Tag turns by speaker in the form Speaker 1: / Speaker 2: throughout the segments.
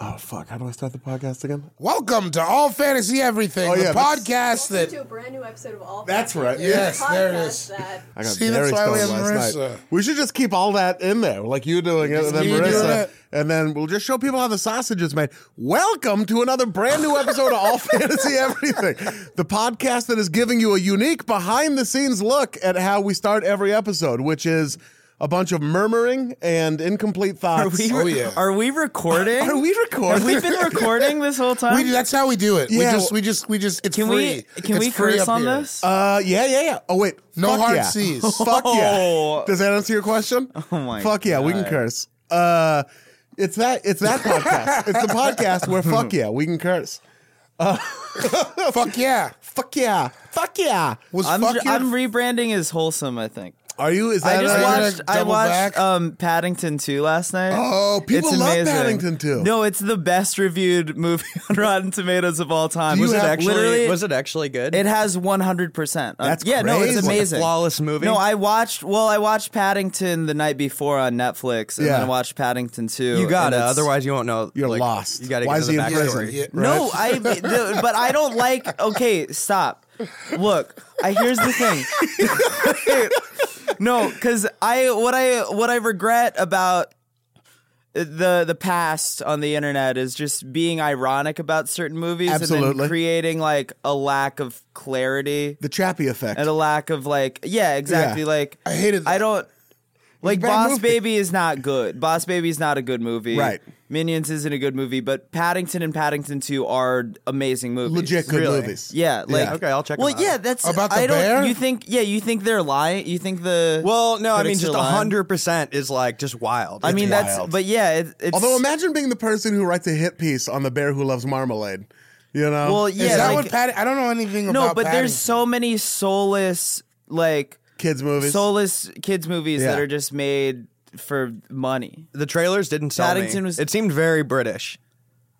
Speaker 1: Oh fuck! How do I start the podcast again?
Speaker 2: Welcome to All Fantasy Everything,
Speaker 1: Oh, yeah,
Speaker 2: the
Speaker 1: that's-
Speaker 2: podcast
Speaker 3: Welcome to
Speaker 2: that.
Speaker 3: a brand new episode of All.
Speaker 1: That's
Speaker 3: Facts.
Speaker 1: right.
Speaker 2: Yes,
Speaker 3: Podcast
Speaker 2: there it is.
Speaker 3: That
Speaker 1: I got
Speaker 2: See,
Speaker 1: very
Speaker 2: that's why we
Speaker 1: stoned
Speaker 2: had
Speaker 1: last
Speaker 2: Marissa.
Speaker 1: night. We should just keep all that in there, like you doing it, and then
Speaker 2: keep doing
Speaker 1: Marissa,
Speaker 2: it.
Speaker 1: and then we'll just show people how the sausage is made. Welcome to another brand new episode of All Fantasy Everything, the podcast that is giving you a unique behind-the-scenes look at how we start every episode, which is a bunch of murmuring and incomplete
Speaker 4: Are
Speaker 1: thoughts.
Speaker 4: we,
Speaker 2: Oh, yeah.
Speaker 4: are we recording?
Speaker 1: Are we recording?
Speaker 4: Have we been recording this whole time?
Speaker 2: We, that's how we do it.
Speaker 1: Yeah.
Speaker 2: We just, we just, we just. It's
Speaker 4: can
Speaker 2: free.
Speaker 4: we can
Speaker 2: It's
Speaker 4: we
Speaker 2: free
Speaker 4: curse
Speaker 2: up
Speaker 4: on
Speaker 2: here.
Speaker 4: this?
Speaker 1: Uh, yeah, yeah, yeah. Oh wait,
Speaker 2: No
Speaker 1: Fuck
Speaker 2: hard
Speaker 1: yeah.
Speaker 2: Cs.
Speaker 1: Fuck yeah.
Speaker 4: Oh.
Speaker 1: Does that answer your question? Oh
Speaker 4: my
Speaker 1: Fuck yeah, we can
Speaker 4: God.
Speaker 1: curse. Uh, it's that. It's that podcast. It's the podcast where fuck yeah, we can curse.
Speaker 2: Fuck yeah!
Speaker 1: Fuck yeah. Fuck yeah.
Speaker 2: Was
Speaker 4: I'm,
Speaker 2: fuck
Speaker 4: ju-
Speaker 2: your-
Speaker 4: I'm rebranding as wholesome. I think.
Speaker 1: Are you? Is that?
Speaker 4: I just
Speaker 1: are you-
Speaker 2: gonna
Speaker 4: watched. I
Speaker 2: double back?
Speaker 4: watched um, Paddington 2 last night.
Speaker 1: Oh, people
Speaker 4: it's
Speaker 1: love
Speaker 4: amazing.
Speaker 1: Paddington 2.
Speaker 4: No, it's the best reviewed movie on Rotten Tomatoes of all time.
Speaker 1: Do you
Speaker 5: Was it
Speaker 1: have-
Speaker 5: actually
Speaker 4: literally-
Speaker 5: was it actually good?
Speaker 4: It has 100%. Um,
Speaker 1: That's
Speaker 4: yeah, no,
Speaker 1: crazy.
Speaker 4: it's amazing.
Speaker 5: Flawless movie?
Speaker 4: No, I watched well, I watched Paddington the night before on Netflix and
Speaker 1: Yeah.
Speaker 4: then I watched Paddington 2.
Speaker 5: you got
Speaker 4: and
Speaker 5: it.
Speaker 4: it's-
Speaker 5: Otherwise, you won't know.
Speaker 1: You're
Speaker 5: like,
Speaker 1: lost.
Speaker 5: You got to
Speaker 1: Why
Speaker 5: get
Speaker 1: is
Speaker 5: to the
Speaker 1: he in prison?
Speaker 5: backstory.
Speaker 2: Yeah.
Speaker 4: No, I the- but I don't like okay, stop. Look, I here's the thing. no, cuz I what I what I regret about the the past on the internet is just being ironic about certain movies and
Speaker 1: Absolutely.
Speaker 4: then creating like a lack of clarity
Speaker 1: The Chappie effect.
Speaker 4: and a lack of like yeah exactly
Speaker 1: Yeah.
Speaker 4: like
Speaker 2: I hated that.
Speaker 4: I don't like
Speaker 1: bad
Speaker 4: Boss
Speaker 1: movie.
Speaker 4: Baby is not good. Boss Baby is not a good movie.
Speaker 1: Right.
Speaker 4: Minions isn't a good movie, but Paddington and Paddington Two are amazing movies.
Speaker 1: Legit good
Speaker 5: Really?
Speaker 1: movies.
Speaker 4: Yeah. Like
Speaker 5: Okay, I'll check
Speaker 4: Well,
Speaker 5: 'em out.
Speaker 4: yeah, that's
Speaker 2: About the
Speaker 4: I don't.
Speaker 2: bear?
Speaker 4: You think? Yeah, you think they're lying? You think the?
Speaker 5: Well, no, I mean,
Speaker 4: critics
Speaker 5: just
Speaker 4: are lying?
Speaker 5: hundred percent is like just wild.
Speaker 4: I mean,
Speaker 5: It's
Speaker 4: that's.
Speaker 5: wild.
Speaker 4: But yeah, it, it's.
Speaker 1: Although imagine being the person who writes a hit piece on the bear who loves marmalade. You know.
Speaker 4: Well,
Speaker 2: Is
Speaker 4: Yeah,
Speaker 2: that
Speaker 4: like-
Speaker 2: what Patty? I don't know anything
Speaker 4: no,
Speaker 2: about.
Speaker 4: but there's
Speaker 2: Paddington.
Speaker 4: so many soulless like
Speaker 1: Kids movies.
Speaker 4: soulless kids movies
Speaker 1: Yeah.
Speaker 4: that are just made for money.
Speaker 5: the trailers didn't sell
Speaker 4: Paddington
Speaker 5: me.
Speaker 4: was-
Speaker 5: It seemed very British.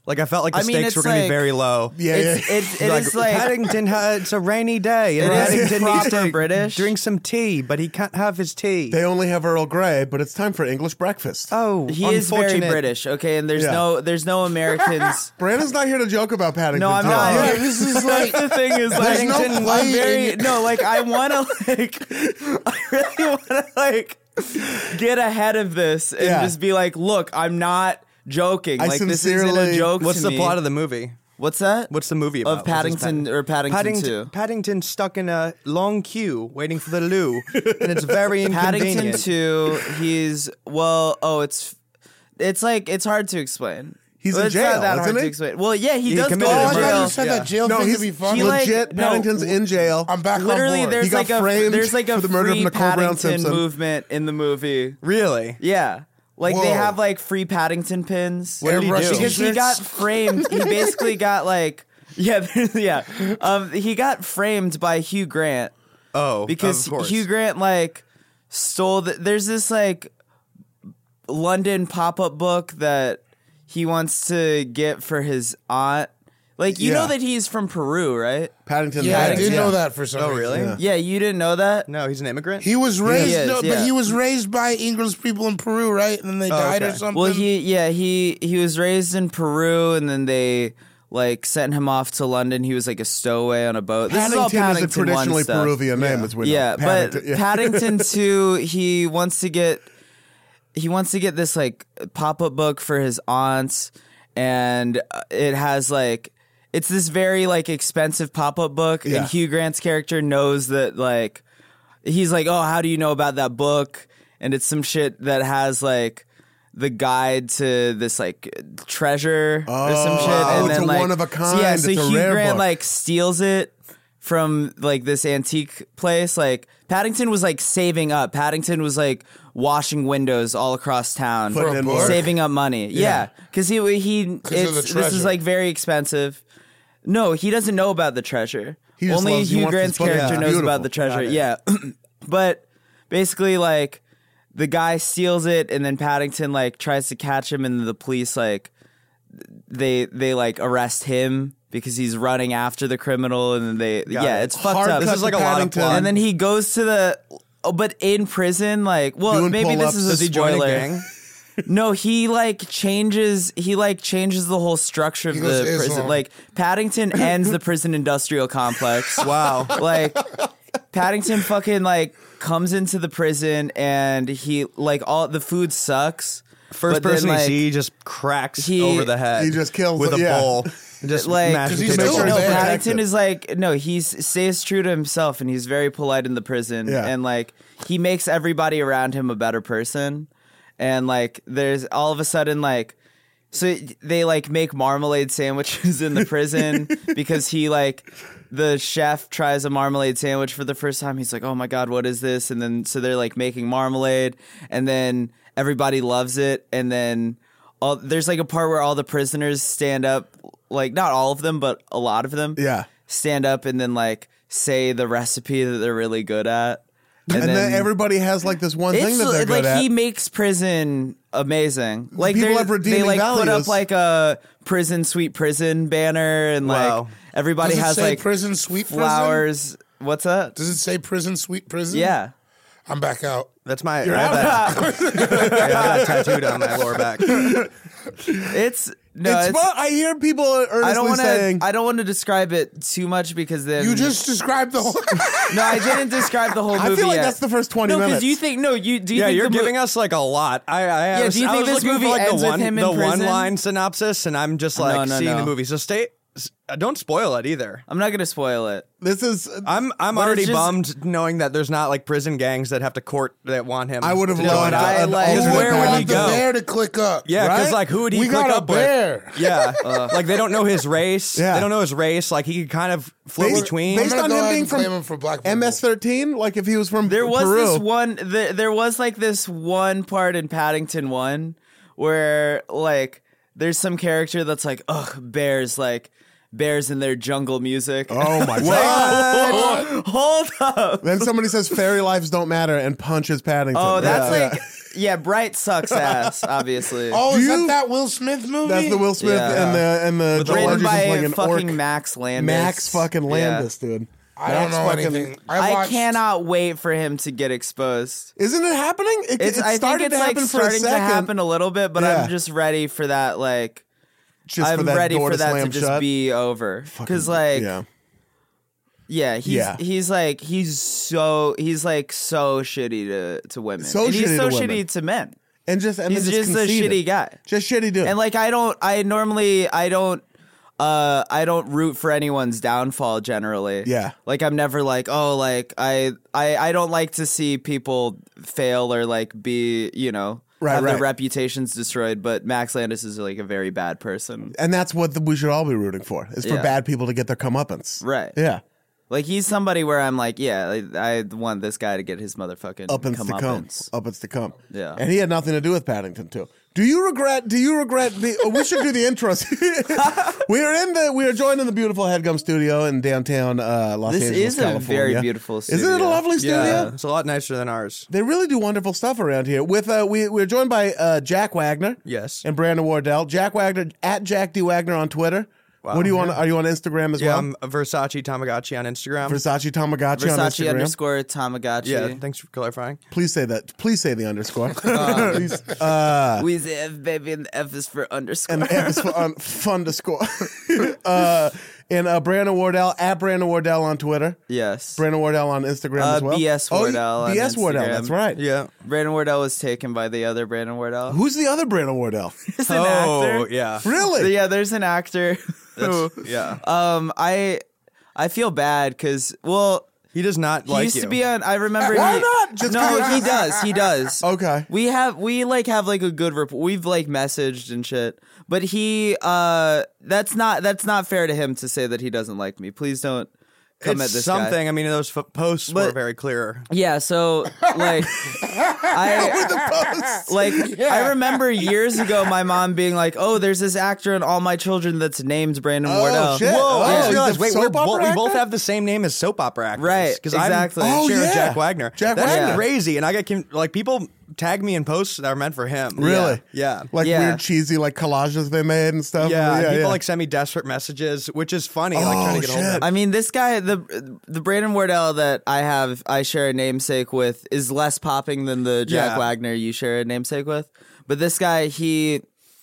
Speaker 5: Like I felt like the
Speaker 4: I mean,
Speaker 5: stakes
Speaker 4: it's
Speaker 5: were going to
Speaker 4: like-
Speaker 5: be very low.
Speaker 1: yeah, yeah.
Speaker 4: It's it's it
Speaker 5: like,
Speaker 4: is like
Speaker 5: Paddington. ha- it's a rainy day. And
Speaker 4: It is
Speaker 5: Paddington needs
Speaker 4: proper
Speaker 5: to
Speaker 4: British.
Speaker 5: Drink some tea, but he can't have his tea.
Speaker 1: They only have Earl Grey, but it's time for English breakfast.
Speaker 5: oh,
Speaker 4: He is very
Speaker 5: unfortunate.
Speaker 4: British, okay, and there's
Speaker 1: Yeah.
Speaker 4: no there's no Americans.
Speaker 1: Brandon's not here to joke about Paddington.
Speaker 4: No, I'm
Speaker 1: Two.
Speaker 4: not.
Speaker 2: Yeah, this is like.
Speaker 4: the thing is, like,
Speaker 2: no
Speaker 4: Paddington,
Speaker 2: play
Speaker 4: I'm very
Speaker 2: in-
Speaker 4: no, like I want to like, I really want to like get ahead of this and
Speaker 1: Yeah.
Speaker 4: just be like, look, I'm not joking.
Speaker 1: I
Speaker 4: like this isn't
Speaker 1: sincerely-
Speaker 4: a joke.
Speaker 5: What's
Speaker 4: to
Speaker 5: the
Speaker 4: me.
Speaker 5: plot of the movie?
Speaker 4: What's that?
Speaker 5: What's the movie about?
Speaker 4: of
Speaker 5: What's his
Speaker 4: Paddington or Paddington,
Speaker 5: Paddington,
Speaker 4: Two?
Speaker 5: Paddington stuck in a long queue waiting for the loo, and it's very inconvenient.
Speaker 4: Paddington Two. He's well. Oh, it's it's like it's hard to explain.
Speaker 1: He's
Speaker 4: Well,
Speaker 1: in
Speaker 4: it's
Speaker 1: jail,
Speaker 4: not that hard
Speaker 1: isn't
Speaker 4: to
Speaker 1: he?
Speaker 4: explain. Well, yeah, he,
Speaker 5: He
Speaker 4: does go
Speaker 5: committed
Speaker 2: Oh, I
Speaker 4: to
Speaker 5: murder.
Speaker 2: thought you
Speaker 4: jail.
Speaker 2: said
Speaker 5: Yeah.
Speaker 2: that jail
Speaker 1: No,
Speaker 2: thing
Speaker 1: he's
Speaker 2: would be fun.
Speaker 4: he, like-
Speaker 1: legit.
Speaker 4: no.
Speaker 1: Paddington's in jail.
Speaker 2: I'm back on
Speaker 4: Literally,
Speaker 2: board.
Speaker 4: there's
Speaker 1: got
Speaker 4: like a
Speaker 1: framed
Speaker 4: there's like a
Speaker 1: for the murder of
Speaker 4: free
Speaker 1: Nicole Brown
Speaker 4: Paddington
Speaker 1: Simpson.
Speaker 4: movement in the movie.
Speaker 5: Really?
Speaker 4: Yeah, like they
Speaker 2: Whoa.
Speaker 4: have like free Paddington pins.
Speaker 2: What did he Airbrush do?
Speaker 4: Because he
Speaker 2: t-shirts?
Speaker 4: got framed. He basically got like yeah yeah. Um, he got framed by Hugh Grant
Speaker 5: Oh,
Speaker 4: because
Speaker 5: of course.
Speaker 4: Hugh Grant like stole the, there's this like London pop-up book that he wants to get for his aunt. Like you know
Speaker 1: Yeah.
Speaker 4: that he's from Peru, right?
Speaker 1: Paddington.
Speaker 2: yeah, I
Speaker 1: Paddington.
Speaker 2: did
Speaker 1: Yeah.
Speaker 2: know that for some
Speaker 5: Oh,
Speaker 2: reason.
Speaker 5: really?
Speaker 4: Yeah, you didn't know that?
Speaker 5: No, he's an immigrant.
Speaker 2: He was raised,
Speaker 4: He is,
Speaker 2: no,
Speaker 4: yeah.
Speaker 2: but he was raised by English people in Peru, right? And then
Speaker 1: Oh,
Speaker 2: they died or
Speaker 5: okay.
Speaker 2: something.
Speaker 4: Well, he yeah, he he was raised in Peru and then they like sent him off to London. He was like a stowaway on a boat. This is all
Speaker 1: Paddington is
Speaker 4: Paddington
Speaker 1: a traditionally
Speaker 4: 1 stuff.
Speaker 1: Peruvian name, as we know.
Speaker 4: Yeah,
Speaker 1: Paddington,
Speaker 4: but
Speaker 1: yeah.
Speaker 4: Paddington 2, he wants to get he wants to get this like pop-up book for his aunt and uh, it has like it's this very like expensive pop-up book
Speaker 1: Yeah.
Speaker 4: and Hugh Grant's character knows that like he's like, "Oh, how do you know about that book?" and it's some shit that has like the guide to this like treasure or some shit,
Speaker 1: Oh,
Speaker 4: and
Speaker 1: it's
Speaker 4: then
Speaker 1: a
Speaker 4: like
Speaker 1: one of a
Speaker 4: So, yeah,
Speaker 1: kind.
Speaker 4: so
Speaker 1: It's a
Speaker 4: Hugh
Speaker 1: rare
Speaker 4: Grant
Speaker 1: book.
Speaker 4: like steals it from like this antique place. Like Paddington was like saving up. Paddington was like washing windows all across town,
Speaker 1: Putting in work.
Speaker 4: saving up money. Yeah, because he he it's, this
Speaker 2: treasure.
Speaker 4: is like very expensive. No, he doesn't know about the treasure.
Speaker 1: He just
Speaker 4: Only
Speaker 1: loves- he
Speaker 4: Hugh
Speaker 1: wants this
Speaker 4: Grant's
Speaker 1: book.
Speaker 4: character
Speaker 1: Yeah.
Speaker 4: knows
Speaker 1: Beautiful.
Speaker 4: about the treasure. Yeah, but basically, like the guy steals it, and then Paddington like tries to catch him, and the police like they they like arrest him because he's running after the criminal, and then they yeah,
Speaker 5: it.
Speaker 4: it's fucked
Speaker 1: Hard
Speaker 4: up.
Speaker 1: cut This is to like a lot of Paddington. plot.
Speaker 4: and then he goes to the. Oh, but in prison, like, well,
Speaker 1: Doing
Speaker 4: maybe this
Speaker 1: pull-ups.
Speaker 4: is a
Speaker 5: Does he join
Speaker 4: spoiler.
Speaker 5: a gang?
Speaker 4: No, he like changes. He like changes the whole structure of
Speaker 2: He
Speaker 4: the
Speaker 2: goes
Speaker 4: prison.
Speaker 2: Islam.
Speaker 4: Like Paddington ends the prison industrial complex. wow. Like Paddington fucking like comes into the prison and he like all the food sucks.
Speaker 5: First
Speaker 4: but then,
Speaker 5: person
Speaker 4: like,
Speaker 5: you see just cracks
Speaker 4: he-
Speaker 5: over the head.
Speaker 1: he just kills
Speaker 5: with
Speaker 1: him,
Speaker 5: a
Speaker 1: yeah.
Speaker 5: bowl. And just
Speaker 4: Like,
Speaker 2: 'Cause
Speaker 5: mashes
Speaker 2: he's
Speaker 5: the
Speaker 2: still
Speaker 5: picture.
Speaker 4: no,
Speaker 2: protected.
Speaker 4: Paddington is like no, he s- stays true to himself and he's very polite in the prison
Speaker 1: Yeah.
Speaker 4: and like he makes everybody around him a better person. And like there's all of a sudden like so it- they like make marmalade sandwiches in the prison because he like the chef tries a marmalade sandwich for the first time. He's like, "Oh my god, what is this?" And then so they're like making marmalade, and then everybody loves it. And then all there's like a part where all the prisoners stand up, like not all of them, but a lot of them,
Speaker 1: Yeah.
Speaker 4: stand up and then like say the recipe that they're really good at. And,
Speaker 1: And then everybody has like this one thing that they're
Speaker 4: like
Speaker 1: good
Speaker 4: he
Speaker 1: at.
Speaker 4: makes prison amazing. Like
Speaker 1: People
Speaker 4: they're-
Speaker 1: have redeeming
Speaker 4: they like put up
Speaker 1: values.
Speaker 4: like a prison sweet prison banner and like
Speaker 5: Wow.
Speaker 4: everybody
Speaker 2: Does it
Speaker 4: has
Speaker 2: say
Speaker 4: like
Speaker 2: prison sweet prison?
Speaker 4: flowers. What's that?
Speaker 2: Does it say prison sweet prison?
Speaker 4: Yeah.
Speaker 2: I'm back out.
Speaker 5: That's my. I have that, yeah, I have that tattooed on my lower back.
Speaker 4: It's no
Speaker 1: It's
Speaker 4: it's-
Speaker 1: fun. I hear people earnestly
Speaker 4: I don't want
Speaker 1: saying,
Speaker 4: to. I don't want to describe it too much because then
Speaker 2: You just described the whole.
Speaker 4: no. I didn't describe the whole movie.
Speaker 1: I feel like
Speaker 4: yet.
Speaker 1: that's the first 20
Speaker 4: no,
Speaker 1: minutes.
Speaker 4: you think no. You do. You
Speaker 5: Yeah,
Speaker 4: think
Speaker 5: you're
Speaker 4: the mo-
Speaker 5: giving us like a lot. I, I, I
Speaker 4: do
Speaker 5: was,
Speaker 4: you
Speaker 5: I
Speaker 4: think
Speaker 5: was
Speaker 4: this
Speaker 5: looking for,
Speaker 4: movie
Speaker 5: like
Speaker 4: ends
Speaker 5: the
Speaker 4: with
Speaker 5: one,
Speaker 4: him in
Speaker 5: the one
Speaker 4: prison?
Speaker 5: line synopsis, and I'm just
Speaker 4: No,
Speaker 5: like
Speaker 4: no,
Speaker 5: seeing
Speaker 4: no.
Speaker 5: the movie. So stay. s- uh, Don't spoil it either.
Speaker 4: I'm not gonna spoil it.
Speaker 1: this is.
Speaker 5: I'm I'm
Speaker 4: But it's
Speaker 5: already
Speaker 4: just-
Speaker 5: bummed knowing that there's not like prison gangs that have to court that want him.
Speaker 1: I would have
Speaker 5: to join
Speaker 1: loved
Speaker 5: them.
Speaker 4: I
Speaker 1: an
Speaker 4: like-
Speaker 1: alternate
Speaker 4: Where would
Speaker 2: I
Speaker 1: timeline.
Speaker 4: he
Speaker 2: want the
Speaker 4: go?
Speaker 2: bear to click up.
Speaker 5: Yeah, because
Speaker 1: right?
Speaker 5: like who would he
Speaker 2: we
Speaker 5: click
Speaker 2: got a
Speaker 5: up
Speaker 2: bear.
Speaker 5: with? Yeah,
Speaker 4: Uh.
Speaker 5: like they don't know his race.
Speaker 1: Yeah.
Speaker 5: They don't know his race. Like he could kind of float
Speaker 1: Based-
Speaker 5: between.
Speaker 1: based
Speaker 2: I'm gonna
Speaker 1: on
Speaker 2: go
Speaker 1: him
Speaker 2: ahead
Speaker 1: being
Speaker 2: and
Speaker 1: from
Speaker 2: claim him for black people.
Speaker 1: MS-13, like if he was from
Speaker 4: There was
Speaker 1: Peru.
Speaker 4: this one. There, there was like this one part in Paddington One where like there's some character that's like, ugh, bears like bears in their jungle music.
Speaker 1: Oh my god!
Speaker 4: Hold up.
Speaker 1: then somebody says fairy lives don't matter and punches Paddington.
Speaker 4: Oh, that's
Speaker 1: Yeah.
Speaker 4: like yeah. Bright sucks ass. Obviously.
Speaker 2: Oh, is
Speaker 1: You-
Speaker 2: that that Will Smith movie?
Speaker 1: that's the Will Smith
Speaker 4: Yeah.
Speaker 1: and the and the, the
Speaker 4: Written
Speaker 1: largest
Speaker 4: by
Speaker 1: like an
Speaker 4: fucking
Speaker 1: orc.
Speaker 4: Max Landis.
Speaker 1: Max fucking
Speaker 4: Yeah.
Speaker 1: Landis, dude.
Speaker 2: I don't
Speaker 1: Max
Speaker 2: know
Speaker 1: fucking-
Speaker 2: anything. I,
Speaker 4: I,
Speaker 2: watched,
Speaker 4: cannot wait for him to get exposed.
Speaker 1: Isn't it happening? It,
Speaker 4: It's,
Speaker 1: it
Speaker 4: I think
Speaker 1: started
Speaker 4: it's
Speaker 1: to
Speaker 4: like
Speaker 1: happen for a
Speaker 4: starting to
Speaker 1: second.
Speaker 4: happen a little bit, but
Speaker 1: Yeah.
Speaker 4: I'm just ready for that. Like
Speaker 1: just
Speaker 4: I'm
Speaker 1: for that
Speaker 4: ready
Speaker 1: door
Speaker 4: for
Speaker 1: to
Speaker 4: that
Speaker 1: slam
Speaker 4: to just
Speaker 1: shut.
Speaker 4: be over. Because like
Speaker 1: yeah.
Speaker 4: Yeah, he's
Speaker 1: Yeah.
Speaker 4: he's like he's so he's like so shitty to to women.
Speaker 1: So
Speaker 4: and he's
Speaker 1: shitty
Speaker 4: so
Speaker 1: to
Speaker 4: shitty
Speaker 1: women.
Speaker 4: to men.
Speaker 1: and just and
Speaker 4: He's
Speaker 1: then
Speaker 4: just,
Speaker 1: just,
Speaker 4: a
Speaker 1: conceded.
Speaker 4: shitty guy.
Speaker 1: Just shitty dude.
Speaker 4: And like I don't I normally I don't uh, I don't root for anyone's downfall generally.
Speaker 1: Yeah.
Speaker 4: Like I'm never like, oh, like I I I don't like to see people fail or like be, you know,
Speaker 1: Right,
Speaker 4: have
Speaker 1: right.
Speaker 4: their reputations destroyed, but Max Landis is like a very bad person.
Speaker 1: And that's what the, we should all be rooting for is for
Speaker 4: Yeah.
Speaker 1: bad people to get their comeuppance.
Speaker 4: Right.
Speaker 1: Yeah.
Speaker 4: Like he's somebody where I'm like, yeah, I, I want this guy to get his motherfucking
Speaker 1: Uppins to come.
Speaker 4: comeuppance.
Speaker 1: Uppins to come.
Speaker 4: Yeah.
Speaker 1: And he had nothing to do with Paddington too. Do you regret? Do you regret? Be, oh, we should do the intros. we are in the. We are joined in the beautiful Headgum Studio in downtown uh, Los
Speaker 4: This
Speaker 1: Angeles,
Speaker 4: is a
Speaker 1: California.
Speaker 4: very beautiful
Speaker 1: Isn't it a
Speaker 4: studio.
Speaker 1: lovely studio?
Speaker 5: Yeah, it's a lot nicer than ours.
Speaker 1: They really do wonderful stuff around here. With uh, we we're joined by uh, Jack Wagner.
Speaker 5: Yes.
Speaker 1: And Brandon Wardell. Jack Wagner at Jack D Wagner on Twitter. What do you want? Are you on Instagram as
Speaker 5: Yeah,
Speaker 1: well?
Speaker 5: I'm a Versace Tamagotchi on Instagram.
Speaker 1: Versace Tamagotchi on
Speaker 4: Versace
Speaker 1: Instagram.
Speaker 4: underscore Tamagotchi.
Speaker 5: yeah, thanks for clarifying.
Speaker 1: Please say that. Please say the
Speaker 4: Oh,
Speaker 1: underscore. Please. Uh,
Speaker 4: We the F baby and the F is for underscore.
Speaker 1: and the F is for un, fun to score. uh, and uh, Brandon Wardell at Brandon Wardell on Twitter.
Speaker 4: yes.
Speaker 1: Brandon Wardell on Instagram
Speaker 4: Uh,
Speaker 1: as well.
Speaker 4: BS
Speaker 1: Oh, you-
Speaker 4: Wardell on
Speaker 1: BS Wardell.
Speaker 4: Instagram.
Speaker 1: That's right.
Speaker 5: Yeah.
Speaker 4: Brandon Wardell was taken by the other Brandon Wardell.
Speaker 1: Who's the other Brandon Wardell?
Speaker 4: Who's an
Speaker 5: Oh,
Speaker 4: actor?
Speaker 5: yeah.
Speaker 1: really?
Speaker 4: Yeah, there's an actor. who,
Speaker 5: Yeah.
Speaker 4: um, I I feel bad because well,
Speaker 5: He does not
Speaker 4: he
Speaker 5: like
Speaker 4: used
Speaker 5: you.
Speaker 4: to be on. I remember.
Speaker 1: Why
Speaker 4: he,
Speaker 1: not? Just
Speaker 4: no,
Speaker 1: 'cause-
Speaker 4: he does. He does.
Speaker 1: Okay.
Speaker 4: We have we like have like a good rapport. We've like messaged and shit. But he uh that's not that's not fair to him to say that he doesn't like me. Please don't come at
Speaker 5: it's
Speaker 4: this guy.
Speaker 5: something. I mean, those f- posts were
Speaker 4: But-
Speaker 5: very clear.
Speaker 4: Yeah, so like I like I remember years ago my mom being like, "Oh, there's this actor in All My Children that's named Brandon
Speaker 1: Oh,
Speaker 4: Wardell."
Speaker 1: shit.
Speaker 5: Whoa! I
Speaker 1: Yeah.
Speaker 5: just realized.
Speaker 1: The
Speaker 5: Wait,
Speaker 1: soap
Speaker 5: we're bo-
Speaker 1: opera
Speaker 5: we both
Speaker 1: actor?
Speaker 5: have the same name as soap opera actors,
Speaker 4: Right,
Speaker 5: Because
Speaker 4: exactly.
Speaker 5: I'm
Speaker 4: Oh,
Speaker 5: sharing
Speaker 1: yeah.
Speaker 5: Jack Wagner.
Speaker 1: Jack
Speaker 5: That's
Speaker 1: Wagner.
Speaker 5: crazy, and I get con- like people tag me in posts that are meant for him.
Speaker 1: Really?
Speaker 5: Yeah. Yeah.
Speaker 1: Like
Speaker 4: Yeah.
Speaker 1: weird cheesy like collages they made and stuff.
Speaker 5: yeah, people like send me desperate messages, which is funny. like trying
Speaker 1: Oh,
Speaker 5: to get hold
Speaker 1: shit.
Speaker 5: of.
Speaker 4: I mean, this guy, the the Brandon Wardell that I have, I share a namesake with, is less popping than the Jack
Speaker 5: Yeah.
Speaker 4: Wagner you share a namesake with. But this guy, he,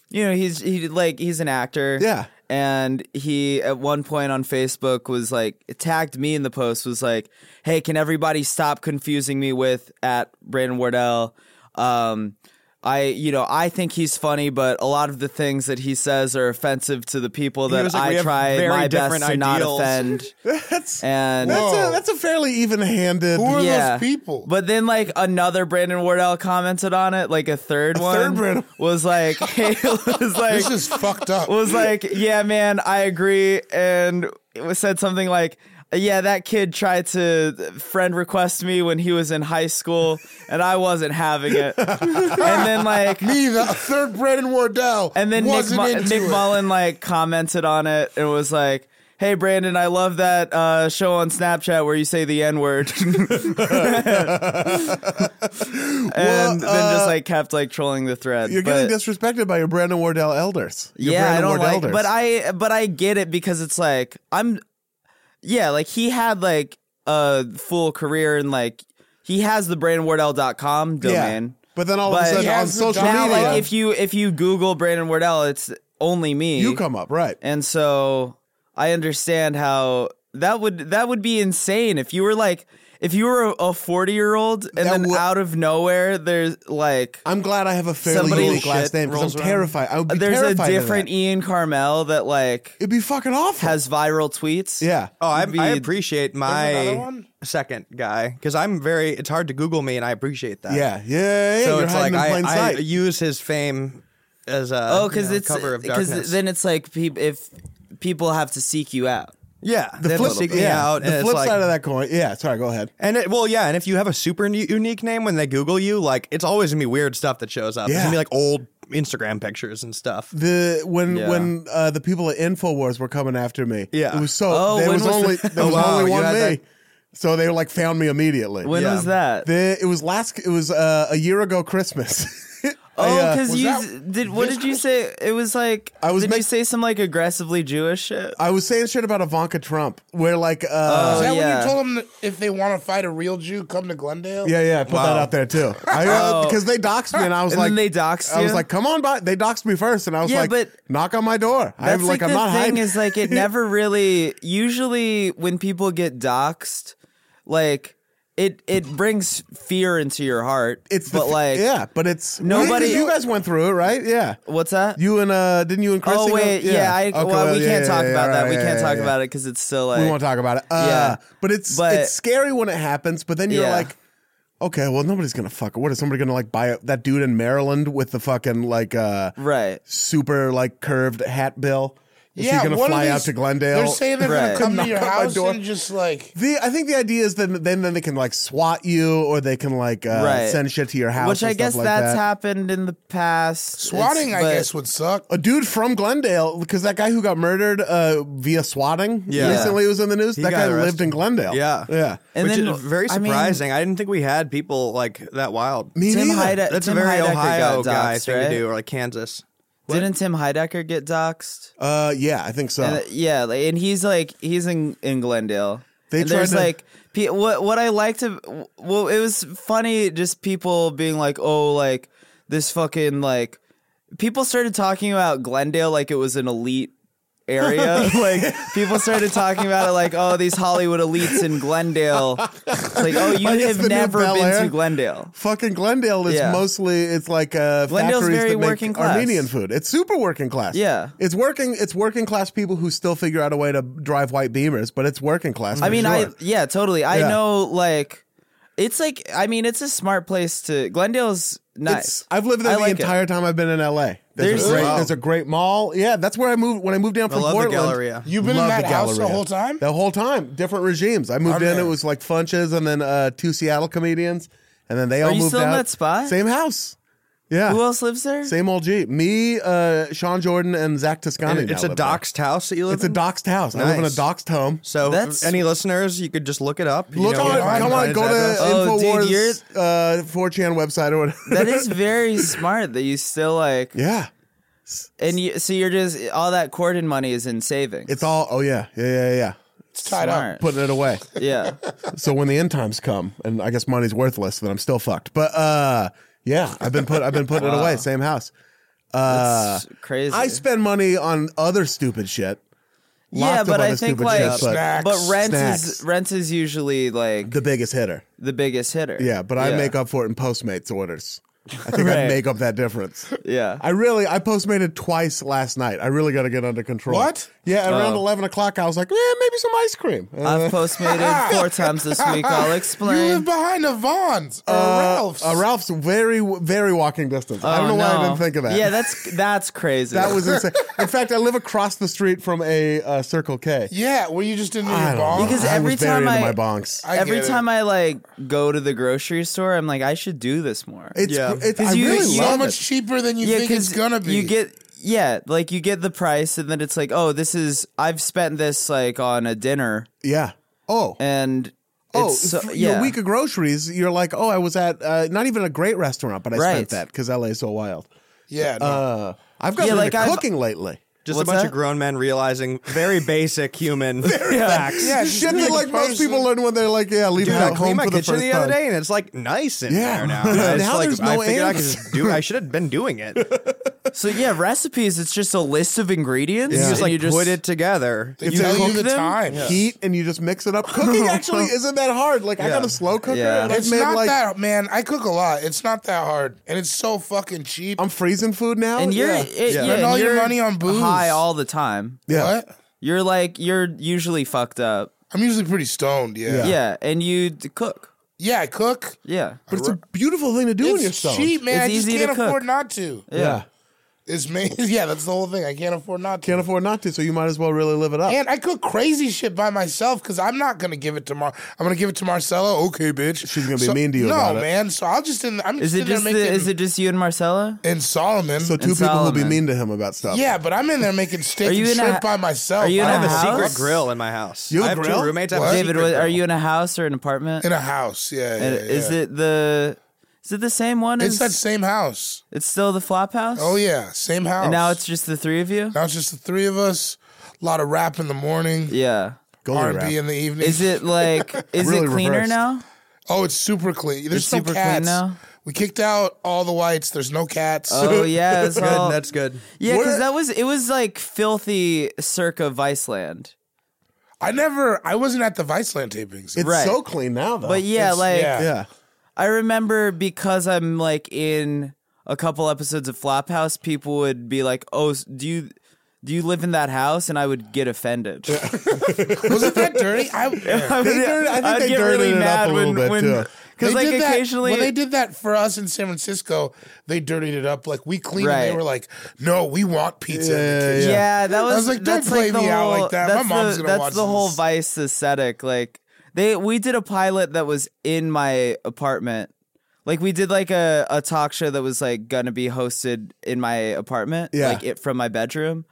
Speaker 4: you know, he's he like he's an actor,
Speaker 1: Yeah.
Speaker 4: And he at one point on Facebook was like tagged me in the post was like, "Hey, can everybody stop confusing me with at Brandon Wardell?" Um, I you know I think he's funny, but a lot of the things that he says are offensive to the people
Speaker 5: He
Speaker 4: that
Speaker 5: was like, "We
Speaker 4: I
Speaker 5: have
Speaker 4: try
Speaker 5: very
Speaker 4: my best
Speaker 5: different
Speaker 4: to not
Speaker 5: ideals."
Speaker 4: offend.
Speaker 1: that's
Speaker 4: and
Speaker 1: that's
Speaker 2: Whoa.
Speaker 1: a, that's a fairly even-handed.
Speaker 2: Who are
Speaker 4: yeah,
Speaker 2: those people?
Speaker 4: But then like another Brandon Wardell commented on it, like a third one
Speaker 1: third Brandon-
Speaker 4: was like, hey, was like,
Speaker 2: this is fucked up.
Speaker 4: was like, yeah, man, I agree, and it was said something like. Yeah, that kid tried to friend request me when he was in high school, and I wasn't having it. and then, like,
Speaker 2: me, the third Brandon Wardell,
Speaker 4: and then Nick,
Speaker 2: wasn't
Speaker 4: Mu-
Speaker 2: into
Speaker 4: Nick
Speaker 2: it.
Speaker 4: Mullen like commented on it and was like, "Hey Brandon, I love that uh, show on Snapchat where you say the N word," and
Speaker 1: Well,
Speaker 4: then
Speaker 1: uh,
Speaker 4: just like kept like trolling the thread.
Speaker 1: You're getting
Speaker 4: But-
Speaker 1: disrespected by your Brandon Wardell elders. Your
Speaker 4: yeah,
Speaker 1: Brandon
Speaker 4: I don't
Speaker 1: Wardell
Speaker 4: like, but I but I get it because it's like I'm, yeah, like he had like a full career and like he has the BrandonWardell.com domain.
Speaker 1: But then all of a
Speaker 4: But-
Speaker 1: sudden
Speaker 4: Yeah,
Speaker 1: on
Speaker 2: it's a
Speaker 1: social
Speaker 2: dog.
Speaker 4: Now,
Speaker 1: media,
Speaker 4: like if you if you Google Brandon Wardell, it's only me.
Speaker 1: you come up, right?
Speaker 4: And so I understand how that would that would be insane if you were like if you were a 40 year old and then
Speaker 1: would-
Speaker 4: out of nowhere there's like
Speaker 1: I'm glad I have a fairly
Speaker 4: Somebody
Speaker 1: unique
Speaker 4: shit
Speaker 1: last name because
Speaker 5: rolls
Speaker 1: I'm
Speaker 5: around.
Speaker 1: terrified. I would be
Speaker 4: there's a
Speaker 1: terrified of
Speaker 4: different
Speaker 1: that.
Speaker 4: Ian Carmel that like
Speaker 1: It'd be fucking awful.
Speaker 4: has viral tweets.
Speaker 1: yeah.
Speaker 5: Oh, I,
Speaker 4: Be-
Speaker 5: I appreciate
Speaker 2: another
Speaker 5: my
Speaker 2: one?
Speaker 5: second guy because I'm very. It's hard to Google me, and I appreciate that.
Speaker 1: yeah, yeah, yeah, yeah.
Speaker 5: So
Speaker 1: You're
Speaker 5: it's
Speaker 1: hiding
Speaker 5: like
Speaker 1: in
Speaker 5: I,
Speaker 1: plain
Speaker 5: I
Speaker 1: sight.
Speaker 5: use his fame as a
Speaker 4: Oh, because
Speaker 5: you know,
Speaker 4: it's
Speaker 5: cover of darkness.
Speaker 4: because then it's like peop if people have to seek you out.
Speaker 5: yeah,
Speaker 1: the
Speaker 5: then
Speaker 1: flip,
Speaker 5: seek me
Speaker 1: yeah,
Speaker 5: out, and
Speaker 1: the
Speaker 5: it's
Speaker 1: flip
Speaker 5: like-
Speaker 1: side of that coin. Yeah, sorry, go ahead.
Speaker 5: And it, well, yeah, and if you have a super new, unique name when they Google you, like it's always gonna be weird stuff that shows up. It's
Speaker 1: Yeah.
Speaker 5: gonna be like old Instagram pictures and stuff.
Speaker 1: The when
Speaker 4: Yeah.
Speaker 1: when uh, the people at Infowars were coming after me,
Speaker 5: Yeah.
Speaker 1: it was so
Speaker 4: Oh,
Speaker 1: there
Speaker 4: when
Speaker 1: was,
Speaker 4: was
Speaker 1: only
Speaker 4: that?
Speaker 1: there was
Speaker 5: Oh, wow,
Speaker 1: only
Speaker 5: you
Speaker 1: one me,
Speaker 5: had that-
Speaker 1: so they like found me immediately.
Speaker 4: When
Speaker 5: Yeah.
Speaker 4: was that?
Speaker 1: The, it was last. It was uh, a year ago Christmas. I,
Speaker 4: oh,
Speaker 1: uh,
Speaker 4: because
Speaker 2: was
Speaker 4: you
Speaker 2: that
Speaker 4: s- did. What
Speaker 2: this
Speaker 4: did you say? It was like
Speaker 1: I was
Speaker 4: Did
Speaker 1: make-
Speaker 4: you say some like aggressively Jewish shit?
Speaker 1: I was saying shit about Ivanka Trump, where like, uh,
Speaker 2: Is that
Speaker 4: Oh, yeah.
Speaker 2: when you told them that if they want to fight a real Jew, come to Glendale?
Speaker 1: yeah, yeah, I put that
Speaker 5: Wow.
Speaker 1: out there too. I, uh, because they doxed me, and I was
Speaker 4: Oh. And
Speaker 1: like,
Speaker 4: then they doxed
Speaker 1: I was
Speaker 4: you?
Speaker 1: like, come on, by. They doxed me first, and I was
Speaker 4: Yeah,
Speaker 1: like,
Speaker 4: but-
Speaker 1: knock on my door. I'm
Speaker 4: That's
Speaker 1: like, I'm
Speaker 4: the
Speaker 1: not
Speaker 4: thing
Speaker 1: hiding.
Speaker 4: is like it never really. Usually, when people get doxxed, like it it brings fear into your heart.
Speaker 1: It's the
Speaker 4: but
Speaker 1: f-
Speaker 4: like
Speaker 1: yeah, but it's
Speaker 4: nobody-
Speaker 1: You guys went through it, right? Yeah.
Speaker 4: what's that?
Speaker 1: You and uh, didn't you and Chris?
Speaker 4: oh wait, yeah. I, well, we can't talk about that. we can't talk
Speaker 1: about it.
Speaker 4: about it because it's still like
Speaker 1: we won't talk about it. Uh,
Speaker 4: Yeah.
Speaker 1: but it's
Speaker 4: But-
Speaker 1: it's scary when it happens. But then you're
Speaker 4: Yeah.
Speaker 1: like, okay, well nobody's gonna fuck. What is somebody gonna like buy it? that dude in Maryland with the fucking like uh
Speaker 4: right.
Speaker 1: super like curved hat bill? Is
Speaker 2: yeah,
Speaker 1: he gonna
Speaker 2: what are
Speaker 1: fly out
Speaker 2: these-
Speaker 1: to Glendale?
Speaker 2: They're saying they're
Speaker 4: Right.
Speaker 2: gonna come
Speaker 1: Knock
Speaker 2: to your
Speaker 1: on my
Speaker 2: house
Speaker 1: door.
Speaker 2: and just like
Speaker 1: the I think the idea is then then then they can like swat you or they can like uh,
Speaker 4: Right.
Speaker 1: send shit to your house.
Speaker 4: Which
Speaker 1: and
Speaker 4: I
Speaker 1: stuff
Speaker 4: guess
Speaker 1: like
Speaker 4: that's
Speaker 1: that.
Speaker 4: happened in the past. It's-
Speaker 2: swatting. I
Speaker 4: but-
Speaker 2: guess would suck.
Speaker 1: a dude from Glendale, because that guy who got murdered uh, via swatting
Speaker 5: Yeah.
Speaker 1: recently was in the news. that
Speaker 5: got
Speaker 1: guy lived
Speaker 5: arrested.
Speaker 1: in Glendale.
Speaker 5: Yeah.
Speaker 1: yeah.
Speaker 4: And
Speaker 5: Which
Speaker 4: then-
Speaker 5: is very
Speaker 4: I mean-
Speaker 5: surprising. I, didn't think we had people like that wild.
Speaker 1: Me
Speaker 4: Tim
Speaker 1: neither.
Speaker 4: Heide-
Speaker 5: That's
Speaker 4: Tim
Speaker 5: a very
Speaker 4: Heidecker
Speaker 5: Ohio
Speaker 4: got
Speaker 5: guy
Speaker 4: doxxed,
Speaker 5: thing
Speaker 4: right?
Speaker 5: to do, or like Kansas.
Speaker 4: Didn't Tim Heidecker get doxxed?
Speaker 1: Uh, yeah, I think so.
Speaker 4: And, uh, yeah, like, and he's like he's in, in Glendale.
Speaker 1: They
Speaker 4: and there's
Speaker 1: tried to-
Speaker 4: like pe- what what I like to well it was funny just people being like oh like this fucking like people started talking about Glendale like it was an elite area like people started talking about it like oh these Hollywood elites in Glendale It's like oh you
Speaker 1: Like, it's the
Speaker 4: have
Speaker 1: new
Speaker 4: never
Speaker 1: Bel
Speaker 4: been
Speaker 1: Air?
Speaker 4: to Glendale
Speaker 1: Fucking Glendale is
Speaker 4: Yeah.
Speaker 1: mostly it's like uh,
Speaker 4: Glendale's
Speaker 1: factories
Speaker 4: very
Speaker 1: that make
Speaker 4: working class.
Speaker 1: Armenian food. It's super working class.
Speaker 4: Yeah.
Speaker 1: it's working. It's working class people who still figure out a way to drive white Beamers, but it's working class.
Speaker 4: I
Speaker 1: for
Speaker 4: mean, I
Speaker 1: sure.
Speaker 4: yeah, totally. I
Speaker 1: Yeah.
Speaker 4: know, like, it's like I mean, it's a smart place to. Glendale's nice.
Speaker 1: It's, I've lived there
Speaker 4: I
Speaker 1: the
Speaker 4: like it.
Speaker 1: entire time I've been in LA. There's,
Speaker 4: There's-
Speaker 1: a great,
Speaker 5: Wow.
Speaker 1: there's a great mall. Yeah, that's where I moved when I moved down
Speaker 5: I
Speaker 1: from
Speaker 5: love the
Speaker 1: Portland.
Speaker 5: Galleria.
Speaker 2: You've been in
Speaker 1: Love
Speaker 2: that house the
Speaker 1: Galleria.
Speaker 2: whole time?
Speaker 1: The whole time, different regimes. I moved
Speaker 2: I'm
Speaker 1: in.
Speaker 2: there.
Speaker 1: It was like Funches and then uh, two Seattle comedians, and then they all
Speaker 4: you
Speaker 1: moved
Speaker 4: still in
Speaker 1: out.
Speaker 4: that spot?
Speaker 1: Same house. Yeah.
Speaker 4: Who else lives there?
Speaker 1: Same old G. Me, uh, Sean Jordan, and Zach Toscani.
Speaker 5: it's
Speaker 1: now
Speaker 5: a
Speaker 1: live there.
Speaker 5: doxed house that you live
Speaker 1: It's a
Speaker 5: in?
Speaker 1: doxed house. I live in a
Speaker 5: Nice.
Speaker 1: doxed home.
Speaker 5: So,
Speaker 4: That's-
Speaker 5: any listeners, you could just look it up. you
Speaker 1: Look
Speaker 5: know,
Speaker 1: on,
Speaker 5: get
Speaker 1: come on,
Speaker 5: Brian's
Speaker 1: go to
Speaker 5: address.
Speaker 4: Oh, dude,
Speaker 1: Infowars uh, 4chan website or whatever.
Speaker 4: That is very smart that you still like,
Speaker 1: yeah,
Speaker 4: and you, so you're just all that Corden money is in savings.
Speaker 1: it's all. Oh yeah, yeah, yeah, yeah.
Speaker 2: It's tied up.
Speaker 4: smart.
Speaker 1: Putting it away.
Speaker 4: yeah,
Speaker 1: so when the end times come, and I guess money's worthless, then I'm still fucked. But uh, yeah, I've been put. I've been putting it away. Same house. Uh,
Speaker 4: It's crazy.
Speaker 1: I spend money on other stupid shit. Lots
Speaker 4: yeah,
Speaker 1: of
Speaker 4: but
Speaker 1: other
Speaker 4: I think
Speaker 1: stupid
Speaker 4: like,
Speaker 1: shit, but-
Speaker 4: but rent
Speaker 1: Snacks.
Speaker 4: is rent is usually like the,
Speaker 1: The biggest hitter.
Speaker 4: biggest hitter.
Speaker 1: Yeah, but I make up for it in Postmates orders. I think I
Speaker 4: Right.
Speaker 1: make up that difference.
Speaker 4: Yeah,
Speaker 1: I really, I postmated twice last night. I really got to get under control.
Speaker 2: What?
Speaker 1: Yeah, at around 11 o'clock, I was like, yeah, maybe some ice cream. Uh,
Speaker 4: Oh. I've postmated four times this week. I'll
Speaker 2: You live
Speaker 4: explain.
Speaker 2: behind a Vaughn's or a Ralph's.
Speaker 1: uh, Ralph's very, very walking distance. I don't know
Speaker 4: Oh,
Speaker 1: why I
Speaker 4: no.
Speaker 1: didn't think of that.
Speaker 4: Yeah, that's that's crazy.
Speaker 1: that was insane. In fact, I live across the street from a uh, Circle K.
Speaker 2: yeah, were you just in your
Speaker 1: I don't know.
Speaker 2: bong?
Speaker 4: Because
Speaker 1: I
Speaker 4: every
Speaker 1: was very
Speaker 4: time
Speaker 1: into
Speaker 4: I-
Speaker 1: my bonks.
Speaker 2: I
Speaker 4: Every
Speaker 2: get it.
Speaker 4: time I like go to the grocery store, I'm like, I should do this more.
Speaker 1: it's,
Speaker 5: Yeah.
Speaker 1: it's I
Speaker 4: 'Cause you-
Speaker 1: really
Speaker 2: it's
Speaker 4: you-
Speaker 2: so
Speaker 1: love
Speaker 2: much
Speaker 1: it.
Speaker 2: cheaper than you think it's gonna be.
Speaker 4: you get yeah, like you get the price, and then it's like, oh, this is I've spent this like on a dinner,
Speaker 1: Yeah. Oh.
Speaker 4: and it's
Speaker 1: Oh,
Speaker 4: so,
Speaker 1: f-
Speaker 4: yeah,
Speaker 1: your week of groceries, you're like, oh, I was at uh, not even a great restaurant, but I
Speaker 4: Right.
Speaker 1: spent that because LA is so wild.
Speaker 2: yeah, no.
Speaker 1: Uh, I've gotten
Speaker 4: Yeah,
Speaker 1: into
Speaker 4: like I've-
Speaker 1: cooking lately.
Speaker 5: Just
Speaker 4: What's
Speaker 5: a bunch
Speaker 4: that?
Speaker 5: of grown men realizing very basic human facts.
Speaker 2: yeah, just
Speaker 1: Shit
Speaker 2: be
Speaker 1: that
Speaker 2: a
Speaker 1: like most
Speaker 2: person.
Speaker 1: people learn when they're like, yeah, leaving
Speaker 5: Dude, I
Speaker 1: back
Speaker 5: cleaned
Speaker 1: home
Speaker 5: my
Speaker 1: for the
Speaker 5: kitchen
Speaker 1: first
Speaker 5: the other
Speaker 1: time.
Speaker 5: day, and it's like nice in
Speaker 1: Yeah.
Speaker 5: there now.
Speaker 1: Now
Speaker 5: And it's like,
Speaker 1: there's
Speaker 5: I
Speaker 1: no
Speaker 5: figured I could
Speaker 1: ants.
Speaker 5: just do. I should have been doing it.
Speaker 4: so yeah, recipes. It's just a list of ingredients.
Speaker 5: You
Speaker 4: and
Speaker 5: just like
Speaker 4: you just-
Speaker 5: put it together.
Speaker 2: they
Speaker 1: you
Speaker 2: tell
Speaker 1: cook
Speaker 2: you the
Speaker 4: them?
Speaker 2: time.
Speaker 1: Heat and you just mix it up. Cooking actually isn't that hard. Like I got a slow cooker.
Speaker 4: Yeah.
Speaker 1: And I've
Speaker 2: It's
Speaker 1: made
Speaker 2: not
Speaker 1: like
Speaker 2: that man. I cook a lot. It's not that hard, and it's so fucking cheap.
Speaker 1: I'm freezing food now.
Speaker 4: and you're
Speaker 1: yeah.
Speaker 4: it- yeah.
Speaker 5: Spend
Speaker 4: and
Speaker 2: all your
Speaker 4: you're
Speaker 2: money on booze.
Speaker 4: high all the time.
Speaker 1: yeah.
Speaker 2: What?
Speaker 4: You're like you're usually fucked up.
Speaker 2: I'm usually pretty stoned. Yeah,
Speaker 4: Yeah,
Speaker 2: yeah.
Speaker 4: and you d- cook.
Speaker 2: I cook.
Speaker 4: Yeah,
Speaker 1: But it's a beautiful thing to do when you're
Speaker 2: it's
Speaker 1: stoned.
Speaker 2: cheap, man.
Speaker 4: It's
Speaker 2: I just
Speaker 4: easy to
Speaker 2: can't
Speaker 4: cook.
Speaker 2: afford not to.
Speaker 1: Yeah.
Speaker 2: It's made. Yeah, that's the whole thing. I can't afford not to.
Speaker 1: Can't afford not to, so you might as well really live it up.
Speaker 2: And I cook crazy shit by myself because I'm not gonna give it to Mar. I'm gonna give it to Marcella. Okay, bitch.
Speaker 1: She's gonna be
Speaker 2: So-
Speaker 1: mean to you
Speaker 2: No,
Speaker 1: about it.
Speaker 2: man. So I'll just in. I'm
Speaker 4: Is
Speaker 2: just
Speaker 4: it
Speaker 2: in there
Speaker 4: just the,
Speaker 2: making.
Speaker 4: is it just you and Marcella?
Speaker 2: in Solomon?
Speaker 1: so two people who will be
Speaker 4: Solomon.
Speaker 1: mean to him about stuff.
Speaker 2: yeah, but I'm in there making steak
Speaker 4: Are you
Speaker 2: and
Speaker 4: in a-
Speaker 2: shrimp by myself.
Speaker 4: are you in
Speaker 2: I
Speaker 4: a
Speaker 2: don't have
Speaker 5: I have a
Speaker 4: house?
Speaker 5: secret grill in my house.
Speaker 1: You have
Speaker 5: I
Speaker 1: a
Speaker 5: have
Speaker 1: grill?
Speaker 5: two roommates. I have a
Speaker 2: What?
Speaker 4: David,
Speaker 5: secret
Speaker 4: what, are
Speaker 5: grill.
Speaker 4: you in a house or an apartment?
Speaker 2: in a house? Yeah, yeah,
Speaker 4: And
Speaker 2: yeah.
Speaker 4: Is it the? Is it the same one?
Speaker 2: It's
Speaker 4: as,
Speaker 2: that same house.
Speaker 4: It's still the flop house.
Speaker 2: Oh yeah, same house.
Speaker 4: And now it's just the three of you.
Speaker 2: now it's just the three of us. A lot of rap in the morning,
Speaker 4: Yeah.
Speaker 1: Golden
Speaker 2: R and B
Speaker 1: wrap.
Speaker 2: in the evening.
Speaker 4: Is it like? Is
Speaker 1: Really
Speaker 4: it cleaner
Speaker 1: reversed.
Speaker 4: now?
Speaker 2: Oh, it's super clean. There's
Speaker 4: It's
Speaker 2: no
Speaker 4: super clean
Speaker 2: cats.
Speaker 4: now?
Speaker 2: We kicked out all the whites. There's no cats.
Speaker 4: Oh yeah. It's all,
Speaker 5: Good. That's good.
Speaker 4: yeah,
Speaker 1: Where-
Speaker 4: because that was it was like filthy circa Viceland.
Speaker 2: I never, I wasn't at the Viceland tapings.
Speaker 1: It's
Speaker 4: Right.
Speaker 1: so clean now, though.
Speaker 4: But yeah,
Speaker 2: It's-
Speaker 4: like
Speaker 2: yeah.
Speaker 1: Oh, yeah.
Speaker 4: I remember because I'm like in a couple episodes of Flophouse, people would be like, "Oh, s- do you do you live in that house?" And I would get offended.
Speaker 2: was it that dirty? I,
Speaker 4: I
Speaker 1: They dirty- I think they dirtied it up a little bit, too.
Speaker 4: because
Speaker 2: They
Speaker 4: like
Speaker 2: did that-
Speaker 4: occasionally
Speaker 2: when they did that for us in San Francisco, they dirtied it up. Like we cleaned, and
Speaker 4: Right.
Speaker 2: they were like, "No, we want pizza." in the
Speaker 1: Yeah,
Speaker 2: kitchen."
Speaker 4: Yeah, that was.
Speaker 2: I was like, "Don't
Speaker 4: that's
Speaker 2: play
Speaker 4: the
Speaker 2: me out
Speaker 4: whole-
Speaker 2: like that." My
Speaker 4: that's
Speaker 2: mom's
Speaker 4: the,
Speaker 2: gonna
Speaker 4: That's
Speaker 2: watch
Speaker 4: the whole
Speaker 2: this.
Speaker 4: Vice aesthetic. Like they, we did a pilot that was in my apartment. Like we did like a, a talk show that was like gonna be hosted in my apartment.
Speaker 1: Yeah.
Speaker 4: like it from my bedroom,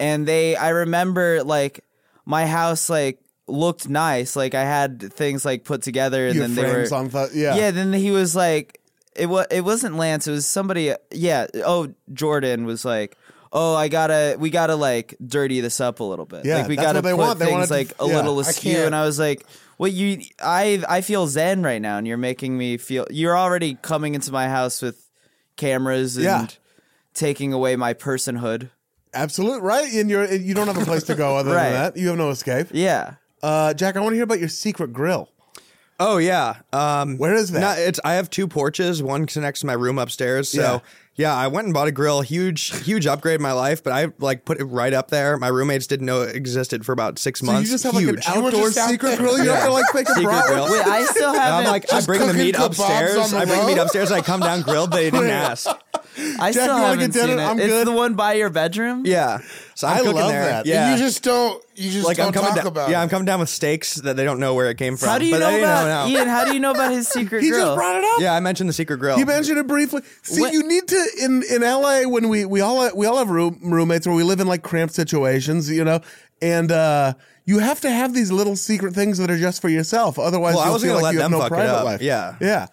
Speaker 4: and they. I remember like my house like looked nice. Like I had things like put together, and
Speaker 1: You
Speaker 4: then
Speaker 1: have
Speaker 4: they were
Speaker 1: frames on th- yeah.
Speaker 4: yeah, then he was like, it was it wasn't Lance, it was somebody. Yeah, oh Jordan was like, oh I gotta we gotta like dirty this up a little bit.
Speaker 1: Yeah,
Speaker 4: like we
Speaker 1: that's
Speaker 4: gotta
Speaker 1: what they
Speaker 4: put
Speaker 1: want. They
Speaker 4: things
Speaker 1: wanted to-
Speaker 4: like a
Speaker 1: yeah,
Speaker 4: little
Speaker 1: I
Speaker 4: askew.
Speaker 2: can't-
Speaker 4: and I was like, well you I I feel zen right now, and you're making me feel. You're already coming into my house with cameras and
Speaker 1: Yeah.
Speaker 4: taking away my personhood.
Speaker 1: Absolute right. And you're and you don't have a place to go other
Speaker 4: Right.
Speaker 1: than that. You have no escape.
Speaker 4: Yeah.
Speaker 1: Uh, Jack, I want to hear about your secret grill.
Speaker 5: Oh yeah. Um,
Speaker 1: Where is that?
Speaker 5: no, it's I have two porches. One connects to my room upstairs. So
Speaker 1: Yeah.
Speaker 5: yeah. I went and bought a grill. Huge, huge upgrade in my life. But I like put it right up there. My roommates didn't know it existed for about six
Speaker 1: So you
Speaker 5: months.
Speaker 1: just have
Speaker 5: huge.
Speaker 1: like an
Speaker 2: were
Speaker 1: outdoor
Speaker 2: just out
Speaker 1: secret
Speaker 2: there.
Speaker 1: grill. You don't have to like make a
Speaker 5: Secret
Speaker 1: bra-
Speaker 5: grill.
Speaker 4: Wait, I still
Speaker 5: I'm
Speaker 4: haven't.
Speaker 5: like, I bring the
Speaker 2: cooking
Speaker 5: meat
Speaker 2: kebabs on
Speaker 5: upstairs.
Speaker 2: the
Speaker 5: I bring the meat
Speaker 2: low?
Speaker 5: upstairs. I come down grilled. They didn't ask.
Speaker 4: I
Speaker 1: Jack,
Speaker 4: still
Speaker 1: you wanna get
Speaker 4: haven't seen
Speaker 1: dinner?
Speaker 4: it.
Speaker 1: I'm
Speaker 4: it's
Speaker 1: good.
Speaker 4: the one by your bedroom.
Speaker 5: Yeah. So I'm
Speaker 1: I
Speaker 5: cooking
Speaker 1: love
Speaker 5: there.
Speaker 1: that.
Speaker 5: Yeah.
Speaker 2: And you just don't, you just
Speaker 5: like
Speaker 2: don't
Speaker 5: I'm coming
Speaker 2: talk
Speaker 5: down,
Speaker 2: about.
Speaker 5: yeah,
Speaker 2: it.
Speaker 5: I'm coming down with steaks that they don't know where it came from.
Speaker 4: How do you
Speaker 5: but
Speaker 4: know
Speaker 5: they
Speaker 4: about
Speaker 5: know now.
Speaker 4: Ian? How do you know about his secret
Speaker 1: He
Speaker 4: grill?
Speaker 1: just brought it up.
Speaker 5: Yeah, I mentioned the secret grill.
Speaker 1: He mentioned it briefly. See,
Speaker 4: What-
Speaker 1: you need to in in LA when we we all we all have room, roommates where we live in like cramped situations, you know, and uh you have to have these little secret things that are just for yourself. Otherwise,
Speaker 5: Well, I
Speaker 1: you'll
Speaker 5: wasn't
Speaker 1: feel
Speaker 5: gonna
Speaker 1: like
Speaker 5: let
Speaker 1: you have
Speaker 5: them
Speaker 1: no
Speaker 5: fuck it
Speaker 1: private
Speaker 5: up.
Speaker 1: life.
Speaker 5: Yeah.
Speaker 1: yeah.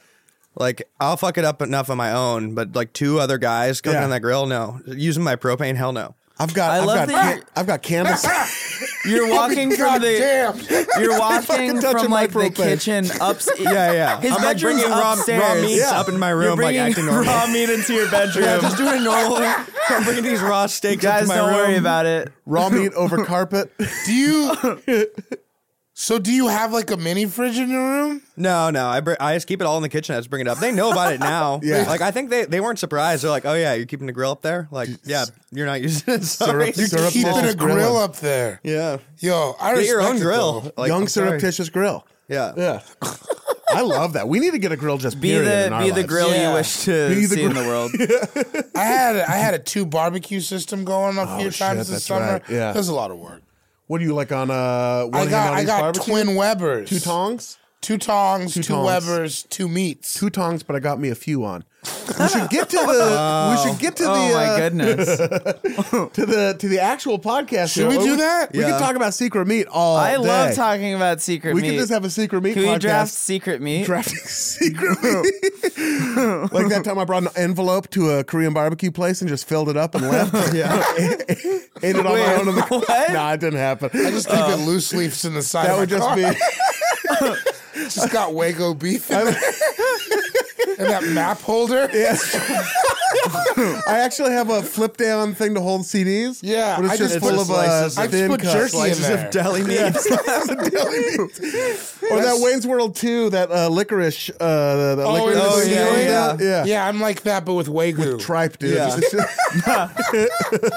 Speaker 5: Like I'll fuck it up enough on my own, but like two other guys cooking
Speaker 1: Yeah.
Speaker 5: on that grill, no. Using my propane, hell no.
Speaker 1: I've got I
Speaker 4: I
Speaker 1: have
Speaker 4: love
Speaker 1: got
Speaker 4: that
Speaker 1: can- I've got candles.
Speaker 4: You're walking from
Speaker 2: God
Speaker 4: the.
Speaker 2: damn.
Speaker 4: You're
Speaker 1: fucking
Speaker 4: walking
Speaker 1: touching
Speaker 4: from
Speaker 1: my
Speaker 4: like the
Speaker 1: propane.
Speaker 4: kitchen up.
Speaker 5: Yeah, yeah.
Speaker 4: His
Speaker 5: I'm like
Speaker 4: bedroom's
Speaker 5: bringing raw,
Speaker 4: upstairs.
Speaker 5: raw meats
Speaker 1: Yeah.
Speaker 5: up in my room,
Speaker 4: You're
Speaker 5: like
Speaker 4: bringing
Speaker 5: acting normal.
Speaker 4: raw meat into your bedroom.
Speaker 5: yeah, just doing normal. I'm bringing these raw steaks up
Speaker 4: Guys,
Speaker 5: to my
Speaker 4: don't
Speaker 5: room.
Speaker 4: worry about it.
Speaker 1: Raw meat over carpet.
Speaker 2: Do you? so do you have like a mini fridge in your room?
Speaker 5: No, no. I br- I just keep it all in the kitchen. I just bring it up. They know about it now.
Speaker 1: Yeah.
Speaker 5: Like I think they, they weren't surprised. They're like, oh yeah, you're keeping the grill up there. Like yeah, you're not using it. Sorry.
Speaker 1: Syrup- syrup-
Speaker 2: Keeping
Speaker 1: Just
Speaker 2: a grill
Speaker 1: grilling.
Speaker 2: up there.
Speaker 5: Yeah.
Speaker 2: Yo, I
Speaker 5: Get your
Speaker 2: respect
Speaker 5: own
Speaker 2: it,
Speaker 5: grill.
Speaker 2: though.
Speaker 5: Like,
Speaker 1: Young
Speaker 5: I'm sorry.
Speaker 1: surreptitious grill.
Speaker 5: Yeah.
Speaker 1: Yeah. I love that. We need to get a grill just
Speaker 4: Be
Speaker 1: period
Speaker 4: the
Speaker 1: in our
Speaker 4: be the
Speaker 1: lives.
Speaker 4: grill
Speaker 2: Yeah.
Speaker 4: you wish to
Speaker 1: Be the
Speaker 4: see in
Speaker 1: gr-
Speaker 4: the world.
Speaker 2: I had a, I had a two barbecue system going a few
Speaker 1: Oh, shit,
Speaker 2: times this
Speaker 1: that's
Speaker 2: summer.
Speaker 1: right, yeah.
Speaker 2: That's a lot of work.
Speaker 1: What do you like on uh one
Speaker 2: I
Speaker 1: hand
Speaker 2: got
Speaker 1: on
Speaker 2: I
Speaker 1: each
Speaker 2: got
Speaker 1: barbecue?
Speaker 2: twin Webers,
Speaker 1: two tongs?
Speaker 2: two tongs, two,
Speaker 1: tongs.
Speaker 2: Webers, two meats.
Speaker 1: two tongs, but I got me a few on. We should get to the we should get to the
Speaker 4: Oh my
Speaker 1: uh,
Speaker 4: goodness!
Speaker 1: to the to the actual podcast.
Speaker 2: Should we do that?
Speaker 1: We
Speaker 5: Yeah.
Speaker 1: can talk about secret meat all
Speaker 4: I love
Speaker 1: day.
Speaker 4: talking about secret
Speaker 1: We
Speaker 4: meat.
Speaker 1: can just have a secret meat
Speaker 4: Can
Speaker 1: podcast.
Speaker 4: we draft secret meat?
Speaker 1: drafting secret meat. like that time I brought an envelope to a Korean barbecue place and just filled it up and left. yeah, ate it on my
Speaker 4: Wait,
Speaker 1: own. in the-
Speaker 4: what?
Speaker 1: Nah, it didn't happen.
Speaker 2: I just keep it loose leafs in the side.
Speaker 1: that
Speaker 2: of my
Speaker 1: would just
Speaker 2: car.
Speaker 1: be.
Speaker 2: just got Wago beef in it. and that map holder. Yeah,
Speaker 1: I actually have a flip down thing to hold CDs.
Speaker 2: Yeah,
Speaker 1: but it's
Speaker 2: I
Speaker 1: just
Speaker 2: just
Speaker 1: full
Speaker 5: put
Speaker 1: of uh,
Speaker 5: slices
Speaker 2: I
Speaker 5: of-
Speaker 2: just
Speaker 1: thin
Speaker 2: put
Speaker 1: cut
Speaker 2: jerky in
Speaker 5: slices
Speaker 2: there.
Speaker 5: of deli meat.
Speaker 1: Or that Wayne's World 2, that uh, licorice, uh, the, the
Speaker 2: Oh,
Speaker 1: licorice
Speaker 2: yeah,
Speaker 1: stealing
Speaker 5: yeah, yeah.
Speaker 1: that? yeah.
Speaker 2: yeah, I'm like that, but with Wagyu.
Speaker 1: Tripe, dude.
Speaker 5: Yeah.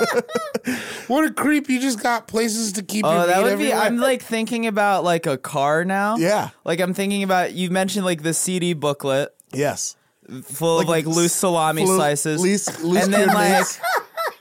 Speaker 2: what a creep! You just got places to keep.
Speaker 4: Oh,
Speaker 2: your
Speaker 4: that
Speaker 2: meat
Speaker 4: would be.
Speaker 2: everywhere.
Speaker 4: I'm like thinking about like a car now.
Speaker 1: Yeah.
Speaker 4: Like I'm thinking about. You mentioned like the CD booklet.
Speaker 1: yes.
Speaker 4: full of like loose salami
Speaker 1: full of
Speaker 4: slices,
Speaker 1: loose- loose
Speaker 4: and then
Speaker 1: cured
Speaker 4: like,
Speaker 1: meats.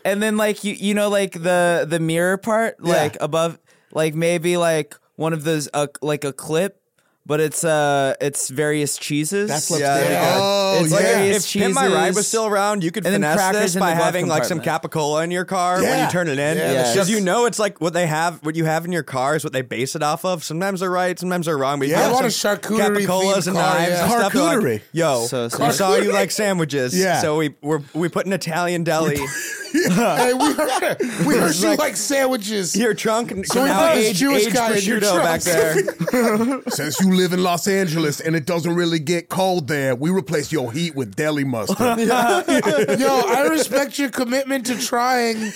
Speaker 4: and then like you you know like the the mirror part like above like maybe like one of those uh, like a clip, but it's uh it's various cheeses.
Speaker 1: That flips
Speaker 5: Yeah,
Speaker 1: yeah,
Speaker 5: yeah.
Speaker 1: Oh,
Speaker 4: It's
Speaker 1: yeah.
Speaker 5: Like,
Speaker 4: very-
Speaker 5: if Pimp My Ride was
Speaker 4: cheeses,
Speaker 5: still around, you could
Speaker 4: and then
Speaker 5: finesse
Speaker 4: crackers
Speaker 5: this
Speaker 4: in
Speaker 5: by
Speaker 4: the glove
Speaker 5: having like some
Speaker 4: compartment.
Speaker 5: capicola in your car when
Speaker 1: Yeah.
Speaker 5: you turn it in,
Speaker 2: Yeah,
Speaker 4: that's
Speaker 5: because you
Speaker 2: just-
Speaker 5: know it's like what they have, what you have in your car is what they base it off of. Sometimes they're right, sometimes they're wrong. But you
Speaker 2: I
Speaker 5: have
Speaker 2: want
Speaker 5: some
Speaker 2: a charcuterie
Speaker 5: capicolas
Speaker 2: themed
Speaker 5: and
Speaker 2: car,
Speaker 5: knives
Speaker 2: yeah.
Speaker 5: and stuff. they're
Speaker 1: Charcuterie.
Speaker 5: Like, Yo,
Speaker 4: So sweet.
Speaker 5: we saw you like sandwiches,
Speaker 1: Yeah.
Speaker 5: So we we're, we put an Italian deli.
Speaker 2: Hey, we heard, we heard you
Speaker 5: like-
Speaker 2: like sandwiches.
Speaker 5: Your trunk
Speaker 2: we
Speaker 5: now
Speaker 2: found this
Speaker 5: aged,
Speaker 2: Jewish
Speaker 5: aged
Speaker 2: guy in your
Speaker 5: prosciutto
Speaker 2: trunk.
Speaker 5: back there.
Speaker 1: Since you live in Los Angeles and it doesn't really get cold there, we replace your heat with deli mustard.
Speaker 2: Yo, I respect your commitment to trying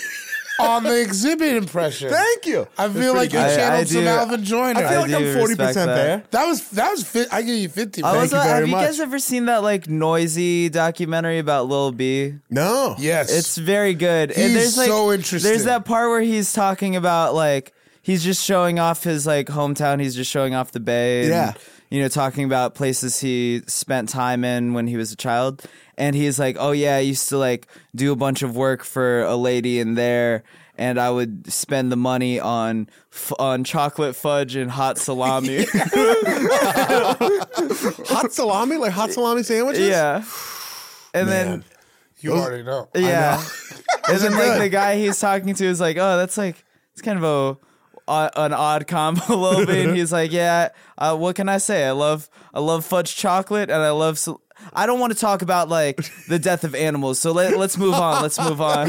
Speaker 2: on the exhibit impression.
Speaker 1: Thank you.
Speaker 2: I feel like you
Speaker 4: good. I-
Speaker 2: channeled
Speaker 4: I
Speaker 2: some
Speaker 4: do-
Speaker 2: Alvin Joyner.
Speaker 1: I feel like
Speaker 4: do
Speaker 1: I'm
Speaker 4: respect
Speaker 1: 40 percent
Speaker 4: that.
Speaker 1: there.
Speaker 2: that was that was. Fi- I give you fifty.
Speaker 4: I
Speaker 2: Thank
Speaker 4: also,
Speaker 2: you very
Speaker 4: have you
Speaker 2: much.
Speaker 4: guys ever seen that like noisy documentary about Lil B?
Speaker 1: No.
Speaker 2: yes,
Speaker 4: It's very good.
Speaker 2: He's
Speaker 4: and there's like
Speaker 2: so interesting.
Speaker 4: There's that part where he's talking about like he's just showing off his like hometown. He's just showing off the Bay. and,
Speaker 1: Yeah.
Speaker 4: You know, talking about places he spent time in when he was a child. And he's like, "Oh yeah, I used to like do a bunch of work for a lady in there." And I would spend the money on f- on chocolate fudge and hot salami.
Speaker 1: Hot salami, like hot salami sandwiches.
Speaker 4: yeah. And then
Speaker 2: you already know.
Speaker 4: Yeah. and then like the guy he's talking to is like, oh, that's like it's kind of a uh, an odd combo a little bit. And he's like, yeah, uh, what can I say? I love I love fudge chocolate and I love. Sal- I don't want to talk about like the death of animals, so let, let's move on. Let's move on.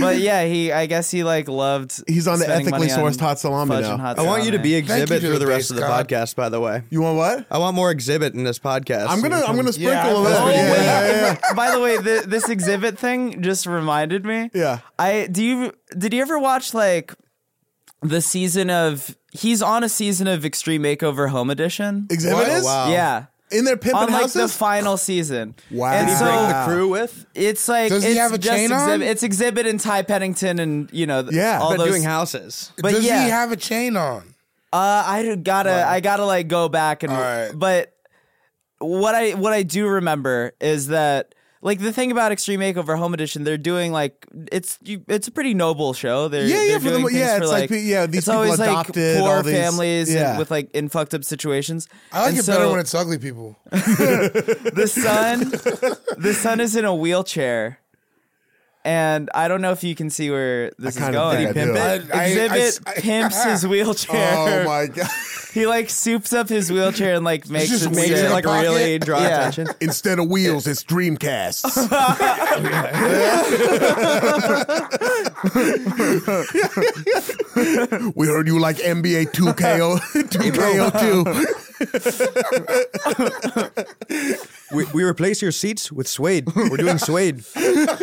Speaker 4: but yeah, he I guess he like loved.
Speaker 1: He's on the
Speaker 4: spending
Speaker 1: ethically
Speaker 4: money on
Speaker 1: sourced hot salami
Speaker 4: fudge
Speaker 1: now.
Speaker 4: and hot
Speaker 5: I want you to
Speaker 4: salami.
Speaker 5: be
Speaker 2: you
Speaker 5: exhibit
Speaker 2: to
Speaker 5: for
Speaker 2: the
Speaker 5: the rest
Speaker 2: base
Speaker 5: of the
Speaker 2: god.
Speaker 5: podcast. By the way,
Speaker 1: You want what?
Speaker 5: I want more exhibit in this podcast.
Speaker 1: I'm gonna I'm gonna
Speaker 2: Yeah,
Speaker 1: sprinkle a
Speaker 2: I'm
Speaker 1: little.
Speaker 4: Oh,
Speaker 2: Yeah,
Speaker 4: wait.
Speaker 2: yeah,
Speaker 4: By the way, th- this exhibit thing just reminded me.
Speaker 1: Yeah.
Speaker 4: I do you did you ever watch like the season of he's on a season of Extreme Makeover Home Edition?
Speaker 1: Exhibit
Speaker 5: What?
Speaker 1: is
Speaker 5: Wow.
Speaker 4: Yeah.
Speaker 1: in their pimping
Speaker 4: On like the
Speaker 1: houses.
Speaker 4: final season.
Speaker 1: Wow.
Speaker 4: And
Speaker 1: Did he
Speaker 4: so
Speaker 1: bring the
Speaker 5: crew with.
Speaker 4: it's like
Speaker 2: Does he
Speaker 4: it's
Speaker 2: have a
Speaker 4: just
Speaker 2: chain on?
Speaker 4: exhibit it's exhibit in Ty Pennington and you know th-
Speaker 1: Yeah.
Speaker 4: all
Speaker 5: But
Speaker 4: those
Speaker 5: doing houses.
Speaker 4: but
Speaker 2: Does
Speaker 4: yeah.
Speaker 2: he have a chain on?
Speaker 4: Uh, I gotta, I gotta like go back and.
Speaker 2: right.
Speaker 4: But what I what I do remember is that like the thing about Extreme Makeover Home Edition, they're doing like it's you, it's a pretty noble show. They're
Speaker 1: Yeah, yeah,
Speaker 4: they're
Speaker 1: for the
Speaker 4: doing
Speaker 1: mo-
Speaker 4: things
Speaker 1: yeah,
Speaker 4: for,
Speaker 1: it's like pe- yeah, these
Speaker 4: it's
Speaker 1: people
Speaker 4: always
Speaker 1: adopted,
Speaker 4: like poor
Speaker 1: all these-
Speaker 4: families and
Speaker 1: yeah.
Speaker 4: with like in fucked up situations.
Speaker 2: I like
Speaker 4: And
Speaker 2: it
Speaker 4: so
Speaker 2: better when it's ugly people.
Speaker 4: the son. the son is in a wheelchair. And I don't know if you can see where this is
Speaker 1: kinda
Speaker 4: going.
Speaker 1: think I do.
Speaker 4: Exhibit
Speaker 2: I- I- I- I-
Speaker 4: pimps his wheelchair.
Speaker 1: Oh my god!
Speaker 4: He like soups up his wheelchair and like makes
Speaker 2: just
Speaker 4: it
Speaker 2: weird.
Speaker 4: sit-
Speaker 2: It's
Speaker 5: Like really draw
Speaker 4: Yeah.
Speaker 5: attention.
Speaker 1: Instead of wheels, it's Dreamcasts. we heard you like NBA 2K0, 2K02.
Speaker 5: We, we replace your seats with suede. We're doing suede.
Speaker 1: I love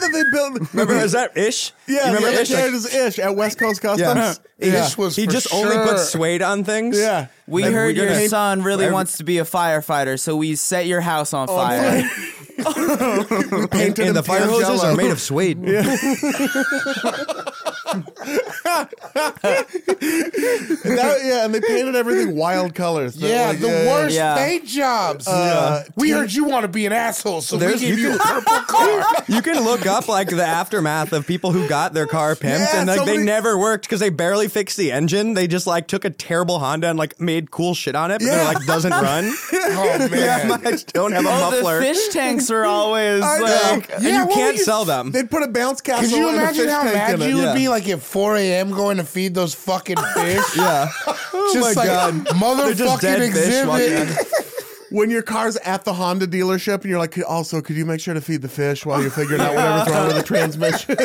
Speaker 1: that they built.
Speaker 5: Remember, is that Ish?
Speaker 1: Yeah,
Speaker 5: you remember
Speaker 1: yeah,
Speaker 5: Ish? Like,
Speaker 1: there it is ish at West Coast
Speaker 5: yeah.
Speaker 1: Customs.
Speaker 2: Ish was
Speaker 5: he
Speaker 2: for
Speaker 5: just only
Speaker 2: sure-
Speaker 5: put suede on things.
Speaker 1: Yeah.
Speaker 4: We
Speaker 5: Like,
Speaker 4: heard
Speaker 5: we're
Speaker 4: your
Speaker 5: gonna-
Speaker 4: son really
Speaker 5: Every-
Speaker 4: wants to be a firefighter, so we set your house on fire.
Speaker 5: And, and the fire
Speaker 1: pure
Speaker 5: hoses
Speaker 1: Jell-O.
Speaker 5: are made of suede.
Speaker 1: And that- yeah, and they painted everything wild colors. They're
Speaker 2: Yeah,
Speaker 1: like,
Speaker 2: the worst
Speaker 4: yeah.
Speaker 2: paint
Speaker 1: Uh,
Speaker 2: jobs. we heard you want to be an asshole, so we
Speaker 5: There's-
Speaker 2: gave
Speaker 5: you
Speaker 2: you a purple car.
Speaker 5: You can look up like the aftermath of people who got their car pimped
Speaker 1: Yeah,
Speaker 5: and like
Speaker 1: somebody-
Speaker 5: they never worked because they barely fixed the engine. They just like took a terrible Honda and like made cool shit on it, but
Speaker 1: Yeah.
Speaker 5: they're like doesn't run.
Speaker 2: Oh man,
Speaker 5: I don't have a
Speaker 4: Oh,
Speaker 5: muffler.
Speaker 4: the fish tanks are always uh,
Speaker 1: I know.
Speaker 4: like.
Speaker 5: and
Speaker 2: Yeah,
Speaker 5: you
Speaker 2: what
Speaker 5: can't
Speaker 2: were you-
Speaker 5: sell them.
Speaker 1: They'd put a bounce castle.
Speaker 2: Could you
Speaker 1: and a
Speaker 2: imagine
Speaker 1: fish
Speaker 2: how
Speaker 1: tank
Speaker 2: mad
Speaker 1: in
Speaker 4: uh,
Speaker 1: it.
Speaker 2: you
Speaker 5: Yeah.
Speaker 2: would be like at 4 a.m. going to feed those fucking fish?
Speaker 5: yeah.
Speaker 2: just
Speaker 5: my
Speaker 2: like
Speaker 5: God. They're just
Speaker 2: motherfucking
Speaker 5: dead fish walking
Speaker 2: exhibit.
Speaker 1: when your car's at the Honda dealership and you're like, also, could you make sure to feed the fish while you're figuring out whatever's wrong with the transmission?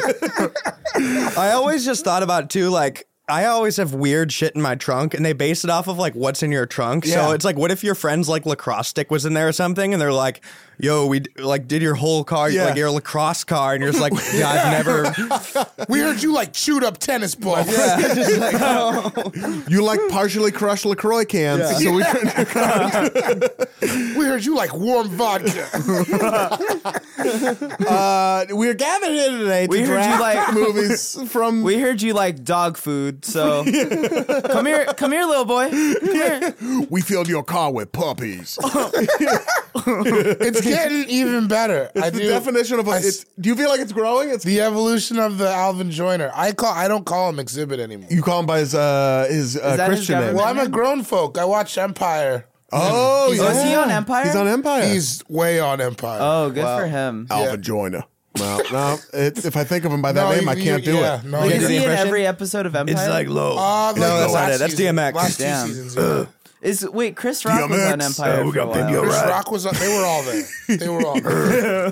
Speaker 5: I always just thought about too, like I always have weird shit in my trunk, and they base it off of like what's in your trunk.
Speaker 2: Yeah.
Speaker 5: So it's like, what if your friend's like lacrosse stick was in there or something, and they're like, "Yo, we d- like did your whole car,
Speaker 1: Yeah.
Speaker 5: like your lacrosse car," and you're just like, "Yeah, I've never."
Speaker 2: We heard you like chewed up tennis balls.
Speaker 5: Just like, oh.
Speaker 1: you like partially crushed LaCroix cans.
Speaker 5: Yeah.
Speaker 1: So we couldn't.
Speaker 2: We heard you like warm vodka.
Speaker 1: Uh, we're gathered here today to
Speaker 4: We heard you
Speaker 1: draft
Speaker 4: like-
Speaker 1: movies from.
Speaker 4: We heard you like dog food, so come here, come here, little boy. Come here.
Speaker 1: we filled your car with puppies.
Speaker 2: it's getting even better. I
Speaker 1: the
Speaker 2: do-
Speaker 1: definition of
Speaker 2: I
Speaker 1: like,
Speaker 2: s-
Speaker 1: it's, do you feel like it's growing? It's
Speaker 2: the evolution of the Alvin Joyner. I call. I don't call him exhibit anymore.
Speaker 1: you call him by his uh, his uh,
Speaker 4: that his
Speaker 1: Christian name.
Speaker 2: well,
Speaker 4: government?
Speaker 2: I'm a grown folk. I watch Empire.
Speaker 1: Oh,
Speaker 4: Oh, is he
Speaker 1: yeah.
Speaker 4: on Empire?
Speaker 1: He's on Empire.
Speaker 2: He's way on Empire.
Speaker 4: Oh, good for him.
Speaker 1: Alvin Joyner. Well, no, it, if I think of him by that
Speaker 2: No,
Speaker 1: name,
Speaker 2: you-
Speaker 1: I can't
Speaker 2: you-
Speaker 1: do
Speaker 2: yeah,
Speaker 1: it.
Speaker 2: no,
Speaker 4: Like,
Speaker 2: you
Speaker 4: is
Speaker 2: do
Speaker 4: he in
Speaker 5: impression?
Speaker 4: every episode of Empire?
Speaker 5: low.
Speaker 2: Uh, like
Speaker 5: no,
Speaker 2: the
Speaker 5: that's not
Speaker 2: last
Speaker 5: it. That's
Speaker 2: season-
Speaker 5: DMX.
Speaker 2: Last two
Speaker 4: Damn.
Speaker 2: seasons, yeah.
Speaker 4: Is wait, Chris Rock was on
Speaker 1: DMX.
Speaker 4: Empire for a while.
Speaker 2: Chris Rock was. on- They were all there. They were all. there.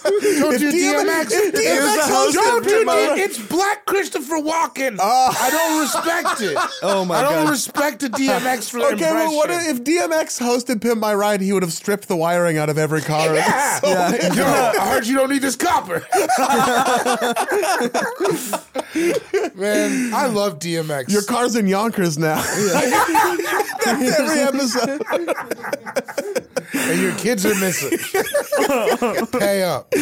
Speaker 2: Don't do DMX.
Speaker 1: if DMX
Speaker 2: It's-
Speaker 1: hosts
Speaker 2: don't
Speaker 1: it,
Speaker 2: do
Speaker 1: Ramona.
Speaker 2: DMX. It's Black Christopher Walken. I don't respect it.
Speaker 5: Oh my
Speaker 2: I don't
Speaker 5: God.
Speaker 2: respect the DMX for the
Speaker 1: Okay,
Speaker 2: impression.
Speaker 1: well, what if DMX hosted Pimp My Ride? He would have stripped the wiring out of every car.
Speaker 2: yeah. Yo, I heard you don't need this copper. Man, I love DMX.
Speaker 1: Your car's in Yonkers now. That's every episode.
Speaker 2: and your kids are missing. Pay up.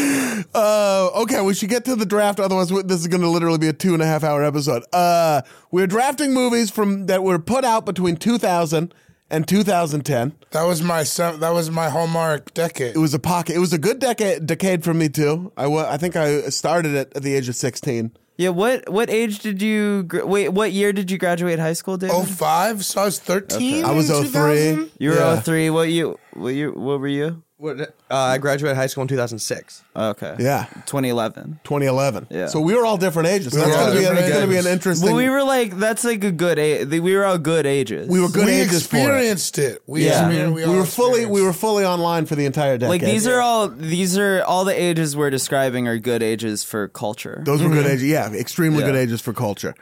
Speaker 1: Uh, okay, we should get to the draft. Otherwise, we- this is going to literally be a two and a half hour episode. Uh, we're drafting movies from that were put out between 2000 and 2010.
Speaker 2: That was my son. That was my hallmark decade.
Speaker 1: It was a pocket. It was a good decade decade for me too. I wa- I think I started it at the age of 16.
Speaker 4: Yeah, what what age did you gra- wait? What year did you graduate high school, David?
Speaker 2: Oh five, so I was 13.
Speaker 1: I was
Speaker 2: in
Speaker 1: 03.
Speaker 2: 2000?
Speaker 4: you were
Speaker 1: yeah.
Speaker 4: 03. What you what you what were you?
Speaker 5: What, uh, I graduated high school in 2006.
Speaker 4: Okay.
Speaker 1: Yeah.
Speaker 4: 2011.
Speaker 1: 2011.
Speaker 4: Yeah.
Speaker 1: So we were all different ages. That's
Speaker 2: were all
Speaker 1: going to be,
Speaker 2: different
Speaker 1: it's gonna be an
Speaker 2: ages.
Speaker 1: interesting.
Speaker 4: Well, we were like that's like a good age. We were all good ages.
Speaker 1: we were good
Speaker 2: We
Speaker 1: ages for it.
Speaker 2: experienced it. We,
Speaker 4: Yeah.
Speaker 2: experienced,
Speaker 1: We
Speaker 2: all
Speaker 1: were fully we
Speaker 2: experienced
Speaker 1: were fully online for the entire decade.
Speaker 4: like these are all these are all the ages we're describing are good ages for culture.
Speaker 1: Those were good ages. Yeah, extremely good
Speaker 4: Yeah.
Speaker 1: ages for culture.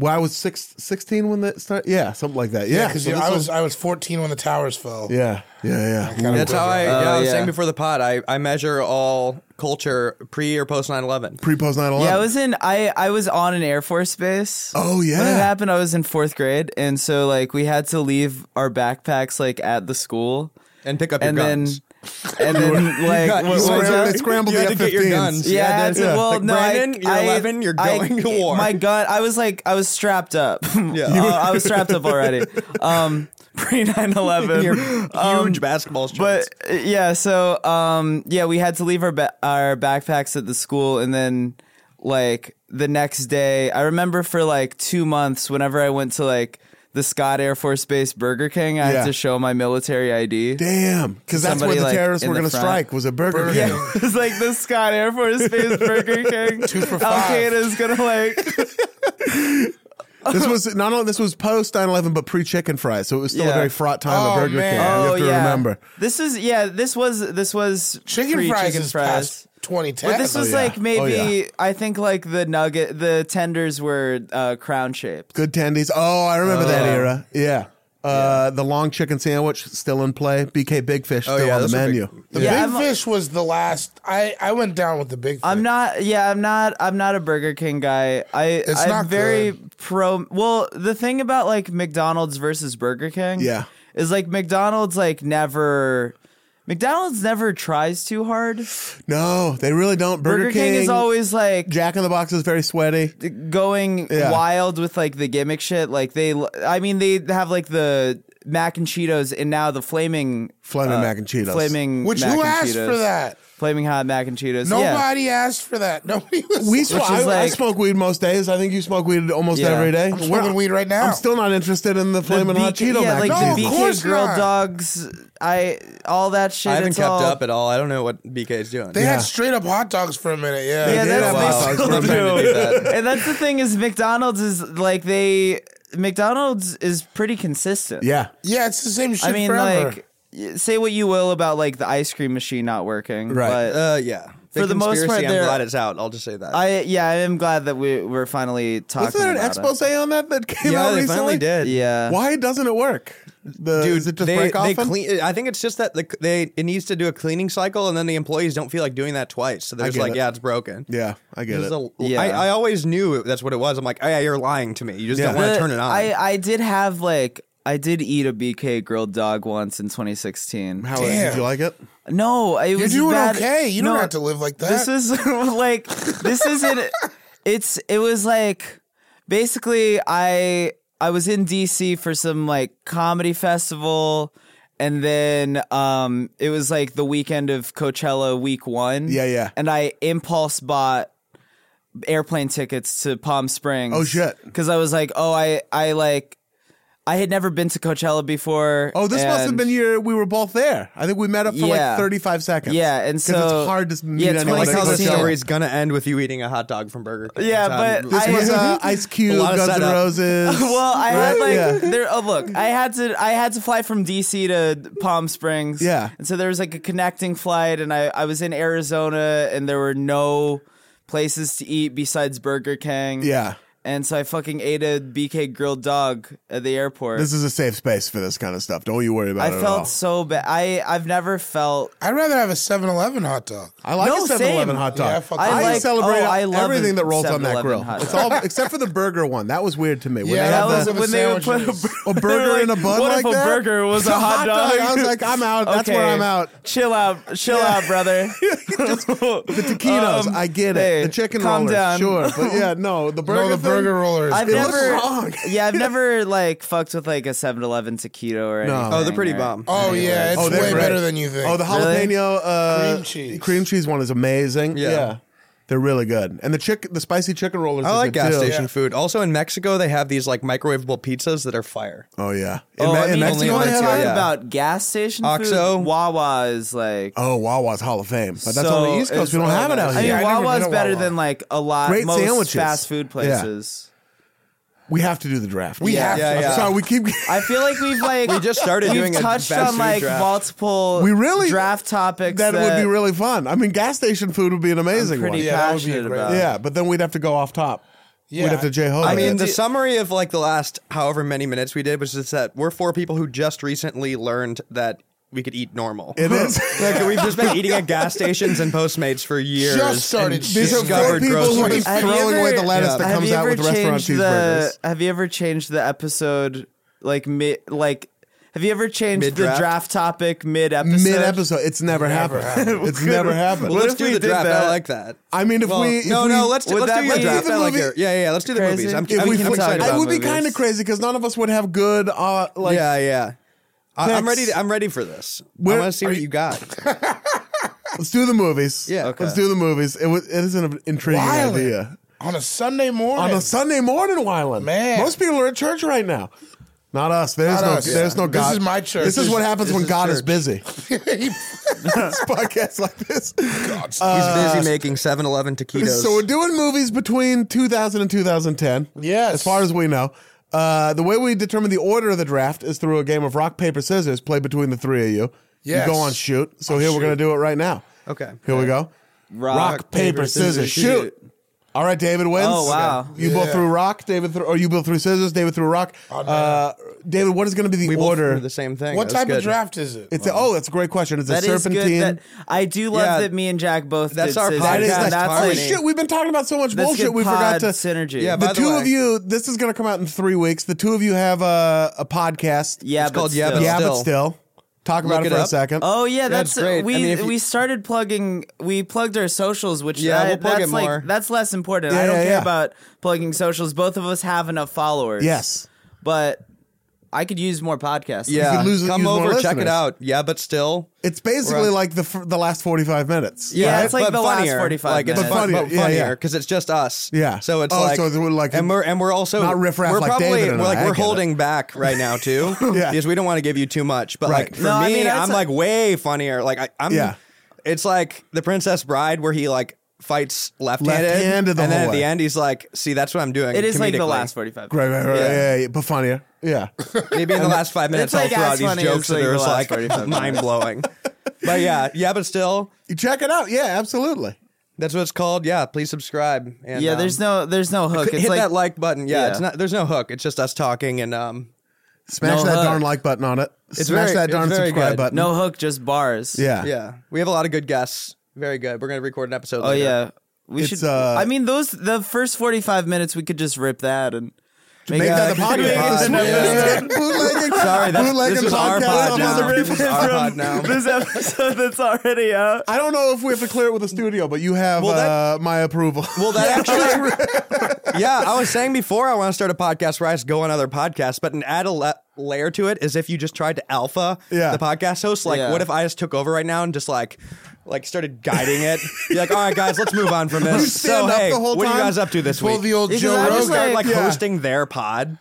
Speaker 1: Well, I was six, 16 when that started. Yeah, something like that.
Speaker 2: it.
Speaker 1: Yeah,
Speaker 2: Yeah, because
Speaker 1: so this
Speaker 2: I was I was 14 when the towers fell.
Speaker 1: Yeah, yeah, yeah.
Speaker 5: That's how I, Oh, yeah, I was
Speaker 4: yeah.
Speaker 5: saying before the pod, I, I measure all culture pre or post 9 11.
Speaker 1: Pre post 9 11.
Speaker 4: Yeah, I was in I I was on an Air Force base.
Speaker 1: Oh, yeah.
Speaker 4: When it happened, I was in fourth grade, and so like we had to leave our backpacks like at the school,
Speaker 5: And pick up your
Speaker 4: and then
Speaker 5: guns.
Speaker 4: and then like
Speaker 5: You
Speaker 4: what was
Speaker 1: scrambled-
Speaker 4: that?
Speaker 1: they scrambled
Speaker 5: You
Speaker 1: the
Speaker 5: had to get your
Speaker 1: F-15s.
Speaker 5: guns.
Speaker 4: Yeah,
Speaker 5: You had
Speaker 4: that's
Speaker 5: to-
Speaker 4: well,
Speaker 5: Like,
Speaker 4: no, I-
Speaker 5: Brandon, you're
Speaker 4: I,
Speaker 5: 11, you're
Speaker 4: I-
Speaker 5: going to war.
Speaker 4: My gun, I was like, I was strapped up. Yeah, I was strapped up already. Um, pre 9 11.
Speaker 5: Your huge basketball
Speaker 4: um, But
Speaker 5: shorts.
Speaker 4: uh, yeah, so um, yeah, we had to leave our ba- our backpacks at the school, and then like the next day, I remember for like two months, whenever I went to like the Scott Air Force Base Burger King, I
Speaker 1: Yeah.
Speaker 4: had to show my military ID.
Speaker 1: Damn, because that's where
Speaker 4: Somebody,
Speaker 1: the
Speaker 4: like,
Speaker 1: terrorists
Speaker 4: in
Speaker 1: were
Speaker 4: the
Speaker 1: going to
Speaker 4: front.
Speaker 1: strike was a Burger
Speaker 2: Burger
Speaker 1: King.
Speaker 2: King.
Speaker 4: It's like the Scott Air Force Base Burger King. Two
Speaker 2: for five.
Speaker 4: Al Qaeda's gonna like
Speaker 1: this was not only this was post 9 11, but pre chicken fries. So it was still a
Speaker 4: Yeah.
Speaker 1: very fraught time at
Speaker 2: Oh,
Speaker 1: Burger
Speaker 2: man.
Speaker 1: King. you have to remember.
Speaker 4: This is yeah. This was this was
Speaker 2: Chicken
Speaker 4: pre-
Speaker 2: fries
Speaker 4: Chicken
Speaker 2: is
Speaker 4: fries.
Speaker 2: past 2010.
Speaker 4: But this was
Speaker 1: yeah.
Speaker 4: like
Speaker 1: Oh,
Speaker 4: maybe
Speaker 1: yeah.
Speaker 4: I think like the nugget, the tenders were uh, crown shaped.
Speaker 1: Good tendies. Oh, I remember that
Speaker 4: yeah.
Speaker 1: era. Yeah. Uh, The long chicken sandwich still in play. BK Big Fish still
Speaker 5: yeah,
Speaker 1: on the
Speaker 5: those were big.
Speaker 1: menu.
Speaker 2: the
Speaker 4: Yeah,
Speaker 2: Big
Speaker 4: I'm-
Speaker 2: Fish was the last. I I went down with the Big Fish.
Speaker 4: I'm not. Yeah, I'm not. I'm not a Burger King guy. I
Speaker 2: It's
Speaker 4: I'm
Speaker 2: not
Speaker 4: very
Speaker 2: good.
Speaker 4: pro. Well, the thing about like McDonald's versus Burger King,
Speaker 1: Yeah.
Speaker 4: is like McDonald's like never. McDonald's never tries too hard. Burger,
Speaker 1: No, they really don't. Burger,
Speaker 4: King, is always like
Speaker 1: Jack in the Box is very sweaty.
Speaker 4: going
Speaker 1: Yeah.
Speaker 4: wild with like the gimmick shit. Like they, I mean, they have like the mac and Cheetos, and now the flaming uh,
Speaker 1: Flaming mac and Cheetos.
Speaker 4: flaming.
Speaker 2: Which
Speaker 4: mac
Speaker 2: who
Speaker 4: and
Speaker 2: asked
Speaker 4: Cheetos.
Speaker 2: for that?
Speaker 4: Flaming hot mac and Cheetos. Yeah.
Speaker 2: Nobody asked for that. Nobody was.
Speaker 1: We sw-
Speaker 4: Which
Speaker 1: I,
Speaker 4: is
Speaker 1: I
Speaker 4: like-
Speaker 1: smoke weed most days. I think you smoke weed almost
Speaker 4: Yeah.
Speaker 1: every day.
Speaker 2: I'm
Speaker 1: We're-
Speaker 2: smoking weed right now.
Speaker 1: I'm still not interested in the flaming hot
Speaker 4: BK
Speaker 1: Cheeto
Speaker 4: yeah,
Speaker 1: mac
Speaker 4: like
Speaker 1: and
Speaker 4: the
Speaker 1: Cheetos.
Speaker 2: No, of
Speaker 4: BK
Speaker 2: course
Speaker 4: grill
Speaker 2: not.
Speaker 4: dogs. I all that shit.
Speaker 5: I haven't
Speaker 4: it's
Speaker 5: kept
Speaker 4: all-
Speaker 5: up at all. I don't know what BK is doing.
Speaker 2: They
Speaker 1: Yeah.
Speaker 2: had straight up hot dogs for a minute. Yeah.
Speaker 4: Yeah,
Speaker 1: did have hot
Speaker 4: that's they
Speaker 1: dogs for a
Speaker 4: still
Speaker 5: minute. They did
Speaker 4: do.
Speaker 5: that.
Speaker 4: and that's the thing is McDonald's is like they McDonald's is pretty consistent.
Speaker 1: Yeah.
Speaker 2: Yeah, it's the same shit
Speaker 4: I mean,
Speaker 2: forever.
Speaker 4: like y- say what you will about like the ice cream machine not working,
Speaker 1: Right.
Speaker 4: But,
Speaker 5: uh, yeah. Big
Speaker 4: For the most part,
Speaker 5: conspiracy, I'm
Speaker 4: they're-
Speaker 5: glad it's out. I'll just say that.
Speaker 4: I yeah, I am glad that we we're finally talking.
Speaker 1: Wasn't there an
Speaker 4: about
Speaker 1: expose
Speaker 4: It.
Speaker 1: on that that came
Speaker 5: yeah,
Speaker 1: out
Speaker 5: they
Speaker 1: recently?
Speaker 5: finally did.
Speaker 4: Yeah.
Speaker 1: Why doesn't it work? The,
Speaker 5: Dude,
Speaker 1: is it just
Speaker 5: they,
Speaker 1: break
Speaker 5: they
Speaker 1: often?
Speaker 5: clean. I think it's just that the, they it needs to do a cleaning cycle, and then the employees don't feel like doing that twice. So they're just
Speaker 1: get
Speaker 5: like,
Speaker 1: it.
Speaker 5: "Yeah, it's broken."
Speaker 1: yeah, I get
Speaker 5: This is
Speaker 1: it.
Speaker 5: a-
Speaker 4: Yeah.
Speaker 5: I, I always knew that's what it was. I'm like, oh, yeah, you're lying to me. You just
Speaker 1: Yeah.
Speaker 5: don't want
Speaker 4: The-
Speaker 5: to turn it on.
Speaker 4: I I did have like I did eat a BK grilled dog once in 2016.
Speaker 1: How
Speaker 2: Damn.
Speaker 1: did you like it?
Speaker 4: No, it
Speaker 2: You're
Speaker 4: was
Speaker 2: doing
Speaker 4: bad.
Speaker 2: okay. You
Speaker 4: No,
Speaker 2: don't have to live like that.
Speaker 4: This is like this isn't. It's it was like basically I I was in DC for some like comedy festival. And then um, it was like the weekend of Coachella week one.
Speaker 1: Yeah, yeah.
Speaker 4: And I impulse bought airplane tickets to Palm Springs.
Speaker 1: Oh, shit.
Speaker 4: Because I was like, oh, I I like I had never been to Coachella before.
Speaker 1: Oh, this must have
Speaker 4: and-
Speaker 1: been your. We were both there. I think we met up for
Speaker 4: Yeah.
Speaker 1: like 35 seconds.
Speaker 4: Yeah, and
Speaker 1: 'Cause
Speaker 4: so-
Speaker 1: it's hard to meet
Speaker 4: Yeah, it's
Speaker 1: anyone.
Speaker 5: Like
Speaker 4: Like
Speaker 5: how
Speaker 4: how
Speaker 5: the
Speaker 4: Santino-
Speaker 5: story's gonna end with you eating a hot dog from Burger King. um,
Speaker 4: Yeah,
Speaker 5: It's
Speaker 4: but
Speaker 5: on-
Speaker 1: this
Speaker 4: I-
Speaker 1: was uh, Ice Cube,
Speaker 5: lot of
Speaker 1: Guns N'
Speaker 5: setup.
Speaker 1: Roses.
Speaker 4: well, I had
Speaker 1: Right?
Speaker 4: like
Speaker 1: Yeah.
Speaker 4: there. Oh, look, I had to I had to fly from DC to Palm Springs.
Speaker 1: Yeah.
Speaker 4: and so there was like a connecting flight, and I I was in Arizona, and there were no places to eat besides Burger King.
Speaker 1: yeah.
Speaker 4: and so I fucking ate a BK grilled dog at the airport.
Speaker 1: This is a safe space for this kind of stuff. Don't you worry about
Speaker 4: I
Speaker 1: it at all.
Speaker 4: felt so bad. I I've never felt.
Speaker 2: I'd rather have a 7-Eleven hot dog.
Speaker 1: I like
Speaker 4: No,
Speaker 1: a 7-Eleven
Speaker 4: same.
Speaker 1: hot dog.
Speaker 2: Yeah, I fuck
Speaker 1: I,
Speaker 2: with
Speaker 4: that.
Speaker 1: celebrate
Speaker 4: Oh, I love
Speaker 1: everything
Speaker 4: a
Speaker 1: that rolls on that
Speaker 4: 7-Eleven
Speaker 1: grill.
Speaker 4: hot
Speaker 1: It's all
Speaker 4: dog.
Speaker 1: except for the burger one. That was weird to me. When
Speaker 2: Yeah,
Speaker 1: they had
Speaker 2: that
Speaker 4: That was
Speaker 1: the-
Speaker 2: with
Speaker 4: when they would put
Speaker 2: sandwiches.
Speaker 4: a,
Speaker 1: a burger
Speaker 4: like,
Speaker 1: in a bun
Speaker 4: What
Speaker 1: like
Speaker 4: if a
Speaker 1: that?
Speaker 4: burger was a hot dog?
Speaker 1: I was like, I'm out. That's where
Speaker 4: Okay,
Speaker 1: I'm out.
Speaker 4: Chill out, chill out, brother.
Speaker 1: The taquitos,
Speaker 4: Um,
Speaker 1: I get it.
Speaker 4: hey,
Speaker 1: the chicken
Speaker 4: calm
Speaker 1: rollers,
Speaker 4: down.
Speaker 1: sure, but yeah, no, the burger.
Speaker 2: no, the
Speaker 1: thing-
Speaker 2: burger roller is
Speaker 4: I've
Speaker 2: good.
Speaker 1: looks
Speaker 4: never,
Speaker 1: wrong.
Speaker 4: yeah, I've never like fucked with like a 7-Eleven taquito or
Speaker 1: No.
Speaker 4: anything.
Speaker 5: oh, they're pretty
Speaker 4: or-
Speaker 5: bomb.
Speaker 2: Oh, yeah, it's
Speaker 1: Oh, they're
Speaker 2: way
Speaker 1: great.
Speaker 2: better than you think.
Speaker 1: Oh, the jalapeno uh,
Speaker 2: Cream cheese.
Speaker 1: cream cheese one is amazing. Yeah.
Speaker 5: Yeah.
Speaker 1: they're really good, and the chick, the spicy chicken rollers.
Speaker 5: I
Speaker 1: are
Speaker 5: like
Speaker 1: good
Speaker 5: gas
Speaker 1: too.
Speaker 5: station food. Also in Mexico, they have these like microwavable pizzas that are fire.
Speaker 1: Oh yeah, in,
Speaker 4: Oh,
Speaker 1: Me-
Speaker 4: I
Speaker 1: in
Speaker 4: mean,
Speaker 1: Mexico
Speaker 4: when
Speaker 1: they
Speaker 4: we
Speaker 1: have.
Speaker 4: talk
Speaker 5: yeah.
Speaker 4: about gas station
Speaker 5: Oxo.
Speaker 4: food, Wawa is like.
Speaker 1: Oh, Wawa's Hall of Fame, but that's
Speaker 4: so
Speaker 1: on the East Coast.
Speaker 4: it's
Speaker 1: We don't
Speaker 4: really
Speaker 1: have it out
Speaker 4: good.
Speaker 1: here.
Speaker 4: I mean,
Speaker 2: Yeah, I never
Speaker 4: Wawa
Speaker 2: been
Speaker 4: is
Speaker 2: to
Speaker 4: better
Speaker 2: Wawa.
Speaker 4: than like a lot
Speaker 1: Great
Speaker 4: most
Speaker 1: sandwiches.
Speaker 4: fast food places.
Speaker 1: we have to do the draft.
Speaker 2: We have
Speaker 5: Yeah,
Speaker 2: to.
Speaker 5: yeah.
Speaker 1: I'm sorry, we keep.
Speaker 4: I feel like we've like we
Speaker 5: just started
Speaker 4: we've
Speaker 5: doing a
Speaker 4: touched
Speaker 5: fast
Speaker 4: on
Speaker 5: food
Speaker 4: like
Speaker 5: draft.
Speaker 4: multiple
Speaker 1: We really-
Speaker 4: draft topics
Speaker 1: that
Speaker 4: that,
Speaker 1: would be really fun. I mean, gas station food would be an
Speaker 4: I'm
Speaker 1: amazing one.
Speaker 4: pretty
Speaker 2: Yeah, that would be a
Speaker 4: passionate
Speaker 2: great-
Speaker 4: about.
Speaker 1: yeah, but then we'd have to go off top.
Speaker 2: Yeah.
Speaker 1: We'd have to J Ho.
Speaker 5: I mean,
Speaker 1: it.
Speaker 5: the summary of like the last however many minutes we did was just that we're four people who just recently learned that we could eat normal.
Speaker 1: it is.
Speaker 5: Like, we've just been eating at gas stations and Postmates for years.
Speaker 2: Just started
Speaker 5: and
Speaker 2: shit. These are four
Speaker 5: discovered
Speaker 1: people who've
Speaker 5: groceries.
Speaker 1: been- throwing away the lettuce that
Speaker 4: have
Speaker 1: comes
Speaker 4: you
Speaker 1: out
Speaker 4: ever
Speaker 1: with restaurant
Speaker 4: changed the-
Speaker 1: cheeseburgers.
Speaker 4: have you ever changed the episode like mid like have you ever changed the
Speaker 5: Mid-draft?
Speaker 4: draft topic mid episode?
Speaker 1: Mid episode, it's never, happened. it's never happened.
Speaker 4: What
Speaker 5: Let's
Speaker 4: if
Speaker 5: do
Speaker 4: we
Speaker 5: the
Speaker 4: did
Speaker 5: draft.
Speaker 4: that?
Speaker 5: I like that.
Speaker 1: I mean, if
Speaker 5: Well,
Speaker 1: we if
Speaker 5: no,
Speaker 1: we,
Speaker 5: no, let's do,
Speaker 4: Would
Speaker 5: let's
Speaker 4: that
Speaker 5: do your
Speaker 4: be-
Speaker 5: draft.
Speaker 1: the
Speaker 5: I like
Speaker 1: movie-
Speaker 5: it. Yeah, yeah, yeah, let's do the
Speaker 4: Crazy?
Speaker 5: movies. I'm,
Speaker 4: If
Speaker 5: I'm
Speaker 4: we
Speaker 5: excited
Speaker 4: flip-
Speaker 5: about
Speaker 4: I
Speaker 1: it would be
Speaker 4: movies.
Speaker 1: kind of crazy because none of us would have good. Uh, like,
Speaker 5: yeah, yeah. I, I'm
Speaker 1: Picks.
Speaker 5: ready. To, I'm ready for this.
Speaker 1: Where-
Speaker 5: I want to see
Speaker 1: are
Speaker 5: what
Speaker 1: you-
Speaker 5: you got.
Speaker 1: let's do the movies.
Speaker 5: Yeah, okay.
Speaker 1: let's do the movies. It was it is an intriguing
Speaker 2: Violent.
Speaker 1: idea
Speaker 2: On a Sunday morning.
Speaker 1: on a Sunday morning, Wyland.
Speaker 2: Man.
Speaker 1: most people are at church right now. Not us. There's
Speaker 2: Not
Speaker 1: no.
Speaker 2: us.
Speaker 1: There's no
Speaker 2: This
Speaker 1: God.
Speaker 2: is my church.
Speaker 1: This is what
Speaker 2: This-
Speaker 1: happens
Speaker 5: this
Speaker 1: when
Speaker 5: is
Speaker 1: God is
Speaker 5: church.
Speaker 1: busy. It's podcasts like this.
Speaker 5: He's busy making 7-Eleven taquitos.
Speaker 1: Uh, So we're doing movies between 2000 and 2010.
Speaker 2: Yes.
Speaker 1: As far as we know. Uh, the way we determine the order of the draft is through a game of rock, paper, scissors played between the three of you.
Speaker 2: Yes.
Speaker 1: You go on shoot. So here we're going to do it right now.
Speaker 5: okay.
Speaker 1: Here we go.
Speaker 4: Rock,
Speaker 1: paper, scissors, shoot. All right, David wins.
Speaker 4: Oh, wow.
Speaker 1: You both
Speaker 2: Yeah.
Speaker 1: threw rock, David threw, or you both threw scissors, David threw rock. uh, David, what is going to be the
Speaker 5: We both
Speaker 1: order?
Speaker 5: do the same thing.
Speaker 2: what
Speaker 5: That was
Speaker 2: type of
Speaker 5: good.
Speaker 2: draft is it?
Speaker 1: It's a, oh, that's a great question. It's
Speaker 4: That
Speaker 1: a
Speaker 4: is
Speaker 1: serpentine.
Speaker 4: good. That, I do love
Speaker 5: Yeah.
Speaker 4: that me and Jack both.
Speaker 5: That's
Speaker 4: did
Speaker 5: our
Speaker 4: scissors.
Speaker 5: podcast
Speaker 4: Yeah,
Speaker 5: that's
Speaker 1: oh
Speaker 4: like-
Speaker 5: harmony.
Speaker 1: shit! We've been talking about so much
Speaker 4: That's
Speaker 1: bullshit.
Speaker 4: good
Speaker 1: We forgot
Speaker 4: pod
Speaker 1: to
Speaker 4: synergy.
Speaker 5: Yeah,
Speaker 4: Yeah,
Speaker 5: but-
Speaker 4: but,
Speaker 1: the
Speaker 5: by the
Speaker 1: two
Speaker 5: way.
Speaker 1: of you, this is going to come out in three weeks. The two of you have a, a podcast.
Speaker 5: It's called Yeah,
Speaker 4: still.
Speaker 5: but
Speaker 1: yeah,
Speaker 5: still.
Speaker 1: but still, talk about
Speaker 5: Look
Speaker 1: it
Speaker 5: it
Speaker 1: for a
Speaker 5: up.
Speaker 1: second.
Speaker 4: Oh yeah,
Speaker 5: That's
Speaker 4: that's,
Speaker 5: great. I
Speaker 4: we
Speaker 5: mean, if you-
Speaker 4: we started plugging we plugged our socials, which
Speaker 5: Yeah,
Speaker 4: I-
Speaker 5: we'll plug
Speaker 4: that's
Speaker 5: it
Speaker 4: like
Speaker 5: more.
Speaker 4: that's less important.
Speaker 1: Yeah,
Speaker 4: I don't
Speaker 1: yeah,
Speaker 4: care
Speaker 1: yeah.
Speaker 4: about plugging socials. Both of us have enough followers.
Speaker 1: yes,
Speaker 4: but I could use more podcasts.
Speaker 5: Yeah,
Speaker 1: could lose-
Speaker 5: come
Speaker 1: use more
Speaker 5: over, check
Speaker 1: listeners.
Speaker 5: it out. Yeah, but still,
Speaker 1: it's basically
Speaker 5: Right.
Speaker 1: like the f- the last forty five minutes.
Speaker 4: Yeah,
Speaker 5: right?
Speaker 4: it's like
Speaker 5: But
Speaker 4: the last
Speaker 5: funnier.
Speaker 4: 45
Speaker 5: Like it's
Speaker 4: minutes.
Speaker 5: fun,
Speaker 1: Funnier,
Speaker 5: but
Speaker 1: yeah, yeah.
Speaker 5: funnier because it's just us.
Speaker 1: Yeah.
Speaker 5: so it's
Speaker 1: Oh,
Speaker 5: like,
Speaker 1: so it's like-
Speaker 5: and we're and we're also
Speaker 1: Not riffraff
Speaker 5: We're
Speaker 1: like
Speaker 5: probably
Speaker 1: David and
Speaker 5: we're
Speaker 1: I,
Speaker 5: like
Speaker 1: I
Speaker 5: we're
Speaker 1: get it.
Speaker 5: holding back right now too,
Speaker 1: Yeah.
Speaker 5: because we don't want to give you too much. But
Speaker 1: Right.
Speaker 5: like for
Speaker 4: No, I
Speaker 5: me,
Speaker 4: mean,
Speaker 5: I'm
Speaker 4: it's a-
Speaker 5: like way funnier. Like I, I'm,
Speaker 1: Yeah.
Speaker 5: it's like the Princess Bride where he like fights left-handed,
Speaker 1: Left-handed the
Speaker 5: and then
Speaker 1: whole
Speaker 5: at the
Speaker 1: way.
Speaker 5: end he's like, "See, that's what I'm doing."
Speaker 4: it is like the
Speaker 5: comedically."
Speaker 4: last forty five.
Speaker 1: Right, right, right,
Speaker 5: Yeah.
Speaker 1: yeah, yeah, but funnier. Yeah,
Speaker 5: Maybe in the last five minutes, I'll
Speaker 4: like
Speaker 5: throw
Speaker 4: as
Speaker 5: out these
Speaker 4: funny as,
Speaker 5: jokes that
Speaker 4: like, the
Speaker 5: are
Speaker 4: last
Speaker 5: like
Speaker 4: 45 minutes.
Speaker 5: mind blowing. But yeah, yeah, but still,
Speaker 1: You check it out. Yeah, absolutely.
Speaker 5: that's what it's called. Yeah, please subscribe. And,
Speaker 4: Yeah,
Speaker 5: um,
Speaker 4: there's no there's no hook. It's
Speaker 5: hit
Speaker 4: like
Speaker 5: that like button. Yeah,
Speaker 4: Yeah.
Speaker 5: it's not. There's no hook. It's just us talking, and um,
Speaker 1: Smash
Speaker 4: No
Speaker 1: that
Speaker 4: hook.
Speaker 1: darn like button on it. Smash
Speaker 5: very-
Speaker 1: that darn
Speaker 5: it's very
Speaker 1: subscribe
Speaker 5: good.
Speaker 1: button.
Speaker 4: no hook, just bars.
Speaker 1: yeah,
Speaker 5: yeah, we have a lot of good guests. Very good. We're gonna record an episode.
Speaker 4: Oh yeah. We
Speaker 1: It's,
Speaker 4: should.
Speaker 1: uh,
Speaker 4: I mean, those the first forty five minutes we could just rip that and
Speaker 1: Make
Speaker 4: it-
Speaker 1: that the podcast.
Speaker 5: Pod, yeah.
Speaker 1: Bootlegging,
Speaker 5: Sorry, that's,
Speaker 1: bootlegging
Speaker 5: this is our
Speaker 1: podcast
Speaker 5: pod
Speaker 1: off
Speaker 5: now.
Speaker 1: other
Speaker 5: This
Speaker 1: people's-
Speaker 5: is our pod now.
Speaker 4: this episode that's already out.
Speaker 1: I don't know if we have to clear it with the studio, but you have
Speaker 5: Well, that-
Speaker 1: uh, my approval.
Speaker 5: Well, that actually, yeah, I was saying before I want to start a podcast where I just go on other podcasts, but an add a la- layer to it is if you just tried to alpha
Speaker 1: Yeah.
Speaker 5: the podcast host. Like,
Speaker 4: Yeah.
Speaker 5: what if I just took over right now and just like, like started guiding it? Be like, all right, guys, let's move on from this.
Speaker 1: You stand
Speaker 5: so
Speaker 1: up
Speaker 5: hey,
Speaker 1: the whole
Speaker 5: what are you
Speaker 1: time,
Speaker 5: guys up to this
Speaker 2: Pull
Speaker 5: week?
Speaker 2: the old
Speaker 4: Because
Speaker 2: Joe
Speaker 4: I'm
Speaker 5: I
Speaker 4: just
Speaker 5: just
Speaker 2: Rogan.
Speaker 5: start like
Speaker 1: Yeah.
Speaker 5: hosting their pod.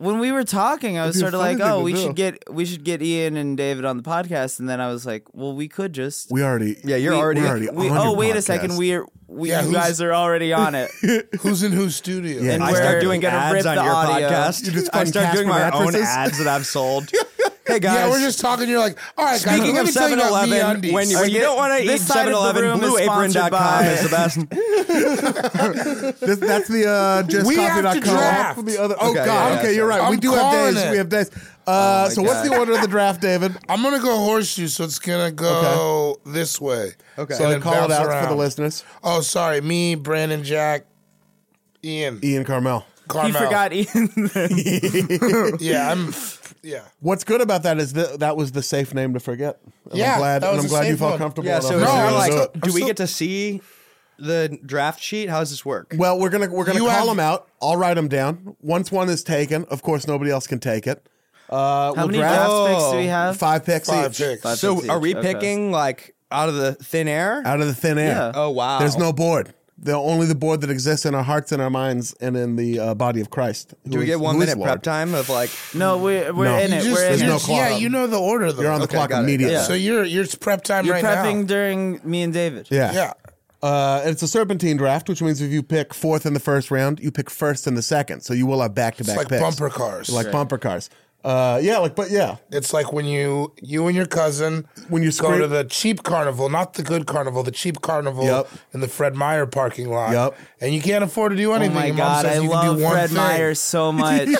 Speaker 4: when we were talking, I was
Speaker 1: be a
Speaker 4: sort of
Speaker 1: funny
Speaker 4: like,
Speaker 1: thing
Speaker 4: "Oh,
Speaker 1: to
Speaker 4: we
Speaker 1: do.
Speaker 4: should get we should get Ian and David on the podcast," and then I was like, "Well, we could just."
Speaker 1: We already.
Speaker 5: Yeah, you're
Speaker 1: we-
Speaker 5: already-
Speaker 1: we're already
Speaker 4: we,
Speaker 1: on
Speaker 4: oh
Speaker 1: your
Speaker 4: wait a
Speaker 1: podcast.
Speaker 4: second, we're we
Speaker 2: Yeah,
Speaker 4: you
Speaker 2: who's-
Speaker 4: guys are already on it.
Speaker 2: Who's in whose studio?
Speaker 1: Yeah.
Speaker 4: And
Speaker 5: I
Speaker 4: we're
Speaker 5: start doing
Speaker 4: gonna
Speaker 5: ads
Speaker 4: rip
Speaker 5: on
Speaker 4: the
Speaker 5: your
Speaker 4: audio.
Speaker 5: podcast.
Speaker 1: You just
Speaker 5: I
Speaker 1: fucking
Speaker 5: start doing my
Speaker 1: Casper
Speaker 5: own
Speaker 1: mattresses?
Speaker 5: ads that I've sold. hey guys,
Speaker 2: Yeah, we're just talking. You're like, all right,
Speaker 5: Speaking
Speaker 2: guys,
Speaker 5: of
Speaker 2: let me tell
Speaker 5: 7
Speaker 2: you about
Speaker 5: Eleven,
Speaker 2: MeUndies.
Speaker 5: when,
Speaker 4: Are
Speaker 5: when you
Speaker 4: you-
Speaker 5: don't want to eat
Speaker 4: this side
Speaker 5: 7
Speaker 4: of the
Speaker 5: Eleven,
Speaker 4: room is sponsored
Speaker 5: blueapron.com
Speaker 4: by-
Speaker 5: is the best.
Speaker 1: This- that's the uh,
Speaker 2: We have
Speaker 1: justcoffee.com.
Speaker 2: to draft.
Speaker 1: From the other, oh
Speaker 5: Okay,
Speaker 1: God.
Speaker 5: yeah,
Speaker 1: okay, you're
Speaker 2: sorry.
Speaker 1: right. we
Speaker 2: I'm
Speaker 1: do have
Speaker 2: calling
Speaker 1: days.
Speaker 2: it.
Speaker 1: We have days. Uh, so what's
Speaker 5: Oh God.
Speaker 1: the order of the draft, David?
Speaker 2: I'm gonna go horseshoe, so it's gonna go this way.
Speaker 5: Okay.
Speaker 2: And
Speaker 1: So
Speaker 2: then
Speaker 1: call it
Speaker 2: bounce
Speaker 1: out for
Speaker 2: around.
Speaker 1: the listeners.
Speaker 2: Oh, sorry, me, Brandon, Jack, Ian,
Speaker 1: Ian Carmel.
Speaker 4: He
Speaker 2: Carmel.
Speaker 4: forgot Ian.
Speaker 2: Yeah, I'm. Yeah.
Speaker 1: What's good about that is that that was the safe name to forget. And
Speaker 2: Yeah,
Speaker 1: I'm glad,
Speaker 2: that was
Speaker 1: and I'm
Speaker 2: a
Speaker 1: glad you
Speaker 2: safe
Speaker 1: felt
Speaker 2: one.
Speaker 1: comfortable.
Speaker 5: Yeah,
Speaker 1: enough
Speaker 5: so
Speaker 1: to
Speaker 5: is
Speaker 2: No,
Speaker 5: there,
Speaker 2: I'm
Speaker 5: like,
Speaker 2: still-
Speaker 5: do we get to see the draft sheet? How does this work?
Speaker 1: Well, we're gonna we're gonna
Speaker 2: You
Speaker 1: call
Speaker 2: have-
Speaker 1: them out. I'll write them down. Once one is taken, of course, nobody else can take it. Uh,
Speaker 4: How
Speaker 1: we'll
Speaker 4: many
Speaker 1: draft
Speaker 4: draft picks do we
Speaker 5: Oh,
Speaker 4: have?
Speaker 1: five picks
Speaker 2: Five
Speaker 1: each
Speaker 2: picks.
Speaker 4: Five
Speaker 5: so
Speaker 4: picks
Speaker 5: are
Speaker 4: each,
Speaker 5: we
Speaker 4: okay.
Speaker 5: picking like out of the thin air?
Speaker 1: out of the thin air.
Speaker 4: Yeah.
Speaker 5: oh wow.
Speaker 1: There's no board. The only the board that exists in our hearts and our minds and in the uh, body of Christ.
Speaker 5: Do we get one minute prep time of like?
Speaker 4: No, we're we're
Speaker 1: No.
Speaker 4: in
Speaker 1: You
Speaker 4: it.
Speaker 1: just-
Speaker 4: we're in
Speaker 1: there's no
Speaker 4: it.
Speaker 1: clock.
Speaker 2: Yeah, you know the order though.
Speaker 1: You're on the
Speaker 2: Okay.
Speaker 1: clock
Speaker 5: got it,
Speaker 1: immediately.
Speaker 5: yeah.
Speaker 2: So you're you're it's prep time
Speaker 4: You're
Speaker 2: right now.
Speaker 4: prepping during me and David.
Speaker 1: Yeah.
Speaker 2: Yeah.
Speaker 1: Uh, and it's a serpentine draft, which means if you pick fourth in the first round, you pick first in the second. So you will have back to
Speaker 2: It's
Speaker 1: back
Speaker 2: like
Speaker 1: picks.
Speaker 2: bumper cars.
Speaker 1: Like bumper cars. Uh, yeah, like, but yeah.
Speaker 2: It's like when you you and your cousin
Speaker 1: When you
Speaker 2: go
Speaker 1: scream-
Speaker 2: to the cheap carnival, not the good carnival, the cheap carnival
Speaker 1: Yep.
Speaker 2: in the Fred Meyer parking lot.
Speaker 1: Yep.
Speaker 2: And you can't afford to do
Speaker 4: Oh
Speaker 2: anything.
Speaker 4: my
Speaker 2: Your mom
Speaker 4: god,
Speaker 2: says
Speaker 4: I
Speaker 2: you can
Speaker 4: love
Speaker 2: do one
Speaker 4: Fred
Speaker 2: thing.
Speaker 4: Meyer so much.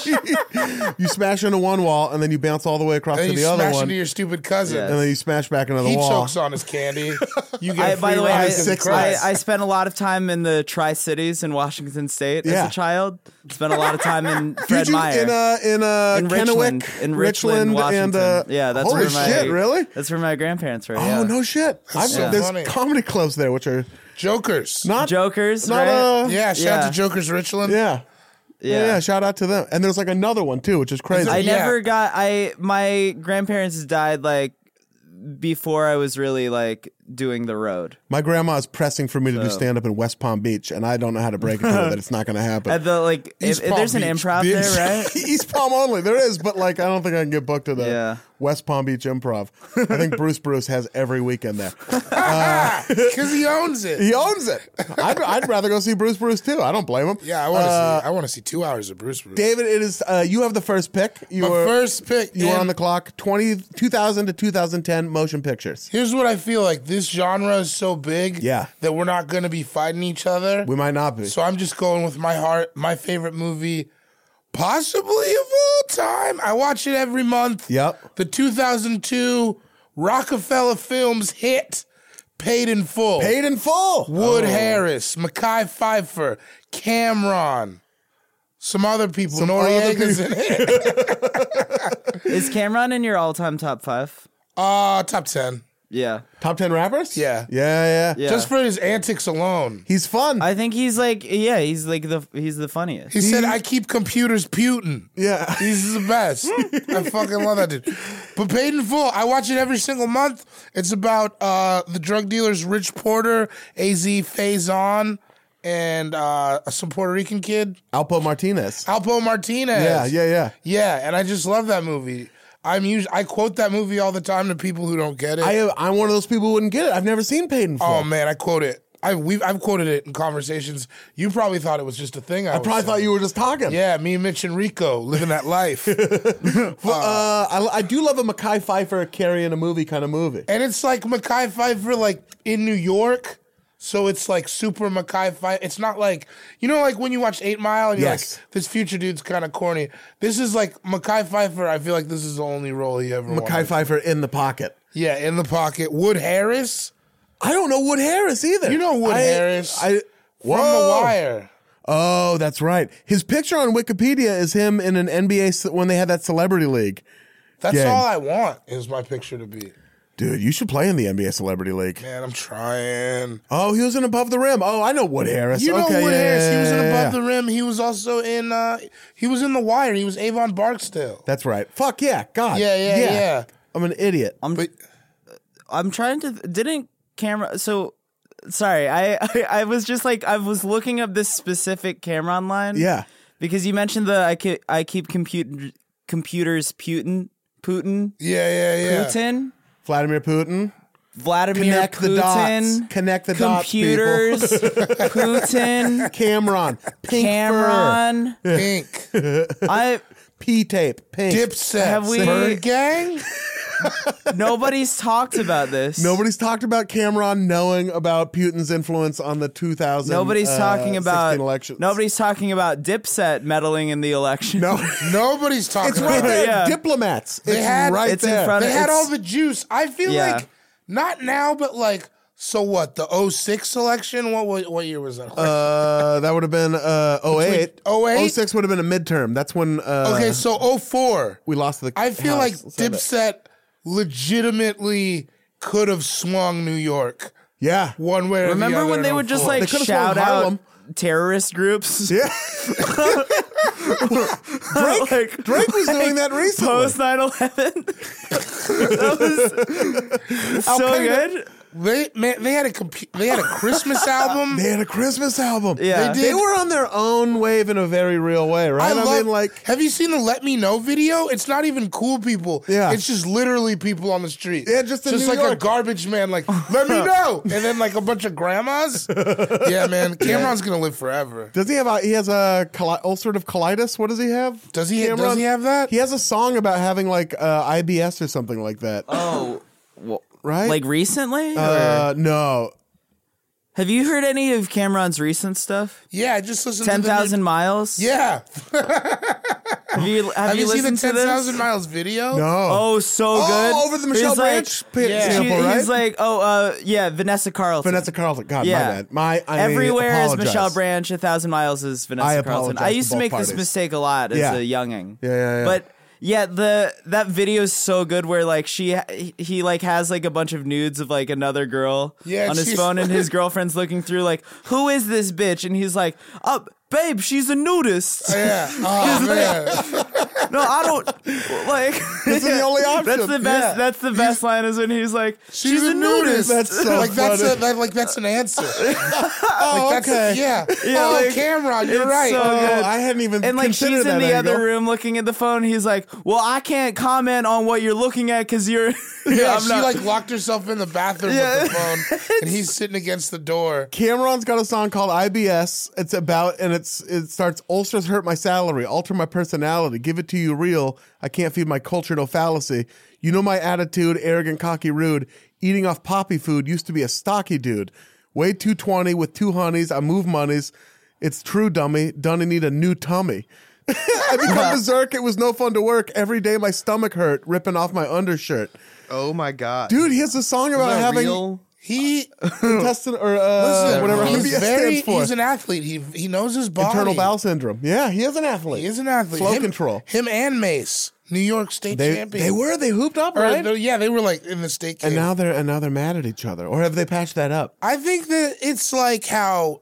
Speaker 1: You smash into one wall and then you bounce all the way across
Speaker 2: And
Speaker 1: to
Speaker 2: you
Speaker 1: the other
Speaker 2: smash
Speaker 1: one.
Speaker 2: into your stupid cousin.
Speaker 4: Yeah.
Speaker 1: and then you smash back into the
Speaker 2: He
Speaker 1: wall.
Speaker 2: chokes on his candy. You get
Speaker 4: I,
Speaker 2: a
Speaker 4: by
Speaker 2: free
Speaker 4: the way, I,
Speaker 2: ride to the
Speaker 4: I,
Speaker 2: Christ.
Speaker 4: I spent a lot of time in the Tri Cities in Washington State
Speaker 1: Yeah.
Speaker 4: as a child. Spent a lot of time in Fred
Speaker 1: Did you
Speaker 4: Meyer.
Speaker 1: in uh in uh
Speaker 4: in Richmond,
Speaker 1: Kennewick,
Speaker 4: in Richland,
Speaker 1: and
Speaker 4: Washington.
Speaker 1: uh
Speaker 4: yeah, that's
Speaker 1: holy
Speaker 4: where my
Speaker 1: shit, really?
Speaker 4: That's where my grandparents were.
Speaker 1: Oh no shit! I've,
Speaker 2: so
Speaker 1: There's
Speaker 2: funny.
Speaker 1: comedy clubs there, which are
Speaker 2: Jokers.
Speaker 1: not
Speaker 4: Jokers,
Speaker 1: not
Speaker 4: right?
Speaker 1: uh
Speaker 2: yeah, shout out
Speaker 4: Yeah.
Speaker 2: to Jokers Richland.
Speaker 1: yeah. yeah
Speaker 4: Yeah.
Speaker 1: Shout out to them, and there's like another one too, which is crazy.
Speaker 4: I
Speaker 2: Yeah.
Speaker 4: never got. I my grandparents died like before I was really like doing the road.
Speaker 1: My grandma is pressing for me to do stand up in West Palm Beach, and I don't know how to break it to her that it's not going to happen.
Speaker 4: At the like, if,
Speaker 2: East
Speaker 4: if
Speaker 2: Palm
Speaker 4: there's an
Speaker 2: Beach,
Speaker 4: improv
Speaker 2: bitch.
Speaker 4: there, right?
Speaker 1: East Palm only. There is, but like I don't think I can get booked to the
Speaker 4: Yeah.
Speaker 1: West Palm Beach Improv. I think Bruce Bruce has every weekend there.
Speaker 2: Because he owns it.
Speaker 1: He owns it. I'd, I'd rather go see Bruce Bruce too. I don't blame him. Uh,
Speaker 2: Yeah, I want to see. I want to see two hours of Bruce Bruce.
Speaker 1: David, it is uh, you have the first pick. You
Speaker 2: My
Speaker 1: are
Speaker 2: first pick.
Speaker 1: you are
Speaker 2: in-
Speaker 1: on the clock. 20, 2000 to 2010 motion pictures.
Speaker 2: Here's what I feel like. This genre is so big.
Speaker 1: Yeah.
Speaker 2: That we're not going to be fighting each other.
Speaker 1: We might not be.
Speaker 2: So I'm just going with my heart. My favorite movie, possibly of all time. I watch it every month.
Speaker 1: Yep.
Speaker 2: The 2002 Rockefeller Films hit, Paid Oh. in Full.
Speaker 1: Paid in full.
Speaker 2: Wood Harris, Mackay Pfeiffer, Cameron, some other people. Noriega's in it.
Speaker 4: Is Cameron in your all-time top five?
Speaker 2: Uh, top 10.
Speaker 4: Yeah,
Speaker 1: Top ten rappers.
Speaker 2: Yeah.
Speaker 1: Yeah. Yeah.
Speaker 4: yeah.
Speaker 2: Just for his antics alone.
Speaker 1: He's fun.
Speaker 4: I think he's like, yeah, he's like the he's the funniest.
Speaker 2: He said, I keep computers putin.
Speaker 1: yeah.
Speaker 2: He's the best. I fucking love that dude. But Paid in Full, I watch it every single month. It's about uh, the drug dealers Rich Porter, AZ Faison, and uh, some Puerto Rican kid,
Speaker 1: Alpo Martinez.
Speaker 2: Alpo Martinez.
Speaker 1: Yeah. Yeah. Yeah.
Speaker 2: Yeah, and I just love that movie. I'm usually, I quote that movie all the time to people who don't get it.
Speaker 1: I I'm one of those people who wouldn't get it. I've never seen Paid in full.
Speaker 2: oh man, I quote it. I we've I've quoted it in conversations. You probably thought it was just a thing. I,
Speaker 1: I probably thought you were just talking.
Speaker 2: Yeah, me, Mitch, and Rico living that life, and
Speaker 1: But, uh, I, I do love a Mackay Pfeiffer carrying a movie kind of movie.
Speaker 2: it's like Mackay Pfeiffer like in New York. So it's like super Mackay Pfeiffer. It's not like you know, like when you watch Eight Mile and you're
Speaker 1: Yes.
Speaker 2: like, this future dude's kind of corny. This is like Mackay Pfeiffer. I feel like this is the only role he ever.
Speaker 1: Mackay
Speaker 2: wanted.
Speaker 1: Pfeiffer in the pocket.
Speaker 2: yeah, in the pocket. Wood Harris
Speaker 1: I don't know Wood Harris either.
Speaker 2: You know Wood
Speaker 1: I-
Speaker 2: Harris
Speaker 1: I
Speaker 2: from The Wire.
Speaker 1: Oh, that's right. His picture on Wikipedia is him in an NBA ce- when they had that celebrity league.
Speaker 2: That's
Speaker 1: game.
Speaker 2: all I want is my picture to be.
Speaker 1: Dude, you should play in the NBA celebrity league.
Speaker 2: Man, I'm trying.
Speaker 1: Oh, he was in Above the Rim. Oh, I know Wood Harris.
Speaker 2: You know
Speaker 1: okay,
Speaker 2: Wood
Speaker 1: yeah,
Speaker 2: Harris.
Speaker 1: yeah,
Speaker 2: he was in
Speaker 1: yeah,
Speaker 2: Above
Speaker 1: yeah.
Speaker 2: the Rim. He was also in. Uh, he was in The Wire. He was Avon Barksdale.
Speaker 1: That's right. Fuck yeah, God.
Speaker 2: Yeah, yeah, yeah.
Speaker 1: I'm an idiot.
Speaker 4: I'm I'm trying to didn't Cameron so sorry I, I I was just like I was looking up this specific Cameron line
Speaker 1: yeah,
Speaker 4: because you mentioned the I, ke- I keep compute computers Putin Putin
Speaker 2: Yeah, yeah, yeah.
Speaker 4: Putin
Speaker 1: Vladimir Putin.
Speaker 4: Vladimir
Speaker 1: Connect the
Speaker 4: Putin
Speaker 1: dots. Connect the dots, people.
Speaker 4: computers Putin
Speaker 1: Cameron. Pink
Speaker 4: Cameron
Speaker 2: Pink.
Speaker 4: I
Speaker 1: P tape. Pink.
Speaker 2: Dipset.
Speaker 4: Have we-
Speaker 2: Bird Gang?
Speaker 4: nobody's talked about this
Speaker 1: Nobody's talked about Cameron knowing about Putin's influence on the 2000.
Speaker 4: nobody's
Speaker 1: uh,
Speaker 4: talking about
Speaker 1: 16 elections.
Speaker 4: nobody's talking about Dipset meddling in the election
Speaker 1: No,
Speaker 2: Nobody's talking
Speaker 1: it's
Speaker 2: about
Speaker 1: right
Speaker 2: it.
Speaker 1: there.
Speaker 4: Yeah.
Speaker 1: Diplomats.
Speaker 2: They
Speaker 1: it's
Speaker 2: had-
Speaker 1: right
Speaker 4: It's in
Speaker 1: there.
Speaker 4: front of-
Speaker 2: They had
Speaker 4: It's-
Speaker 2: all the juice. I feel
Speaker 4: Yeah.
Speaker 2: like not now, but like so what? The 06 election? What what, what year was that?
Speaker 1: uh, that would have been uh, 08.
Speaker 2: Between 08?
Speaker 1: 06 would have been a midterm. That's when uh,
Speaker 2: okay, so 04.
Speaker 1: we lost to the.
Speaker 2: I feel
Speaker 1: House.
Speaker 2: like
Speaker 1: Let's have it.
Speaker 2: Dipset legitimately could have swung New York
Speaker 1: Yeah.
Speaker 2: one way or the
Speaker 4: remember
Speaker 2: other in
Speaker 4: when they would just
Speaker 2: 04.
Speaker 4: like
Speaker 1: could've
Speaker 4: shout
Speaker 1: thrown
Speaker 4: out
Speaker 1: Harlem.
Speaker 4: terrorist groups
Speaker 1: Yeah. Drake,
Speaker 4: Like-
Speaker 1: Drake was doing that recently.
Speaker 4: post 9-11 that was so good
Speaker 2: They man, they had a compu- they had a Christmas album.
Speaker 1: They had a Christmas album.
Speaker 4: Yeah.
Speaker 1: They,
Speaker 2: They did.
Speaker 1: were on their own wave in a very real way, right? I, mean, like,
Speaker 2: have you seen the "Let Me Know" video? It's not even cool people.
Speaker 1: Yeah.
Speaker 2: it's just literally people on the street.
Speaker 1: Yeah, just in New
Speaker 2: like a
Speaker 1: York.
Speaker 2: garbage man, like "Let me know," and then like a bunch of grandmas. yeah, man, Cameron's gonna live forever.
Speaker 1: does he have a, he has a coli- ulcerative colitis? What does he have?
Speaker 2: Does he?
Speaker 1: Cameron?
Speaker 2: Does he have that?
Speaker 1: He has a song about having like uh, IBS or something like that,
Speaker 4: oh
Speaker 1: right?
Speaker 4: like recently or-
Speaker 1: uh, no,
Speaker 4: have you heard any of Cameron's recent stuff
Speaker 2: Yeah, I just listen.
Speaker 4: Ten
Speaker 2: to the new-
Speaker 4: thousand miles.
Speaker 2: Yeah,
Speaker 4: Have you, have
Speaker 2: have
Speaker 4: you,
Speaker 2: you, seen the
Speaker 4: listened
Speaker 2: ten
Speaker 4: to this?
Speaker 2: thousand miles video?
Speaker 1: no.
Speaker 4: Oh, so
Speaker 1: Oh,
Speaker 4: good.
Speaker 1: over the Michelle
Speaker 4: He's
Speaker 1: Branch
Speaker 4: Like,
Speaker 1: pit
Speaker 2: Yeah.
Speaker 1: sample,
Speaker 4: she-
Speaker 1: right?
Speaker 4: He's like, oh, uh, yeah, Vanessa Carlton.
Speaker 1: Vanessa Carlton. God,
Speaker 4: Yeah.
Speaker 1: my bad. My I
Speaker 4: Everywhere
Speaker 1: apologize.
Speaker 4: is Michelle Branch. A thousand miles is Vanessa
Speaker 1: I
Speaker 4: Carlton.
Speaker 1: apologize
Speaker 4: I
Speaker 1: to
Speaker 4: used to
Speaker 1: both
Speaker 4: make
Speaker 1: parties.
Speaker 4: this mistake a lot as
Speaker 1: Yeah.
Speaker 4: a younging.
Speaker 1: Yeah, yeah, yeah.
Speaker 4: But yeah, the that video is so good where like she he, he like has like a bunch of nudes of like another girl
Speaker 2: Yeah,
Speaker 4: on his
Speaker 2: she's-
Speaker 4: phone, and his girlfriend's looking through like, who is this bitch? And he's like, oh, babe, she's a nudist.
Speaker 2: Yeah. Oh man.
Speaker 4: No, I don't like.
Speaker 1: This is the only option.
Speaker 4: That's the best.
Speaker 2: Yeah.
Speaker 4: That's the best line is when he's like, "She's, a nudist."
Speaker 1: That's so
Speaker 2: like that's
Speaker 1: funny.
Speaker 2: a, that, like that's an answer.
Speaker 1: Oh,
Speaker 2: Like, that's-
Speaker 1: okay.
Speaker 2: yeah.
Speaker 4: Yeah,
Speaker 2: oh,
Speaker 4: like,
Speaker 2: Cameron, you're
Speaker 4: it's
Speaker 2: right.
Speaker 4: so
Speaker 1: Oh,
Speaker 4: good.
Speaker 1: I hadn't even
Speaker 4: and like
Speaker 1: considered
Speaker 4: she's in
Speaker 1: that
Speaker 4: the
Speaker 1: angle.
Speaker 4: other room looking at the phone. He's like, "Well, I can't comment on what you're looking at because you're."
Speaker 2: Yeah,
Speaker 4: I'm
Speaker 2: she
Speaker 4: not-
Speaker 2: like locked herself in the bathroom
Speaker 4: Yeah.
Speaker 2: with the phone, and he's sitting against the door.
Speaker 1: Cameron's got a song called IBS. It's about and it's it starts ulcers hurt my salary, alter my personality, give it to you real. I can't feed my culture, no fallacy. You know my attitude, arrogant, cocky, rude. Eating off poppy food used to be a stocky dude. Way two twenty with two honeys. I move monies. It's true, dummy. Done and need a new tummy. I become berserk. It was no fun to work. Every day my stomach hurt, ripping off my undershirt.
Speaker 3: Oh my god,
Speaker 1: Dude, he has a song about
Speaker 3: Isn't that
Speaker 1: having
Speaker 3: real?
Speaker 2: He
Speaker 1: intestine or uh,
Speaker 2: listen,
Speaker 1: whatever
Speaker 2: he's
Speaker 1: IBS
Speaker 2: very
Speaker 1: stands for.
Speaker 2: he's an athlete. He he knows his body.
Speaker 1: Internal bowel syndrome. Yeah, he is an athlete.
Speaker 2: He is an athlete.
Speaker 1: Flow
Speaker 2: him,
Speaker 1: control.
Speaker 2: Him and Mace, New York State
Speaker 1: They,
Speaker 2: champion.
Speaker 1: they were. They hooped up,
Speaker 2: Or,
Speaker 1: right?
Speaker 2: no, yeah, they were like in the state.
Speaker 1: and
Speaker 2: game.
Speaker 1: now they're and now they're mad at each other. Or have they patched that up?
Speaker 2: I think that it's like how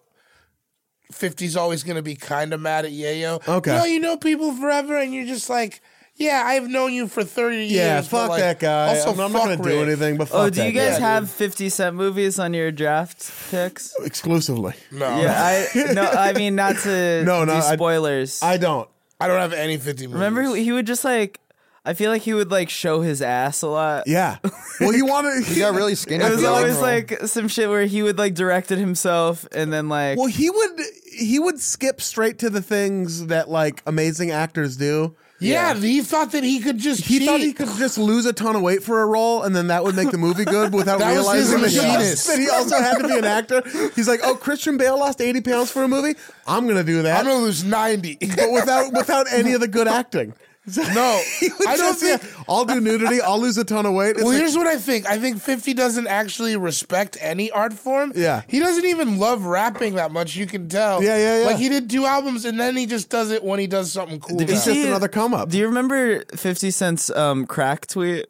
Speaker 2: 50's always going to be kind of mad at Yayo.
Speaker 1: Okay.
Speaker 2: You know, you know people forever, and you're just like, yeah, I've known you for 30 years.
Speaker 1: Yeah,
Speaker 2: but,
Speaker 1: fuck
Speaker 2: like,
Speaker 1: that guy.
Speaker 2: Also,
Speaker 1: I'm, I'm
Speaker 2: fuck
Speaker 1: not gonna do
Speaker 2: Rick.
Speaker 1: anything. But fuck
Speaker 4: Oh, do
Speaker 1: that
Speaker 4: you guys
Speaker 1: guy.
Speaker 4: have 50 Cent movies on your draft picks?
Speaker 1: exclusively?
Speaker 2: No.
Speaker 4: Yeah, I no, I mean not to
Speaker 1: No, no,
Speaker 4: do
Speaker 1: I-
Speaker 4: spoilers.
Speaker 1: I don't.
Speaker 2: I don't have any 50 movies.
Speaker 4: remember he would just like. I feel like he would like show his ass a lot.
Speaker 1: Yeah. Well, you wanted.
Speaker 3: he got really skinny.
Speaker 4: It was
Speaker 3: bro.
Speaker 4: always like some shit where he would like direct it himself and then like
Speaker 1: Well, he would. He would skip straight to the things that like amazing actors do.
Speaker 2: Yeah, he thought that he could just
Speaker 1: He
Speaker 2: cheat.
Speaker 1: thought he could just lose a ton of weight for a role, and then that would make the movie good without
Speaker 2: That was his
Speaker 1: realizing that he,
Speaker 2: machinist.
Speaker 1: also, that he also had to be an actor. He's like, "Oh, Christian Bale lost eighty pounds for a movie. I'm gonna do that."
Speaker 2: I'm going to lose 90.
Speaker 1: but without without any of the good acting.
Speaker 2: no. I don't think.
Speaker 1: I'll do nudity. I'll lose a ton of weight. It's
Speaker 2: Well,
Speaker 1: like-
Speaker 2: here's what I think. I think 50 doesn't actually respect any art form.
Speaker 1: Yeah.
Speaker 2: He doesn't even love rapping that much, you can tell.
Speaker 1: Yeah, yeah, yeah.
Speaker 2: Like, he did two albums, and then he just does it when he does something cool.
Speaker 1: it's
Speaker 2: now.
Speaker 1: just another come up.
Speaker 4: Do you remember 50 Cent's um, crack tweet?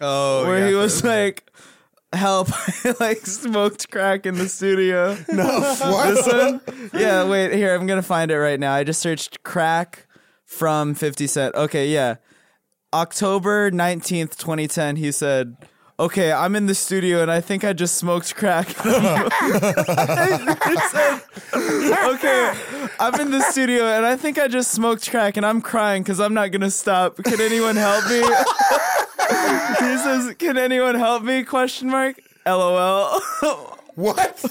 Speaker 4: Oh, where
Speaker 3: yeah.
Speaker 4: he was like, "Help! I like smoked crack in the studio." No, this one. Yeah, wait. Here, I'm gonna find it right now. I just searched crack from 50 Cent. Okay, yeah, October 19th, 2010. He said. okay, I'm in the studio and I think I just smoked crack. He said, okay, I'm in the studio and I think I just smoked crack and I'm crying because I'm not gonna stop. Can anyone help me? he says, "Can anyone help me?" Question mark. LOL.
Speaker 2: What?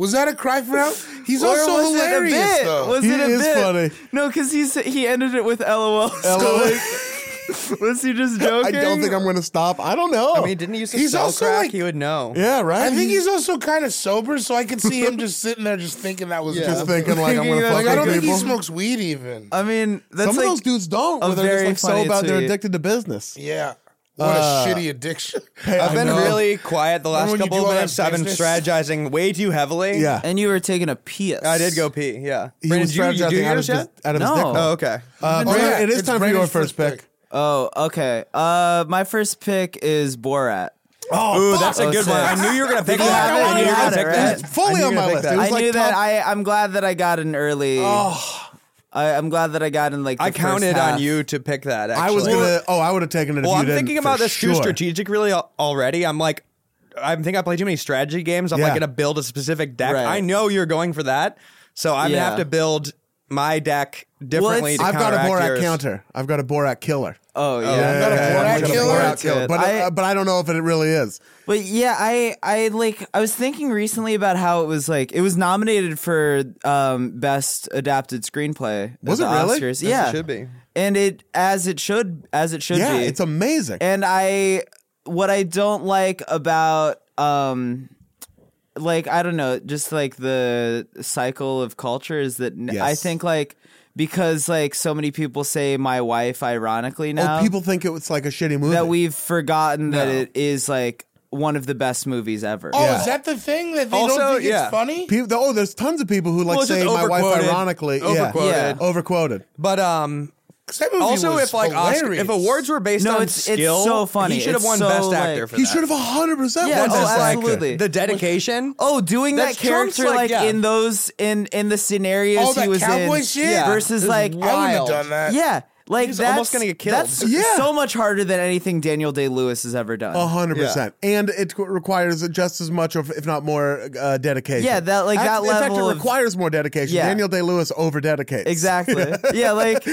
Speaker 2: was that a cry for help? He's
Speaker 4: Or
Speaker 2: also
Speaker 4: was it a
Speaker 2: hilarious
Speaker 4: bit?
Speaker 2: though.
Speaker 4: Was
Speaker 1: He
Speaker 4: it a
Speaker 1: is
Speaker 4: bit?
Speaker 1: funny.
Speaker 4: No, because he said- he ended it with LOL. So, like, was he just joking?
Speaker 1: I don't think I'm going to stop. I don't know.
Speaker 5: I mean, didn't he used to
Speaker 2: He's
Speaker 5: sell
Speaker 2: also,
Speaker 5: crack?
Speaker 2: like-
Speaker 5: he would know.
Speaker 1: yeah, right.
Speaker 2: I think he's also kind of sober, so I could see him just sitting there, just thinking that was
Speaker 1: just
Speaker 2: cool.
Speaker 1: thinking like I'm going
Speaker 4: Thinking
Speaker 1: to
Speaker 4: that-
Speaker 1: fuck
Speaker 2: Like I don't
Speaker 1: with
Speaker 2: think he
Speaker 1: people. Uh,
Speaker 2: smokes weed even.
Speaker 4: I mean, that's
Speaker 1: Some
Speaker 4: like,
Speaker 1: of those dudes don't.
Speaker 4: a
Speaker 1: Where they're
Speaker 4: very
Speaker 1: just like
Speaker 4: funny
Speaker 1: so bad they're
Speaker 4: tweet.
Speaker 1: addicted to business.
Speaker 2: yeah. What
Speaker 1: Uh,
Speaker 2: a shitty addiction.
Speaker 5: I've been
Speaker 1: know.
Speaker 5: really quiet the last
Speaker 2: when you
Speaker 5: couple
Speaker 2: do
Speaker 5: of
Speaker 2: all that
Speaker 5: minutes. I've been
Speaker 2: business.
Speaker 5: strategizing way too heavily.
Speaker 1: Yeah.
Speaker 4: And you were taking a piss.
Speaker 5: I did go pee. Yeah.
Speaker 1: He
Speaker 5: Brandon,
Speaker 1: was
Speaker 5: did you, you
Speaker 1: strategizing
Speaker 5: do
Speaker 1: out of
Speaker 5: yours
Speaker 1: his,
Speaker 5: yet?
Speaker 1: out of his
Speaker 4: No.
Speaker 1: dick.
Speaker 5: Oh, okay.
Speaker 1: Uh,
Speaker 2: Oh, yeah,
Speaker 1: Brandon, it is
Speaker 2: it's
Speaker 1: time for your
Speaker 2: Brandon's
Speaker 1: first pick.
Speaker 4: Oh, okay. Uh, my first pick is Borat.
Speaker 1: Oh,
Speaker 5: Ooh, that's a
Speaker 4: Oh,
Speaker 5: good one. I
Speaker 4: sick.
Speaker 5: knew you were gonna pick
Speaker 4: you
Speaker 5: that.
Speaker 4: have it?
Speaker 5: I knew you
Speaker 4: You
Speaker 5: were gonna
Speaker 4: had
Speaker 5: pick
Speaker 4: it,
Speaker 5: that.
Speaker 1: It's fully
Speaker 5: I knew
Speaker 1: on
Speaker 5: you were
Speaker 1: my
Speaker 5: gonna
Speaker 1: list.
Speaker 5: pick that.
Speaker 1: It was
Speaker 4: I
Speaker 1: like
Speaker 4: knew that.
Speaker 1: top-
Speaker 4: I I'm glad that I got an early. Oh. I, I'm glad that I got in like. The
Speaker 5: I
Speaker 4: first
Speaker 5: counted
Speaker 4: half.
Speaker 5: on you to pick that.
Speaker 1: I was
Speaker 5: actually.
Speaker 1: gonna. Oh, I would have taken it.
Speaker 5: Well,
Speaker 1: if
Speaker 5: I'm
Speaker 1: you
Speaker 5: thinking
Speaker 1: didn't,
Speaker 5: about
Speaker 1: for
Speaker 5: this
Speaker 1: sure.
Speaker 5: too strategic really al- already. I'm like, I think I play too many strategy games. I'm
Speaker 1: Yeah.
Speaker 5: like gonna build a specific deck.
Speaker 4: Right.
Speaker 5: I know you're going for that, so I'm
Speaker 4: Yeah.
Speaker 5: gonna have to build my deck differently.
Speaker 4: it's-
Speaker 5: to
Speaker 1: I've got a
Speaker 5: counteract
Speaker 1: Borat
Speaker 5: yours.
Speaker 1: counter. I've got a Borat killer.
Speaker 4: Oh yeah.
Speaker 2: got a Borat
Speaker 1: I've got a
Speaker 2: killer?
Speaker 1: Borat
Speaker 2: That's
Speaker 1: killer.
Speaker 4: it.
Speaker 1: But
Speaker 4: I-
Speaker 1: uh, but I don't know if it really is.
Speaker 4: But yeah, I I like I was thinking recently about how it was like it was nominated for um best adapted screenplay. at
Speaker 1: Was
Speaker 4: the
Speaker 1: it really?
Speaker 4: Oscars.
Speaker 5: it
Speaker 4: Yeah,
Speaker 5: should be.
Speaker 4: And it as it should as it should
Speaker 1: Yeah,
Speaker 4: be.
Speaker 1: it's amazing.
Speaker 4: and I what I don't like about um like I don't know, just like the cycle of culture is that n- I
Speaker 1: Yes.
Speaker 4: think like because like so many people say my wife ironically now
Speaker 1: Oh, people think it's like a shitty movie.
Speaker 4: um, that we've forgotten that it is like one of the best movies ever.
Speaker 2: Oh,
Speaker 1: Yeah.
Speaker 2: is that the thing that they
Speaker 5: Also,
Speaker 2: don't think
Speaker 5: yeah.
Speaker 2: it's funny?
Speaker 1: People, oh, there's tons of people who like
Speaker 5: Well, it's
Speaker 1: say
Speaker 5: just
Speaker 1: my wife
Speaker 5: overquoted.
Speaker 1: ironically. Yeah.
Speaker 5: Overquoted.
Speaker 4: Yeah.
Speaker 1: overquoted.
Speaker 5: But um,
Speaker 2: 'Cause that movie
Speaker 5: also
Speaker 2: was
Speaker 5: if like Oscar,
Speaker 2: hilarious.
Speaker 5: if awards were based
Speaker 4: No,
Speaker 5: on
Speaker 4: it's- it's
Speaker 5: skill,
Speaker 4: so funny.
Speaker 5: He should have
Speaker 4: It's
Speaker 5: won
Speaker 4: so,
Speaker 5: best
Speaker 4: like-
Speaker 5: actor for
Speaker 1: He
Speaker 5: that.
Speaker 1: should have 100%
Speaker 4: Yeah,
Speaker 1: won
Speaker 4: oh,
Speaker 1: Best Actor.
Speaker 4: absolutely.
Speaker 5: The dedication.
Speaker 4: Oh, doing
Speaker 5: That's
Speaker 4: that character
Speaker 5: Trump's,
Speaker 4: like,
Speaker 5: like, yeah.
Speaker 4: in those in in the scenarios
Speaker 2: Oh,
Speaker 4: he
Speaker 2: that
Speaker 4: was
Speaker 2: cowboy
Speaker 4: in
Speaker 2: shit?
Speaker 5: Yeah.
Speaker 4: versus
Speaker 5: It was
Speaker 4: like
Speaker 2: I wouldn't have
Speaker 5: wild.
Speaker 2: done that.
Speaker 4: yeah, like
Speaker 5: He's
Speaker 4: that's
Speaker 5: almost gonna get killed.
Speaker 4: That's
Speaker 1: Yeah.
Speaker 4: so much harder than anything Daniel Day Lewis has ever done.
Speaker 1: A
Speaker 2: Uh-huh.
Speaker 1: hundred percent, and it qu- requires just as much, of, if not more, uh, dedication.
Speaker 4: Yeah, that- like, that
Speaker 1: Act- in fact,
Speaker 4: level
Speaker 1: it
Speaker 4: of-
Speaker 1: requires more dedication.
Speaker 4: Yeah.
Speaker 1: Daniel Day Lewis over dedicates.
Speaker 4: Exactly. Yeah, like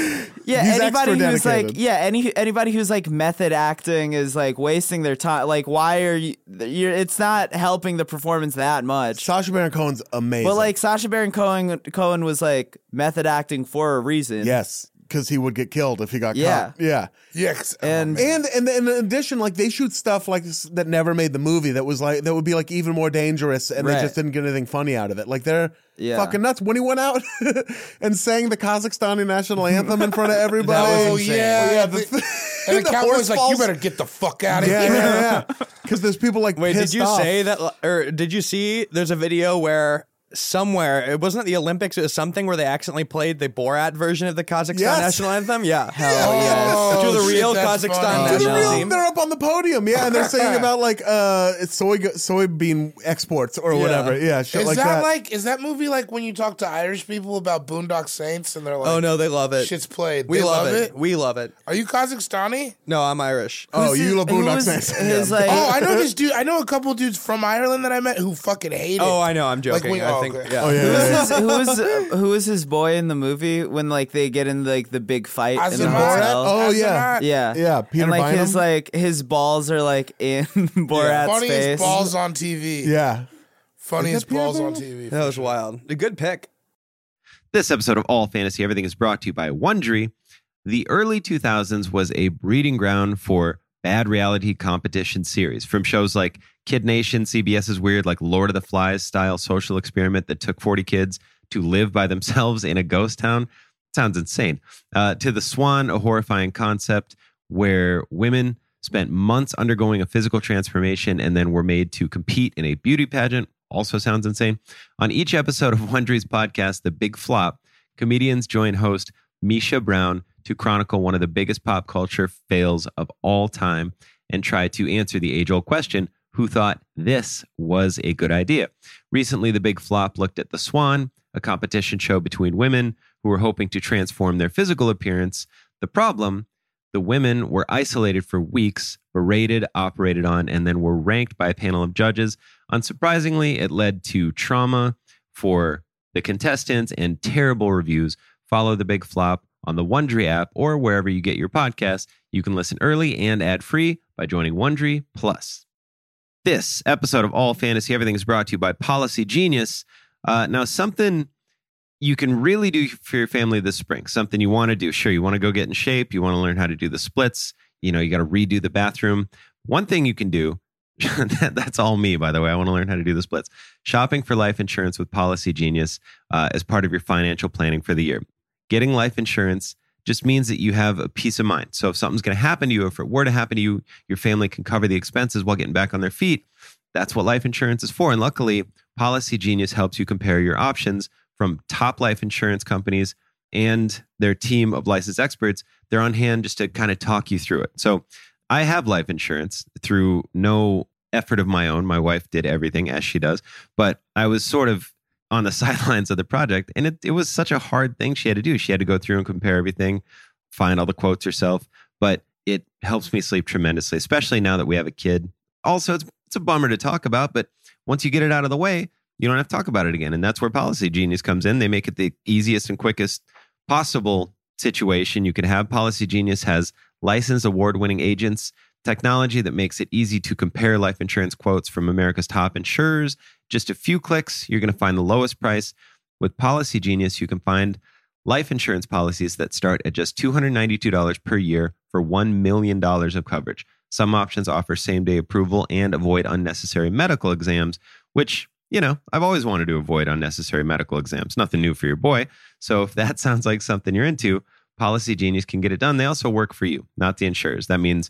Speaker 4: yeah,
Speaker 1: He's
Speaker 4: anybody
Speaker 1: extra
Speaker 4: who's like
Speaker 1: dedicated.
Speaker 4: yeah, any anybody who's like method acting is like wasting their time. Like why are you you're it's not helping the performance that much.
Speaker 1: Sasha Baron Cohen's amazing.
Speaker 4: But like Sasha Baron Cohen Cohen was like method acting for a reason.
Speaker 1: yes, because he would get killed if he got
Speaker 4: Yeah.
Speaker 1: caught. Yeah.
Speaker 2: yeah, 'cause-
Speaker 1: Oh,
Speaker 4: And
Speaker 1: And, and and in addition, like they shoot stuff like s- that never made the movie. That was like that would be like even more dangerous, and they
Speaker 4: Right.
Speaker 1: just didn't get anything funny out of it. Like they're
Speaker 4: Yeah.
Speaker 1: fucking nuts. When he went out and sang the Kazakhstani national anthem in front of everybody,
Speaker 2: oh yeah,
Speaker 1: yeah.
Speaker 2: the-
Speaker 1: The,
Speaker 2: and the,
Speaker 1: the horse
Speaker 2: cowboy's like,
Speaker 1: falls-
Speaker 2: "You better get the fuck out of
Speaker 1: yeah,
Speaker 2: here."
Speaker 1: yeah, yeah. Because there's people like
Speaker 5: Wait,
Speaker 1: pissed
Speaker 5: did you
Speaker 1: off.
Speaker 5: say that, or did you see? There's a video where somewhere it wasn't at the Olympics. It was something where they accidentally played the Borat version of the Kazakhstan
Speaker 1: Yes.
Speaker 5: national anthem. Yeah,
Speaker 2: Oh,
Speaker 5: to the
Speaker 2: shit,
Speaker 5: real
Speaker 2: that's
Speaker 5: Kazakhstan
Speaker 1: To
Speaker 2: funny.
Speaker 1: the
Speaker 5: national
Speaker 1: real-
Speaker 5: team.
Speaker 1: they're up on the podium, yeah, and they're saying about like uh, it's soy soybean exports or whatever, yeah, shit
Speaker 2: Is
Speaker 1: like
Speaker 2: that,
Speaker 1: that.
Speaker 2: like is that movie like when you talk to Irish people about Boondock Saints and they're like,
Speaker 5: Oh no, they love it.
Speaker 2: shit's played.
Speaker 5: we
Speaker 2: They
Speaker 5: love,
Speaker 2: love
Speaker 5: it.
Speaker 2: it?
Speaker 5: We love it.
Speaker 2: Are you Kazakhstani?
Speaker 5: No, I'm Irish.
Speaker 1: oh, you love
Speaker 4: who
Speaker 1: Boondock
Speaker 4: was
Speaker 1: Saints.
Speaker 4: His like
Speaker 2: Oh, I know this dude. I know a couple dudes from Ireland that I met who fucking hate it.
Speaker 5: Oh, I know. I'm
Speaker 2: Like
Speaker 5: joking.
Speaker 2: we-
Speaker 5: I
Speaker 2: oh,
Speaker 5: think.
Speaker 2: okay.
Speaker 5: Yeah.
Speaker 1: Oh yeah,
Speaker 4: who
Speaker 1: yeah, yeah.
Speaker 4: was his, who was who was his boy in the movie when like they get in like the big fight in the
Speaker 2: Azamat.
Speaker 4: hotel?
Speaker 1: Oh, yeah.
Speaker 2: Azamat.
Speaker 4: Yeah,
Speaker 1: Yeah, Peter
Speaker 4: and like his
Speaker 1: Bynum.
Speaker 4: like his balls are like in Borat's
Speaker 2: Funniest
Speaker 4: face.
Speaker 2: balls on TV.
Speaker 1: yeah.
Speaker 2: Funniest
Speaker 1: Is that Peter
Speaker 2: balls on
Speaker 1: Bynum?
Speaker 2: TV.
Speaker 5: That was wild. A good pick.
Speaker 6: This episode of All Fantasy Everything is brought to you by Wondery. The early 2000s was a breeding ground for bad reality competition series from shows like Kid Nation, CBS's weird, like Lord of the Flies style social experiment that took 40 kids to live by themselves in a ghost town. Sounds insane. Uh, to The Swan, a horrifying concept where women spent months undergoing a physical transformation and then were made to compete in a beauty pageant. Also sounds insane. On each episode of Wondery's podcast, The Big Flop, comedians join host Misha Brown to chronicle one of the biggest pop culture fails of all time and try to answer the age old question who thought this was a good idea? Recently, The Big Flop looked at The Swan, a competition show between women who were hoping to transform their physical appearance. The problem The women were isolated for weeks, berated, operated on, and then were ranked by a panel of judges. Unsurprisingly, it led to trauma for the contestants and terrible reviews. Follow the big flop on the Wondry app or wherever you get your podcasts. You can listen early and ad free by joining Wondry Plus. This episode of All Fantasy Everything is brought to you by Policy Genius. Uh, now, something you can really do for your family this spring, something you want to do. Sure, you want to go get in shape, you want to learn how to do the splits, you know, you got to redo the bathroom. One thing you can do that, that's all me, by the way. I want to learn how to do the splits. Shopping for life insurance with Policy Genius uh, as part of your financial planning for the year. Getting life insurance just means that you have a peace of mind. So if something's going to happen to you, if it were to happen to you, your family can cover the expenses while getting back on their feet. That's what life insurance is for. And luckily, Policy Genius helps you compare your options from top life insurance companies and their team of licensed experts. They're on hand just to kind of talk you through it. So I have life insurance through no effort of my own. My wife did everything as she does, but I was sort of on the sidelines of the project. And it, it was such a hard thing she had to do. She had to go through and compare everything, find all the quotes herself. But it helps me sleep tremendously, especially now that we have a kid. Also, it's, it's a bummer to talk about, but once you get it out of the way, you don't have to talk about it again. And that's where Policy Genius comes in. They make it the easiest and quickest possible situation you can have. Policy Genius has licensed award winning agents, technology that makes it easy to compare life insurance quotes from America's top insurers. Just a few clicks, you're going to find the lowest price. With Policy Genius, you can find life insurance policies that start at just $292 per year for $1 million of coverage. Some options offer same day approval and avoid unnecessary medical exams, which you know, I've always wanted to avoid unnecessary medical exams. Nothing new for your boy. So if that sounds like something you're into, Policy Genius can get it done. They also work for you, not the insurers. That means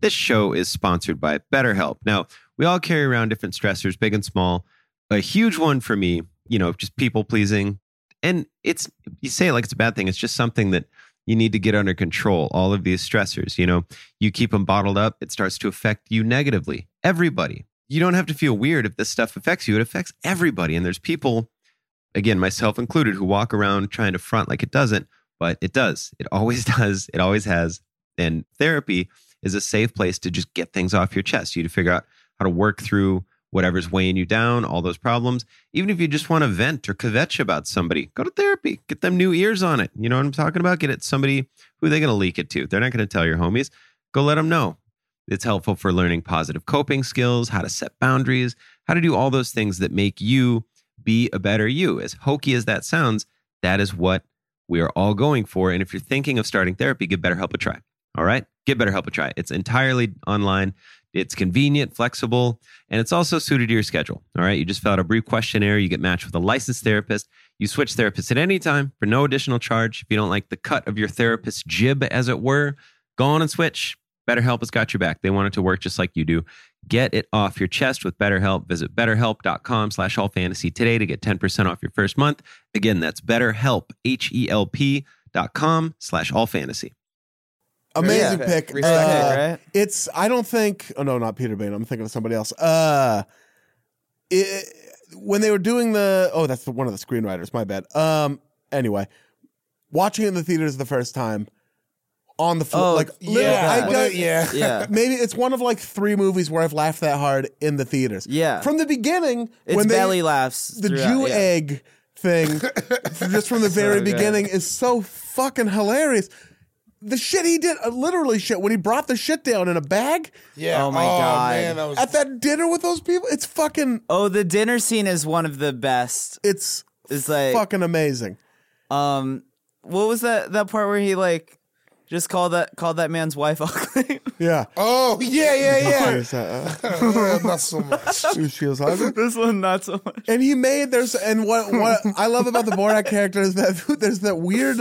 Speaker 6: This show is sponsored by BetterHelp. Now, we all carry around different stressors, big and small. A huge one for me, you know, just people pleasing. And it's, you say it like it's a bad thing, it's just something that you need to get under control all of these stressors you know you keep them bottled up it starts to affect you negatively everybody you don't have to feel weird if this stuff affects you it affects everybody and there's people again myself included who walk around trying to front like it doesn't but it does it always does it always has and therapy is a safe place to just get things off your chest you to figure out how to work through whatever's weighing you down, all those problems. Even if you just want to vent or kvetch about somebody, go to therapy, get them new ears on it. You know what I'm talking about? Get it somebody who they're going to leak it to. They're not going to tell your homies. Go let them know. It's helpful for learning positive coping skills, how to set boundaries, how to do all those things that make you be a better you. As hokey as that sounds, that is what we are all going for. And if you're thinking of starting therapy, give BetterHelp a try. All right? Give BetterHelp a try. It's entirely online. It's convenient, flexible, and it's also suited to your schedule. All right. You just fill out a brief questionnaire. You get matched with a licensed therapist. You switch therapists at any time for no additional charge. If you don't like the cut of your therapist's jib, as it were, go on and switch. BetterHelp has got your back. They want it to work just like you do. Get it off your chest with BetterHelp. Visit betterhelp.com slash all fantasy today to get 10% off your first month. Again, that's betterhelp, H-E-L-P dot com slash all fantasy.
Speaker 1: Amazing
Speaker 4: Yeah.
Speaker 1: pick.
Speaker 4: Respect,
Speaker 1: Uh,
Speaker 4: right?
Speaker 1: It's I don't think oh no, not Peter Bain. I'm thinking of somebody else. Uh it, when they were doing the oh, that's the, one of the screenwriters, my bad. Um anyway, watching it in the theaters the first time on the floor
Speaker 4: Oh,
Speaker 1: like literally,
Speaker 2: yeah,
Speaker 1: I
Speaker 2: What
Speaker 1: got-
Speaker 2: a- yeah.
Speaker 4: Yeah.
Speaker 1: Maybe it's one of like three movies where I've laughed that hard in the theaters.
Speaker 4: Yeah.
Speaker 1: From the beginning,
Speaker 4: It's
Speaker 1: when they,
Speaker 4: belly laughs.
Speaker 1: the
Speaker 4: throughout,
Speaker 1: Jew
Speaker 4: yeah.
Speaker 1: egg thing just from the very
Speaker 4: good.
Speaker 1: beginning is so fucking hilarious. The shit he did, uh, literally shit, when he brought the shit down in a bag
Speaker 2: Yeah.
Speaker 4: Oh my God.
Speaker 2: Man, that was,
Speaker 1: at that dinner with those people, it's fucking,
Speaker 4: Oh, the dinner scene is one of the best.
Speaker 1: it's
Speaker 4: It's like
Speaker 1: fucking amazing.
Speaker 4: um what was that that part where he like just called that called that man's wife ugly?
Speaker 1: Yeah.
Speaker 2: oh yeah, yeah,
Speaker 1: There's that, uh,
Speaker 2: yeah. Not so much.
Speaker 1: ooh, she was hungry.
Speaker 4: this one not so much.
Speaker 1: And he made there's and what what I love about the Borat character is that there's that weird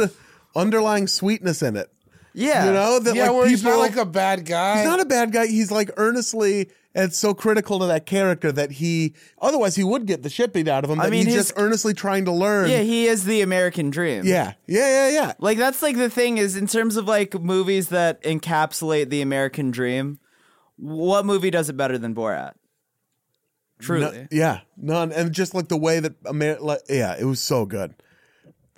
Speaker 1: underlying sweetness in it.
Speaker 4: Yeah.
Speaker 1: You know that
Speaker 2: yeah,
Speaker 1: like
Speaker 2: where
Speaker 1: people
Speaker 2: he's not like a bad guy.
Speaker 1: He's not a bad guy. He's like earnestly and so critical to that character that he otherwise he would get the shit beat out of him.
Speaker 4: I
Speaker 1: But
Speaker 4: mean,
Speaker 1: he's
Speaker 4: his-
Speaker 1: just earnestly trying to learn.
Speaker 4: Yeah, he is the American dream.
Speaker 1: yeah, yeah, yeah, yeah.
Speaker 4: Like that's like the thing is in terms of like movies that encapsulate the American dream, what movie does it better than Borat?
Speaker 1: No-
Speaker 4: Truly.
Speaker 1: yeah, none, and just like the way that America, like, yeah, it was so good.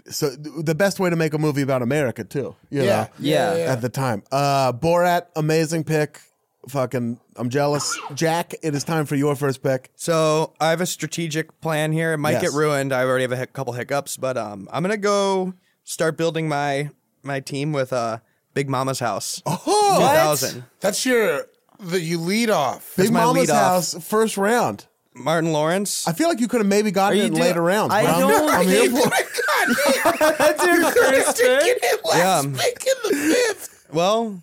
Speaker 1: So th- the best way to make a movie about America too, you
Speaker 2: Yeah.
Speaker 1: know,
Speaker 4: Yeah.
Speaker 2: Yeah.
Speaker 1: at the time. Uh, Borat, amazing pick. Fucking, I'm jealous. Jack, it is time for your first pick.
Speaker 5: So I have a strategic plan here. It might
Speaker 1: Yes.
Speaker 5: get ruined. I already have a hic- couple hiccups, but um, I'm gonna go start building my my team with uh Big Mama's house. Oh,
Speaker 1: Oh,
Speaker 5: 2000.
Speaker 2: That's your that you lead off.
Speaker 1: Big
Speaker 5: my
Speaker 1: Mama's
Speaker 5: lead off.
Speaker 1: House, first round.
Speaker 5: Martin Lawrence.
Speaker 1: I feel like you could have maybe gotten
Speaker 4: you
Speaker 1: it in
Speaker 4: do-
Speaker 1: later rounds.
Speaker 4: I
Speaker 1: but I'm-
Speaker 4: don't
Speaker 1: I'm here
Speaker 4: think-
Speaker 1: for it.
Speaker 4: That's your first pick.
Speaker 5: Yeah.
Speaker 2: pick in the fifth.
Speaker 5: Well,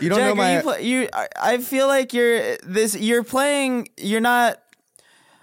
Speaker 5: you don't know
Speaker 4: Jack, are
Speaker 5: my.
Speaker 4: you, pla you I- I feel like you're this you're playing you're not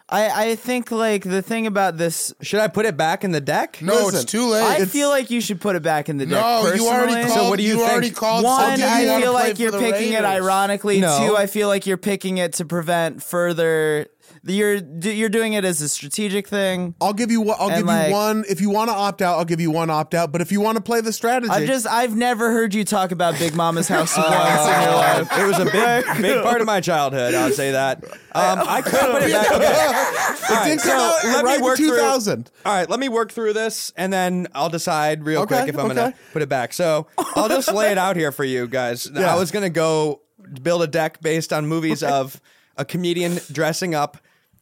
Speaker 4: I I think like the thing about this
Speaker 5: Should I put it back in the deck?
Speaker 2: No,
Speaker 1: Listen,
Speaker 2: it's too late.
Speaker 4: I
Speaker 2: It's-
Speaker 4: feel like you should put it back in the deck.
Speaker 5: Uh,
Speaker 2: no, you already
Speaker 4: personally.
Speaker 2: called.
Speaker 5: So what do you think?
Speaker 2: already called
Speaker 4: One,
Speaker 2: something you
Speaker 4: I
Speaker 2: wanna
Speaker 4: feel
Speaker 2: play
Speaker 4: like
Speaker 2: for
Speaker 4: you're
Speaker 2: the
Speaker 4: picking it
Speaker 2: Raiders.
Speaker 4: ironically.
Speaker 5: No.
Speaker 4: Two, I feel like you're picking it to prevent further. You're d- you're doing it as a strategic thing.
Speaker 1: I'll give you one. I'll
Speaker 4: And
Speaker 1: give
Speaker 4: like-
Speaker 1: you one. If you want to opt out, I'll give you one opt out. But if you want to play the strategy,
Speaker 4: I've just I've never heard you talk about Big Mama's house once in your life.
Speaker 5: it was a big, big part of my childhood. I'll say that. Um, I could put it back. Okay. All
Speaker 1: it
Speaker 5: right,
Speaker 1: did
Speaker 5: so
Speaker 1: come out
Speaker 5: let
Speaker 1: right
Speaker 5: me work
Speaker 1: in
Speaker 5: through.
Speaker 1: 2000.
Speaker 5: All right, let me work through this, and then I'll decide real
Speaker 1: Okay,
Speaker 5: quick if I'm gonna
Speaker 1: okay.
Speaker 5: put it back. So I'll just lay it out here for you guys.
Speaker 1: Yeah.
Speaker 5: I was gonna go build a deck based on movies of a comedian dressing up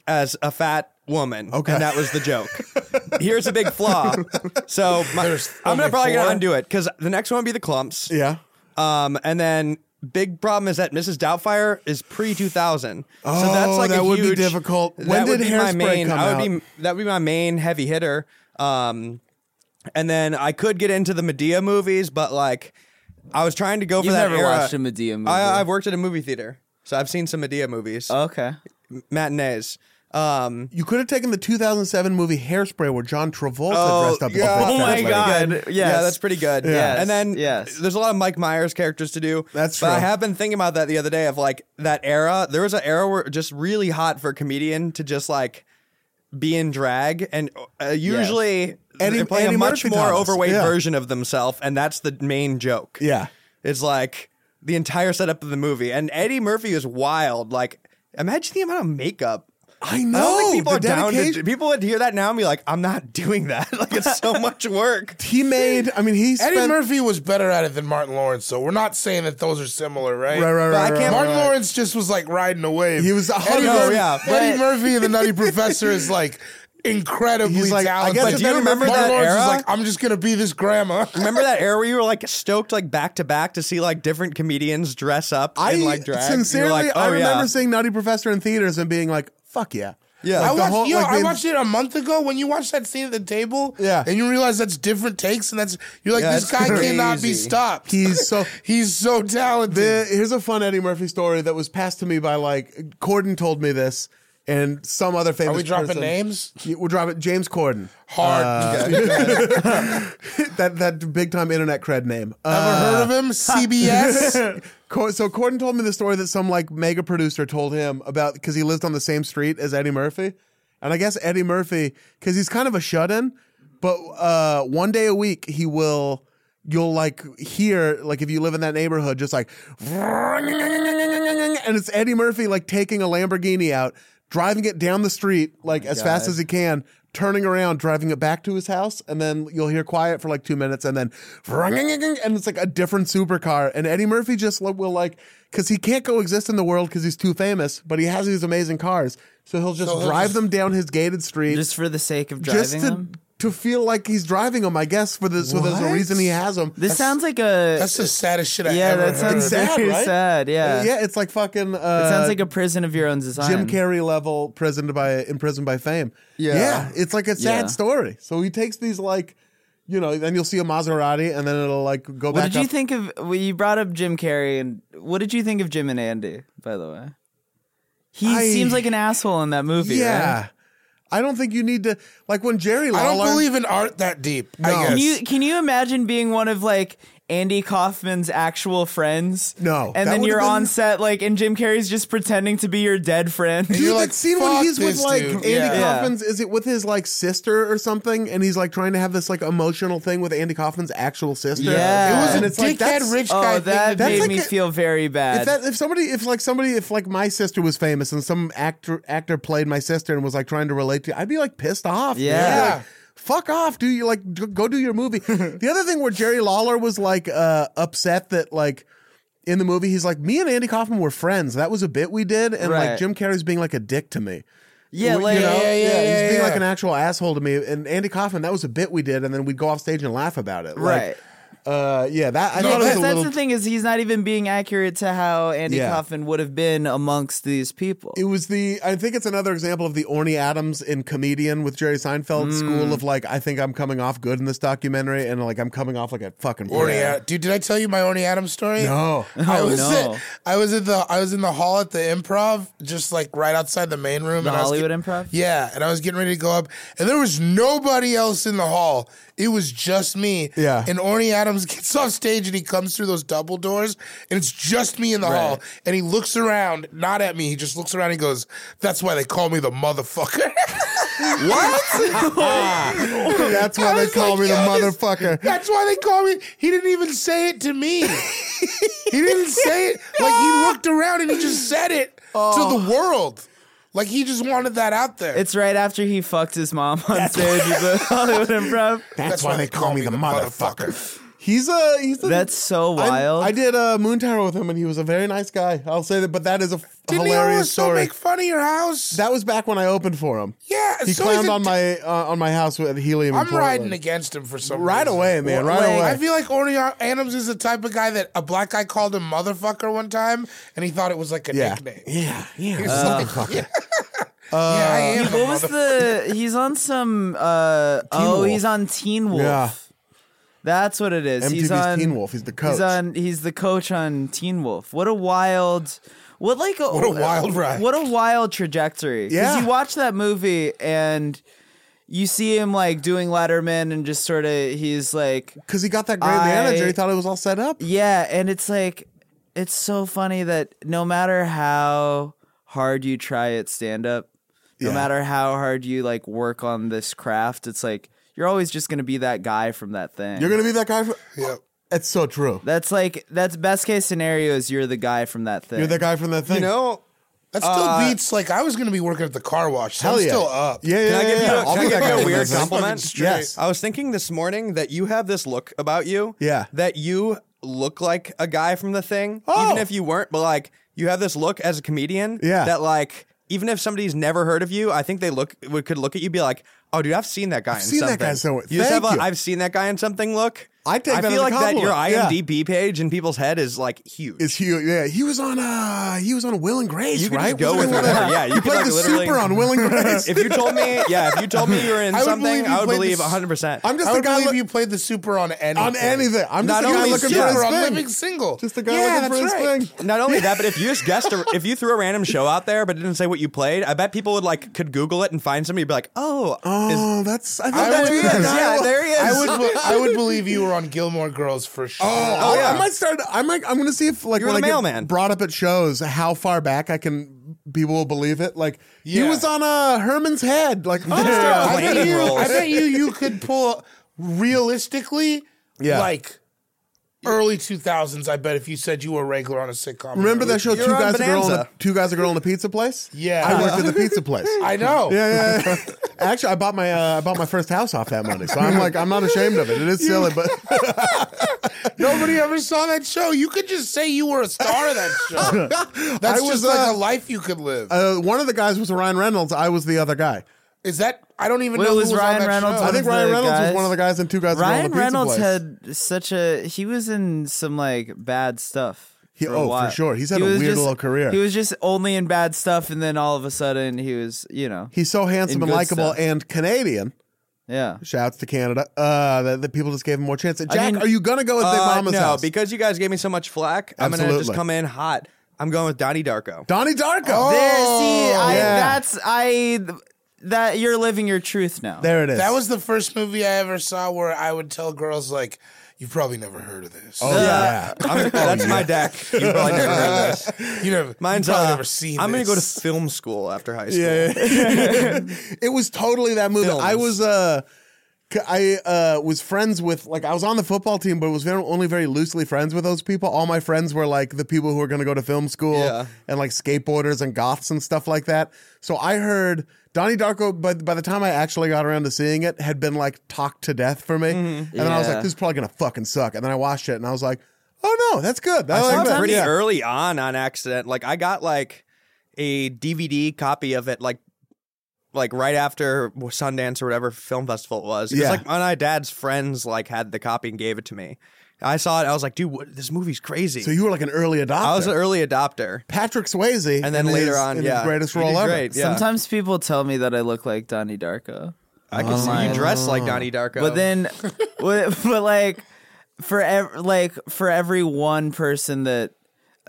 Speaker 5: as a fat woman.
Speaker 1: Okay.
Speaker 5: and that was the joke. Here's a big flaw. So my,
Speaker 2: There's
Speaker 5: I'm gonna
Speaker 2: only
Speaker 5: probably
Speaker 2: four?
Speaker 5: gonna undo it because the next one would be the clumps.
Speaker 1: Yeah.
Speaker 5: Um, and then big problem is that Mrs. Doubtfire is pre 2000. so that's
Speaker 1: Oh,
Speaker 5: like a
Speaker 1: that would be
Speaker 5: huge-
Speaker 1: difficult.
Speaker 5: that
Speaker 1: When
Speaker 5: would
Speaker 1: did
Speaker 5: be my
Speaker 1: Hairspray
Speaker 5: main,
Speaker 1: come
Speaker 5: I would
Speaker 1: out?
Speaker 5: Be, that would be my main heavy hitter. Um, and then I could get into the Medea movies, but like I was trying to go for
Speaker 4: You've
Speaker 5: that
Speaker 4: never
Speaker 5: era.
Speaker 4: watched a Madea movie. Oh.
Speaker 5: I, I've worked at a movie theater, so I've seen some Medea movies,
Speaker 4: okay.
Speaker 5: matinees. Um,
Speaker 1: You could have taken the 2007 movie Hairspray where John Travolta
Speaker 5: Oh,
Speaker 1: dressed up
Speaker 5: yeah.
Speaker 1: as a
Speaker 5: Oh my
Speaker 1: fat lady.
Speaker 5: God. Yeah,
Speaker 4: Yes.
Speaker 5: that's pretty good.
Speaker 4: Yes,
Speaker 5: And then
Speaker 4: yes.
Speaker 5: there's a lot of Mike Myers characters to do.
Speaker 1: That's
Speaker 5: But I
Speaker 1: true.
Speaker 5: have been thinking about that the other day of like that era. There was an era where just really hot for a comedian to just like be in drag and uh, usually
Speaker 1: Eddie-
Speaker 5: they're playing
Speaker 1: Eddie
Speaker 5: a much
Speaker 1: Murphy
Speaker 5: more
Speaker 1: Thomas.
Speaker 5: overweight
Speaker 1: Yeah.
Speaker 5: version of themselves and that's the main joke.
Speaker 1: Yeah.
Speaker 5: It's like the entire setup of the movie and Eddie Murphy is wild like imagine the amount of makeup
Speaker 1: I know.
Speaker 5: I don't think people
Speaker 1: Oh, the
Speaker 5: are down to
Speaker 1: dedication-
Speaker 5: people would hear that now and be like, I'm not doing that. like it's so much work.
Speaker 1: He made, I mean, he spent.
Speaker 2: Eddie Murphy was better at it than Martin Lawrence, so we're not saying that those are similar, right?
Speaker 1: Right, right,
Speaker 5: But I
Speaker 1: right. right,
Speaker 5: can't-
Speaker 1: right.
Speaker 2: Martin Lawrence just was like riding a wave.
Speaker 1: He was a hunter,
Speaker 2: Eddie Murphy,
Speaker 5: yeah.
Speaker 2: Eddie Murphy and the Nutty Professor is like incredibly
Speaker 1: He's like, I
Speaker 2: talented.
Speaker 1: guess
Speaker 5: But if do you Eddie remember Murphy-
Speaker 2: Martin
Speaker 5: that
Speaker 2: Lawrence
Speaker 5: era?
Speaker 2: is like, I'm just gonna be this grandma.
Speaker 5: Remember that era where you were like stoked like back to back to see like different comedians dress up
Speaker 1: I
Speaker 5: in like drag? You were
Speaker 1: sincerely,
Speaker 5: like,
Speaker 1: I
Speaker 5: "Oh, yeah."
Speaker 1: remember seeing Nutty Professor in theaters and being like, fuck yeah.
Speaker 5: Yeah.
Speaker 1: Like
Speaker 2: I
Speaker 1: the
Speaker 2: watched,
Speaker 1: whole-
Speaker 2: yo,
Speaker 1: like
Speaker 2: I
Speaker 1: the-
Speaker 2: watched it a month ago. When you watch that scene at the table,
Speaker 1: Yeah.
Speaker 2: and you realize that's different takes, and that's you're like,
Speaker 5: Yeah,
Speaker 2: this guy
Speaker 5: that's
Speaker 2: cannot be
Speaker 5: crazy.
Speaker 2: stopped.
Speaker 1: He's so.
Speaker 2: He's so talented.
Speaker 1: The, here's a fun Eddie Murphy story that was passed to me by like Corden told me this, and some other famous.
Speaker 2: Are we dropping
Speaker 1: person.
Speaker 2: names?
Speaker 1: Yeah, We're dropping James Corden,
Speaker 2: Hard.
Speaker 1: Uh, that that big time internet cred name.
Speaker 2: Ever heard of him? CBS.
Speaker 1: Cor- so Corden told me the story that some like mega producer told him about because he lived on the same street as Eddie Murphy, and I guess Eddie Murphy because he's kind of a shut in, but uh, one day a week he will you'll like hear like if you live in that neighborhood just like and it's Eddie Murphy like taking a Lamborghini out, driving it down the street
Speaker 2: Oh
Speaker 1: like as fast as he can. Turning around, driving it back to his house, and then you'll hear quiet for like two minutes, and then and it's like a different supercar. And Eddie Murphy just like, will like because he can't coexist in the world because he's too famous, but he has these amazing cars, so he'll just
Speaker 2: So he'll
Speaker 1: drive
Speaker 2: just-
Speaker 1: them down his gated street
Speaker 4: Just for the sake of driving
Speaker 1: just to
Speaker 4: them.
Speaker 1: to feel like he's driving them. I guess for the so there's a
Speaker 2: What?
Speaker 1: reason he has them.
Speaker 4: This sounds like a
Speaker 2: That's the saddest shit I
Speaker 4: yeah.
Speaker 2: ever
Speaker 4: That
Speaker 2: heard.
Speaker 4: sounds very
Speaker 1: sad, right?
Speaker 4: sad. Yeah.
Speaker 1: yeah, it's like fucking. Uh,
Speaker 4: It sounds like a prison of your own design.
Speaker 1: Jim Carrey level prisoned by imprisoned by fame.
Speaker 5: Yeah.
Speaker 1: it's like a sad
Speaker 4: Yeah.
Speaker 1: story. So he takes these like, you know, then you'll see a Maserati, and then it'll like go
Speaker 4: What
Speaker 1: back.
Speaker 4: did you
Speaker 1: up.
Speaker 4: think of? Well, you brought up Jim Carrey, and what did you think of Jim and Andy? By the way, he
Speaker 1: I-
Speaker 4: seems like an asshole in that movie.
Speaker 1: Yeah,
Speaker 4: right?
Speaker 1: I don't think you need to like when Jerry.
Speaker 2: I don't
Speaker 1: Lawler-
Speaker 2: believe in art that deep.
Speaker 1: No.
Speaker 2: I
Speaker 4: Can
Speaker 2: guess.
Speaker 4: you can you imagine being one of like Andy Kaufman's actual friends.
Speaker 1: No,
Speaker 4: And
Speaker 1: that
Speaker 4: then
Speaker 1: would've
Speaker 4: you're
Speaker 1: been-
Speaker 4: on set like and Jim Carrey's just pretending to be your dead friend.
Speaker 2: You're
Speaker 1: Dude,
Speaker 2: like,
Speaker 1: that scene when
Speaker 2: "Fuck
Speaker 1: he's with
Speaker 2: this
Speaker 1: like
Speaker 2: dude."
Speaker 1: Andy
Speaker 2: Yeah.
Speaker 4: Yeah.
Speaker 1: Kaufman's is it with his like sister or something, and he's like trying to have this like emotional thing with Andy Kaufman's actual sister.
Speaker 4: Yeah.
Speaker 2: It was
Speaker 1: and
Speaker 2: a
Speaker 1: it's
Speaker 2: dickhead
Speaker 1: like that's
Speaker 2: rich guy
Speaker 4: oh,
Speaker 2: thing
Speaker 4: that
Speaker 2: to do.
Speaker 4: made
Speaker 1: like
Speaker 4: me
Speaker 1: a-
Speaker 4: feel very bad.
Speaker 1: if that if somebody if like somebody if like my sister was famous and some actor actor played my sister and was like trying to relate to, I'd be like pissed off. man.
Speaker 4: Yeah.
Speaker 1: I'd be like, Fuck off, dude! You like g- go do your movie. the other thing where Jerry Lawler was like uh, upset that like in the movie he's like me and Andy Kaufman were friends. That was a bit we did, and like
Speaker 4: Right.
Speaker 1: Jim Carrey's being like a dick to me.
Speaker 4: yeah,
Speaker 1: You
Speaker 4: like
Speaker 1: know?
Speaker 2: yeah, yeah,
Speaker 1: he's
Speaker 2: yeah,
Speaker 1: being
Speaker 2: yeah.
Speaker 1: like an actual asshole to me. And Andy Kaufman, that was a bit we did, and then we'd go off stage and laugh about it. Like,
Speaker 4: right.
Speaker 1: uh, yeah, that I
Speaker 4: Yeah,
Speaker 1: thought it was
Speaker 4: because
Speaker 1: a
Speaker 4: that's
Speaker 1: little.
Speaker 4: the thing is he's not even being accurate to how Andy
Speaker 1: Yeah.
Speaker 4: Kaufman would have been amongst these people.
Speaker 1: It was the. I think it's another example of the Orny Adams in comedian with Jerry Seinfeld school of like, I think I'm coming off good in this documentary, and like I'm coming off like a fucking.
Speaker 2: Orny,
Speaker 1: prick.
Speaker 2: Ad- dude, did I tell you my Orny Adams story?
Speaker 1: No.
Speaker 2: I was
Speaker 4: Oh, no.
Speaker 2: at, I was in the I was in the hall at the improv, just like right outside the main room.
Speaker 4: the
Speaker 2: and I was
Speaker 4: Hollywood
Speaker 2: get-
Speaker 4: improv?
Speaker 2: Yeah, and I was getting ready to go up, and there was nobody else in the hall. It was just me.
Speaker 1: Yeah.
Speaker 2: And Orny Adams gets off stage and he comes through those double doors, and it's just me in the hall. And he looks around, not at me. He just looks around. and He goes, "That's why they call me the motherfucker."
Speaker 1: That's why
Speaker 2: I
Speaker 1: they
Speaker 2: was
Speaker 1: call
Speaker 2: like,
Speaker 1: me the
Speaker 2: "Yo, this-
Speaker 1: motherfucker.
Speaker 2: That's why they call me. He didn't even say it to me. he didn't say it. Like he looked around and he just said it to
Speaker 1: Oh.
Speaker 2: the world. Like he just wanted that out there.
Speaker 4: It's right after he fucked his mom on stage at the Hollywood improv.
Speaker 1: That's, why, they call me the motherfucker. He's a he's a
Speaker 4: That's so
Speaker 1: I'm-
Speaker 4: wild.
Speaker 1: I did a moon tower with him, and he was a very nice guy. I'll say that, but that is a f-
Speaker 2: Didn't he
Speaker 1: hilarious
Speaker 2: also
Speaker 1: story.
Speaker 2: make fun of your house?
Speaker 1: that was back when I opened for him.
Speaker 2: yeah,
Speaker 1: He
Speaker 2: so he's
Speaker 1: climbed
Speaker 2: a
Speaker 1: on
Speaker 2: d-
Speaker 1: my uh, on my house with helium. in
Speaker 2: I'm
Speaker 1: Portland.
Speaker 2: riding against him for some
Speaker 1: right
Speaker 2: reason.
Speaker 1: away, man. Right
Speaker 4: Like,
Speaker 1: away.
Speaker 2: I feel like Orny Adams is the type of guy that a black guy called him motherfucker one time, and he thought it was like a
Speaker 1: yeah. Uh,
Speaker 2: nickname.
Speaker 1: yeah, yeah,
Speaker 2: He's like, yeah. yeah, I am. a
Speaker 4: what was the he's on some uh oh
Speaker 1: Wolf.
Speaker 4: he's on Teen Wolf.
Speaker 1: Yeah.
Speaker 4: That's what it is.
Speaker 1: MTV's
Speaker 4: he's on
Speaker 1: Teen Wolf. He's the coach.
Speaker 4: He's on he's the coach on Teen Wolf. What a wild what like a,
Speaker 2: What a wild ride.
Speaker 4: What a wild trajectory.
Speaker 1: Yeah.
Speaker 4: you watch that movie and you see him like doing Letterman and just sort of he's like
Speaker 1: because he got that great
Speaker 4: I-
Speaker 1: manager. He thought it was all set up.
Speaker 4: yeah, and it's like it's so funny that no matter how hard you try at stand up, no
Speaker 1: Yeah.
Speaker 4: matter how hard you like work on this craft, it's like you're always just going to be that guy from that thing.
Speaker 1: You're gonna be that guy. For,
Speaker 2: Yeah.
Speaker 1: That's so true.
Speaker 4: That's like that's best case scenario is you're the guy from that thing.
Speaker 1: You're the guy from that thing.
Speaker 5: You know,
Speaker 2: That still beats like I was gonna be working at the car wash. So
Speaker 1: Uh, hell
Speaker 2: I'm
Speaker 1: yeah.
Speaker 2: still up.
Speaker 1: Yeah, yeah,
Speaker 5: Can I
Speaker 1: yeah,
Speaker 5: give you
Speaker 1: yeah.
Speaker 5: a-
Speaker 1: I'll
Speaker 5: can I
Speaker 1: be
Speaker 5: give
Speaker 1: that
Speaker 5: you a
Speaker 1: guy from
Speaker 5: weird
Speaker 1: that thing.
Speaker 5: compliment?
Speaker 2: Fucking straight.
Speaker 1: Yes.
Speaker 5: I was thinking this morning that you have this look about you.
Speaker 1: Yeah.
Speaker 5: That you look like a guy from the thing.
Speaker 1: Oh.
Speaker 5: Even if you weren't, but like you have this look as a comedian.
Speaker 1: Yeah.
Speaker 5: That like even if somebody's never heard of you, I think they look would could look at you and be like, Oh dude, I've seen that guy in
Speaker 1: seen that
Speaker 5: something.
Speaker 1: guy somewhere.
Speaker 5: You just
Speaker 1: Thank
Speaker 5: have a
Speaker 1: you.
Speaker 5: I've seen that guy in something look.
Speaker 1: I take
Speaker 5: I
Speaker 1: that
Speaker 5: feel
Speaker 1: as
Speaker 5: like
Speaker 1: a
Speaker 5: that your
Speaker 1: compliment. Yeah.
Speaker 5: IMDb page in people's head is like huge.
Speaker 1: Is he? Yeah, he was on. Uh, he was on Will and Grace,
Speaker 5: You could
Speaker 1: right?
Speaker 5: just go
Speaker 1: Wasn't
Speaker 5: with
Speaker 1: he
Speaker 5: it.
Speaker 1: one of the-
Speaker 5: Yeah, you
Speaker 1: he
Speaker 5: could,
Speaker 1: played
Speaker 5: like,
Speaker 1: the
Speaker 5: literally-
Speaker 1: super on Will and Grace.
Speaker 5: if you told me, yeah, if you told me you were in
Speaker 2: I would
Speaker 5: something,
Speaker 2: believe you
Speaker 5: I would
Speaker 2: played
Speaker 5: believe
Speaker 2: this-
Speaker 5: 100%.
Speaker 1: I'm just
Speaker 2: I
Speaker 1: the
Speaker 2: would
Speaker 1: guy
Speaker 2: believe
Speaker 1: look-
Speaker 2: you played the super on anything.
Speaker 1: on anything. I'm just
Speaker 5: Not
Speaker 1: the guy
Speaker 5: only
Speaker 1: looking
Speaker 5: super
Speaker 1: for his
Speaker 2: on
Speaker 1: thing.
Speaker 2: Living Single.
Speaker 1: Just the guy
Speaker 2: Yeah,
Speaker 1: looking for
Speaker 2: that's
Speaker 1: his
Speaker 2: right.
Speaker 1: thing.
Speaker 5: Not only that, but if you just guessed, a, if you threw a random show out there but didn't say what you played, I bet people would like could Google it and find somebody and be like, oh, is-
Speaker 1: Oh, that's. I think
Speaker 2: I
Speaker 1: that's
Speaker 2: would-
Speaker 1: the guy
Speaker 2: yeah,
Speaker 1: I-
Speaker 4: there he is.
Speaker 2: I would be- I would believe you were on Gilmore Girls for sure.
Speaker 1: Oh,
Speaker 5: Oh,
Speaker 1: I-
Speaker 5: yeah.
Speaker 1: I might start. I might. I'm going to see if like
Speaker 5: You're
Speaker 1: when I
Speaker 5: the
Speaker 1: get
Speaker 5: mailman.
Speaker 1: brought up at shows, how far back I can people will believe it. Like he
Speaker 2: Yeah.
Speaker 1: was on uh, Herman's head. Like oh,
Speaker 2: I bet
Speaker 5: Wayne
Speaker 2: you.
Speaker 5: rolls.
Speaker 2: I bet you. You could pull realistically,
Speaker 1: Yeah.
Speaker 2: like early two thousands. I bet if you said you were a regular on a sitcom.
Speaker 1: remember that show?
Speaker 5: You're
Speaker 1: two
Speaker 5: on
Speaker 1: guys, a girl, and a,
Speaker 5: Bonanza.
Speaker 1: two guys, a girl, in a pizza place.
Speaker 2: Yeah.
Speaker 1: I worked at the pizza place.
Speaker 2: I know.
Speaker 1: Yeah, yeah, yeah. Actually, I bought my uh, I bought my first house off that money, so I'm like I'm not ashamed of it. It is silly, but
Speaker 2: Nobody ever saw that show. You could just say you were a star of that show. That's
Speaker 1: I was,
Speaker 2: just like
Speaker 1: uh,
Speaker 2: a life you could live.
Speaker 1: uh, one of the guys was Ryan Reynolds. I was the other guy.
Speaker 2: Is that? I don't even
Speaker 4: Well,
Speaker 2: know.
Speaker 4: it was
Speaker 2: who was
Speaker 4: Ryan
Speaker 2: on that
Speaker 4: Reynolds
Speaker 2: Show.
Speaker 1: I
Speaker 4: One
Speaker 1: think
Speaker 4: of
Speaker 1: Ryan
Speaker 4: the
Speaker 1: Reynolds was
Speaker 4: guys-
Speaker 1: one of the guys in Two Guys, a Girl, and a
Speaker 4: Ryan
Speaker 1: Pizza
Speaker 4: Reynolds
Speaker 1: Place.
Speaker 4: had such a he was in some like bad stuff.
Speaker 1: He-
Speaker 4: for a
Speaker 1: oh, for
Speaker 4: while.
Speaker 1: sure. He's had a
Speaker 4: was
Speaker 1: weird
Speaker 4: just-
Speaker 1: little career.
Speaker 4: He was just only in bad stuff, and then all of a sudden he was, you know,
Speaker 1: He's so handsome
Speaker 4: in
Speaker 1: and
Speaker 4: good
Speaker 1: likable
Speaker 4: stuff.
Speaker 1: and Canadian.
Speaker 4: yeah.
Speaker 1: Shouts to Canada. Uh, that, that people just gave him more chance. Jack,
Speaker 4: mean-
Speaker 1: are you gonna go with Big
Speaker 5: uh,
Speaker 1: Mama's
Speaker 5: no,
Speaker 1: house?
Speaker 5: because you guys gave me so much flack, I'm gonna
Speaker 1: Absolutely.
Speaker 5: just come in hot. I'm going with Donnie Darko.
Speaker 1: Donnie Darko.
Speaker 4: There, see, I,
Speaker 1: Oh, yeah.
Speaker 4: that's I that you're living your truth now.
Speaker 1: There it is.
Speaker 2: That was the first movie I ever saw where I would tell girls like, you've probably never heard of this.
Speaker 1: Oh, yeah.
Speaker 5: I'm- that's my deck. You probably never heard of this.
Speaker 2: you never,
Speaker 5: Mine's
Speaker 2: you've probably
Speaker 5: uh,
Speaker 2: never seen.
Speaker 5: I'm gonna go to
Speaker 2: this.
Speaker 5: film school after high school.
Speaker 1: Yeah, yeah. it was totally that movie. I
Speaker 5: Films.
Speaker 1: was uh, c- I uh, was friends with like I was on the football team, but was very, only very loosely friends with those people. All my friends were like the people who were going to go to film school
Speaker 5: Yeah.
Speaker 1: and like skateboarders and goths and stuff like that. So I heard Donnie Darko, but by the time I actually got around to seeing it, had been like talked to death for me.
Speaker 5: Mm-hmm.
Speaker 1: And then I was like,
Speaker 4: Yeah.
Speaker 1: this is probably going to fucking suck. And then I watched it and I was like, oh no, that's good. I,
Speaker 5: I
Speaker 1: like
Speaker 5: saw
Speaker 1: that.
Speaker 5: it pretty
Speaker 1: Yeah.
Speaker 5: early on on accident. Like I got like a DVD copy of it, like like right after Sundance or whatever film festival it was. It
Speaker 1: Yeah.
Speaker 5: was like my dad's friends like had the copy and gave it to me. I saw it. I was like, dude, what, this movie's crazy.
Speaker 1: So you were like an early adopter.
Speaker 5: I was an early adopter.
Speaker 1: Patrick Swayze,
Speaker 5: And then
Speaker 1: in
Speaker 5: later
Speaker 1: his-
Speaker 5: on,
Speaker 1: in
Speaker 5: yeah,
Speaker 1: his greatest
Speaker 5: you did
Speaker 1: role ever.
Speaker 5: Great, yeah.
Speaker 4: Sometimes people tell me that I look like Donnie Darko.
Speaker 5: I can see
Speaker 4: Online.
Speaker 5: you dress like Donnie Darko.
Speaker 4: Oh
Speaker 1: Oh.
Speaker 4: But then, but, but like for ev- like for every one person that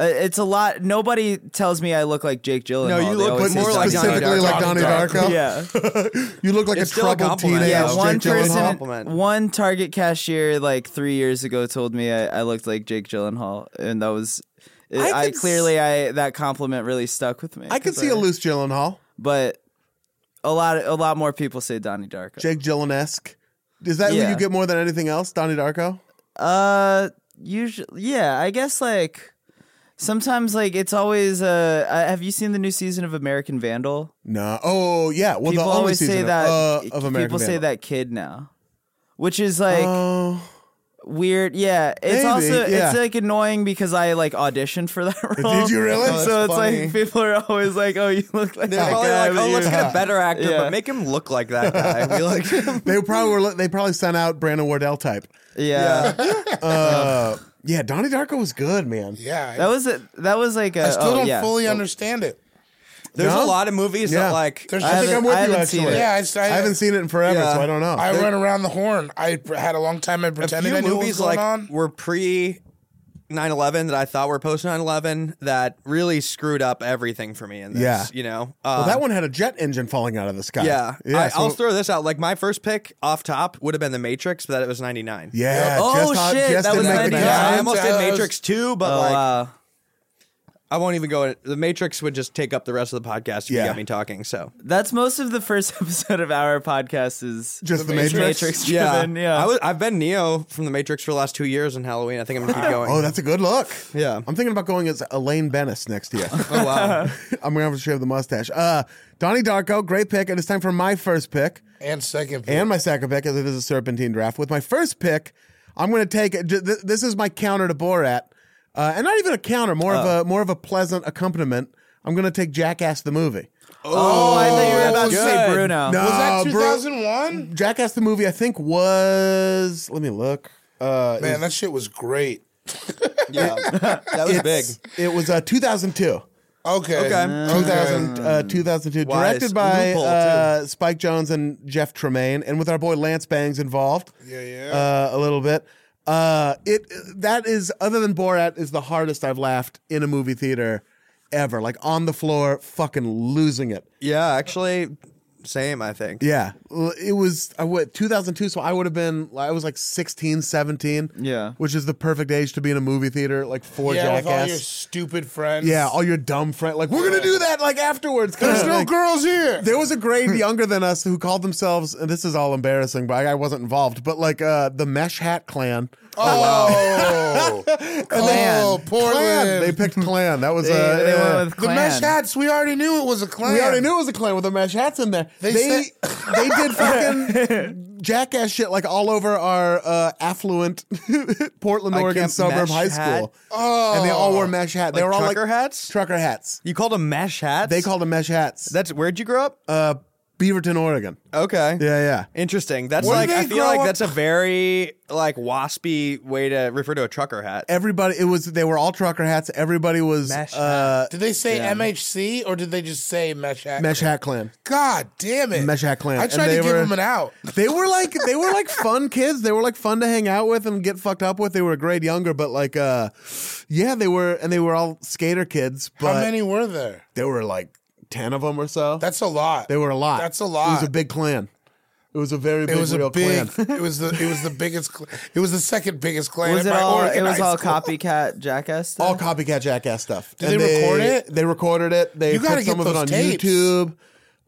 Speaker 4: uh, it's a lot. Nobody tells me I look like Jake Gyllenhaal.
Speaker 5: No, you
Speaker 4: They
Speaker 5: look
Speaker 4: always
Speaker 5: more
Speaker 4: say
Speaker 5: like
Speaker 4: something.
Speaker 5: Donnie
Speaker 1: specifically like Donnie
Speaker 2: Darko.
Speaker 1: Darko.
Speaker 4: Yeah,
Speaker 1: You look like a
Speaker 5: It's still a
Speaker 1: troubled
Speaker 5: compliment.
Speaker 1: teenage
Speaker 5: Yeah,
Speaker 1: Jake
Speaker 4: one
Speaker 1: Gyllenhaal.
Speaker 4: person,
Speaker 5: Compliment.
Speaker 4: one Target cashier like three years ago told me I, I looked like Jake Gyllenhaal, and that was. I,
Speaker 1: could s-
Speaker 4: clearly I that compliment really stuck with me.
Speaker 1: I could
Speaker 4: 'cause
Speaker 1: see a loose Gyllenhaal,
Speaker 4: but a lot a lot more people say Donnie Darko.
Speaker 1: Jake Gyllenesque. Is that who
Speaker 4: Yeah.
Speaker 1: you get more than anything else, Donnie Darko?
Speaker 4: Uh, usually, yeah, I guess like sometimes like it's always uh. I- Have you seen the new season of American Vandal?
Speaker 1: No. Oh yeah. Well,
Speaker 4: people
Speaker 1: the only
Speaker 4: always
Speaker 1: season
Speaker 4: say
Speaker 1: of,
Speaker 4: that.
Speaker 1: uh,
Speaker 4: k-
Speaker 1: of American
Speaker 4: people say
Speaker 1: Vandal.
Speaker 4: that kid now, which is like
Speaker 1: Oh,
Speaker 4: weird. Yeah, it's
Speaker 1: maybe,
Speaker 4: also
Speaker 1: yeah.
Speaker 4: it's like annoying because I like auditioned for that role.
Speaker 1: did you really?
Speaker 4: so
Speaker 5: Oh, that's
Speaker 4: it's
Speaker 5: funny.
Speaker 4: like people are always like, "Oh, you look like
Speaker 5: they're
Speaker 4: that
Speaker 5: probably
Speaker 4: guy."
Speaker 5: like,
Speaker 4: but
Speaker 5: oh, let's
Speaker 4: you're
Speaker 5: get a
Speaker 4: not."
Speaker 5: better actor,
Speaker 4: Yeah.
Speaker 5: but make him look like that guy. We like him.
Speaker 1: they probably were. They probably sent out Brandon Wardell type.
Speaker 4: Yeah.
Speaker 1: Uh, yeah, Donnie Darko was good, man.
Speaker 2: Yeah,
Speaker 4: that was it. That was like a.
Speaker 2: I still
Speaker 4: oh,
Speaker 2: don't
Speaker 4: yeah.
Speaker 2: fully understand it.
Speaker 5: There's
Speaker 1: No?
Speaker 5: a lot of movies
Speaker 1: Yeah.
Speaker 5: that like
Speaker 2: There's
Speaker 1: I, think
Speaker 4: haven't-
Speaker 1: I'm with
Speaker 4: I
Speaker 1: you
Speaker 4: haven't
Speaker 1: actually.
Speaker 4: seen it.
Speaker 2: yeah, I, s- I-
Speaker 1: I haven't seen it in forever,
Speaker 5: Yeah.
Speaker 1: so I don't know.
Speaker 2: I
Speaker 1: They-
Speaker 2: run around the horn. I pr- had a long time. I
Speaker 5: a
Speaker 2: pretended
Speaker 5: few
Speaker 2: I knew what was
Speaker 5: movies
Speaker 2: going
Speaker 5: like
Speaker 2: on.
Speaker 5: were pre 9/11 that I thought were post 9/11 that really screwed up everything for me. In this,
Speaker 1: Yeah.
Speaker 5: you know,
Speaker 1: well,
Speaker 5: Um,
Speaker 1: that one had a jet engine falling out of the sky.
Speaker 5: Yeah,
Speaker 1: yeah.
Speaker 5: I, I'll
Speaker 1: so-
Speaker 5: throw this out. Like my first pick off top would have been The Matrix, but that it was 99.
Speaker 1: yeah.
Speaker 4: Oh,
Speaker 1: just thought-
Speaker 4: shit,
Speaker 1: just
Speaker 4: that
Speaker 1: didn't
Speaker 4: was
Speaker 1: make the
Speaker 4: 99.
Speaker 1: cut.
Speaker 5: I
Speaker 2: Yeah.
Speaker 5: almost did
Speaker 2: Yeah.
Speaker 5: Matrix 2, but
Speaker 4: Oh,
Speaker 5: like
Speaker 4: wow.
Speaker 5: I won't even go. In, the Matrix would just take up the rest of the podcast if
Speaker 1: Yeah.
Speaker 5: you got me talking. So
Speaker 4: That's most of the first episode of our podcast is
Speaker 1: Just The
Speaker 4: Matrix,
Speaker 1: Matrix?
Speaker 4: driven. Yeah,
Speaker 5: I was, I've been Neo from The Matrix for the last two years on Halloween. I think I'm gonna keep going.
Speaker 1: Oh, that's a good look.
Speaker 5: Yeah.
Speaker 1: I'm thinking about going as Elaine Bennis next year.
Speaker 5: Oh, wow.
Speaker 1: I'm gonna have to shave the mustache. Uh, Donnie Darko, great pick, and it's time for my first pick
Speaker 2: And second, pick.
Speaker 1: and my second pick, as it is a serpentine draft. With my first pick, I'm gonna take. j- th- This is my counter to Borat, uh, and not even a counter, more of a more of a pleasant accompaniment. I'm gonna take Jackass the movie.
Speaker 4: oh, I thought you were about to say
Speaker 2: good.
Speaker 4: Bruno.
Speaker 1: No.
Speaker 2: was that
Speaker 1: Oh, bro.
Speaker 2: 2001?
Speaker 1: Jackass the movie, I think was. Let me look. Uh,
Speaker 2: Man, that shit was great.
Speaker 5: yeah, that was big.
Speaker 1: it's- It was uh, 2002.
Speaker 2: Okay.
Speaker 5: Okay.
Speaker 1: 2000, uh, 2002,
Speaker 5: Wise.
Speaker 1: directed by
Speaker 5: Loophole, too.
Speaker 1: uh, Spike Jones and Jeff Tremaine, and with our boy Lance Bangs involved.
Speaker 2: Yeah, yeah.
Speaker 1: Uh, a little bit. Uh, it that is other than Borat is the hardest I've laughed in a movie theater ever. Like on the floor, fucking losing it.
Speaker 5: Yeah, actually, same. I think.
Speaker 1: Yeah, L- it was I what 2002, so I would have been I was like 16, 17.
Speaker 4: Yeah.
Speaker 1: which is the perfect age to be in a movie theater, like for
Speaker 2: yeah,
Speaker 1: Jackass.
Speaker 2: with all your stupid friends.
Speaker 1: yeah, all your dumb friends. Like we're gonna do that like afterwards.
Speaker 2: There's no
Speaker 1: Like,
Speaker 2: girls here.
Speaker 1: There was a
Speaker 5: Hmm.
Speaker 1: grade younger than us who called themselves, and this is all embarrassing, but I, I wasn't involved, but like uh, the Mesh Hat Clan.
Speaker 2: Oh, oh, Portland.
Speaker 1: Clan. They picked Clan. That was
Speaker 4: They,
Speaker 1: uh,
Speaker 4: they
Speaker 1: uh,
Speaker 4: went with
Speaker 2: the mesh
Speaker 4: Clan.
Speaker 2: hats. We already knew it was a clan.
Speaker 1: We already knew it was a clan with the mesh hats in there. They
Speaker 2: They
Speaker 1: they,
Speaker 2: said-
Speaker 1: did fucking jackass shit like all over our uh, affluent Portland,
Speaker 5: I
Speaker 1: Oregon
Speaker 5: kept
Speaker 1: suburb
Speaker 5: mesh
Speaker 1: high
Speaker 5: hat.
Speaker 1: school. Oh, and they all wore mesh hat. they
Speaker 5: Like
Speaker 1: were all
Speaker 5: trucker
Speaker 1: like
Speaker 5: hats?
Speaker 1: Trucker hats.
Speaker 5: You called them mesh hats.
Speaker 1: They called them mesh hats.
Speaker 5: That's where'd you grow up?
Speaker 1: uh, Beaverton, Oregon.
Speaker 5: okay.
Speaker 1: Yeah, yeah.
Speaker 5: Interesting. That's
Speaker 2: Where
Speaker 5: like
Speaker 2: did
Speaker 5: I
Speaker 2: they
Speaker 5: feel like
Speaker 2: grow up?
Speaker 5: that's a very like waspy way to refer to a trucker hat.
Speaker 1: Everybody, it was they were all trucker hats. Everybody was
Speaker 5: Mesh
Speaker 1: uh,
Speaker 2: Did they say MHC or did they just say mesh hat?
Speaker 1: mesh hat clan.
Speaker 2: God damn it.
Speaker 1: Mesh hat clan.
Speaker 2: I
Speaker 1: And
Speaker 2: tried to
Speaker 1: they
Speaker 2: give
Speaker 1: were-
Speaker 2: him an out.
Speaker 1: They were like they were like fun kids. They were like fun to hang out with and get fucked up with. They were a grade younger, but like uh yeah, they were and they were all skater kids, but
Speaker 2: How many were there?
Speaker 1: there were like 10 of them or so.
Speaker 2: That's a lot.
Speaker 1: they were a lot.
Speaker 2: That's a lot.
Speaker 1: It was a big clan. It was a very big
Speaker 2: It was a
Speaker 1: real
Speaker 2: big.
Speaker 1: clan.
Speaker 2: It was the. It was the biggest. Cl- it was the second biggest clan.
Speaker 4: Was
Speaker 2: at
Speaker 4: it
Speaker 2: my
Speaker 4: all?
Speaker 2: Oregon
Speaker 4: It was
Speaker 2: high
Speaker 4: all
Speaker 2: school.
Speaker 4: copycat jackass. Stuff?
Speaker 1: All copycat jackass stuff.
Speaker 2: Did they record it?
Speaker 1: They recorded it. They
Speaker 2: You
Speaker 1: put
Speaker 2: gotta
Speaker 1: some of
Speaker 2: get
Speaker 1: it
Speaker 2: those
Speaker 1: on
Speaker 2: tapes.
Speaker 1: YouTube.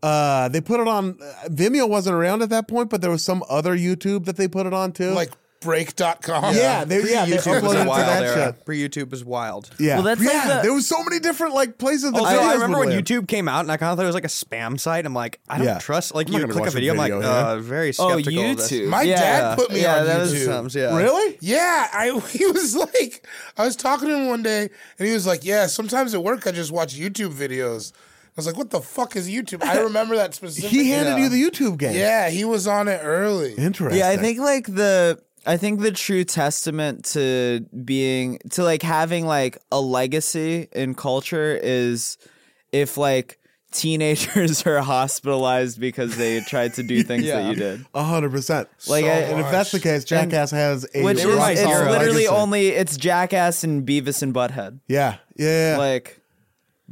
Speaker 1: Uh, they put it on uh, Vimeo wasn't around at that point, but there was some other YouTube that they put it on too.
Speaker 2: Like break.com.
Speaker 1: Yeah, they, yeah, they
Speaker 5: YouTube was
Speaker 1: uploaded
Speaker 5: a
Speaker 1: it to
Speaker 5: wild
Speaker 1: that
Speaker 5: era.
Speaker 1: shit.
Speaker 5: Pre YouTube was wild.
Speaker 1: Yeah,
Speaker 4: Well, that's like
Speaker 1: yeah.
Speaker 4: the-
Speaker 1: there was so many different like places. That
Speaker 5: Also,
Speaker 1: videos
Speaker 5: Oh, I
Speaker 1: would
Speaker 5: remember when
Speaker 1: live.
Speaker 5: YouTube came out, and I kind of thought it was like a spam site. I'm like, I don't
Speaker 1: Yeah.
Speaker 5: trust. Like,
Speaker 1: I'm not
Speaker 5: you
Speaker 1: gonna
Speaker 5: click a
Speaker 1: watch a
Speaker 5: video, I'm like,
Speaker 1: video, yeah.
Speaker 5: uh, very
Speaker 4: Oh,
Speaker 5: skeptical. of this.
Speaker 4: YouTube.
Speaker 2: My
Speaker 4: yeah.
Speaker 2: dad put me
Speaker 4: yeah,
Speaker 2: on
Speaker 4: that was-
Speaker 2: YouTube.
Speaker 5: Sometimes, yeah.
Speaker 1: really?
Speaker 2: Yeah, I he was like, I was talking to him one day, and he was like, "Yeah, sometimes at work I just watch YouTube videos." I was like, "What the fuck is YouTube?" I remember that specifically.
Speaker 1: He handed you
Speaker 2: yeah.
Speaker 1: the YouTube game.
Speaker 2: Yeah, he was on it early.
Speaker 1: interesting.
Speaker 4: Yeah, I think like the I think the true testament to being to like having like a legacy in culture is if like teenagers are hospitalized because they tried to do things that you did.
Speaker 1: a hundred percent.
Speaker 4: Like, I-
Speaker 1: and if that's the case, Jackass has a
Speaker 4: Which is
Speaker 1: rock
Speaker 4: it's
Speaker 1: solid
Speaker 4: literally
Speaker 1: legacy.
Speaker 4: only it's Jackass and Beavis and Butthead.
Speaker 1: yeah, yeah. yeah.
Speaker 4: Like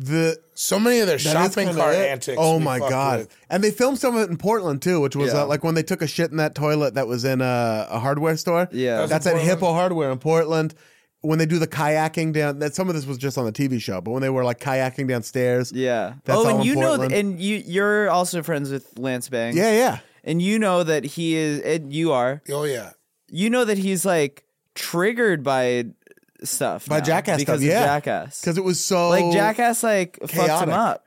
Speaker 1: the
Speaker 2: So many of their
Speaker 1: that is
Speaker 2: shopping
Speaker 1: kinda
Speaker 2: cart
Speaker 1: it.
Speaker 2: antics.
Speaker 1: Oh
Speaker 2: we
Speaker 1: my
Speaker 2: fucked
Speaker 1: god!
Speaker 2: with.
Speaker 1: And they filmed some of it in Portland too, which was
Speaker 5: Yeah.
Speaker 1: uh, like when they took a shit in that toilet that was in a, a hardware store.
Speaker 4: Yeah. That was
Speaker 1: that's
Speaker 2: in
Speaker 1: at
Speaker 2: Portland?
Speaker 1: Hippo Hardware in Portland. When they do the kayaking down, that some of this was just on the TV show, but when they were like kayaking downstairs,
Speaker 4: yeah.
Speaker 1: That's
Speaker 4: oh,
Speaker 1: all
Speaker 4: and
Speaker 1: in
Speaker 4: you
Speaker 1: Portland.
Speaker 4: know, and you you're also friends with Lance Bang.
Speaker 1: yeah, yeah.
Speaker 4: and you know that he is. And you are.
Speaker 2: Oh yeah.
Speaker 4: You know that he's like triggered by stuff
Speaker 1: By
Speaker 4: now
Speaker 1: Jackass
Speaker 4: because
Speaker 1: stuff, yeah.
Speaker 4: of Jackass.
Speaker 1: Because it was so
Speaker 4: like Jackass like fucked him
Speaker 1: chaotic.
Speaker 4: up.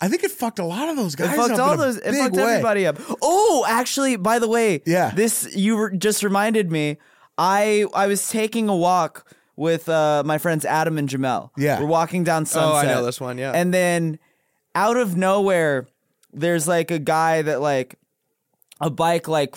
Speaker 1: I think it fucked a lot of those
Speaker 4: It
Speaker 1: guys.
Speaker 4: fucked
Speaker 1: up
Speaker 4: all
Speaker 1: in a
Speaker 4: those. It
Speaker 1: big
Speaker 4: fucked
Speaker 1: way.
Speaker 4: everybody up. Oh, actually, by the way,
Speaker 1: Yeah.
Speaker 4: This you were, just reminded me. I I was taking a walk with uh, my friends Adam and Jamel.
Speaker 1: Yeah.
Speaker 4: we're walking down
Speaker 5: Oh, I
Speaker 4: Sunset.
Speaker 5: know this one, yeah.
Speaker 4: and then out of nowhere, there's like a guy that like a bike like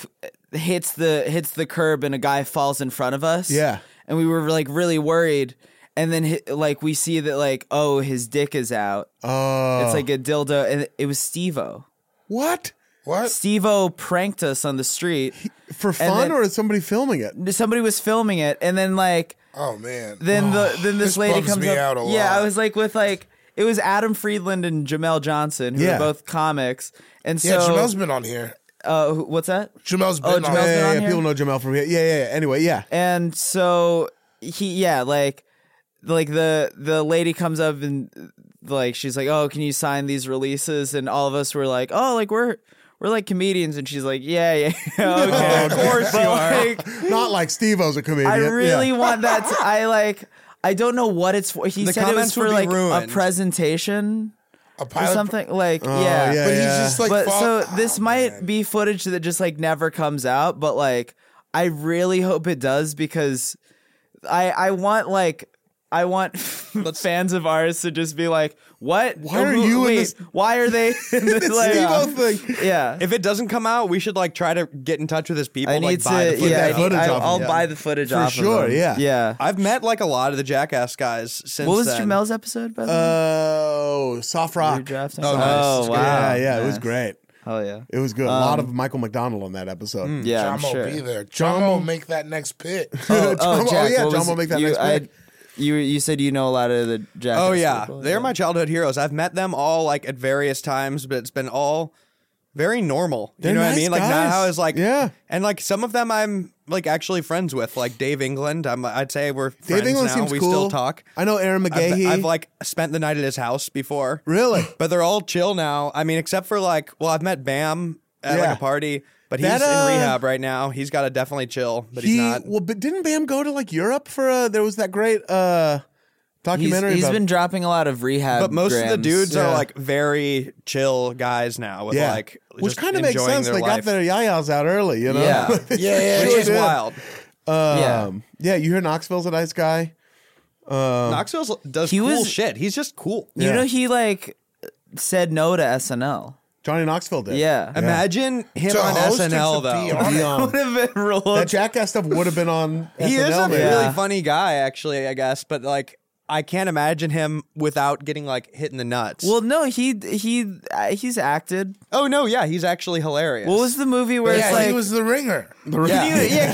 Speaker 4: hits the hits the curb and a guy falls in front of us.
Speaker 1: Yeah.
Speaker 4: and we were like really worried. And then hi- like we see that like oh his dick is out.
Speaker 1: Oh,
Speaker 4: It's like a dildo, and it was Stevo.
Speaker 1: what
Speaker 2: What?
Speaker 4: Stevo pranked us on the street.
Speaker 1: for fun
Speaker 4: then-
Speaker 1: or is somebody filming it?
Speaker 4: Somebody was filming it, and then like
Speaker 2: Oh man.
Speaker 4: then the then this,
Speaker 2: This
Speaker 4: lady
Speaker 2: bums
Speaker 4: comes
Speaker 2: me
Speaker 4: up.
Speaker 2: out a
Speaker 4: yeah,
Speaker 2: lot.
Speaker 4: I was like with like it was Adam Friedland and Jamel Johnson, who
Speaker 1: Yeah.
Speaker 4: are both comics, and so
Speaker 2: yeah, Jamel's been on here.
Speaker 4: uh, who- what's that?
Speaker 2: Jamel's been
Speaker 4: Oh,
Speaker 2: on.
Speaker 1: Yeah,
Speaker 4: Jamel's
Speaker 2: here.
Speaker 4: been
Speaker 1: yeah,
Speaker 4: on
Speaker 1: yeah.
Speaker 4: here?
Speaker 1: people know Jamel from here. Yeah, yeah. yeah. Anyway, yeah.
Speaker 4: And so he yeah like like the the lady comes up and like she's like oh can you sign these releases and all of us were like oh like we're we're like comedians and she's like yeah yeah okay of course you are
Speaker 1: Not like Steve O's a comedian.
Speaker 4: I
Speaker 1: Yeah.
Speaker 4: really want that. To, I like. I don't know what it's for. He
Speaker 5: The
Speaker 4: said it was
Speaker 5: comments would
Speaker 4: for
Speaker 5: be
Speaker 4: like
Speaker 5: ruined.
Speaker 4: a presentation
Speaker 2: A
Speaker 4: or
Speaker 2: pilot.
Speaker 4: something. Like
Speaker 1: Oh,
Speaker 4: yeah.
Speaker 1: yeah,
Speaker 2: But he's
Speaker 1: yeah.
Speaker 2: just like.
Speaker 4: but
Speaker 2: fuck-
Speaker 4: so
Speaker 2: Oh,
Speaker 4: this might
Speaker 2: man.
Speaker 4: be footage that just like never comes out. But like, I really hope it does because I I want like. I want fans of ours to just be like, "What?
Speaker 1: Why are you in
Speaker 4: Wait,
Speaker 1: this-
Speaker 4: Why are they? in this, like,
Speaker 1: Steve-O
Speaker 4: yeah.
Speaker 1: thing.
Speaker 4: yeah.
Speaker 5: If it doesn't come out, we should like try to get in touch with his people.
Speaker 4: I
Speaker 5: like,
Speaker 4: need
Speaker 5: buy the
Speaker 4: to.
Speaker 5: footage.
Speaker 4: Yeah, I
Speaker 1: That footage
Speaker 4: need, I,
Speaker 1: off of
Speaker 4: I'll
Speaker 1: them.
Speaker 4: buy the footage
Speaker 1: For
Speaker 4: off
Speaker 1: sure,
Speaker 4: Of them.
Speaker 1: yeah.
Speaker 4: Yeah.
Speaker 5: I've met like a lot of the Jackass guys since.
Speaker 4: What was
Speaker 5: then.
Speaker 4: Jamel's episode? By the
Speaker 1: Uh,
Speaker 4: way?
Speaker 1: Oh, soft rock.
Speaker 4: Blue Draft
Speaker 5: Oh,
Speaker 4: oh,
Speaker 5: nice. It's
Speaker 4: wow.
Speaker 1: Yeah, yeah. It was
Speaker 4: Nice.
Speaker 1: great.
Speaker 4: Hell yeah.
Speaker 1: It was good. a lot of Michael McDonald on that episode.
Speaker 5: Hmm.
Speaker 4: Yeah, I'm
Speaker 2: Jamo
Speaker 4: sure.
Speaker 2: be there. Jamo make that next pick.
Speaker 4: Oh,
Speaker 1: Jamo- oh,
Speaker 4: Jack,
Speaker 1: yeah,
Speaker 4: what
Speaker 1: Jamo
Speaker 4: was-
Speaker 1: will make that
Speaker 4: you,
Speaker 1: next
Speaker 4: I-
Speaker 1: pick.
Speaker 4: you you said you know a lot of the Jack.
Speaker 5: Oh yeah,
Speaker 4: people.
Speaker 5: they're my childhood heroes. I've met them all like at various times, but it's been all very normal.
Speaker 1: They're
Speaker 5: you know what
Speaker 1: nice
Speaker 5: I mean? Like not
Speaker 1: guys.
Speaker 5: how it's like
Speaker 1: Yeah.
Speaker 5: and like some of them I'm like actually friends with, like Dave England. I'm I'd say we're friends
Speaker 1: Dave England
Speaker 5: now.
Speaker 1: seems
Speaker 5: we
Speaker 1: cool.
Speaker 5: still talk.
Speaker 1: I know Aaron
Speaker 5: I've,
Speaker 1: McGahee.
Speaker 5: I've, like spent the night at his house before.
Speaker 1: really.
Speaker 5: But they're all chill now. I mean, except for like, well, I've met Bam at
Speaker 1: Yeah.
Speaker 5: like a party, but he's
Speaker 1: That, uh,
Speaker 5: in rehab right now. He's got to definitely chill, but
Speaker 1: he
Speaker 5: he's not.
Speaker 1: well, but didn't Bam go to like Europe for a? There was that great uh
Speaker 4: He's,
Speaker 1: documentary.
Speaker 4: he's
Speaker 1: about-
Speaker 4: been dropping a lot of rehab.
Speaker 5: But most of the
Speaker 4: grams.
Speaker 5: dudes
Speaker 1: Yeah.
Speaker 5: are like very chill guys now, with
Speaker 1: yeah,
Speaker 5: like
Speaker 1: which
Speaker 5: kind of
Speaker 1: makes sense.
Speaker 5: Their
Speaker 1: They got
Speaker 5: life.
Speaker 1: their yayas out early, you know.
Speaker 4: Yeah.
Speaker 1: They
Speaker 2: Yeah, yeah,
Speaker 5: which
Speaker 1: sure
Speaker 5: is
Speaker 1: did.
Speaker 5: wild.
Speaker 4: Yeah.
Speaker 1: Um, yeah, you hear Knoxville's a nice guy.
Speaker 5: Knoxville does
Speaker 4: He
Speaker 5: cool
Speaker 4: was-
Speaker 5: shit. He's just cool.
Speaker 4: You
Speaker 1: Um, Yeah.
Speaker 4: know he like said no to SNL.
Speaker 1: Johnny Knoxville did.
Speaker 4: Yeah.
Speaker 5: Imagine him
Speaker 2: To
Speaker 5: on
Speaker 2: host or
Speaker 5: SNL
Speaker 2: to be
Speaker 5: though.
Speaker 2: on?
Speaker 1: Beyond.
Speaker 4: Would have been real.
Speaker 1: that jackass stuff would have been on.
Speaker 5: He
Speaker 1: SNL,
Speaker 5: is a
Speaker 1: maybe.
Speaker 4: Yeah.
Speaker 5: really funny guy, actually. I guess, but like, I can't imagine him without getting like hit in the nuts.
Speaker 4: well, no, he he uh, he's acted.
Speaker 5: oh no, yeah, he's actually hilarious.
Speaker 4: What was the movie where
Speaker 2: yeah,
Speaker 4: it's like
Speaker 2: he was the ringer.
Speaker 4: Can you, yeah,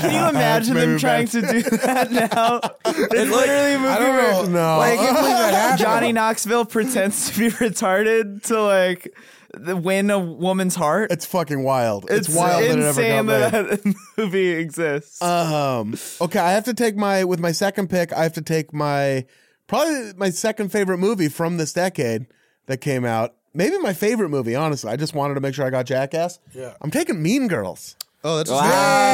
Speaker 4: can you imagine them
Speaker 1: maybe
Speaker 4: trying to do that now? It's literally a movie where
Speaker 1: No.
Speaker 4: like
Speaker 2: believe that happened.
Speaker 4: Johnny Knoxville pretends to be retarded to like the- win a woman's heart.
Speaker 1: It's fucking wild. It's, wild that it ever got
Speaker 4: insane
Speaker 1: made.
Speaker 4: that that movie exists.
Speaker 1: Um. Okay, I have to take my with my second pick. I have to take my probably my second favorite movie from this decade that came out. Maybe my favorite movie. Honestly, I just wanted to make sure I got Jackass. Yeah. I'm taking Mean Girls.
Speaker 3: Oh, that's
Speaker 4: wow. Oh,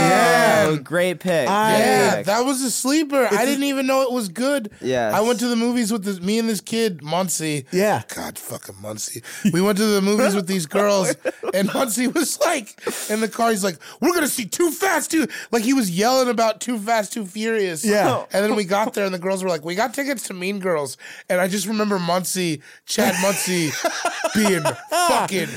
Speaker 2: Yeah.
Speaker 4: Great pick.
Speaker 1: I-
Speaker 4: Great
Speaker 2: Yeah,
Speaker 4: pick.
Speaker 2: that was a sleeper. I didn't even know it was good.
Speaker 4: Yes.
Speaker 2: I went to the movies with this, me and this kid, Muncie.
Speaker 1: Yeah.
Speaker 2: God, fucking Muncie. We went to the movies with these girls, and Muncie was like, in the car, he's like, we're going to see Too Fast, Too. Like, he was yelling about Too Fast, Too Furious.
Speaker 1: Yeah.
Speaker 2: And then we got there, and the girls were like, we got tickets to Mean Girls. And I just remember Muncie, Chad Muncie, being fucking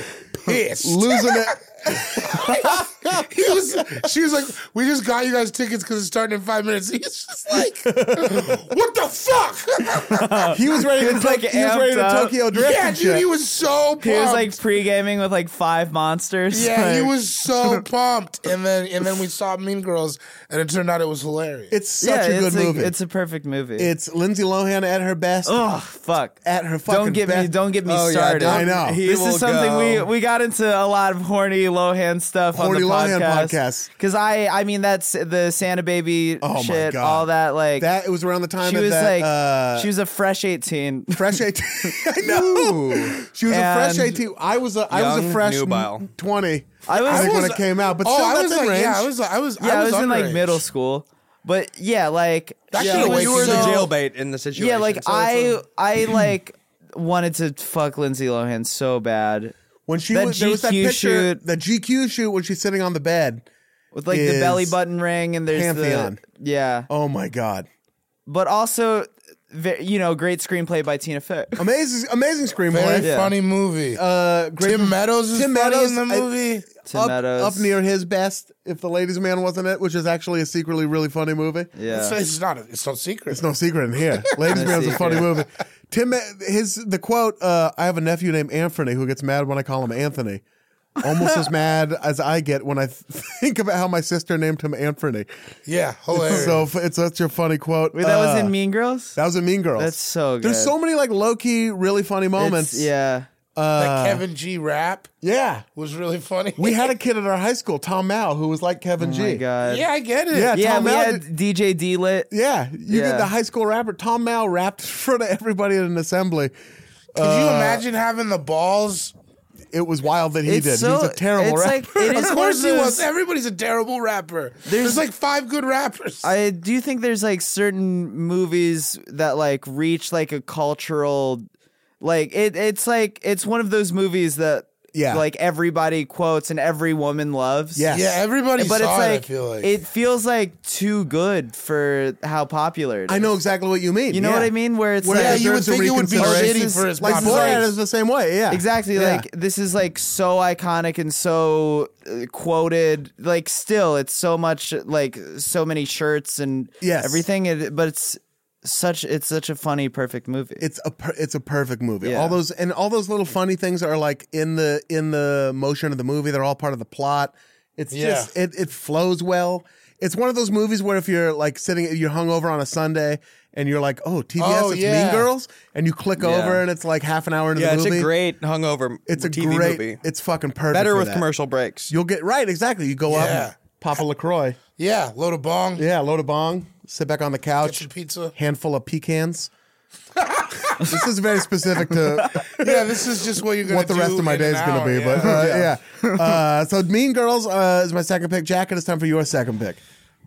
Speaker 2: pissed.
Speaker 1: Losing it.
Speaker 2: he was, she was like, "We just got you guys tickets because it's starting in five minutes." He's just like, "What the fuck?"
Speaker 1: He was ready to
Speaker 4: was,
Speaker 1: to-
Speaker 4: Uh, like,
Speaker 1: he was ready to
Speaker 4: amped up.
Speaker 1: Tokyo Drift.
Speaker 2: yeah,
Speaker 1: and
Speaker 2: dude,
Speaker 1: shit.
Speaker 2: he was so pumped.
Speaker 4: he was like pre gaming with like five monsters.
Speaker 2: yeah, he
Speaker 4: Like,
Speaker 2: was so pumped. And then, and then we saw Mean Girls, and it turned out it was hilarious.
Speaker 1: It's such
Speaker 4: yeah,
Speaker 1: a good
Speaker 4: it's
Speaker 1: movie.
Speaker 4: It's a perfect movie.
Speaker 1: It's Lindsay Lohan at her best.
Speaker 4: oh fuck.
Speaker 1: At her fucking
Speaker 4: Don't get me.
Speaker 1: best.
Speaker 4: Don't get me
Speaker 3: Oh, yeah,
Speaker 4: started.
Speaker 3: don't-
Speaker 1: I know.
Speaker 3: he
Speaker 4: this
Speaker 3: will
Speaker 4: is something we
Speaker 3: go.
Speaker 4: we got into a lot of horny Lohan stuff
Speaker 1: Horny
Speaker 4: on the
Speaker 1: Lohan
Speaker 4: podcast.
Speaker 1: podcast.
Speaker 4: Because I I mean that's the Santa Baby
Speaker 1: Oh my
Speaker 4: shit,
Speaker 1: God.
Speaker 4: all that like
Speaker 1: That it was around the time
Speaker 4: she
Speaker 1: of
Speaker 4: was
Speaker 1: that.
Speaker 4: like
Speaker 1: uh,
Speaker 4: she was a fresh eighteen.
Speaker 1: fresh 18 i know she was a fresh
Speaker 4: And
Speaker 1: 18 i was a I was a
Speaker 3: young,
Speaker 1: fresh
Speaker 3: nubile.
Speaker 1: 20
Speaker 4: I was-
Speaker 1: I think
Speaker 4: I
Speaker 1: when
Speaker 4: was-
Speaker 1: it came out but
Speaker 2: oh,
Speaker 1: still
Speaker 2: I was
Speaker 1: that's in
Speaker 2: like,
Speaker 1: range.
Speaker 2: yeah, I was, I was,
Speaker 4: Yeah, I was, in
Speaker 2: underage.
Speaker 4: like middle school. But yeah, like
Speaker 2: That
Speaker 4: she
Speaker 2: should've
Speaker 4: was
Speaker 2: waited
Speaker 3: you were the
Speaker 2: so-
Speaker 3: jail bait in the situation.
Speaker 4: Yeah, like
Speaker 3: so it's
Speaker 4: I I like wanted to fuck Lindsay Lohan so bad.
Speaker 1: when she
Speaker 4: that
Speaker 1: was there was that
Speaker 4: GQ
Speaker 1: picture
Speaker 4: shoot-
Speaker 1: that gq shoot when she's sitting on the bed
Speaker 4: With like the belly
Speaker 1: Is
Speaker 4: button ring and there's
Speaker 1: Pantheon.
Speaker 4: the Yeah.
Speaker 1: oh my god
Speaker 4: But also ve- you know, great screenplay by Tina Fey.
Speaker 1: amazing amazing
Speaker 2: very
Speaker 1: screenplay
Speaker 4: Yeah.
Speaker 2: funny movie.
Speaker 1: uh great
Speaker 2: Tim Meadows is
Speaker 1: Tim
Speaker 2: funny
Speaker 1: Meadows,
Speaker 2: in the
Speaker 1: I-
Speaker 2: movie.
Speaker 4: Tim
Speaker 1: up,
Speaker 4: Meadows.
Speaker 1: up near his best if the ladies man wasn't it which is actually a secretly really funny movie
Speaker 2: it's,
Speaker 4: Yeah.
Speaker 2: it's not. A, it's no secret.
Speaker 1: It's no secret in here. Ladies
Speaker 4: No
Speaker 1: Man's a funny
Speaker 4: secret.
Speaker 1: movie. Tim, uh, his the quote. Uh, I have a nephew named Anthony who gets mad when I call him Anthony, almost as mad as I get when I th- think about how my sister named him Anthony.
Speaker 2: yeah, hilarious.
Speaker 1: So f- it's such a funny quote.
Speaker 4: Wait, that was
Speaker 1: Uh,
Speaker 4: in Mean Girls?
Speaker 1: That was in Mean Girls.
Speaker 4: That's so good.
Speaker 1: There's so many like low key, really funny
Speaker 4: It's-
Speaker 1: moments.
Speaker 4: Yeah.
Speaker 2: that Kevin G rap
Speaker 1: yeah.
Speaker 2: was really funny.
Speaker 1: Uh, We had a kid at our high school, Tom Mao, who was like Kevin G.
Speaker 4: Oh my god.
Speaker 2: Yeah, I get it.
Speaker 1: Yeah,
Speaker 4: Yeah,
Speaker 1: Tom
Speaker 4: we
Speaker 1: Mao
Speaker 4: had
Speaker 1: did-
Speaker 4: DJ D lit.
Speaker 1: Yeah, you
Speaker 4: Yeah.
Speaker 1: get the high school rapper Tom Mao rapped in front of everybody at an assembly.
Speaker 2: Could you
Speaker 1: uh,
Speaker 2: imagine having the balls?
Speaker 1: It was wild that he
Speaker 4: It's
Speaker 1: did.
Speaker 4: so-
Speaker 1: He's a terrible
Speaker 4: it's
Speaker 1: rapper.
Speaker 4: like- it is
Speaker 2: of course
Speaker 4: one
Speaker 2: he
Speaker 4: of
Speaker 2: was.
Speaker 4: those-
Speaker 2: Everybody's a terrible rapper. There's, like five good rappers.
Speaker 4: I do think there's like certain movies that like reach like a cultural like it it's like it's one of those movies that
Speaker 1: Yeah.
Speaker 4: like everybody quotes and every woman loves.
Speaker 1: Yes.
Speaker 2: yeah, everybody
Speaker 4: But it's
Speaker 2: saw
Speaker 4: like
Speaker 2: it. I feel like
Speaker 4: it feels like too good for how popular it is.
Speaker 1: I know exactly what you mean.
Speaker 4: You know
Speaker 1: yeah.
Speaker 4: what I mean? Where it's
Speaker 1: Where-
Speaker 2: yeah,
Speaker 4: like
Speaker 2: you would
Speaker 1: deserves a
Speaker 2: think it would be
Speaker 1: reconsideration.
Speaker 2: shitty
Speaker 4: This
Speaker 2: for
Speaker 4: is-
Speaker 2: his
Speaker 1: Like Borat
Speaker 2: popularity.
Speaker 1: is the same way. Yeah,
Speaker 4: Exactly.
Speaker 1: Yeah.
Speaker 4: Like this is like so iconic and so uh, quoted. Like still, it's so much like so many shirts and
Speaker 1: Yes.
Speaker 4: everything. It, but it's such it's such a funny, perfect movie.
Speaker 1: it's a per- it's a perfect movie.
Speaker 4: Yeah.
Speaker 1: All those and all those little funny things are like in the in the motion of the movie. They're all part of the plot. It's
Speaker 2: Yeah.
Speaker 1: just it it flows well. It's one of those movies where if you're like sitting, you're hungover on a Sunday, and you're like, "Oh, TBS,
Speaker 2: Oh,
Speaker 1: it's
Speaker 2: yeah.
Speaker 1: Mean Girls," and you click over, and it's like half an hour into
Speaker 3: yeah,
Speaker 1: the
Speaker 3: it's
Speaker 1: movie.
Speaker 3: a great hungover.
Speaker 1: it's a
Speaker 3: TV
Speaker 1: great,
Speaker 3: movie.
Speaker 1: it's fucking perfect.
Speaker 3: better
Speaker 1: for
Speaker 3: with
Speaker 1: that.
Speaker 3: commercial breaks.
Speaker 1: You'll get right exactly. You go up,
Speaker 2: Yeah.
Speaker 1: and pop a Lacroix.
Speaker 2: yeah, load of bong,
Speaker 1: Yeah, load a bong, sit back on the
Speaker 2: get
Speaker 1: couch,
Speaker 2: your pizza.
Speaker 1: handful of pecans. this is very specific to
Speaker 2: Yeah, this is just what you're gonna
Speaker 1: what the
Speaker 2: do
Speaker 1: rest of my
Speaker 2: in
Speaker 1: day
Speaker 2: an
Speaker 1: is going to
Speaker 2: hour,
Speaker 1: be.
Speaker 2: yeah.
Speaker 1: But uh, yeah, uh, so Mean Girls uh, is my second pick. Jack, it's time for your second pick.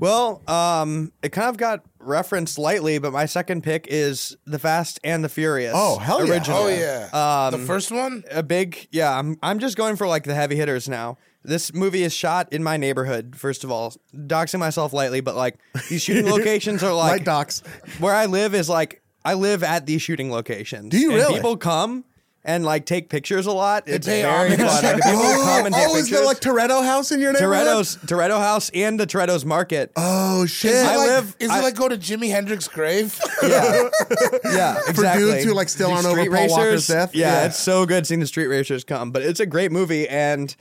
Speaker 3: Well, um, it kind of got referenced lightly, but my second pick is The Fast and the Furious.
Speaker 1: Oh hell yeah! Um,
Speaker 3: Original.
Speaker 2: oh yeah, the first one.
Speaker 3: a big yeah I'm, I'm just going for like the heavy hitters now this movie is shot in my neighborhood first of all doxing myself lightly but like these shooting locations are
Speaker 1: Light
Speaker 3: like
Speaker 1: docs.
Speaker 3: where i live is like i live at these shooting locations
Speaker 1: Do you
Speaker 3: And
Speaker 1: really?
Speaker 3: people come and like take pictures a lot it's
Speaker 2: pay
Speaker 3: very
Speaker 2: homage.
Speaker 3: fun people come and take
Speaker 1: Oh, is
Speaker 3: pictures
Speaker 1: there like Toretto House in your neighborhood?
Speaker 3: Toretto's Toretto House and the Toretto's Market.
Speaker 1: Oh
Speaker 2: Is
Speaker 1: shit!
Speaker 2: it
Speaker 3: I
Speaker 2: like,
Speaker 3: live-
Speaker 2: Is
Speaker 3: I-
Speaker 2: it like go to Jimi Hendrix's grave?
Speaker 3: yeah, yeah, exactly.
Speaker 1: dudes who, like, still
Speaker 3: These
Speaker 1: aren't over
Speaker 3: street
Speaker 1: Paul Walker's
Speaker 3: racers,
Speaker 1: death.
Speaker 3: Yeah,
Speaker 1: Yeah.
Speaker 3: it's so good seeing the street racers come, but it's a great movie, and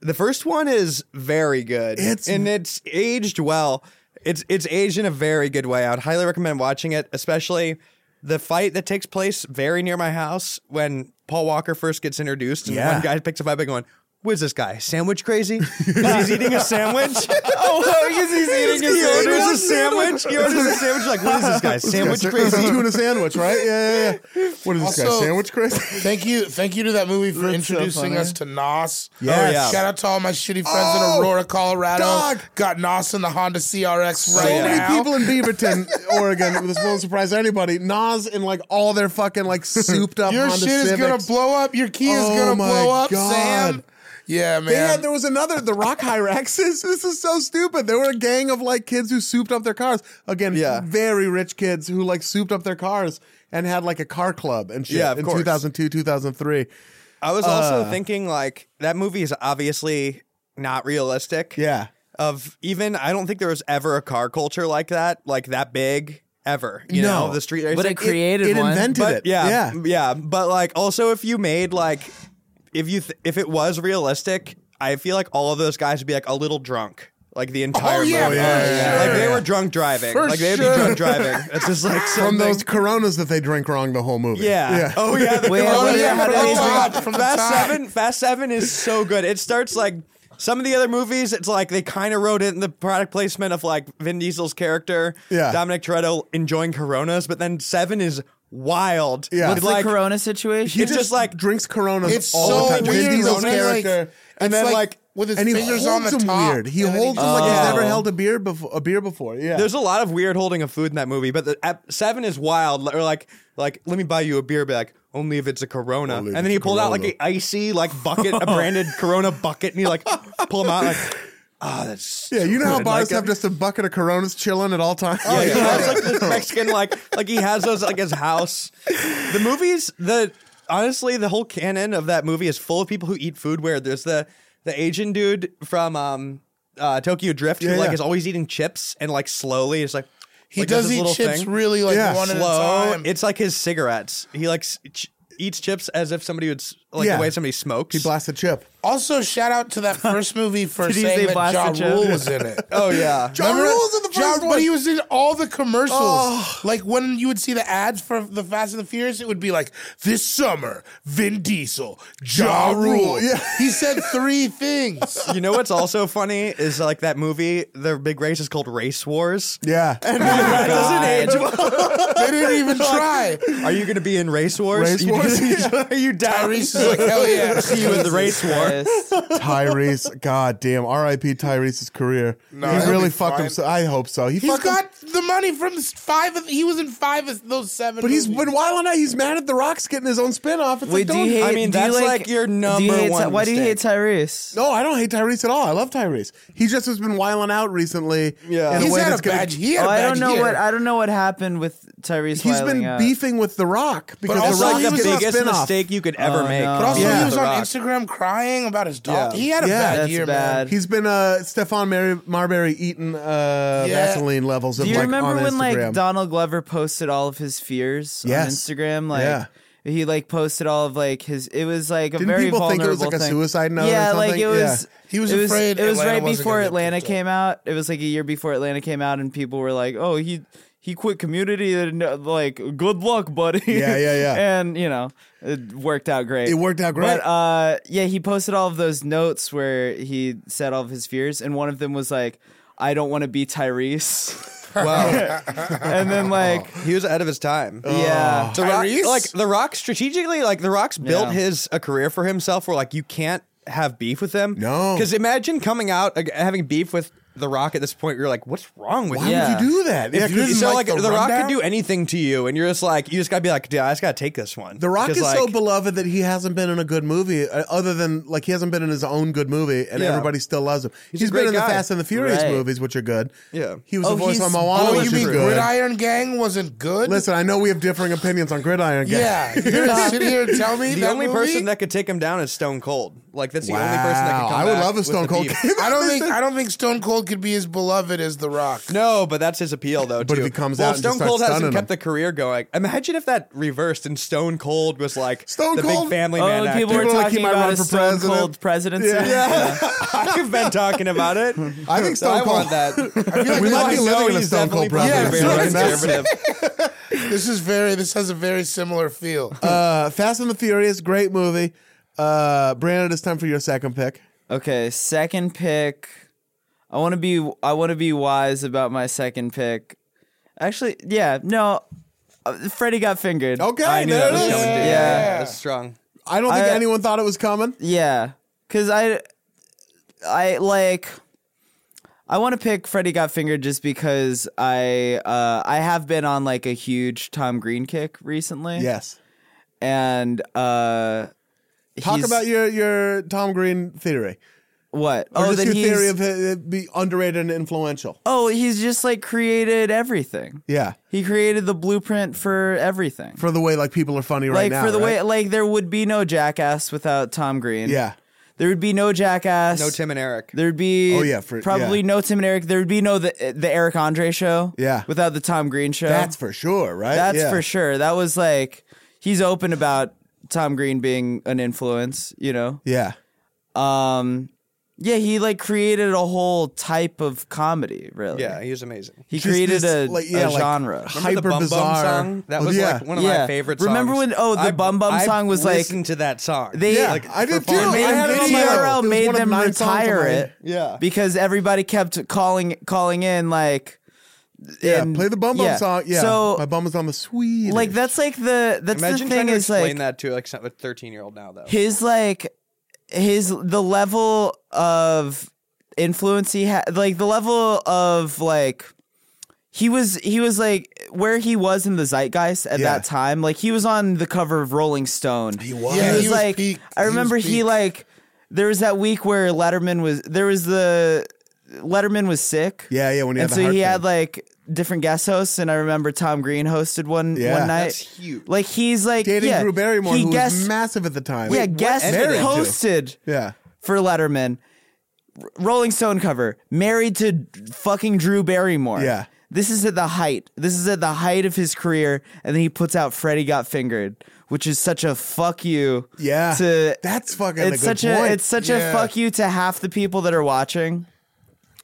Speaker 3: the first one is very good.
Speaker 1: It's-
Speaker 3: and it's aged well. It's it's aged in a very good way. I would highly recommend watching it, especially
Speaker 5: the fight that takes place very near my house when Paul Walker first gets introduced, and
Speaker 2: Yeah.
Speaker 5: one guy picks up my big one. Who is this guy? Sandwich crazy? He's eating a sandwich. oh, he's, eating
Speaker 2: a
Speaker 5: he orders a
Speaker 2: sandwich.
Speaker 5: sandwich. He orders a sandwich. Like, what is this guy? Sandwich
Speaker 1: It's a
Speaker 5: crazy.
Speaker 1: tuna sandwich, right? Yeah, yeah, yeah. What is this guy?
Speaker 2: Also-
Speaker 1: Sandwich crazy?
Speaker 2: Thank you, thank you to that movie for
Speaker 1: That's so
Speaker 2: introducing
Speaker 1: funny.
Speaker 2: us to Nos.
Speaker 5: Yes. yeah.
Speaker 2: Shout out to all my shitty friends
Speaker 1: Oh,
Speaker 2: in Aurora, Colorado.
Speaker 1: dog.
Speaker 2: Got Nos in the Honda CRX
Speaker 1: So
Speaker 2: right
Speaker 1: many
Speaker 2: now.
Speaker 1: people in Beaverton, Oregon. This won't surprise anybody. Nas and like all their fucking like souped up.
Speaker 2: Your
Speaker 1: Honda
Speaker 2: shit is gonna
Speaker 1: Civics.
Speaker 2: blow up. Your key is
Speaker 1: Oh
Speaker 2: gonna
Speaker 1: my
Speaker 2: blow up,
Speaker 1: God.
Speaker 2: Sam. Yeah, man.
Speaker 1: They had, there was another, the Rock Hyraxes. This is so stupid. There were a gang of like kids who souped up their cars. Again,
Speaker 5: Yeah.
Speaker 1: very rich kids who like souped up their cars and had like a car club and shit
Speaker 5: Yeah, of
Speaker 1: in
Speaker 5: course.
Speaker 1: 2002, 2003.
Speaker 5: I was also thinking, like, that movie is obviously not realistic.
Speaker 1: Yeah.
Speaker 5: Of even, I don't think there was ever a car culture like that, like that big, ever. You
Speaker 1: No.
Speaker 5: know, the street
Speaker 4: But
Speaker 5: racing.
Speaker 4: it created
Speaker 1: it
Speaker 4: one.
Speaker 1: invented
Speaker 5: but
Speaker 1: it.
Speaker 5: Yeah,
Speaker 1: Yeah.
Speaker 5: yeah, But like, also, if you made like, if you th- if it was realistic, I feel like all of those guys would be like a little drunk, like the entire
Speaker 2: Oh, yeah,
Speaker 5: movie.
Speaker 2: for sure.
Speaker 5: Like they were drunk driving.
Speaker 2: For
Speaker 5: like they'd
Speaker 2: sure.
Speaker 5: be drunk driving. It's just like
Speaker 1: From
Speaker 5: something.
Speaker 1: those coronas that they drink wrong the whole movie.
Speaker 5: yeah. Oh yeah. The
Speaker 4: Wait,
Speaker 5: Corona
Speaker 4: oh, yeah,
Speaker 5: from
Speaker 4: how
Speaker 5: the
Speaker 4: did they
Speaker 5: top.
Speaker 2: drink? From the
Speaker 5: Fast
Speaker 2: top.
Speaker 5: Seven. Fast Seven is so good. It starts like. Some of the other movies, it's like they kind of wrote it in the product placement of like Vin Diesel's character,
Speaker 1: Yeah.
Speaker 5: Dominic Toretto enjoying Coronas, but then Seven is wild.
Speaker 1: Yeah.
Speaker 5: With,
Speaker 1: What's
Speaker 4: the
Speaker 5: like,
Speaker 4: Corona situation.
Speaker 1: He
Speaker 5: It's just like-
Speaker 1: drinks coronas
Speaker 2: It's
Speaker 1: all
Speaker 2: so
Speaker 1: the time. Vin
Speaker 2: weird.
Speaker 1: Diesel's
Speaker 2: though, man. Like,
Speaker 1: character.
Speaker 2: and
Speaker 5: then, like,
Speaker 2: with his
Speaker 1: and he holds
Speaker 2: fingers on the
Speaker 1: him
Speaker 2: top.
Speaker 1: weird. He
Speaker 2: and then
Speaker 1: holds him like he's
Speaker 4: Oh.
Speaker 1: never held a beer before. A beer before. Yeah.
Speaker 5: There's a lot of weird holding of food in that movie, but the ep- seven is wild. Or like, like, let me buy you a beer bag. Only if it's a Corona.
Speaker 1: Only if
Speaker 5: and then
Speaker 1: it's
Speaker 5: he
Speaker 1: a
Speaker 5: pulled out like
Speaker 1: Corona.
Speaker 5: a icy like bucket, a branded Corona bucket, and he like pull him out like, ah, that's
Speaker 1: yeah. You know how
Speaker 5: good."
Speaker 1: bars
Speaker 5: Like, uh, Oh,
Speaker 1: have just a bucket of coronas chilling at all times?
Speaker 5: yeah, he has, like this Mexican like like he has those at, like his house. The movies the honestly the whole canon of that movie is full of people who eat food. Where there's the the Asian dude from um uh Tokyo Drift
Speaker 1: Yeah,
Speaker 5: who like
Speaker 1: yeah.
Speaker 5: is always eating chips and like slowly it's like
Speaker 2: He
Speaker 5: like,
Speaker 2: does
Speaker 5: this
Speaker 2: eat
Speaker 5: little
Speaker 2: chips
Speaker 5: thing.
Speaker 2: really like
Speaker 1: Yeah,
Speaker 2: one at a
Speaker 5: slow.
Speaker 2: time.
Speaker 5: It's like his cigarettes. He like s- ch- eats chips as if somebody would s- like
Speaker 1: Yeah.
Speaker 5: the way somebody smokes.
Speaker 1: He blasts a chip.
Speaker 2: also, shout out to that first movie for
Speaker 4: Did he
Speaker 2: saying
Speaker 4: say
Speaker 2: that Ja
Speaker 4: Blasted Joe?
Speaker 2: Rule was in it.
Speaker 5: oh yeah.
Speaker 1: Ja
Speaker 2: Remember
Speaker 1: Rule's in the
Speaker 2: Ja
Speaker 1: first
Speaker 2: Rule,
Speaker 1: one.
Speaker 2: But he was in all the commercials.
Speaker 1: Oh.
Speaker 2: Like when you would see the ads for the Fast and the Furious, it would be like, this summer, Vin Diesel, Ja,
Speaker 1: Ja Rule."
Speaker 2: Rule.
Speaker 1: Yeah.
Speaker 2: He said three things.
Speaker 5: you know what's also funny is like that movie. The big race is called Race Wars.
Speaker 1: Yeah.
Speaker 5: That doesn't age well.
Speaker 2: They didn't even try.
Speaker 5: Are you going to be in Race Wars?
Speaker 1: Race
Speaker 5: You-
Speaker 1: Wars?
Speaker 5: Are you down?
Speaker 2: Reese is like, hell yeah. See you in
Speaker 5: with the race war.
Speaker 4: Yes.
Speaker 1: Tyrese, god damn, R.I.P. Tyrese's career. he
Speaker 2: he'll
Speaker 1: really
Speaker 2: be
Speaker 1: fucked
Speaker 2: fine.
Speaker 1: himself. I hope so. He
Speaker 2: He's
Speaker 1: fucked him-
Speaker 2: got the money from s- five. Of, he was in five of those seven.
Speaker 1: but he's
Speaker 2: movies.
Speaker 1: been wilding out. He's mad at The Rock's getting his own spin off. It's
Speaker 4: Wait,
Speaker 1: like,
Speaker 4: do you
Speaker 1: don't-
Speaker 4: hate?
Speaker 5: I mean,
Speaker 4: do you
Speaker 5: that's like your
Speaker 4: do you
Speaker 5: number
Speaker 4: hate
Speaker 5: one
Speaker 4: Ty- Why do you hate
Speaker 5: mistake.
Speaker 4: Tyrese?
Speaker 1: no, I don't hate Tyrese at all. I love Tyrese. He just has been wilding out recently.
Speaker 5: Yeah.
Speaker 1: in
Speaker 2: He's
Speaker 1: a way
Speaker 2: had
Speaker 1: that's
Speaker 2: a bad.
Speaker 1: Gonna,
Speaker 2: He had
Speaker 4: Oh,
Speaker 2: a
Speaker 4: I
Speaker 2: bad
Speaker 4: don't know
Speaker 2: year.
Speaker 4: what I don't know what happened with Tyrese. uh,
Speaker 1: he's been
Speaker 4: wiling out.
Speaker 1: beefing with The Rock because
Speaker 2: But also
Speaker 1: The Rock
Speaker 2: he
Speaker 5: Like the
Speaker 2: was
Speaker 1: getting
Speaker 2: on
Speaker 5: biggest
Speaker 1: spin-off.
Speaker 5: mistake you could ever
Speaker 4: Oh,
Speaker 5: make.
Speaker 4: no.
Speaker 2: But also,
Speaker 1: Uh, Yeah.
Speaker 2: he was
Speaker 5: The
Speaker 2: on
Speaker 5: Rock.
Speaker 2: Instagram crying about his dog.
Speaker 5: Yeah.
Speaker 2: He had a
Speaker 1: Yeah.
Speaker 2: bad
Speaker 4: That's
Speaker 2: year,
Speaker 4: bad.
Speaker 2: man.
Speaker 1: He's been uh, Stefan Mar- Marbury eating uh,
Speaker 2: Yeah.
Speaker 1: Vaseline levels of
Speaker 4: Do you
Speaker 1: like
Speaker 4: remember
Speaker 1: on
Speaker 4: when
Speaker 1: Instagram.
Speaker 4: like Donald Glover posted all of his fears
Speaker 1: Yes.
Speaker 4: on Instagram? Like
Speaker 1: Yeah.
Speaker 4: he like posted all of like his. It was like a
Speaker 1: Didn't
Speaker 4: very
Speaker 1: people think it was,
Speaker 4: vulnerable
Speaker 1: like, a
Speaker 4: thing.
Speaker 1: suicide note or
Speaker 4: Yeah, like
Speaker 1: something?
Speaker 4: it
Speaker 1: Yeah.
Speaker 4: was.
Speaker 2: He was
Speaker 4: it
Speaker 2: afraid
Speaker 4: It was
Speaker 2: Atlanta
Speaker 4: right
Speaker 2: wasn't
Speaker 4: before
Speaker 2: gonna get
Speaker 4: Atlanta
Speaker 2: picked up.
Speaker 4: came out. It was like a year before Atlanta came out, and people were like, "Oh, he." He quit community and uh, like good luck, buddy.
Speaker 1: Yeah, yeah, yeah.
Speaker 4: and you know, it worked out great.
Speaker 1: It worked out great.
Speaker 4: But uh, yeah, he posted all of those notes where he said all of his fears, and one of them was like, "I don't want to be Tyrese."
Speaker 5: Wow.
Speaker 4: and then like
Speaker 1: Oh.
Speaker 5: he was ahead of his time.
Speaker 4: yeah
Speaker 5: The Rock,
Speaker 2: Tyrese?
Speaker 5: like the Rock, strategically, like the Rock's built
Speaker 4: Yeah.
Speaker 5: his a career for himself where like you can't have beef with him.
Speaker 1: No.
Speaker 5: because imagine coming out like, having beef with the Rock at this point. You're like, what's wrong with
Speaker 1: Why
Speaker 5: you?
Speaker 4: Yeah.
Speaker 1: would you do that?
Speaker 5: If
Speaker 1: If
Speaker 5: you-
Speaker 1: you're-
Speaker 2: didn't
Speaker 5: so
Speaker 2: like
Speaker 5: like,
Speaker 2: the
Speaker 5: the Rock
Speaker 2: rundown?
Speaker 5: could do anything to you, and you're just like, you just gotta be like, dude, I just gotta take this one.
Speaker 1: The Rock is
Speaker 5: 'Cause,
Speaker 1: so
Speaker 5: like,
Speaker 1: beloved that he hasn't been in a good movie uh, other than like he hasn't been in his own good movie, and
Speaker 5: Yeah.
Speaker 1: everybody still loves him. he's
Speaker 5: a
Speaker 1: been
Speaker 5: great
Speaker 1: in the
Speaker 5: guy.
Speaker 1: Fast and the Furious
Speaker 4: Right.
Speaker 1: movies, which are good.
Speaker 5: Yeah.
Speaker 1: he was a
Speaker 4: Oh,
Speaker 1: voice
Speaker 4: he's-
Speaker 1: on Moana,
Speaker 2: Oh,
Speaker 1: which
Speaker 2: you
Speaker 1: is
Speaker 2: mean
Speaker 1: good.
Speaker 2: Gridiron Gang wasn't good?
Speaker 1: Listen, I know we have differing opinions on Gridiron. Gang.
Speaker 2: yeah, you're gonna sit here and tell me
Speaker 5: the
Speaker 2: that
Speaker 5: only
Speaker 2: movie?
Speaker 5: person that could take him down is Stone Cold. Like that's the only person that
Speaker 1: Wow.
Speaker 5: can come
Speaker 1: I would
Speaker 5: back
Speaker 1: love a
Speaker 5: with
Speaker 1: Stone
Speaker 5: the
Speaker 1: Cold
Speaker 5: theme.
Speaker 1: came
Speaker 2: I don't think I don't think Stone Cold could be as beloved as The Rock.
Speaker 5: No, but that's his appeal, though.
Speaker 1: But if
Speaker 5: too.
Speaker 1: he comes
Speaker 5: well,
Speaker 1: out and
Speaker 5: Stone
Speaker 1: just starts
Speaker 5: Cold hasn't
Speaker 1: stunning
Speaker 5: kept
Speaker 1: them.
Speaker 5: the career going. Imagine if that reversed and Stone Cold was like
Speaker 1: Stone
Speaker 5: the
Speaker 1: Cold?
Speaker 5: big family
Speaker 4: Oh,
Speaker 5: man.
Speaker 4: people,
Speaker 5: actor.
Speaker 4: were
Speaker 1: People like he
Speaker 4: talking
Speaker 1: might
Speaker 4: about
Speaker 1: run
Speaker 4: a
Speaker 1: for
Speaker 4: Stone
Speaker 1: president.
Speaker 4: Cold presidency.
Speaker 5: Yeah. I've been talking about it.
Speaker 1: I think
Speaker 5: So I
Speaker 1: Stone Cold.
Speaker 5: want that.
Speaker 1: I feel like we might be
Speaker 5: know
Speaker 1: living in a
Speaker 5: he's
Speaker 1: Stone Cold
Speaker 5: definitely
Speaker 1: brother.
Speaker 2: probably
Speaker 1: era
Speaker 2: very
Speaker 1: right now.
Speaker 5: conservative.
Speaker 2: This is very this has a very similar feel.
Speaker 1: Uh, Fast and the Furious, great movie. Uh, Brandon, it's time for your second pick.
Speaker 4: Okay, second pick. I want to be I want to be wise about my second pick. Actually, yeah, no. uh, Freddie got fingered.
Speaker 1: Okay,
Speaker 5: I knew
Speaker 1: there
Speaker 5: that was
Speaker 1: it is.
Speaker 5: coming. dude.
Speaker 4: Yeah.
Speaker 5: that's strong.
Speaker 1: I don't think
Speaker 4: I-
Speaker 1: anyone thought it was coming.
Speaker 4: Yeah, cuz I I like I want to pick Freddie got fingered just because I uh I have been on like a huge Tom Green kick recently.
Speaker 1: Yes.
Speaker 4: And uh
Speaker 1: Talk
Speaker 4: he's-
Speaker 1: about your your Tom Green theory.
Speaker 4: what? Oh,
Speaker 1: Or just
Speaker 4: that
Speaker 1: your
Speaker 4: he's
Speaker 1: theory of it be underrated and influential.
Speaker 4: Oh, he's just like created everything.
Speaker 1: Yeah.
Speaker 4: He created the blueprint for everything.
Speaker 1: For the way like people are funny right
Speaker 4: like
Speaker 1: now.
Speaker 4: for the
Speaker 1: right?
Speaker 4: way like there would be no jackass without Tom Green.
Speaker 1: Yeah.
Speaker 4: There would be no jackass.
Speaker 5: No Tim and Eric.
Speaker 4: There'd be
Speaker 1: Oh, yeah, for-
Speaker 4: probably
Speaker 1: yeah.
Speaker 4: no Tim and Eric. There would be no the the Eric Andre show.
Speaker 1: Yeah.
Speaker 4: Without the Tom Green show.
Speaker 1: That's for sure, right?
Speaker 4: That's
Speaker 1: Yeah.
Speaker 4: for sure. That was like he's open about Tom Green being an influence, you know.
Speaker 1: Yeah.
Speaker 4: Um yeah, he like created a whole type of comedy, really.
Speaker 5: Yeah, he was amazing.
Speaker 4: He
Speaker 1: Just
Speaker 4: created
Speaker 1: this,
Speaker 4: a,
Speaker 1: like, yeah,
Speaker 4: a
Speaker 1: like,
Speaker 4: genre.
Speaker 5: Remember
Speaker 1: Hyper
Speaker 5: the Bum
Speaker 1: bizarre.
Speaker 5: Bum song? That
Speaker 1: Well,
Speaker 5: was
Speaker 1: yeah.
Speaker 5: like one of
Speaker 4: Yeah.
Speaker 5: my favorite songs.
Speaker 4: Remember when- oh, the
Speaker 5: I-
Speaker 4: Bum Bum
Speaker 5: I
Speaker 4: song was, like-
Speaker 5: listened to that song.
Speaker 4: They
Speaker 1: Yeah,
Speaker 4: like,
Speaker 1: I did too.
Speaker 5: performed-
Speaker 1: I
Speaker 5: Made
Speaker 1: had
Speaker 5: him
Speaker 1: it on
Speaker 5: video.
Speaker 1: my
Speaker 4: TRL
Speaker 1: It was
Speaker 4: made
Speaker 1: one of
Speaker 4: them
Speaker 1: nine songs on my-
Speaker 4: retire it.
Speaker 5: Yeah.
Speaker 4: Because everybody kept calling calling in like
Speaker 1: Yeah,
Speaker 4: and-
Speaker 1: play the bum bum
Speaker 4: yeah.
Speaker 1: song. Yeah,
Speaker 4: So
Speaker 1: my bum is on the sweet.
Speaker 4: like that's like the that's
Speaker 5: Imagine
Speaker 4: the thing
Speaker 5: trying to
Speaker 4: is like
Speaker 5: explain that to like some- a thirteen-year-old now, though.
Speaker 4: his like his the level of influence he had like the level of like he was he was like where he was in the zeitgeist at
Speaker 1: Yeah.
Speaker 4: that time like he was on the cover of Rolling Stone he
Speaker 1: was.
Speaker 2: Yeah,
Speaker 4: he was,
Speaker 2: he was
Speaker 4: like
Speaker 2: peak.
Speaker 4: I
Speaker 2: He was
Speaker 4: remember he
Speaker 2: peak.
Speaker 4: like there was that week where Letterman was there was the Letterman was sick
Speaker 1: Yeah, yeah, when he had
Speaker 4: and
Speaker 1: the
Speaker 4: so
Speaker 1: heart
Speaker 4: he had
Speaker 1: thing.
Speaker 4: like different guest hosts and I remember Tom Green hosted one
Speaker 1: Yeah.
Speaker 4: one night
Speaker 5: That's huge.
Speaker 4: like he's like
Speaker 1: dating
Speaker 4: yeah,
Speaker 1: Drew Barrymore,
Speaker 4: he
Speaker 1: who
Speaker 4: guest
Speaker 1: was massive at the time.
Speaker 4: yeah, guest
Speaker 1: ended it?
Speaker 4: hosted
Speaker 1: yeah.
Speaker 4: for Letterman. R- Rolling Stone cover, married to fucking Drew Barrymore.
Speaker 1: Yeah.
Speaker 4: This is at the height. This is at the height of his career, and then he puts out Freddie Got Fingered, which is such a fuck you.
Speaker 1: Yeah.
Speaker 4: To
Speaker 1: That's fucking a
Speaker 4: it's
Speaker 1: good
Speaker 4: such
Speaker 1: point.
Speaker 4: a it's such
Speaker 2: Yeah.
Speaker 4: a fuck you to half the people that are watching.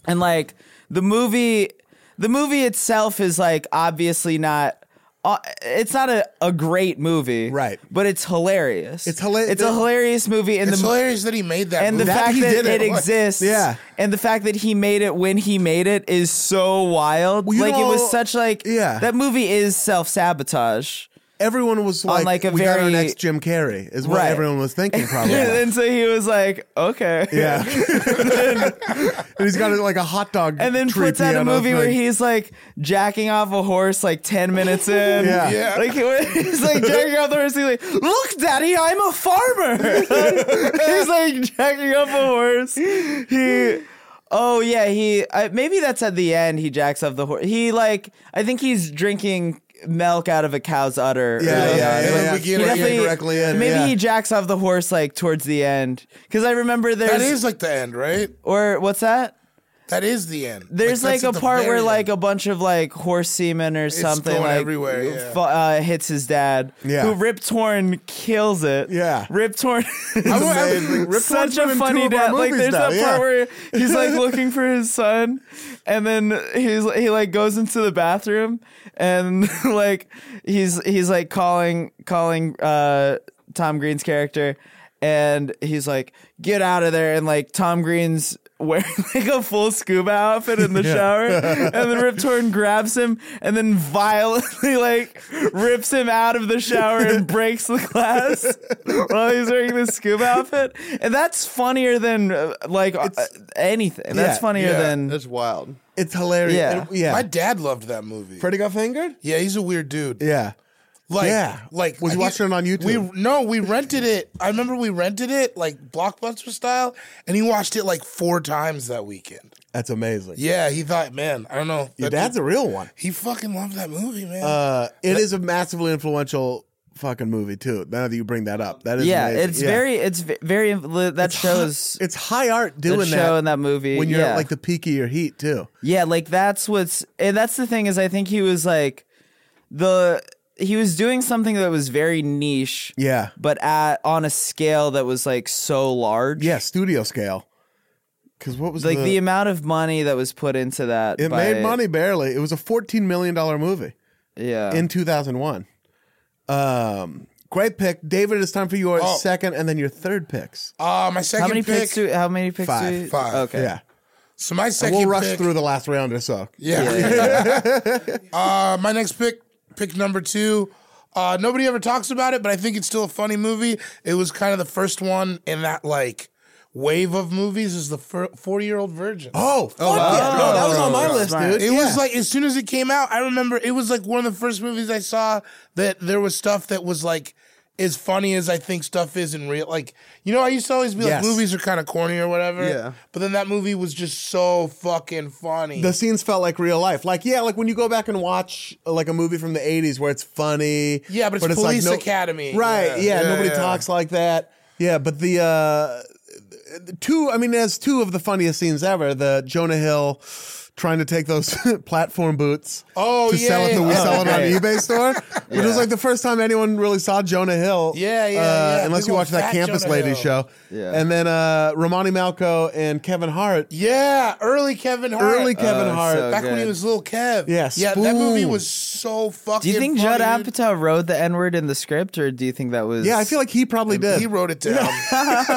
Speaker 4: And like the movie the movie itself is like obviously not uh, it's not a, a great movie.
Speaker 1: Right.
Speaker 4: But it's hilarious.
Speaker 1: It's hila-
Speaker 4: It's a hilarious movie and
Speaker 2: It's
Speaker 4: the
Speaker 2: hilarious that he made that.
Speaker 4: and the
Speaker 2: movie.
Speaker 4: fact
Speaker 1: he
Speaker 4: that
Speaker 1: did
Speaker 4: it,
Speaker 1: it.
Speaker 4: exists
Speaker 1: Yeah.
Speaker 4: and the fact that he made it when he made it is so wild
Speaker 1: Well, you
Speaker 4: like it
Speaker 1: know-
Speaker 4: was such like
Speaker 1: Yeah.
Speaker 4: that movie is self-sabotage
Speaker 1: Everyone was like,
Speaker 4: like, a
Speaker 1: we got our
Speaker 4: very-
Speaker 1: next Jim Carrey, is what
Speaker 4: Right.
Speaker 1: everyone was thinking probably.
Speaker 4: and so he was like okay
Speaker 1: yeah. and he's got like a hot dog
Speaker 4: and then
Speaker 1: tree
Speaker 4: puts out a
Speaker 1: piano
Speaker 4: movie where
Speaker 1: thing.
Speaker 4: he's like jacking off a horse like 10 minutes in
Speaker 1: Yeah.
Speaker 2: Yeah.
Speaker 4: like he- he's like jacking off the horse he's like look daddy i'm a farmer he's like jacking off a horse he oh yeah he I, maybe that's at the end he jacks off the horse he like i think he's drinking milk out of a cow's udder or
Speaker 1: Yeah, yeah,
Speaker 4: something.
Speaker 1: yeah.
Speaker 2: In the
Speaker 1: yeah.
Speaker 2: beginning,
Speaker 1: He
Speaker 4: Definitely-
Speaker 1: directly in.
Speaker 4: maybe
Speaker 1: yeah.
Speaker 4: he jacks off the horse like towards the end because i remember there's
Speaker 2: that is like the end, right?
Speaker 4: or what's that
Speaker 2: That is the end.
Speaker 4: there's like,
Speaker 2: that's at
Speaker 4: a
Speaker 2: the
Speaker 4: part where
Speaker 2: very
Speaker 4: like
Speaker 2: end.
Speaker 4: a bunch of like horse semen or something
Speaker 2: going
Speaker 4: like
Speaker 2: everywhere, yeah.
Speaker 4: fu- uh, hits his dad.
Speaker 1: Yeah.
Speaker 4: Who Rip Torn kills it.
Speaker 1: Yeah.
Speaker 4: Rip Torn.
Speaker 1: I would- I would- Rip
Speaker 4: such
Speaker 1: Torn's been
Speaker 4: a
Speaker 1: in two
Speaker 4: funny
Speaker 1: of our
Speaker 4: dad. Like
Speaker 1: movies
Speaker 4: there's
Speaker 1: now,
Speaker 4: that
Speaker 1: yeah.
Speaker 4: part where he's like looking for his son, and then he's he like goes into the bathroom and like he's he's like calling calling uh, Tom Green's character, and he's like get out of there, and like Tom Green's wearing like a full scuba outfit in the shower, and then Rip Torn grabs him and then violently like rips him out of the shower and breaks the glass while he's wearing the scuba outfit, and that's funnier than uh, like uh, anything. That's
Speaker 1: yeah,
Speaker 4: funnier
Speaker 2: yeah,
Speaker 4: than
Speaker 5: That's wild.
Speaker 1: It's hilarious.
Speaker 4: Yeah.
Speaker 1: It- yeah.
Speaker 2: My dad loved that movie.
Speaker 1: Freddie got fingered?
Speaker 2: yeah, he's a weird dude.
Speaker 1: Yeah.
Speaker 2: Like,
Speaker 1: Yeah.
Speaker 2: like
Speaker 1: Was you
Speaker 2: I
Speaker 1: watching it
Speaker 2: think
Speaker 1: on YouTube?
Speaker 2: We no, we rented it. I remember we rented it like blockbuster style, and he watched it like four times that weekend.
Speaker 1: That's amazing.
Speaker 2: Yeah, he thought, man, I don't know.
Speaker 1: Your
Speaker 2: that
Speaker 1: dad's
Speaker 2: dude-
Speaker 1: a real one.
Speaker 2: he fucking loved that movie, man.
Speaker 1: Uh, it is a massively influential fucking movie too. Now that you bring that up, that is
Speaker 4: yeah,
Speaker 1: amazing.
Speaker 4: it's very, it's v- very li- that shows
Speaker 1: it's high art doing
Speaker 4: that show
Speaker 1: that
Speaker 4: in that movie
Speaker 1: when you're
Speaker 4: yeah.
Speaker 1: at like the peak of your heat too.
Speaker 4: Yeah, like that's what's and that's the thing is I think he was like the he was doing something that was very niche.
Speaker 1: Yeah.
Speaker 4: But at on a scale that was like so large.
Speaker 1: Yeah, studio scale. Because what was
Speaker 4: Like the,
Speaker 1: the
Speaker 4: amount of money that was put into that.
Speaker 1: It
Speaker 4: by-
Speaker 1: made money barely. It was a fourteen million dollar movie
Speaker 4: Yeah.
Speaker 1: in two thousand one. Um, great pick, David. It's time for your
Speaker 2: Oh.
Speaker 1: second and then your third picks.
Speaker 2: Uh, my second
Speaker 4: how many
Speaker 2: pick.
Speaker 4: picks do how many picks
Speaker 1: Five.
Speaker 4: do you,
Speaker 2: Five.
Speaker 4: Okay.
Speaker 1: Yeah,
Speaker 2: so my
Speaker 1: and
Speaker 2: second.
Speaker 1: we'll rush
Speaker 2: pick-
Speaker 1: through the last round or so.
Speaker 2: Yeah. uh, my next pick, pick number two. Uh, nobody ever talks about it, but I think it's still a funny movie. It was kind of the first one in that like wave of movies. Is the forty year old virgin?
Speaker 1: Oh, oh, yeah. No, that was on
Speaker 4: Oh,
Speaker 1: my list, dude.
Speaker 2: It
Speaker 1: Yeah.
Speaker 2: was like as soon as it came out, I remember it was like one of the first movies I saw that there was stuff that was like as funny as I think stuff is in real. Like you know, I used to always be
Speaker 1: Yes.
Speaker 2: like movies are kind of corny or whatever.
Speaker 5: Yeah.
Speaker 2: But then that movie was just so fucking funny.
Speaker 1: the scenes felt like real life. Like yeah, like when you go back and watch uh, like a movie from the '80s where it's funny.
Speaker 2: Yeah, but it's Police Academy.
Speaker 1: Right? Yeah,
Speaker 2: Yeah. Yeah,
Speaker 1: nobody
Speaker 2: yeah.
Speaker 1: talks like that. Yeah, but the uh, two. I mean, there's two of the funniest scenes ever. The Jonah Hill trying to take those platform boots.
Speaker 2: Oh,
Speaker 1: to
Speaker 2: yeah,
Speaker 1: sell it.
Speaker 2: yeah,
Speaker 1: the we
Speaker 2: yeah.
Speaker 1: sell it on
Speaker 4: Okay.
Speaker 1: eBay store, which was like the first time anyone really saw Jonah Hill.
Speaker 2: Yeah, yeah,
Speaker 1: uh,
Speaker 2: yeah.
Speaker 1: Unless
Speaker 2: Big
Speaker 1: you
Speaker 2: old
Speaker 1: watch that
Speaker 2: fat
Speaker 1: Campus
Speaker 2: Jonah
Speaker 1: Lady
Speaker 2: Hill.
Speaker 1: show.
Speaker 4: Yeah.
Speaker 1: And then uh, Romani Malco and Kevin Hart.
Speaker 2: yeah, early Kevin Hart.
Speaker 1: Early Kevin
Speaker 4: Oh,
Speaker 1: Hart.
Speaker 4: so
Speaker 2: back when he
Speaker 4: good.
Speaker 2: was little Kev.
Speaker 1: Yeah,
Speaker 2: yeah, that movie
Speaker 1: Spoon.
Speaker 2: was so fucking.
Speaker 4: Do you think
Speaker 2: funny,
Speaker 4: Judd
Speaker 2: dude.
Speaker 4: Apatow wrote the N word in the script, or do you think that was?
Speaker 1: Yeah, I feel like he probably did.
Speaker 2: He wrote it down.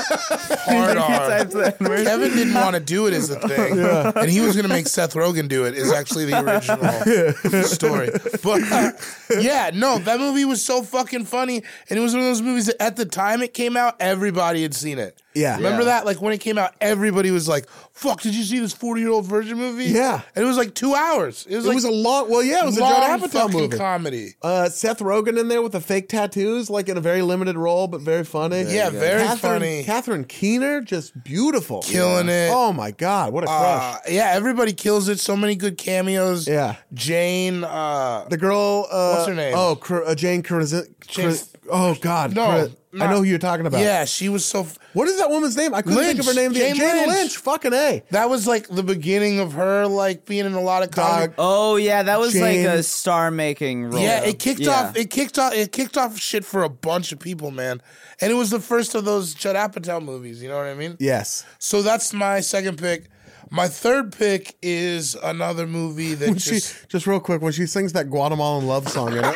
Speaker 2: Hard R.
Speaker 4: Types the N-word.
Speaker 2: Kevin didn't want to do it as a thing, and he was going to make Seth Rogen do it. Is actually the original story, but uh, yeah, no, that movie was so fucking funny, and it was one of those movies that at the time it came out, everybody had seen it.
Speaker 1: Yeah.
Speaker 2: remember that? Like when it came out, everybody was like, "Fuck, did you see this forty-year-old virgin movie?"
Speaker 1: Yeah.
Speaker 2: and it was like two hours. It was
Speaker 1: It
Speaker 2: like
Speaker 1: was a long. Well, yeah, it was a
Speaker 2: long
Speaker 1: John Apatow
Speaker 2: fucking
Speaker 1: movie.
Speaker 2: comedy.
Speaker 1: uh, Seth Rogen in there with the fake tattoos, like in a very limited role, but very funny.
Speaker 2: Yeah, you go. very
Speaker 1: Catherine,
Speaker 2: funny.
Speaker 1: Catherine Keener, just beautiful,
Speaker 2: Killing it.
Speaker 1: Oh my god, what a crush!
Speaker 2: Uh, yeah, everybody kills it. So many good cameos.
Speaker 1: Yeah.
Speaker 2: Jane. Uh,
Speaker 1: The girl, uh,
Speaker 2: what's her name?
Speaker 1: Oh, Cr- uh, Jane Krasin.
Speaker 2: Jane-
Speaker 1: Kras- oh God,
Speaker 2: No,
Speaker 1: Kra- I
Speaker 2: not-
Speaker 1: know who you're talking about.
Speaker 2: yeah, she was so. F-
Speaker 1: What is that woman's name? I couldn't think of her name.
Speaker 2: Lynch.
Speaker 1: the-
Speaker 2: Jane
Speaker 1: Jane Lynch.
Speaker 2: Lynch.
Speaker 1: Fucking a.
Speaker 2: that was like the beginning of her like being in a lot of comedy.
Speaker 4: Oh yeah, that was like a
Speaker 1: James-
Speaker 4: star-making role.
Speaker 2: Yeah, it kicked
Speaker 4: Yeah.
Speaker 2: off. It kicked off. It kicked off shit for a bunch of people, man. And it was the first of those Judd Apatow movies. You know what I mean?
Speaker 1: Yes,
Speaker 2: So that's my second pick. My third pick is another movie that
Speaker 1: she
Speaker 2: just
Speaker 1: just real quick when she sings that Guatemalan love song in it.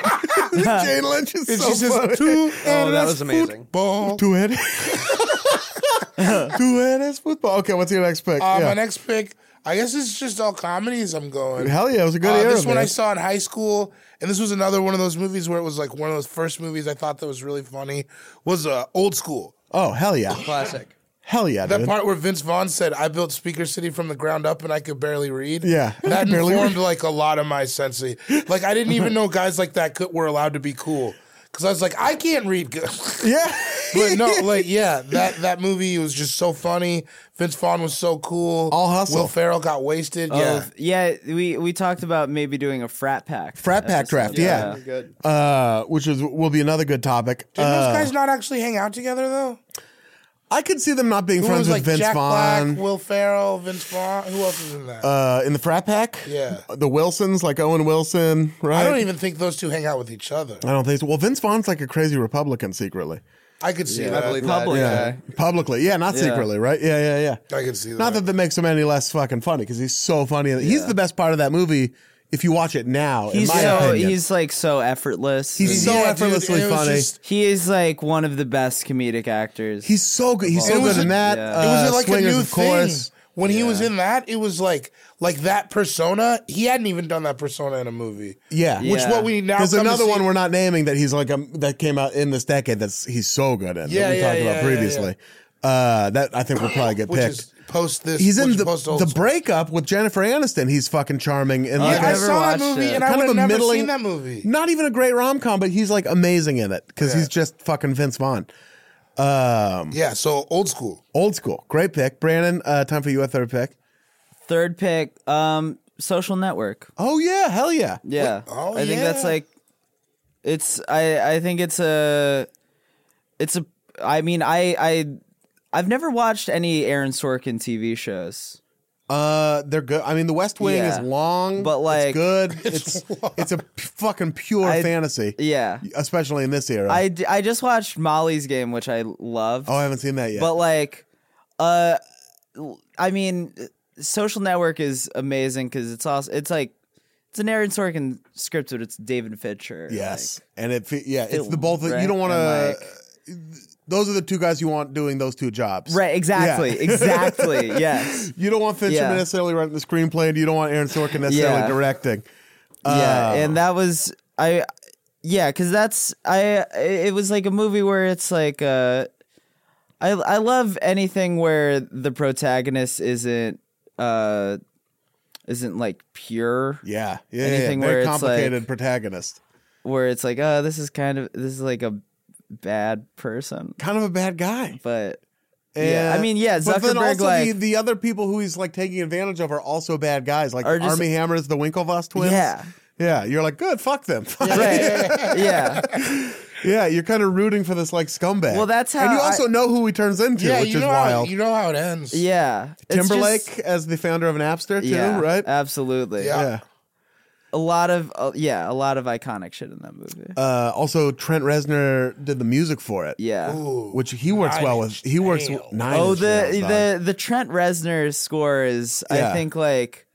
Speaker 1: Jane Lynch is
Speaker 2: And
Speaker 1: so
Speaker 2: she says,
Speaker 1: funny.
Speaker 2: "Two
Speaker 5: Oh, that was amazing.
Speaker 2: ball.
Speaker 1: Tú eres. Tú eres football. Okay, what's your next pick?
Speaker 2: Uh,
Speaker 1: Yeah.
Speaker 2: My next pick, I guess it's just all comedies. I'm going.
Speaker 1: Hell yeah, it was a good
Speaker 2: Uh,
Speaker 1: era.
Speaker 2: this one
Speaker 1: man.
Speaker 2: I saw in high school, and this was another one of those movies where it was like one of those first movies I thought that was really funny. Was uh, Old School.
Speaker 1: Oh hell yeah,
Speaker 5: Classic.
Speaker 1: hell yeah,
Speaker 2: That
Speaker 1: dude.
Speaker 2: part where Vince Vaughn said, "I built Speaker City from the ground up, and I could barely read."
Speaker 1: Yeah. I
Speaker 2: that
Speaker 1: could barely
Speaker 2: informed like a lot of my sensei. Like I didn't even know guys like that could, were allowed to be cool because I was like, I can't read good.
Speaker 1: yeah,
Speaker 2: But no, like yeah, that that movie was just so funny. Vince Vaughn was so cool.
Speaker 1: All hustle. Uh,
Speaker 2: Will Ferrell got wasted. yeah,
Speaker 4: Oh, yeah, we we talked about maybe doing a frat pack.
Speaker 1: frat pack
Speaker 4: episode.
Speaker 1: draft. Yeah,
Speaker 5: Good.
Speaker 1: Uh, which is will be another good topic.
Speaker 2: did
Speaker 1: Uh,
Speaker 2: those guys not actually hang out together though?
Speaker 1: I could see them not being
Speaker 2: Who
Speaker 1: friends
Speaker 2: was
Speaker 1: with
Speaker 2: like
Speaker 1: Vince
Speaker 2: Jack
Speaker 1: Vaughn
Speaker 2: Black, Will Ferrell, Vince Vaughn? Who else was in that?
Speaker 1: uh, in the frat pack.
Speaker 2: Yeah.
Speaker 1: the Wilsons, like Owen Wilson, right?
Speaker 2: I don't even think those two hang out with each other.
Speaker 1: I don't think so. Well, Vince Vaughn's like a crazy Republican secretly.
Speaker 2: I could see
Speaker 5: I
Speaker 2: that.
Speaker 5: believe that.
Speaker 4: Public.
Speaker 5: Yeah.
Speaker 1: Publicly, yeah, not secretly, right? Yeah, yeah, yeah.
Speaker 2: I could see that.
Speaker 1: Not that that makes him any less fucking funny because he's so funny. He's the best part of that movie if you watch it now.
Speaker 4: He's
Speaker 1: in my
Speaker 4: so
Speaker 1: opinion.
Speaker 4: he's like so effortless.
Speaker 1: He's so
Speaker 2: Yeah, dude,
Speaker 1: effortlessly
Speaker 2: it was
Speaker 1: funny.
Speaker 2: just-
Speaker 4: he is like one of the best comedic actors.
Speaker 1: he's so good. He's so
Speaker 2: Oh, It was
Speaker 1: good in
Speaker 2: a-
Speaker 1: that.
Speaker 4: yeah.
Speaker 1: Uh,
Speaker 2: it was like
Speaker 1: Swingers,
Speaker 2: a new
Speaker 1: of course.
Speaker 2: thing. When he was in that, it was like like that persona. He hadn't even done that persona in a movie.
Speaker 1: Yeah,
Speaker 2: Which
Speaker 4: Yeah.
Speaker 2: what we now
Speaker 1: There's
Speaker 2: come to
Speaker 1: another
Speaker 2: see-
Speaker 1: one we're not naming that he's like um, that came out in this decade. That's he's so good in.
Speaker 2: Yeah,
Speaker 1: that we
Speaker 2: yeah,
Speaker 1: talked
Speaker 2: yeah,
Speaker 1: about
Speaker 2: yeah,
Speaker 1: previously. Uh, that I think will probably get
Speaker 2: which
Speaker 1: picked.
Speaker 2: is post this.
Speaker 1: he's in
Speaker 2: which
Speaker 1: the
Speaker 2: post old
Speaker 1: the
Speaker 2: school.
Speaker 1: breakup with Jennifer Aniston. He's fucking charming and like
Speaker 2: Uh, I
Speaker 1: a-
Speaker 4: never
Speaker 2: saw that
Speaker 4: watched
Speaker 2: movie
Speaker 4: it.
Speaker 2: and I
Speaker 1: kind
Speaker 2: would
Speaker 1: of a
Speaker 2: have never
Speaker 1: middling,
Speaker 2: seen that movie.
Speaker 1: Not even a great rom com, but he's like amazing in it because
Speaker 2: Yeah.
Speaker 1: he's just fucking Vince Vaughn. Mm.
Speaker 2: Yeah, so old school.
Speaker 1: Old school, great pick, Brandon. Uh, time for you a third pick.
Speaker 4: Third pick, um, Social Network.
Speaker 1: Oh yeah, hell yeah.
Speaker 4: Yeah,
Speaker 2: Oh,
Speaker 4: I think that's
Speaker 2: yeah.
Speaker 4: like It's I I think it's a it's a I mean I I I've never watched any Aaron Sorkin TV shows.
Speaker 1: Uh, they're good. I mean, The West Wing
Speaker 4: Yeah.
Speaker 1: is long,
Speaker 4: But,
Speaker 1: it's
Speaker 4: like-
Speaker 1: good. It's it's a p- fucking pure
Speaker 4: I-
Speaker 1: fantasy,
Speaker 4: Yeah.
Speaker 1: especially in this era.
Speaker 4: I, d- I just watched Molly's game which I loved.
Speaker 1: oh, I haven't seen that yet.
Speaker 4: But like uh I mean Social Network is amazing cuz it's also it's like it's an Aaron Sorkin script but it's David Fincher.
Speaker 1: yes, and it fe- yeah, it's
Speaker 4: Film,
Speaker 1: the both.
Speaker 4: right?
Speaker 1: You don't want to.
Speaker 4: And, like-
Speaker 1: those are the two guys you want doing those two jobs,
Speaker 4: Like, right, exactly.
Speaker 1: Yeah.
Speaker 4: Exactly. yes.
Speaker 1: You don't want Fincher
Speaker 4: Yeah.
Speaker 1: necessarily writing the screenplay, and you don't want Aaron Sorkin necessarily
Speaker 4: Yeah.
Speaker 1: directing.
Speaker 4: yeah,
Speaker 1: Uh,
Speaker 4: and that was I. Yeah, because that's I. It was like a movie where it's like uh, I I love anything where the protagonist isn't uh, isn't like pure.
Speaker 1: yeah, yeah, yeah,
Speaker 4: Anything
Speaker 1: very
Speaker 4: where it's
Speaker 1: complicated
Speaker 4: like-
Speaker 1: protagonist,
Speaker 4: Where it's like, oh, this is kind of this is like a bad person,
Speaker 1: kind of a bad guy.
Speaker 4: but Yeah, I
Speaker 1: And-
Speaker 4: mean, yeah,
Speaker 1: But then also
Speaker 4: Zuckerberg,
Speaker 1: the,
Speaker 4: like-
Speaker 1: the other people who he's like taking advantage of are also bad guys. Like
Speaker 4: Are
Speaker 1: Army
Speaker 4: just-
Speaker 1: Hammer is the Winklevoss twins.
Speaker 4: yeah,
Speaker 1: yeah. You're like, good, fuck them. Yeah,
Speaker 4: right, yeah.
Speaker 1: you're kind of rooting for this like scumbag.
Speaker 4: Well, that's
Speaker 1: and
Speaker 4: how
Speaker 1: you
Speaker 4: I-
Speaker 1: also know who he turns into,
Speaker 2: yeah,
Speaker 1: which
Speaker 2: you
Speaker 1: is
Speaker 2: know how,
Speaker 1: wild.
Speaker 2: you know how it ends.
Speaker 4: Yeah, It's just-
Speaker 1: Timberlake as the founder of Napster too,
Speaker 4: yeah, Uh,
Speaker 1: right?
Speaker 4: Absolutely.
Speaker 2: Yeah.
Speaker 1: yeah.
Speaker 4: A lot of uh, yeah, a lot of iconic shit in that movie.
Speaker 1: Uh, also, Trent Reznor did the music for it.
Speaker 4: yeah.
Speaker 1: which he works
Speaker 2: Nine
Speaker 1: well with.
Speaker 2: Inch
Speaker 1: He works
Speaker 2: Nails.
Speaker 1: nine.
Speaker 4: Oh,
Speaker 1: Inch Nails, dog.
Speaker 4: the the the Trent Reznor score is,
Speaker 1: Yeah.
Speaker 4: I think, like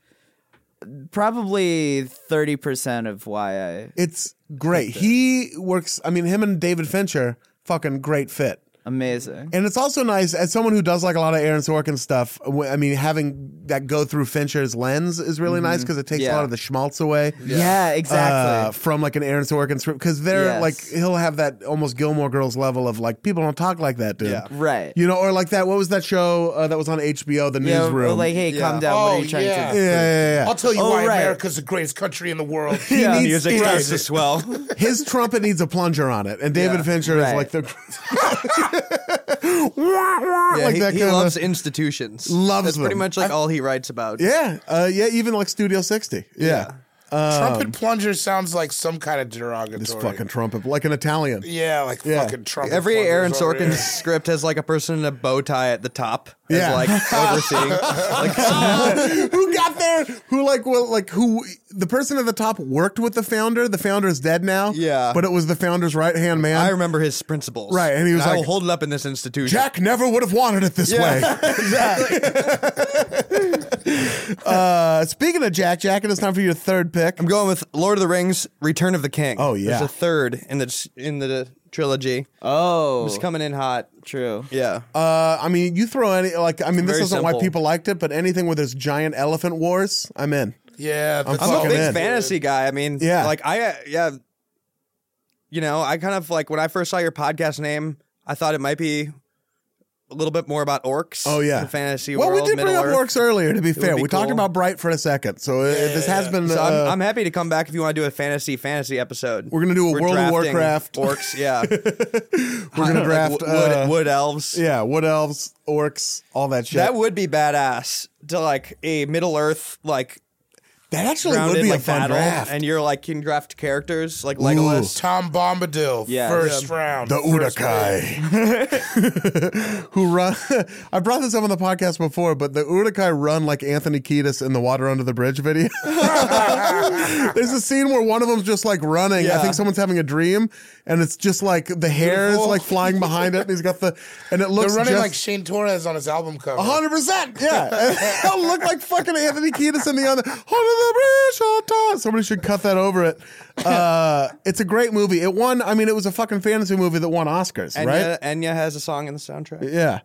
Speaker 4: probably thirty percent of why I
Speaker 1: it's great. He works. I mean, him and David Fincher, fucking great fit.
Speaker 4: amazing.
Speaker 1: And it's also nice as someone who does like a lot of Aaron Sorkin stuff. w- I mean, having that go through Fincher's lens is really nice because it takes a
Speaker 4: Mm-hmm. Yeah.
Speaker 1: lot of the schmaltz away.
Speaker 4: Yeah, exactly.
Speaker 1: uh, from like an Aaron Sorkin script because they're
Speaker 4: Yes.
Speaker 1: like he'll have that almost Gilmore Girls level of like people don't talk like that, dude.
Speaker 2: Yeah.
Speaker 4: Right.
Speaker 1: You know, or like that. What was that show uh, that was on HBO? The
Speaker 4: yeah,
Speaker 1: Newsroom.
Speaker 4: well, like, hey, calm
Speaker 5: Yeah.
Speaker 4: down. what are
Speaker 2: Oh,
Speaker 4: you trying
Speaker 2: yeah.
Speaker 1: yeah,
Speaker 4: to do?
Speaker 1: yeah, yeah, yeah.
Speaker 2: I'll tell you
Speaker 4: Oh,
Speaker 2: why
Speaker 4: right.
Speaker 2: America's the greatest country in the world.
Speaker 1: He needs-
Speaker 5: music
Speaker 1: he-
Speaker 5: starts to swell.
Speaker 1: his trumpet needs a plunger on it, and David Fincher is
Speaker 4: right.
Speaker 1: like the like
Speaker 5: he,
Speaker 1: that
Speaker 5: he
Speaker 1: kind
Speaker 5: loves
Speaker 1: of
Speaker 5: institutions.
Speaker 1: Loves
Speaker 5: That's pretty
Speaker 1: them.
Speaker 5: much like all he writes about.
Speaker 1: yeah, uh, yeah, even like Studio 60, yeah,
Speaker 2: Trumpet plunger sounds like some kind of derogatory.
Speaker 1: um, this fucking trumpet, like an Italian,
Speaker 2: yeah, like
Speaker 1: Yeah.
Speaker 2: fucking trumpet.
Speaker 5: Every
Speaker 2: plungers
Speaker 5: Aaron
Speaker 2: over
Speaker 5: Sorkin
Speaker 2: here.
Speaker 5: script has like a person in a bow tie at the top, as,
Speaker 1: Yeah.
Speaker 5: like overseeing. like,
Speaker 1: who got there, who like, well, like who the person at the top worked with the founder. The founder is dead now,
Speaker 5: Yeah.
Speaker 1: but it was the founder's right hand man.
Speaker 5: I remember his principles,
Speaker 1: Right, and he was
Speaker 5: I will
Speaker 1: like-
Speaker 5: hold it up in this institution.
Speaker 1: Jack never would have wanted it this way. uh, speaking of Jack, Jack, it is time for your third pick.
Speaker 5: I'm going with Lord of the Rings: Return of the King.
Speaker 1: Oh, yeah.
Speaker 5: there's a third in the in the trilogy.
Speaker 4: Oh,
Speaker 5: It's coming in hot.
Speaker 4: true.
Speaker 5: Yeah,
Speaker 1: Uh, I mean, you throw any like. I mean, this
Speaker 5: Very
Speaker 1: isn't why
Speaker 5: simple.
Speaker 1: people liked it, but anything where there's giant elephant wars, I'm in.
Speaker 2: Yeah, that's
Speaker 5: I'm a
Speaker 1: fucking
Speaker 5: big
Speaker 1: in.
Speaker 5: fantasy guy. I mean,
Speaker 1: Yeah.
Speaker 5: like I, uh, yeah, you know, I kind of like when I first saw your podcast name, I thought it might be a little bit more about orcs.
Speaker 1: Oh yeah,
Speaker 5: the fantasy
Speaker 1: Well,
Speaker 5: world.
Speaker 1: we did bring up
Speaker 5: Middle Earth.
Speaker 1: orcs earlier. To be fair,
Speaker 5: be
Speaker 1: we talked
Speaker 5: cool.
Speaker 1: about Bright for a second, so uh, this has been.
Speaker 5: So
Speaker 1: uh,
Speaker 5: I'm, I'm happy to come back if you want to do a fantasy fantasy episode.
Speaker 1: We're gonna do a World of
Speaker 5: drafting
Speaker 1: Warcraft.
Speaker 5: orcs. Yeah,
Speaker 1: we're gonna draft.
Speaker 5: like, wood,
Speaker 1: uh,
Speaker 5: wood elves.
Speaker 1: yeah, wood elves, orcs, all that shit.
Speaker 5: That would be badass to like a Middle Earth like
Speaker 1: That actually
Speaker 5: grounded
Speaker 1: would be
Speaker 5: like
Speaker 1: a fun
Speaker 5: battle,
Speaker 1: draft.
Speaker 5: and you're like can draft characters like Legolas.
Speaker 2: Tom Bombadil,
Speaker 4: Yeah.
Speaker 2: first round.
Speaker 1: the
Speaker 2: first round.
Speaker 1: Urukai, who run. I brought this up on the podcast before, but the Urukai run like Anthony Kiedis in the Water Under the Bridge video. There's a scene where one of them's just like running. I
Speaker 5: Yeah.
Speaker 1: think someone's having a dream, and it's just like the hair is like flying behind it, and he's got the, and it looks
Speaker 2: They're running
Speaker 1: just,
Speaker 2: like Shane Torres on his album cover.
Speaker 1: hundred percent. Yeah, it'll look like fucking Anthony Kiedis in the other. Under the bridge, on top. Somebody should cut that over it. Uh, it's a great movie. It won. I mean, it was a fucking fantasy movie that won Oscars,
Speaker 5: Enya,
Speaker 1: right?
Speaker 5: Enya has a song in the soundtrack.
Speaker 1: Yeah.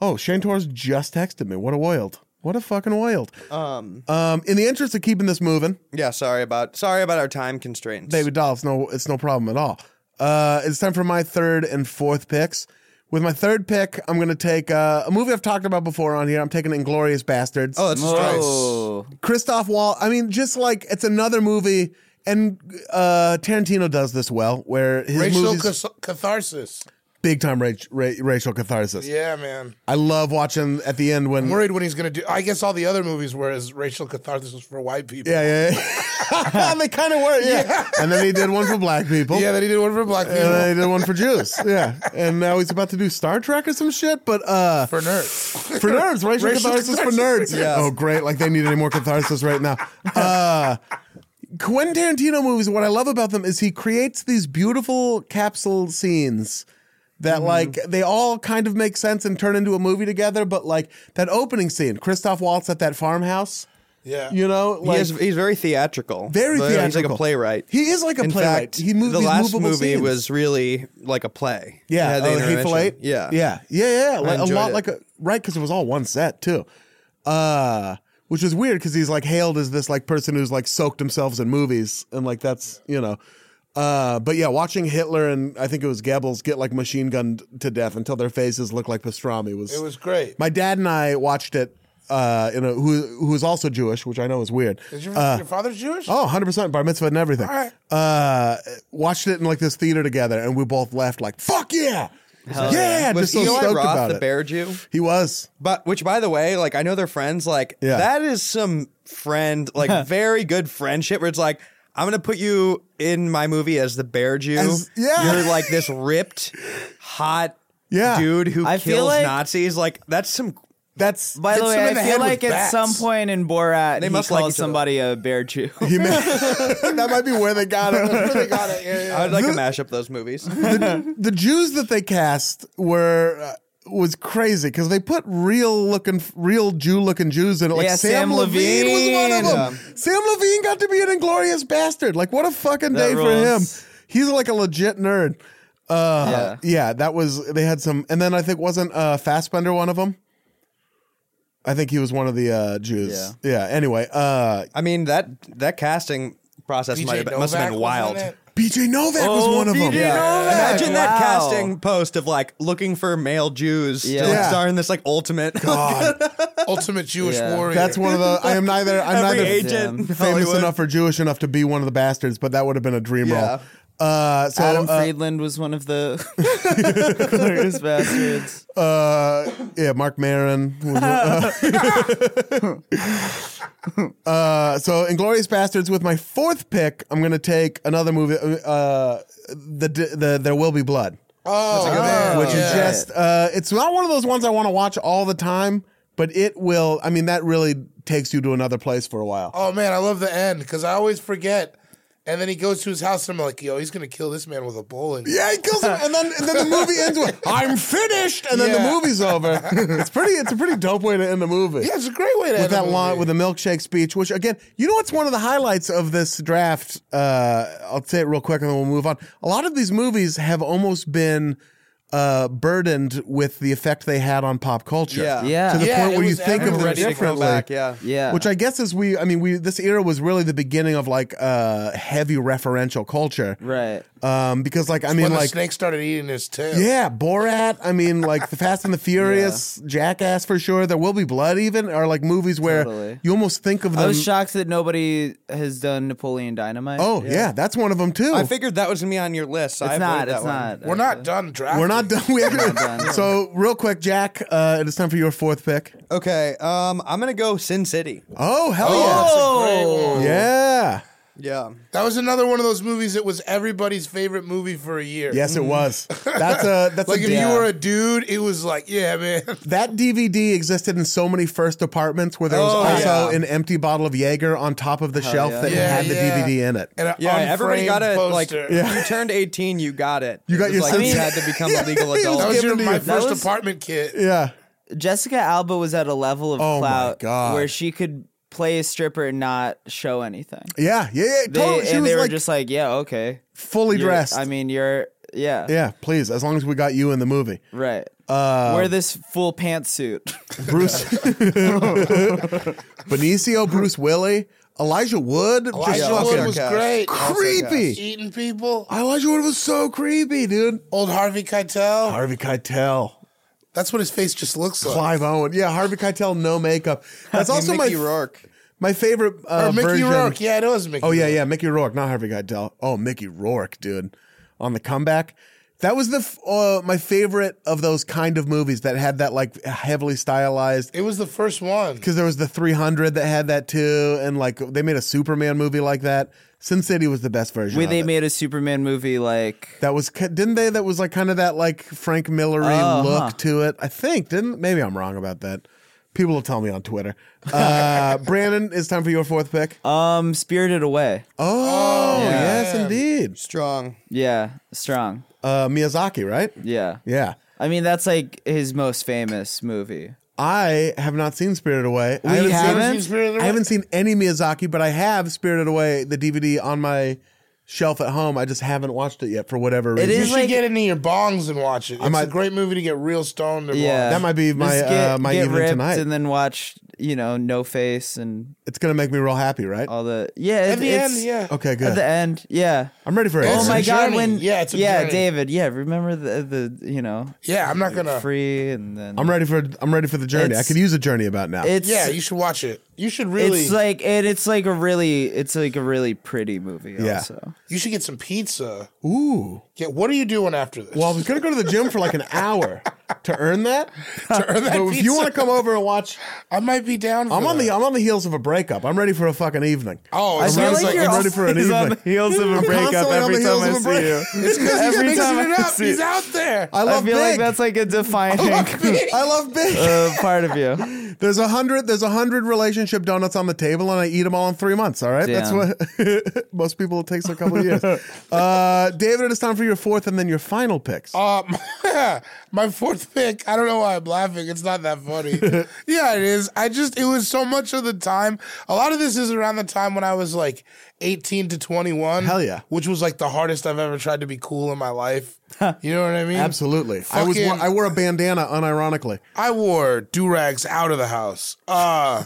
Speaker 1: Oh, Shane Torres just texted me. What a wild. What a fucking wild. Um, in the interest of keeping this moving,
Speaker 5: Yeah, sorry about sorry about our time constraints.
Speaker 1: David Dahl, it's no, it's no problem at all. Uh, it's time for my third and fourth picks. With my third pick, I'm going to take uh, a movie I've talked about before on here. I'm taking Inglorious Bastards.
Speaker 5: oh, that's nice.
Speaker 4: Oh,
Speaker 1: Christoph Wall. I mean, just like it's another movie, and uh, Tarantino does this well, where his
Speaker 2: Racial
Speaker 1: movies
Speaker 2: cas- catharsis.
Speaker 1: big time ra- ra- racial catharsis.
Speaker 2: Yeah, man.
Speaker 1: I love watching at the end when.
Speaker 2: I'm worried what he's gonna do. I guess all the other movies were as racial catharsis was for white people.
Speaker 1: yeah, yeah. yeah. they kind of were, yeah. And then he did one for black people.
Speaker 2: Yeah, that he did one for black
Speaker 1: And then
Speaker 2: people.
Speaker 1: he did one for Jews. Yeah. And now he's about to do Star Trek or some shit, but uh
Speaker 2: For nerds.
Speaker 1: for nerds, racial,
Speaker 2: Racial
Speaker 1: catharsis, for
Speaker 2: catharsis.
Speaker 1: nerds. Oh, great! Like they need any more catharsis right now. Uh, Quentin Tarantino movies. What I love about them is he creates these beautiful capsule scenes that
Speaker 5: Mm-hmm.
Speaker 1: like they all kind of make sense and turn into a movie together. But like that opening scene, Christoph Waltz at that farmhouse.
Speaker 2: Yeah.
Speaker 1: You know,
Speaker 5: He
Speaker 1: like
Speaker 5: is, he's very theatrical.
Speaker 1: very
Speaker 5: Like,
Speaker 1: theatrical.
Speaker 5: He's like a playwright.
Speaker 1: He is like a
Speaker 5: In
Speaker 1: playwright.
Speaker 5: fact,
Speaker 1: he moves
Speaker 5: the
Speaker 1: these
Speaker 5: last
Speaker 1: movable
Speaker 5: movie
Speaker 1: scenes.
Speaker 5: was really like a play. It
Speaker 1: Yeah,
Speaker 5: had the
Speaker 1: oh, Hateful
Speaker 5: intervention.
Speaker 1: Eight.
Speaker 5: Yeah,
Speaker 1: yeah, yeah, yeah. Like, a
Speaker 5: enjoyed
Speaker 1: lot
Speaker 5: it.
Speaker 1: like a right because it was all one set too, uh, which is weird because he's like hailed as this like person who's like soaked themselves in movies and like that's you know, uh, but yeah, watching Hitler and I think it was Goebbels get like machine gunned to death until their faces look like pastrami was
Speaker 2: It was great.
Speaker 1: my dad and I watched it. Uh, you know, who who is also Jewish, which I know is weird.
Speaker 2: Is your, your father's Jewish?
Speaker 1: Oh, 100% bar mitzvah and everything.
Speaker 2: All right.
Speaker 1: Uh, watched it in like this theater together, and we both left like, fuck yeah! yeah!
Speaker 5: Was
Speaker 1: Just so
Speaker 5: Eli
Speaker 1: stoked
Speaker 5: Roth
Speaker 1: about
Speaker 5: the
Speaker 1: it.
Speaker 5: bear Jew?
Speaker 1: He was.
Speaker 5: But which, by the way, like I know they're friends. Like
Speaker 1: Yeah.
Speaker 5: that is some friend, like very good friendship. Where it's like I'm gonna put you in my movie as the bear Jew.
Speaker 1: As- yeah.
Speaker 5: you're like this ripped, hot
Speaker 1: Yeah.
Speaker 5: dude who
Speaker 4: I feel
Speaker 5: kills
Speaker 4: like-
Speaker 5: Nazis. Like that's some.
Speaker 1: That's.
Speaker 4: By the
Speaker 2: Hits him
Speaker 4: way,
Speaker 2: in the
Speaker 4: I
Speaker 2: head
Speaker 4: feel
Speaker 2: with
Speaker 4: like at
Speaker 2: bats.
Speaker 4: some point in Borat,
Speaker 5: They
Speaker 4: he
Speaker 5: must like
Speaker 4: calls
Speaker 5: each other.
Speaker 4: somebody a bear Jew.
Speaker 1: he may- that might be where they got it.
Speaker 2: They got it. Yeah, yeah.
Speaker 5: I would like to mash up those movies.
Speaker 1: the Jews that they cast were. Uh, was crazy because they put real looking, real Jew looking Jews in it. Like
Speaker 4: Yeah,
Speaker 1: Sam,
Speaker 4: Sam
Speaker 1: Levine. was one of them.
Speaker 4: Levine.
Speaker 1: Sam Levine got to be an inglorious bastard. Like, what a fucking day
Speaker 4: rules.
Speaker 1: for him. He's like a legit nerd. Uh, yeah.
Speaker 4: Yeah.
Speaker 1: that was they had some, and then I think wasn't uh, Fassbender one of them. I think he was one of the uh, Jews. Yeah. Anyway, uh,
Speaker 5: I mean that that casting process
Speaker 2: BJ
Speaker 5: might have been, must
Speaker 2: Novak
Speaker 5: have
Speaker 2: was
Speaker 5: been wild.
Speaker 2: in it.
Speaker 1: B.J. Novak
Speaker 4: Oh,
Speaker 1: was one of them.
Speaker 5: Imagine that
Speaker 4: Wow.
Speaker 5: casting post of like looking for male Jews to like,
Speaker 4: Yeah.
Speaker 5: star in this like ultimate.
Speaker 2: Ultimate Jewish
Speaker 4: Yeah.
Speaker 2: warrior.
Speaker 1: That's one of the. I am neither. I'm
Speaker 5: Every
Speaker 1: neither
Speaker 5: agent in
Speaker 1: famous
Speaker 5: Hollywood.
Speaker 1: enough or Jewish enough to be one of the bastards, but that would have been a dream
Speaker 5: Yeah.
Speaker 1: role. Uh, so
Speaker 4: Adam
Speaker 1: uh,
Speaker 4: Friedland was one of the glorious bastards.
Speaker 1: Uh, yeah, Mark Maron. Was, uh, uh, so, Inglorious Bastards. With my fourth pick, I'm gonna take another movie. Uh, the the There Will Be Blood.
Speaker 2: oh, man.
Speaker 1: which
Speaker 2: yeah.
Speaker 1: is just uh, it's not one of those ones I want to watch all the time, but it will. I mean, that really takes you to another place for a while.
Speaker 2: Oh man, I love the end because I always forget. And then he goes to his house, and I'm like, "Yo, he's gonna kill this man with a bowling."
Speaker 1: Yeah, he kills him, and then and then the movie ends with "I'm finished," and then
Speaker 2: Yeah.
Speaker 1: the movie's over. it's pretty. It's a pretty dope way to end the movie.
Speaker 2: yeah, it's a great way to
Speaker 1: with
Speaker 2: end
Speaker 1: that
Speaker 2: a
Speaker 1: long
Speaker 2: movie.
Speaker 1: with a milkshake speech, which again, you know what's one of the highlights of this draft? Uh, I'll say it real quick and then we'll move on. A lot of these movies have almost been uh, burdened with the effect they had on pop culture.
Speaker 5: Yeah.
Speaker 4: Yeah.
Speaker 1: To the
Speaker 2: Yeah,
Speaker 1: point
Speaker 2: it
Speaker 1: where you
Speaker 2: was
Speaker 1: think of
Speaker 2: everywhere.
Speaker 1: them
Speaker 5: ready to come
Speaker 1: differently.
Speaker 5: back. Yeah.
Speaker 4: Yeah.
Speaker 1: Which I guess is we I mean we this era was really the beginning of like uh heavy referential culture.
Speaker 4: right.
Speaker 1: Um because like I mean
Speaker 2: when the
Speaker 1: like
Speaker 2: snake started eating his tail.
Speaker 1: yeah, Borat. I mean, like the Fast and the Furious, Jackass for sure. There will be blood, even are like movies where
Speaker 4: Totally.
Speaker 1: you almost think of them.
Speaker 4: I was shocked that nobody has done Napoleon Dynamite.
Speaker 1: Um, Oh yeah. that's one of them too.
Speaker 5: I figured that was gonna be on your list.
Speaker 4: it's
Speaker 5: I
Speaker 4: not.
Speaker 5: avoided that
Speaker 4: It's
Speaker 5: one.
Speaker 4: not.
Speaker 2: we're not done drafting.
Speaker 1: We're not done. We actually,
Speaker 4: done.
Speaker 1: So real quick, Jack, uh, it is time for your fourth pick.
Speaker 5: Okay, um, I'm gonna go Sin City.
Speaker 1: Oh hell
Speaker 2: Oh,
Speaker 1: yeah! Yeah.
Speaker 5: Yeah,
Speaker 2: that was another one of those movies that was everybody's favorite movie for a year.
Speaker 1: Yes, it was. That's a that's
Speaker 2: like
Speaker 1: a
Speaker 2: if
Speaker 1: yeah.
Speaker 2: you were a dude, it was like, yeah, man.
Speaker 1: that DVD existed in so many first apartments where there was
Speaker 5: Oh,
Speaker 1: also
Speaker 5: yeah.
Speaker 1: an empty bottle of Jaeger on top of the shelf
Speaker 4: yeah.
Speaker 1: that
Speaker 2: Yeah,
Speaker 1: had the
Speaker 2: yeah.
Speaker 1: DVD in it.
Speaker 2: And a
Speaker 5: yeah.
Speaker 2: unframed
Speaker 5: Everybody got it. Like
Speaker 2: poster.
Speaker 5: if you turned 18, you got it.
Speaker 1: You got
Speaker 5: It was
Speaker 1: your
Speaker 5: like,
Speaker 1: Sin
Speaker 5: you
Speaker 1: City.
Speaker 5: had to become a legal
Speaker 1: Yeah, he was
Speaker 2: that
Speaker 5: adult.
Speaker 2: was
Speaker 1: given
Speaker 2: your,
Speaker 1: to
Speaker 2: my
Speaker 1: you.
Speaker 4: That
Speaker 2: first
Speaker 4: was-
Speaker 2: apartment kit.
Speaker 1: Yeah.
Speaker 4: Jessica Alba was at a level of
Speaker 1: Oh my
Speaker 4: clout
Speaker 1: God.
Speaker 4: where she could play a stripper and not show anything.
Speaker 1: Yeah, yeah, yeah.
Speaker 4: They,
Speaker 1: totally. She
Speaker 4: and
Speaker 1: was
Speaker 4: they were
Speaker 1: like
Speaker 4: just like, yeah, okay.
Speaker 1: fully
Speaker 4: You're-
Speaker 1: dressed.
Speaker 4: I mean, you're yeah,
Speaker 1: yeah, Um, please, as long as we got you in the movie.
Speaker 4: right. Wear this full pantsuit.
Speaker 1: Bruce Benicio, Bruce Willie, Elijah Wood.
Speaker 2: Elijah
Speaker 1: just
Speaker 2: Wood
Speaker 1: fucking
Speaker 2: was great.
Speaker 1: creepy.
Speaker 2: Eating people.
Speaker 1: Elijah Wood was so creepy, dude.
Speaker 2: Old Harvey Keitel.
Speaker 1: Harvey Keitel,
Speaker 2: That's what his face just looks like.
Speaker 1: Clive Owen. Yeah, Harvey Keitel, no makeup. That's also
Speaker 5: Mickey
Speaker 1: my
Speaker 5: Rourke.
Speaker 1: my favorite uh,
Speaker 2: Or Mickey
Speaker 1: version.
Speaker 2: Rourke. Yeah, it was Mickey.
Speaker 1: Oh yeah,
Speaker 2: Rourke.
Speaker 1: yeah, Mickey Rourke, not Harvey Keitel. Oh, Mickey Rourke, dude, on the comeback. That was the f- uh, my favorite of those kind of movies that had that like heavily stylized.
Speaker 2: It was the first one.
Speaker 1: Because there was the 300 that had that too, and like they made a Superman movie like that. Sin City was the best version.
Speaker 4: Wait,
Speaker 1: of
Speaker 4: they
Speaker 1: it.
Speaker 4: made a Superman movie like
Speaker 1: that was ki- didn't they? That was like kind of that like Frank Millery
Speaker 4: Oh,
Speaker 1: look
Speaker 4: huh.
Speaker 1: to it. I think didn't. Maybe I'm wrong about that. People will tell me on Twitter. Uh, Brandon, it's time for your fourth pick.
Speaker 4: um Spirited Away.
Speaker 1: oh
Speaker 4: yeah.
Speaker 1: yes, indeed.
Speaker 5: Strong.
Speaker 4: Yeah, strong.
Speaker 1: Uh, Miyazaki, right?
Speaker 4: Yeah.
Speaker 1: Yeah.
Speaker 4: I mean that's like his most famous movie.
Speaker 1: I have not seen Spirited Away. I
Speaker 4: We
Speaker 1: haven't, seen-
Speaker 4: haven't?
Speaker 2: Seen Spirited Away?
Speaker 1: I haven't seen any Miyazaki, but I have Spirited Away, the DVD on my shelf at home. I just haven't watched it yet for whatever reason.
Speaker 4: It
Speaker 2: You
Speaker 4: is
Speaker 2: should
Speaker 4: like-
Speaker 2: get into your bongs and watch it. It's
Speaker 1: might-
Speaker 2: a great movie to get real stoned and
Speaker 4: Yeah.
Speaker 1: That might be
Speaker 4: Just
Speaker 1: my
Speaker 4: get,
Speaker 1: uh, my
Speaker 4: get
Speaker 1: evening
Speaker 4: ripped
Speaker 1: tonight.
Speaker 4: and then watch, you know, No Face and
Speaker 1: it's gonna make me real happy, right?
Speaker 4: all the Yeah,
Speaker 2: watch.
Speaker 4: it-
Speaker 2: At the
Speaker 4: it's,
Speaker 2: end, yeah.
Speaker 1: Okay,
Speaker 4: At
Speaker 1: good.
Speaker 4: Uh, the end, yeah.
Speaker 1: I'm ready for it.
Speaker 4: Oh
Speaker 2: It's
Speaker 4: my
Speaker 2: a
Speaker 4: god,
Speaker 2: journey.
Speaker 4: when
Speaker 2: Yeah, it's a
Speaker 4: yeah,
Speaker 2: journey.
Speaker 4: David, yeah, remember the the you know
Speaker 2: Yeah, I'm not gonna.
Speaker 4: free and then
Speaker 1: I'm ready for I'm ready for the journey. I
Speaker 4: It's-
Speaker 1: could use a journey about now.
Speaker 4: it's
Speaker 2: Yeah, you should watch it. You should really.
Speaker 4: It's like and it's like a really it's like a really pretty movie
Speaker 1: Yeah.
Speaker 4: also.
Speaker 2: you should get some pizza.
Speaker 1: Ooh.
Speaker 2: Get. What are you doing after this?
Speaker 1: Well, I was gonna go to the gym for like an hour to earn that.
Speaker 2: To earn that
Speaker 1: But if you
Speaker 2: pizza,
Speaker 1: want to come over and watch,
Speaker 2: I might be down. For
Speaker 1: I'm on
Speaker 2: that.
Speaker 1: the I'm on the heels of a breakup. I'm ready for a fucking evening.
Speaker 2: Oh, it
Speaker 4: I feel
Speaker 2: sounds
Speaker 4: like
Speaker 2: like,
Speaker 4: you're
Speaker 1: I'm
Speaker 4: all-
Speaker 1: ready for an
Speaker 4: he's on
Speaker 1: evening.
Speaker 4: the heels of a
Speaker 1: I'm
Speaker 4: breakup
Speaker 1: constantly on
Speaker 4: every
Speaker 1: the
Speaker 4: time
Speaker 1: heels
Speaker 4: I
Speaker 1: of a break-
Speaker 4: see you.
Speaker 2: It's because he's
Speaker 4: Every
Speaker 2: mixing
Speaker 4: time
Speaker 2: it
Speaker 4: I
Speaker 2: up.
Speaker 4: see
Speaker 2: He's
Speaker 4: it.
Speaker 2: out there.
Speaker 1: I
Speaker 4: I
Speaker 1: love
Speaker 4: feel like
Speaker 1: big.
Speaker 4: that's like a defining
Speaker 1: I love big.
Speaker 4: uh, part of you.
Speaker 1: There's a hundred. There's a hundred relationship donuts on the table, and I eat them all in three months. All right,
Speaker 4: Damn.
Speaker 1: that's what most people it takes a couple of years. Uh, David, it's time for your fourth and then your final picks.
Speaker 2: Um, my fourth pick. I don't know why I'm laughing. It's not that funny. yeah, it is. I just it was so much of the time. A lot of this is around the time when I was like 18 to 21.
Speaker 1: Hell yeah.
Speaker 2: which was like the hardest I've ever tried to be cool in my life. you know what I mean?
Speaker 1: Absolutely. I was.
Speaker 2: Fucking-
Speaker 1: I wore a bandana, unironically.
Speaker 2: I wore do rags out of the house. Uh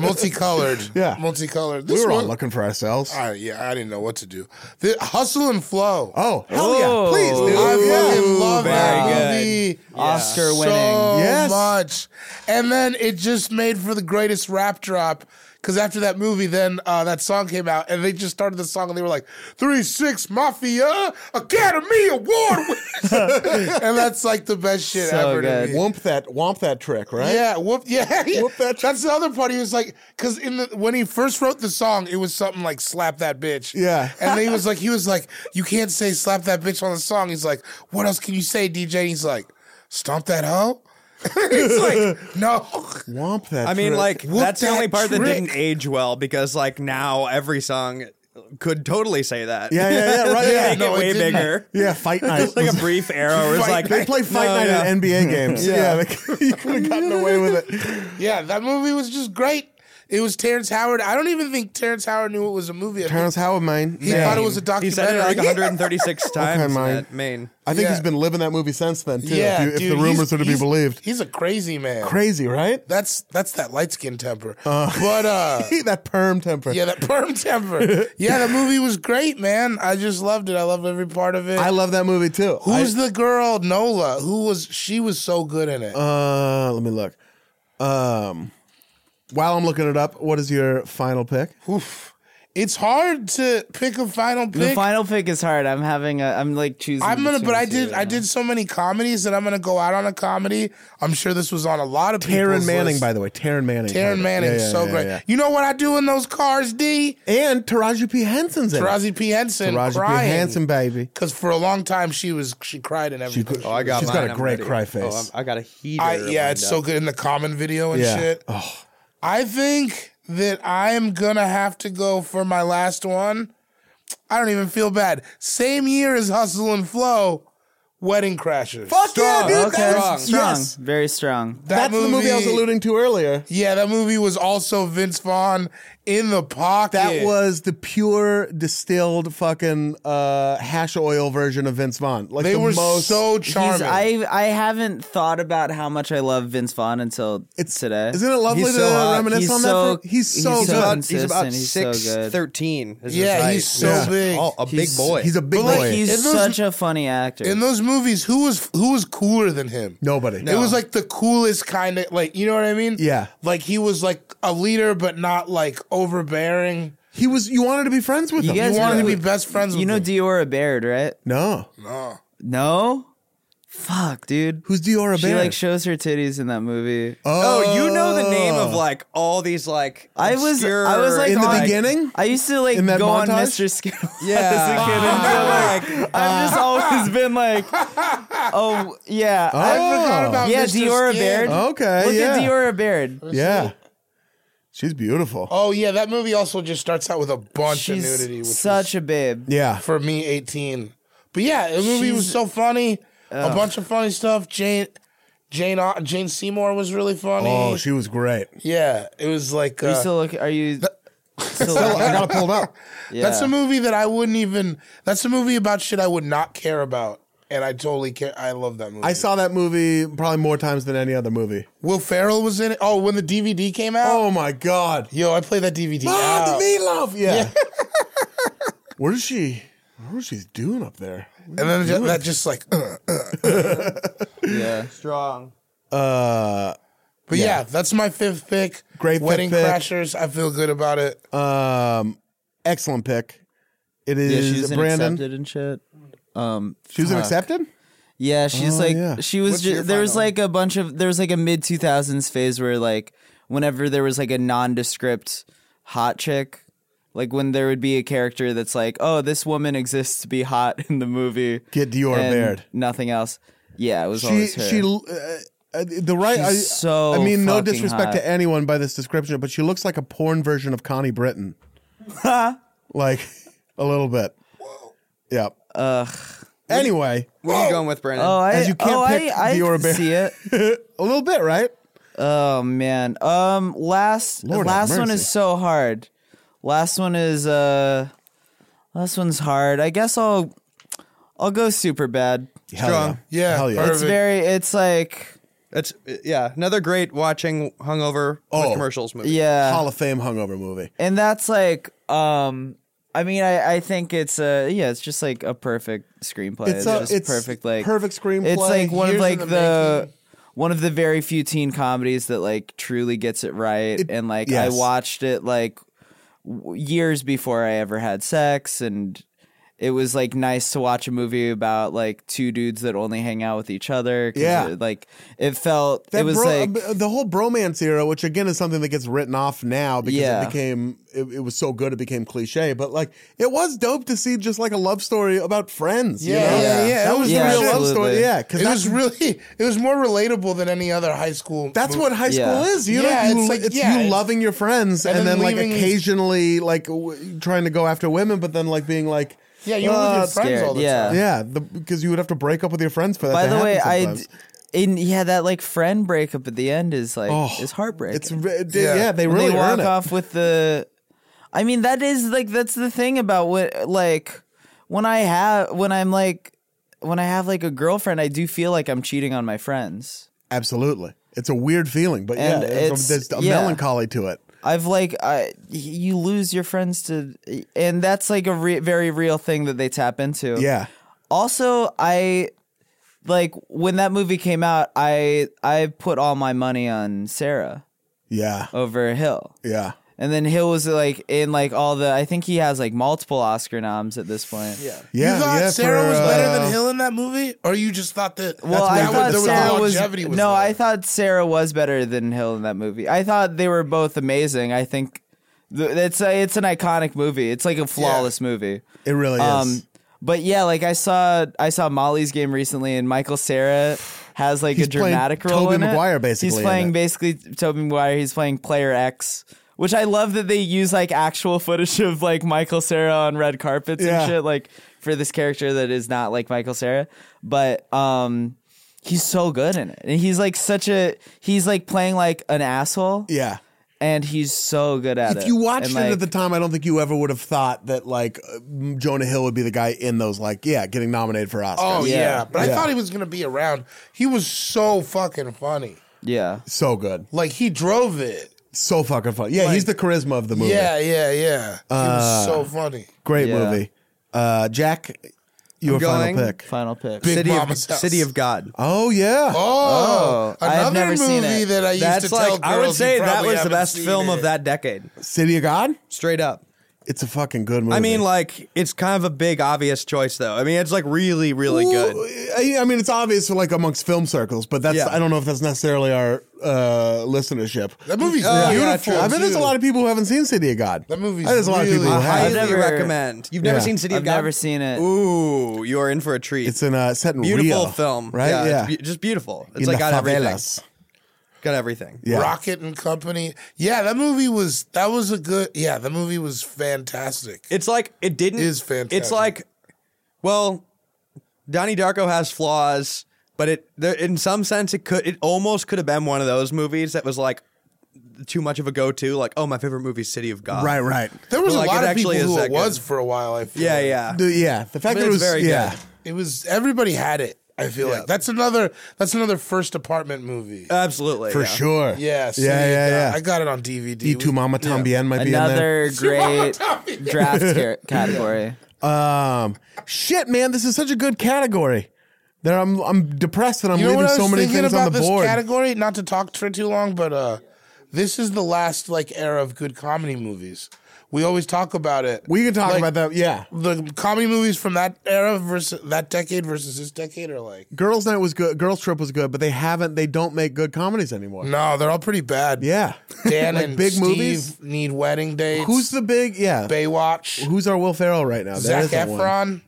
Speaker 2: multicolored.
Speaker 1: Yeah.
Speaker 2: multicolored.
Speaker 1: We
Speaker 2: This
Speaker 1: were all
Speaker 2: one-
Speaker 1: looking for ourselves.
Speaker 2: I- yeah, I didn't know what to do. The hustle and flow.
Speaker 1: Oh, hell yeah!
Speaker 4: Oh.
Speaker 1: Please,
Speaker 2: I
Speaker 1: dude.
Speaker 2: fucking love
Speaker 3: very
Speaker 2: that
Speaker 3: good.
Speaker 2: movie.
Speaker 4: Oscar
Speaker 2: so
Speaker 4: winning.
Speaker 1: Yes.
Speaker 2: much. And then it just made for the greatest rap drop. Because after that movie, then uh, that song came out, and they just started the song, and they were like, 3 6 Mafia Academy Award winners." And that's like the best shit
Speaker 4: So
Speaker 2: ever
Speaker 4: good.
Speaker 2: to me.
Speaker 1: Womp that, womp that trick, right?
Speaker 2: Yeah, whoop, yeah, yeah.
Speaker 1: Whoop that
Speaker 2: That's the other part. He was like, because in the when he first wrote the song, it was something like "slap that bitch."
Speaker 1: Yeah.
Speaker 2: and he was like, he was like, you can't say "slap that bitch" on the song. He's like, what else can you say, DJ? And he's like, stomp that hoe. He's like, no.
Speaker 1: Womp that.
Speaker 5: I mean,
Speaker 1: trick.
Speaker 5: like
Speaker 2: What
Speaker 5: that's the
Speaker 2: that
Speaker 5: only part that
Speaker 2: trick?
Speaker 5: didn't age well because like now every song could totally say that.
Speaker 1: Yeah, yeah, yeah, right,
Speaker 5: They
Speaker 1: yeah.
Speaker 5: Make
Speaker 2: No,
Speaker 5: it
Speaker 2: it
Speaker 5: way
Speaker 2: didn't.
Speaker 5: bigger.
Speaker 1: yeah, fight night.
Speaker 5: Just like a brief arrow. It's
Speaker 2: Fight
Speaker 5: like
Speaker 1: they play fight
Speaker 5: No,
Speaker 1: night
Speaker 5: yeah.
Speaker 1: at NBA games. yeah,
Speaker 5: Yeah.
Speaker 1: they- you could have gotten away with it.
Speaker 2: Yeah, that movie was just great. It was Terrence Howard. I don't even think Terrence Howard knew it was a movie. I think
Speaker 1: Terrence Howard, man.
Speaker 2: he thought it was a
Speaker 5: He said
Speaker 2: documentary.
Speaker 5: it like 136 times in
Speaker 1: mine.
Speaker 5: that main.
Speaker 1: I think
Speaker 2: Yeah.
Speaker 1: he's been living that movie since then too. if,
Speaker 2: yeah,
Speaker 1: you, if
Speaker 2: dude,
Speaker 1: the rumors
Speaker 2: he's-
Speaker 1: are to be
Speaker 2: he's-
Speaker 1: believed,
Speaker 2: he's a crazy man.
Speaker 1: crazy, right?
Speaker 2: that's that's that light skin temper. but uh,
Speaker 1: that perm temper.
Speaker 2: Yeah, that perm temper. yeah, the movie was great, man. I just loved it. I loved every part of it.
Speaker 1: I love that movie too.
Speaker 2: Who's the girl, Nola? Who was she? Was so good in it.
Speaker 1: Uh, let me look. Um, while I'm looking it up, what is your final pick?
Speaker 2: Oof. It's hard to pick a final
Speaker 4: The
Speaker 2: pick.
Speaker 4: final pick is hard. I'm having a I'm like choosing
Speaker 2: I'm gonna, but
Speaker 4: between
Speaker 2: I
Speaker 4: two
Speaker 2: did.
Speaker 4: right
Speaker 2: I
Speaker 4: now.
Speaker 2: did so many comedies that I'm gonna go out on a comedy. I'm sure this was on a lot of
Speaker 1: Taryn
Speaker 2: people's
Speaker 1: Manning,
Speaker 2: list.
Speaker 1: by the way. Taryn Manning.
Speaker 2: Taryn Manning,
Speaker 1: Yeah,
Speaker 2: is
Speaker 1: yeah,
Speaker 2: so
Speaker 1: yeah,
Speaker 2: great.
Speaker 1: yeah.
Speaker 2: You know what I do in those cars, D?
Speaker 1: And Taraji P. Henson's in it.
Speaker 2: Rosie P. Henson
Speaker 1: Taraji P.
Speaker 2: crying.
Speaker 1: Henson, baby.
Speaker 2: Because for a long time she was she cried in everything.
Speaker 1: Oh, I got She's got mine. a I'm great ready. cry face.
Speaker 5: Oh, I'm- I got a heater.
Speaker 2: I, yeah, it's so
Speaker 5: lined up.
Speaker 2: good in the common video and
Speaker 1: Yeah.
Speaker 2: shit. I think that I'm gonna have to go for my last one. I don't even feel bad. Same year as Hustle and Flow, Wedding Crashers.
Speaker 1: Fuck yeah, dude.
Speaker 4: Okay,
Speaker 1: That's,
Speaker 4: strong,
Speaker 1: Yes.
Speaker 4: very strong.
Speaker 1: That's the movie I was alluding to earlier.
Speaker 2: Yeah, that movie was also Vince Vaughn in the pocket.
Speaker 1: That was the pure distilled fucking uh, hash oil version of Vince Vaughn. Like
Speaker 2: They
Speaker 1: the
Speaker 2: were
Speaker 1: most,
Speaker 2: so
Speaker 4: He's,
Speaker 2: charming.
Speaker 4: I I haven't thought about how much I love Vince Vaughn until
Speaker 1: It's-
Speaker 4: today.
Speaker 1: Isn't it lovely
Speaker 5: He's
Speaker 1: to
Speaker 5: so hot.
Speaker 1: reminisce
Speaker 4: He's
Speaker 1: on
Speaker 4: so-
Speaker 1: that? For, he's
Speaker 4: he's
Speaker 1: so
Speaker 4: so
Speaker 1: good.
Speaker 5: He's about
Speaker 4: consistent. He's so
Speaker 5: six
Speaker 4: good.
Speaker 5: thirteen. is his
Speaker 2: yeah,
Speaker 5: height.
Speaker 2: he's so
Speaker 1: Yeah.
Speaker 2: big.
Speaker 5: Oh, a big
Speaker 4: He's-
Speaker 5: boy.
Speaker 1: He's a big
Speaker 2: But, like,
Speaker 1: boy.
Speaker 4: He's
Speaker 2: In those-
Speaker 4: such a funny actor.
Speaker 2: in those movies, who was who was cooler than him?
Speaker 1: Nobody.
Speaker 2: It was like the coolest kind of like you know what I mean?
Speaker 1: Yeah.
Speaker 2: Like he was like a leader, but not like overbearing.
Speaker 1: He was. You wanted to be friends with
Speaker 4: You
Speaker 1: him.
Speaker 4: guys
Speaker 1: You wanted
Speaker 2: wanted
Speaker 4: know-
Speaker 2: to be best friends
Speaker 4: You
Speaker 2: with
Speaker 4: know
Speaker 2: him. Oh.
Speaker 4: Diora Baird, right?
Speaker 1: no.
Speaker 4: No? Fuck, dude.
Speaker 1: Who's Diora
Speaker 4: She
Speaker 1: Bear?
Speaker 4: like shows her titties in that movie.
Speaker 5: Oh, you know the name of like all these like
Speaker 4: I was I was
Speaker 5: obscure-
Speaker 4: like
Speaker 1: Oh. in the
Speaker 4: on-
Speaker 1: beginning?
Speaker 4: I used to like
Speaker 1: In that
Speaker 4: go on
Speaker 1: montage?
Speaker 4: Mr. Skittle as a kid and go
Speaker 5: Yeah.
Speaker 4: like I've just always been like Oh yeah.
Speaker 1: Oh,
Speaker 4: I-
Speaker 2: forgot about
Speaker 4: yeah,
Speaker 2: Mr.
Speaker 4: Diora
Speaker 2: Skin.
Speaker 4: Baird.
Speaker 1: Okay.
Speaker 4: Look
Speaker 1: yeah.
Speaker 4: at Diora Baird.
Speaker 1: Yeah. She's beautiful.
Speaker 2: Oh yeah, that movie also just starts out with a bunch of nudity, which
Speaker 4: She's
Speaker 2: was,
Speaker 4: such a babe.
Speaker 1: Yeah.
Speaker 2: for me eighteen. But yeah, the movie was so funny, a bunch of funny stuff. Jane, Jane, Au- Jane Seymour was really funny.
Speaker 1: Oh, she was great.
Speaker 2: yeah, it was like
Speaker 4: Are
Speaker 2: uh,
Speaker 4: you still look are you still
Speaker 1: I got it pulled up.
Speaker 2: that's a movie that I wouldn't even. That's a movie about shit I would not care about, and I totally care. I love that movie.
Speaker 1: I saw that movie probably more times than any other movie.
Speaker 2: Will Ferrell was in it. Oh, when the DVD came out.
Speaker 1: Oh my god.
Speaker 2: Yo, I played that DVD.
Speaker 1: Ah,
Speaker 2: out.
Speaker 1: the meatloaf. Yeah. what is she? What is she doing up there?
Speaker 2: And then ju- that just like, uh, uh.
Speaker 4: yeah.
Speaker 5: strong.
Speaker 1: Uh,
Speaker 2: but yeah. that's my fifth pick.
Speaker 1: Great fifth
Speaker 2: Wedding
Speaker 1: pick.
Speaker 2: Crashers. I feel good about it.
Speaker 1: um, excellent pick. It
Speaker 4: Yeah,
Speaker 1: is
Speaker 4: she was in
Speaker 1: Brandon.
Speaker 4: accepted and shit. Um
Speaker 1: She was in
Speaker 4: fuck.
Speaker 1: accepted.
Speaker 4: Yeah, she's like
Speaker 1: Oh, yeah.
Speaker 4: she was.
Speaker 2: What's
Speaker 4: Ju-
Speaker 2: your
Speaker 4: there was
Speaker 2: final?
Speaker 4: like a bunch of there was like a mid two thousands phase where like whenever there was like a nondescript hot chick, like when there would be a character that's like, oh, this woman exists to be hot in the movie.
Speaker 1: Get Dior
Speaker 4: and
Speaker 1: Baird.
Speaker 4: Nothing else. Yeah, it was
Speaker 1: She
Speaker 4: always her.
Speaker 1: she. Uh, uh, the right.
Speaker 4: She's
Speaker 1: I,
Speaker 4: so
Speaker 1: I mean, no
Speaker 4: fucking
Speaker 1: disrespect
Speaker 4: hot.
Speaker 1: to anyone by this description, but she looks like a porn version of Connie Britton. like a little bit. Yeah. Ugh. Anyway,
Speaker 5: What are you going with, Brandon?
Speaker 4: oh, I,
Speaker 1: As you can't
Speaker 4: oh,
Speaker 1: pick
Speaker 4: I, I
Speaker 1: Diora Baird.
Speaker 4: see it.
Speaker 1: a little bit, right?
Speaker 4: Oh man. Um last
Speaker 1: Lord have
Speaker 4: last one
Speaker 1: mercy.
Speaker 4: is so hard. Last one is uh last one's hard. I guess I'll I'll go super bad.
Speaker 1: Hell
Speaker 5: Strong.
Speaker 2: Yeah,
Speaker 1: Hell yeah.
Speaker 2: perfect.
Speaker 4: It's very it's like
Speaker 5: That's yeah, another great watching hungover
Speaker 1: Oh.
Speaker 5: with commercials movie.
Speaker 4: yeah.
Speaker 1: Hall of Fame hungover movie.
Speaker 4: and that's like um I mean I, I think it's uh yeah, it's just like a perfect screenplay.
Speaker 1: It's
Speaker 4: It's,
Speaker 1: a-
Speaker 4: just
Speaker 1: it's
Speaker 4: perfect like
Speaker 1: perfect screenplay,
Speaker 4: It's like one of
Speaker 2: years
Speaker 4: like
Speaker 2: in the
Speaker 4: the one of the very few teen comedies that like truly gets it right
Speaker 1: It-
Speaker 4: and like
Speaker 1: yes.
Speaker 4: I watched it like w- years before I ever had sex and it was like nice to watch a movie about like two dudes that only hang out with each other 'cause
Speaker 1: Yeah.
Speaker 4: it, like it felt
Speaker 1: That
Speaker 4: it was
Speaker 1: bro-
Speaker 4: like
Speaker 1: uh, the whole bromance era, which again is something that gets written off now because
Speaker 4: Yeah.
Speaker 1: it became it, it was so good it became cliche. But like it was dope to see just like a love story about friends. you
Speaker 2: Yeah,
Speaker 1: know?
Speaker 2: yeah, yeah.
Speaker 1: That was
Speaker 4: Yeah,
Speaker 1: the real love story.
Speaker 4: absolutely.
Speaker 1: Yeah, because
Speaker 2: It
Speaker 1: that's,
Speaker 2: was really. It was more relatable than any other high school.
Speaker 1: that's
Speaker 2: movie.
Speaker 1: what high school
Speaker 4: Yeah.
Speaker 1: is. You
Speaker 2: Yeah,
Speaker 1: know, you,
Speaker 2: it's
Speaker 1: it's,
Speaker 2: like- yeah,
Speaker 1: you
Speaker 2: it's-
Speaker 1: loving your friends and,
Speaker 2: and
Speaker 1: then,
Speaker 2: then
Speaker 1: like
Speaker 2: leaving-
Speaker 1: occasionally like w- trying to go after women, but then like being like.
Speaker 2: Yeah, you were with your friends all the
Speaker 4: Oh, yeah.
Speaker 2: time.
Speaker 1: Yeah, the, because you would have to break up with your friends for that.
Speaker 4: By
Speaker 1: to
Speaker 4: the way,
Speaker 1: happen
Speaker 4: I, d-
Speaker 1: sometimes.
Speaker 4: in yeah, that like friend breakup at the end is like is heartbreaking.
Speaker 1: Oh, it's re- d- yeah.
Speaker 2: Yeah.
Speaker 1: they
Speaker 4: When
Speaker 1: really
Speaker 4: they walk
Speaker 1: earn it.
Speaker 4: off with the. I mean, that is like that's the thing about what like when I have when I'm like when I have like a girlfriend, I do feel like I'm cheating on my friends.
Speaker 1: Absolutely, it's a weird feeling, but yeah,
Speaker 4: And
Speaker 1: it's,
Speaker 4: it's-
Speaker 1: there's a
Speaker 4: yeah.
Speaker 1: melancholy to it.
Speaker 4: I've like I you lose your friends to, and that's like a re- very real thing that they tap into.
Speaker 1: Yeah.
Speaker 4: Also, I like when that movie came out, I I put all my money on Sarah
Speaker 1: Yeah.
Speaker 4: over Hill.
Speaker 1: Yeah.
Speaker 4: And then Hill was like in like all the I think he has like multiple Oscar noms at this point. Yeah.
Speaker 1: Yeah.
Speaker 2: you thought
Speaker 1: yeah,
Speaker 2: Sarah
Speaker 1: for,
Speaker 2: was better
Speaker 1: uh,
Speaker 2: than Hill in that movie, or you just thought that?
Speaker 4: Well,
Speaker 2: that's
Speaker 4: I
Speaker 2: why
Speaker 4: thought
Speaker 2: there was
Speaker 4: Sarah
Speaker 2: the
Speaker 4: was,
Speaker 2: longevity was
Speaker 4: no,
Speaker 2: there.
Speaker 4: I thought Sarah was better than Hill in that movie. I thought they were both amazing. I think th- it's a, it's an iconic movie. It's like a flawless movie.
Speaker 1: It really
Speaker 4: Um,
Speaker 1: is.
Speaker 4: but yeah, like I saw I saw Molly's game recently, and Michael Sarah has like
Speaker 1: He's
Speaker 4: a
Speaker 1: playing
Speaker 4: dramatic role.
Speaker 1: Tobey
Speaker 4: in it.
Speaker 1: Maguire, basically,
Speaker 4: he's
Speaker 1: in
Speaker 4: playing
Speaker 1: it.
Speaker 4: basically Toby Maguire. He's playing Player X, which I love that they use like actual footage of like Michael Sarah on red carpets
Speaker 1: Yeah.
Speaker 4: and shit, like for this character that is not like Michael Sarah, but um. He's so good in it. And he's like such a he's like playing like an asshole
Speaker 1: Yeah.
Speaker 4: and he's so good at it.
Speaker 1: If you watched
Speaker 4: And,
Speaker 1: it
Speaker 4: like,
Speaker 1: at the time, I don't think you ever would have thought that like uh, Jonah Hill would be the guy in those like yeah getting nominated for Oscars.
Speaker 2: Oh yeah,
Speaker 4: Yeah.
Speaker 2: but I thought he was gonna be around. He was so fucking funny.
Speaker 4: Yeah.
Speaker 1: So good,
Speaker 2: Like he drove it.
Speaker 1: so fucking fun. Yeah, he's the charisma of the movie.
Speaker 2: Yeah, yeah, yeah. He was
Speaker 5: Uh,
Speaker 2: so funny.
Speaker 1: Great
Speaker 4: Yeah.
Speaker 1: movie. Uh, Jack, your
Speaker 5: I'm
Speaker 1: final
Speaker 5: going-
Speaker 1: pick.
Speaker 4: Final pick.
Speaker 5: City of,
Speaker 2: Mama's House.
Speaker 5: City of God.
Speaker 1: Oh yeah.
Speaker 2: Oh,
Speaker 4: I have
Speaker 2: another
Speaker 4: never
Speaker 2: movie
Speaker 4: seen it.
Speaker 2: that I used
Speaker 5: That's
Speaker 2: to tell
Speaker 5: like I would
Speaker 2: girls you
Speaker 5: say that
Speaker 2: probably
Speaker 5: was the
Speaker 2: haven't
Speaker 5: best
Speaker 2: seen
Speaker 5: film
Speaker 2: it.
Speaker 5: of that decade.
Speaker 1: City of God.
Speaker 5: Straight up.
Speaker 1: It's a fucking good movie.
Speaker 5: I mean, like it's kind of a big obvious choice though. I mean, it's like really, really good.
Speaker 1: I, I mean, it's obvious like amongst film circles, but that's
Speaker 5: Yeah.
Speaker 1: I don't know if that's necessarily our uh, listenership. Uh,
Speaker 2: That movie's
Speaker 5: yeah,
Speaker 2: beautiful.
Speaker 5: true.
Speaker 1: I bet there's a
Speaker 2: too.
Speaker 1: lot of people who haven't seen City of God.
Speaker 2: That movie's
Speaker 1: I bet There's a lot
Speaker 2: really
Speaker 1: of people who
Speaker 2: hot.
Speaker 1: have.
Speaker 5: Highly
Speaker 4: never-
Speaker 5: recommend. You've never
Speaker 1: Yeah.
Speaker 5: seen City of
Speaker 4: I've
Speaker 5: God?
Speaker 4: never seen it.
Speaker 5: Ooh, you are in for a treat.
Speaker 1: It's in uh, set in
Speaker 5: beautiful
Speaker 1: Rio,
Speaker 5: film,
Speaker 1: right?
Speaker 5: Yeah,
Speaker 1: Yeah,
Speaker 5: It's be- just beautiful. It's
Speaker 1: in
Speaker 5: like
Speaker 1: the
Speaker 5: got everything.
Speaker 1: favelas.
Speaker 5: Got everything.
Speaker 1: Yeah.
Speaker 2: Rocket and Company. Yeah, that movie was that was a good. Yeah, that movie was fantastic.
Speaker 5: It's like it didn't.
Speaker 2: Is fantastic.
Speaker 5: It's like, well, Donnie Darko has flaws, but it there in some sense it could it almost could have been one of those movies that was like too much of a go to. Like, oh, my favorite movie, is City of God.
Speaker 1: Right, right.
Speaker 2: There was
Speaker 5: Well,
Speaker 2: a
Speaker 5: like,
Speaker 2: lot
Speaker 5: it
Speaker 2: of people
Speaker 5: actually is
Speaker 2: who
Speaker 5: that
Speaker 2: it was
Speaker 5: good.
Speaker 2: for a while. I feel
Speaker 5: Yeah,
Speaker 2: like.
Speaker 5: yeah.
Speaker 1: The- yeah, the fact that
Speaker 5: But
Speaker 1: it
Speaker 5: it's
Speaker 1: was
Speaker 5: very good.
Speaker 1: yeah.
Speaker 2: It was everybody had it. I feel
Speaker 5: Yeah.
Speaker 2: like that's another that's another first apartment movie.
Speaker 5: Absolutely.
Speaker 1: For
Speaker 5: yeah.
Speaker 1: sure.
Speaker 2: yeah,
Speaker 1: Yeah, yeah, yeah.
Speaker 2: Uh, I got it on DVD.
Speaker 1: D two
Speaker 2: We-
Speaker 1: Mama Tambien might be in there.
Speaker 4: Another great draft ca- category.
Speaker 1: Um, shit, man, this is such a good category. That I'm I'm depressed that I'm
Speaker 2: You know
Speaker 1: leaving
Speaker 2: what I was
Speaker 1: so many
Speaker 2: thinking
Speaker 1: things
Speaker 2: about
Speaker 1: on the
Speaker 2: this
Speaker 1: board.
Speaker 2: category? Not to talk for too long, but uh, this is the last like era of good comedy movies. We always talk about it.
Speaker 1: We can talk
Speaker 2: Like,
Speaker 1: about that. Yeah,
Speaker 2: the comedy movies from that era versus that decade versus this decade are like
Speaker 1: Girls Night was good. Girls Trip was good, but they haven't. They don't make good comedies anymore.
Speaker 2: no, they're all pretty bad.
Speaker 1: Yeah.
Speaker 2: Dan
Speaker 1: Like
Speaker 2: and
Speaker 1: big
Speaker 2: Steve
Speaker 1: movies?
Speaker 2: need wedding dates.
Speaker 1: Who's the big? Yeah.
Speaker 2: Baywatch?
Speaker 1: Who's our Will Ferrell right now? There
Speaker 2: Zach
Speaker 1: isn't one.
Speaker 2: Efron.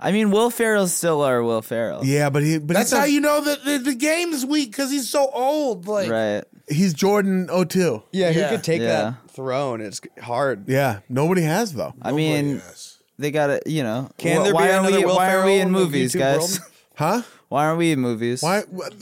Speaker 4: I mean, Will Ferrell's still our Will Ferrell.
Speaker 1: Yeah, but he. But
Speaker 2: That's
Speaker 1: he's not-
Speaker 2: how you know that the, the game's weak because he's so old. Like
Speaker 4: Right.
Speaker 1: He's Jordan 02.
Speaker 5: Yeah,
Speaker 2: Yeah.
Speaker 5: who could take
Speaker 4: Yeah.
Speaker 5: that throne? It's hard.
Speaker 1: Yeah. Nobody has though.
Speaker 4: I mean,
Speaker 2: Yes.
Speaker 4: they got to, you know.
Speaker 5: Can
Speaker 4: wh-
Speaker 5: there
Speaker 4: why
Speaker 5: be
Speaker 4: aren't
Speaker 5: another
Speaker 4: we,
Speaker 5: Will
Speaker 4: Why are we
Speaker 5: Ferrell
Speaker 4: in
Speaker 5: in the
Speaker 4: movies,
Speaker 5: YouTube
Speaker 4: guys?
Speaker 5: world?
Speaker 1: Huh?
Speaker 4: Why aren't we in movies?
Speaker 1: Why? wh-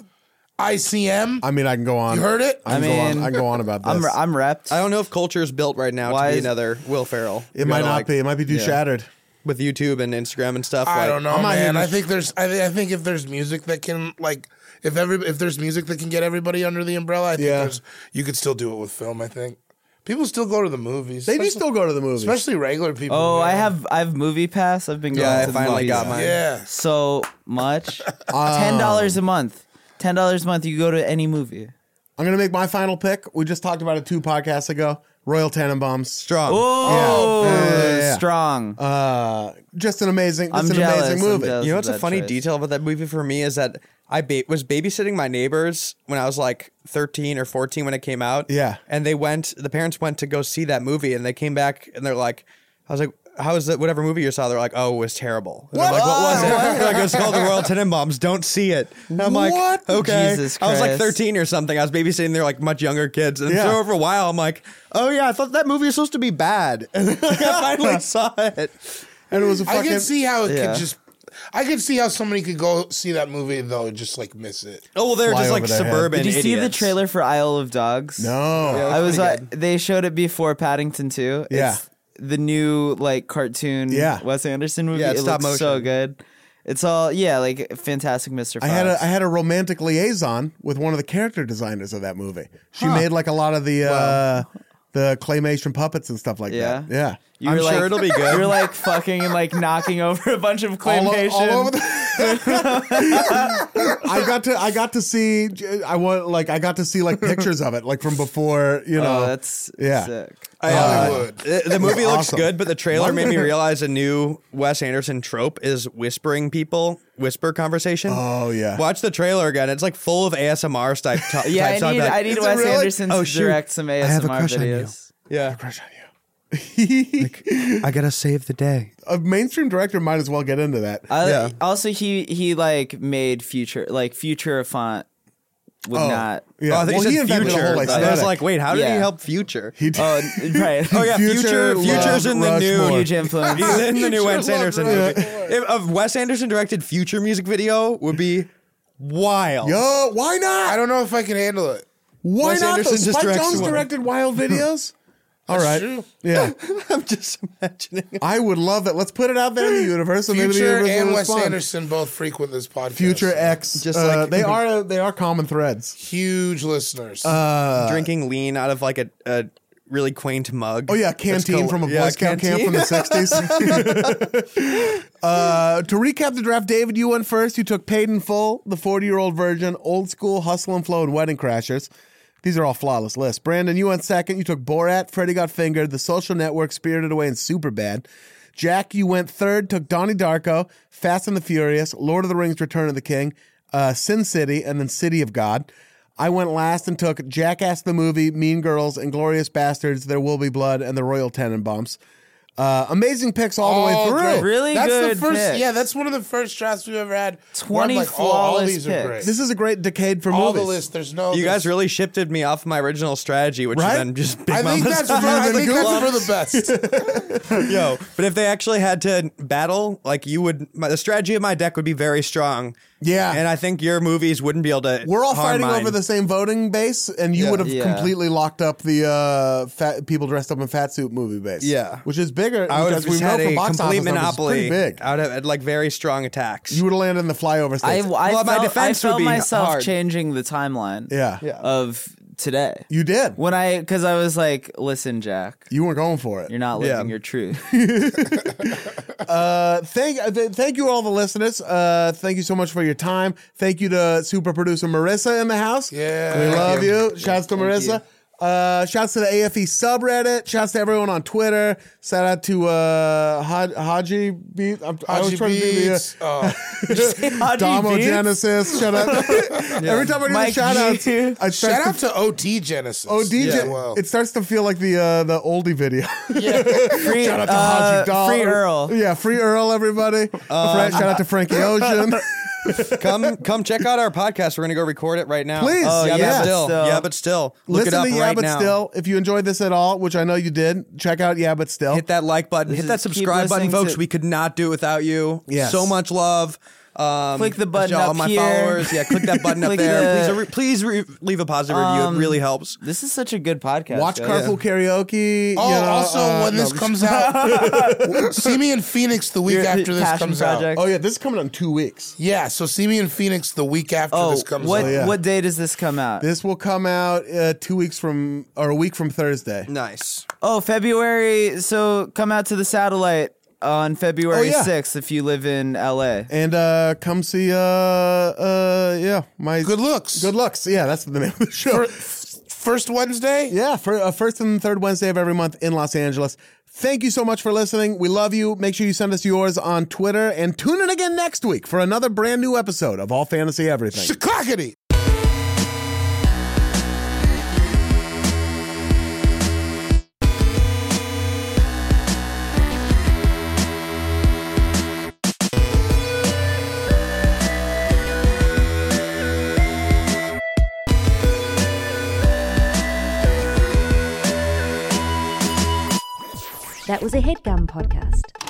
Speaker 2: ICM.
Speaker 1: I mean, I can go on.
Speaker 2: You heard it?
Speaker 1: I, can
Speaker 4: I
Speaker 1: go on.
Speaker 4: mean,
Speaker 1: I can go on about this.
Speaker 4: I'm I'm repped.
Speaker 5: I don't know if culture is built right now
Speaker 4: Why
Speaker 5: to be
Speaker 4: is-
Speaker 5: another Will Ferrell. You
Speaker 1: it might
Speaker 5: gotta,
Speaker 1: not
Speaker 5: like,
Speaker 1: be. It might be too shattered.
Speaker 5: with YouTube and Instagram and stuff.
Speaker 2: I
Speaker 5: like,
Speaker 2: don't know,
Speaker 1: I'm not here
Speaker 2: man.
Speaker 1: to-
Speaker 2: I think there's. I, thi- I think if there's music that can like, if every if there's music that can get everybody under the umbrella, I think
Speaker 1: Yeah.
Speaker 2: there's. You could still do it with film. I think people still go to the movies.
Speaker 1: They do
Speaker 2: especially-
Speaker 1: still go to the movies.
Speaker 2: especially regular people.
Speaker 4: oh, I
Speaker 2: man.
Speaker 4: have I have movie pass. I've been going
Speaker 5: Yeah, I
Speaker 4: to the
Speaker 5: finally
Speaker 4: movies
Speaker 5: got mine.
Speaker 2: Yeah,
Speaker 4: so much. Ten dollars a
Speaker 5: Um,
Speaker 4: month. Ten dollars a month. You go to any movie.
Speaker 1: I'm gonna make my final pick. We just talked about it two podcasts ago. Royal Tenenbaums.
Speaker 5: Strong.
Speaker 4: Oh,
Speaker 1: Yeah, yeah, yeah.
Speaker 4: strong.
Speaker 1: Uh, just an amazing. Just
Speaker 4: I'm
Speaker 1: an
Speaker 4: jealous,
Speaker 1: amazing
Speaker 4: I'm
Speaker 1: movie.
Speaker 4: jealous.
Speaker 5: You know
Speaker 4: of
Speaker 5: what's a
Speaker 4: that
Speaker 5: funny
Speaker 4: choice.
Speaker 5: detail about that movie for me is that I ba- was babysitting my neighbors when I was like 13 or 14 when it came out.
Speaker 1: Yeah.
Speaker 5: And they went, the parents went to go see that movie and they came back and they're like, I was like, how was that? Whatever movie you saw, they're like, oh, it was terrible. And I'm like, what was it? They're like, it's called The Royal Tenenbaums. Don't see it. And I'm like,
Speaker 1: What?
Speaker 5: okay.
Speaker 4: Jesus
Speaker 5: I was like
Speaker 4: Christ.
Speaker 5: 13 or something. I was babysitting. They're like much younger kids. And
Speaker 1: Yeah.
Speaker 5: so over a while, I'm like, oh yeah, I thought that movie was supposed to be bad. And then, like, I finally saw it.
Speaker 1: And it was a
Speaker 2: I
Speaker 1: fucking.
Speaker 2: can see how it
Speaker 4: Yeah.
Speaker 2: could just. I could see how somebody could go see that movie and they'll just like miss it.
Speaker 5: Oh, well, they're
Speaker 1: Fly
Speaker 5: just
Speaker 1: over
Speaker 5: like
Speaker 1: their head.
Speaker 5: suburban.
Speaker 4: Did you see the
Speaker 5: idiots.
Speaker 4: trailer for Isle of Dogs?
Speaker 1: no.
Speaker 4: I was like, they showed it before Paddington too.
Speaker 1: Yeah.
Speaker 4: It's the new like cartoon
Speaker 1: Yeah.
Speaker 4: Wes Anderson movie.
Speaker 5: Yeah, it's
Speaker 4: it
Speaker 5: stop
Speaker 4: looks so
Speaker 5: motion.
Speaker 4: good. It's all yeah, like fantastic Mr. Fox.
Speaker 1: I had a I had a romantic liaison with one of the character designers of that movie. She made like a lot of the uh, the claymation puppets and stuff like
Speaker 4: Yeah.
Speaker 1: that. Yeah.
Speaker 4: you
Speaker 5: I'm
Speaker 4: were, like,
Speaker 5: sure it'll be good.
Speaker 4: You're like fucking and like knocking over a bunch of
Speaker 1: All, o-
Speaker 4: claymation.
Speaker 1: all over the. I got to I got to see I want like I got to see like pictures of it like from before you know
Speaker 4: oh, that's
Speaker 1: yeah
Speaker 4: sick.
Speaker 5: I, uh,
Speaker 2: Hollywood.
Speaker 5: the, the movie looks
Speaker 1: Awesome.
Speaker 5: good, but the trailer made me realize a new Wes Anderson trope is whispering people, whisper conversation.
Speaker 1: oh yeah
Speaker 5: Watch the trailer again. It's like full of ASMR type. To-
Speaker 4: Yeah,
Speaker 5: type
Speaker 4: I
Speaker 5: talk
Speaker 4: need
Speaker 5: about-
Speaker 4: I need
Speaker 5: It's
Speaker 4: Wes
Speaker 5: really-
Speaker 4: Anderson
Speaker 5: Oh,
Speaker 4: to
Speaker 5: shoot.
Speaker 4: direct some ASMR
Speaker 5: have a crush on you.
Speaker 4: videos.
Speaker 5: Yeah,
Speaker 1: crush on you.
Speaker 5: I gotta save the day.
Speaker 1: a mainstream director might as well get into that.
Speaker 4: I,
Speaker 5: Yeah.
Speaker 4: Also, he he like made future like future font would not.
Speaker 1: yeah.
Speaker 5: Oh, I think
Speaker 1: well,
Speaker 5: he,
Speaker 1: he
Speaker 5: said
Speaker 1: invented
Speaker 5: future.
Speaker 1: a whole
Speaker 5: I was
Speaker 1: aesthetic.
Speaker 5: like, wait, how did he
Speaker 4: Yeah.
Speaker 5: help future?
Speaker 1: He did.
Speaker 4: Oh, n- right.
Speaker 5: Oh yeah,
Speaker 1: Future
Speaker 5: future.
Speaker 1: loved
Speaker 5: Future's in the
Speaker 1: Rushmore.
Speaker 5: new.
Speaker 4: Huge influence.
Speaker 5: He's in the new Wes
Speaker 2: loved
Speaker 5: Anderson movie. If a Wes Anderson directed future music video would be wild.
Speaker 1: Yo, why not?
Speaker 2: I don't know if I can handle it.
Speaker 1: Why
Speaker 5: Wes
Speaker 1: not?
Speaker 5: Anderson
Speaker 1: though?
Speaker 5: just
Speaker 1: Spike
Speaker 5: directs
Speaker 1: Jones
Speaker 5: one.
Speaker 1: directed Wild Videos. All right.
Speaker 2: true.
Speaker 1: Yeah,
Speaker 5: I'm just imagining.
Speaker 1: I would love that. Let's put it out there in the universe, and maybe the
Speaker 2: Future
Speaker 1: universe
Speaker 2: and
Speaker 1: will
Speaker 2: Wes
Speaker 1: respond.
Speaker 2: Anderson both frequent this podcast.
Speaker 1: Future X,
Speaker 5: Just
Speaker 1: just uh,
Speaker 5: like-
Speaker 1: they are they are common threads.
Speaker 2: huge listeners.
Speaker 1: Uh,
Speaker 5: drinking lean out of like a, a really quaint mug.
Speaker 1: Oh yeah, canteen from a Boy Scout camp from the sixties. uh, to recap the draft, David, you went first. You took Paid in Full, The Forty Year Old Virgin, Old School, Hustle and Flow, and Wedding Crashers. These are all flawless lists. Brandon, you went second. You took Borat, Freddy Got Fingered, The Social Network, Spirited Away, and Superbad. Jack, you went third. Took Donnie Darko, Fast and the Furious, Lord of the Rings, Return of the King, uh, Sin City, and then City of God. I went last and took Jackass the Movie, Mean Girls, Inglorious Bastards, There Will Be Blood, and The Royal Tenenbaums. Uh, amazing picks all the way
Speaker 2: Oh,
Speaker 1: through.
Speaker 2: great.
Speaker 4: Really
Speaker 2: that's
Speaker 4: good
Speaker 2: the first,
Speaker 4: picks.
Speaker 2: Yeah, that's one of the first drafts we've ever had. where
Speaker 4: 20
Speaker 2: I'm like, oh, all
Speaker 4: flawless
Speaker 2: these are great.
Speaker 4: picks.
Speaker 1: This is a great decade for
Speaker 2: all
Speaker 1: movies.
Speaker 2: the list. There's no.
Speaker 5: You guys
Speaker 2: there's-
Speaker 5: really shifted me off my original strategy, which
Speaker 1: Right?
Speaker 5: then just Big
Speaker 2: I think
Speaker 5: Mama's
Speaker 2: that's. For, I think that's for the best.
Speaker 5: yo. But if they actually had to battle, like you would, my, the strategy of my deck would be very strong.
Speaker 1: Yeah.
Speaker 5: and I think your movies wouldn't be able to.
Speaker 1: We're all
Speaker 5: harm
Speaker 1: fighting
Speaker 5: mine.
Speaker 1: over the same voting base, and you
Speaker 2: Yeah.
Speaker 1: would have
Speaker 4: Yeah.
Speaker 1: completely locked up the uh, fat people dressed up in fat suit movie base.
Speaker 5: Yeah.
Speaker 1: which is bigger.
Speaker 5: I would
Speaker 1: because
Speaker 5: have just
Speaker 1: we know
Speaker 5: had
Speaker 1: from
Speaker 5: a
Speaker 1: box
Speaker 5: complete
Speaker 1: office numbers, it's
Speaker 5: monopoly.
Speaker 1: Pretty big.
Speaker 5: I would have had, like very strong attacks.
Speaker 1: you would have landed in the flyover
Speaker 4: I, I
Speaker 1: states.
Speaker 5: my
Speaker 4: felt,
Speaker 5: defense
Speaker 4: I
Speaker 5: would
Speaker 4: felt
Speaker 5: be
Speaker 4: myself
Speaker 5: hard.
Speaker 4: changing the timeline
Speaker 1: yeah.
Speaker 4: of today.
Speaker 1: you did.
Speaker 4: When I, because I was like, listen, Jack,
Speaker 1: You were going for it.
Speaker 4: you're not
Speaker 5: Yeah.
Speaker 4: living your truth.
Speaker 1: Uh, thank, uh, th- thank you all the listeners. Uh, thank you so much for your time. Thank you to super producer Marissa in the house.
Speaker 2: Yeah.
Speaker 1: we
Speaker 2: Thank
Speaker 1: love
Speaker 2: you.
Speaker 1: you. Shouts to Marissa. Uh, shouts to the AFE subreddit. Shouts to everyone on Twitter. Shout out to uh, Haj- Haji Beat. I'm, I was
Speaker 2: Haji
Speaker 1: trying to do the uh,
Speaker 2: Beats, uh,
Speaker 1: Domo Genesis. Shout out. Every time I do
Speaker 4: Mike
Speaker 1: a shout out,
Speaker 4: G.
Speaker 1: I start
Speaker 2: shout
Speaker 1: to
Speaker 2: out to OT Genesis.
Speaker 1: Oh, DJ,
Speaker 2: as well.
Speaker 1: it starts to feel like the uh, the oldie video.
Speaker 4: Free,
Speaker 1: shout out to
Speaker 4: uh,
Speaker 1: Haji Doll.
Speaker 4: Free Earl. Um,
Speaker 1: Yeah, free Earl, everybody. Fra- shout out to Frankie Ocean.
Speaker 5: come come check out our podcast. We're gonna go record it right now. Oh,
Speaker 1: Please,
Speaker 5: yeah,
Speaker 1: yeah.
Speaker 5: but still,
Speaker 4: Still.
Speaker 5: yeah, but still, look
Speaker 1: Listen
Speaker 5: it up
Speaker 1: to Yeah,
Speaker 5: right
Speaker 1: but
Speaker 5: now.
Speaker 1: still. If you enjoyed this at all, which I know you did, check out Yeah, but still.
Speaker 5: hit that like
Speaker 4: Oh,
Speaker 5: button,
Speaker 4: This
Speaker 5: hit
Speaker 4: is-
Speaker 5: that subscribe
Speaker 4: keep
Speaker 5: button,
Speaker 4: listening
Speaker 5: folks.
Speaker 4: to-
Speaker 5: we could not do it without you.
Speaker 1: Yes.
Speaker 5: so much love. Um,
Speaker 4: Click the button
Speaker 5: to all
Speaker 4: up
Speaker 5: my
Speaker 4: here.
Speaker 5: followers. Yeah, click that button up
Speaker 4: Click
Speaker 5: there.
Speaker 4: the- Um,
Speaker 5: please, re- please re- leave a positive review. It really helps.
Speaker 4: This is such a good podcast.
Speaker 1: Watch
Speaker 4: guys.
Speaker 1: Carpool Karaoke.
Speaker 2: Oh,
Speaker 1: you know,
Speaker 2: also
Speaker 1: uh,
Speaker 2: when
Speaker 1: no,
Speaker 2: this comes out, see me in Phoenix the week
Speaker 4: Your
Speaker 2: after this
Speaker 4: passion
Speaker 2: comes out.
Speaker 4: project.
Speaker 1: Oh yeah, this is coming out in two weeks.
Speaker 2: Yeah, so see me in Phoenix the week after
Speaker 4: Oh,
Speaker 2: this comes
Speaker 4: what
Speaker 2: out.
Speaker 1: yeah.
Speaker 4: what day does this come out?
Speaker 1: This will come out uh, two weeks from or a week from Thursday.
Speaker 5: Nice.
Speaker 4: oh, February. So come out to the satellite on February
Speaker 1: Oh, yeah.
Speaker 4: 6th if you live in LA.
Speaker 1: And uh, come see uh, uh, yeah, my
Speaker 2: Good looks.
Speaker 1: Good looks. Yeah, that's the name of the show.
Speaker 2: First Wednesday.
Speaker 1: Yeah, for uh, first and third Wednesday of every month in Los Angeles. Thank you so much for listening. We love you. Make sure you send us yours on Twitter and tune in again next week for another brand new episode of All Fantasy Everything.
Speaker 2: Chicockity.
Speaker 7: That was a headgum podcast.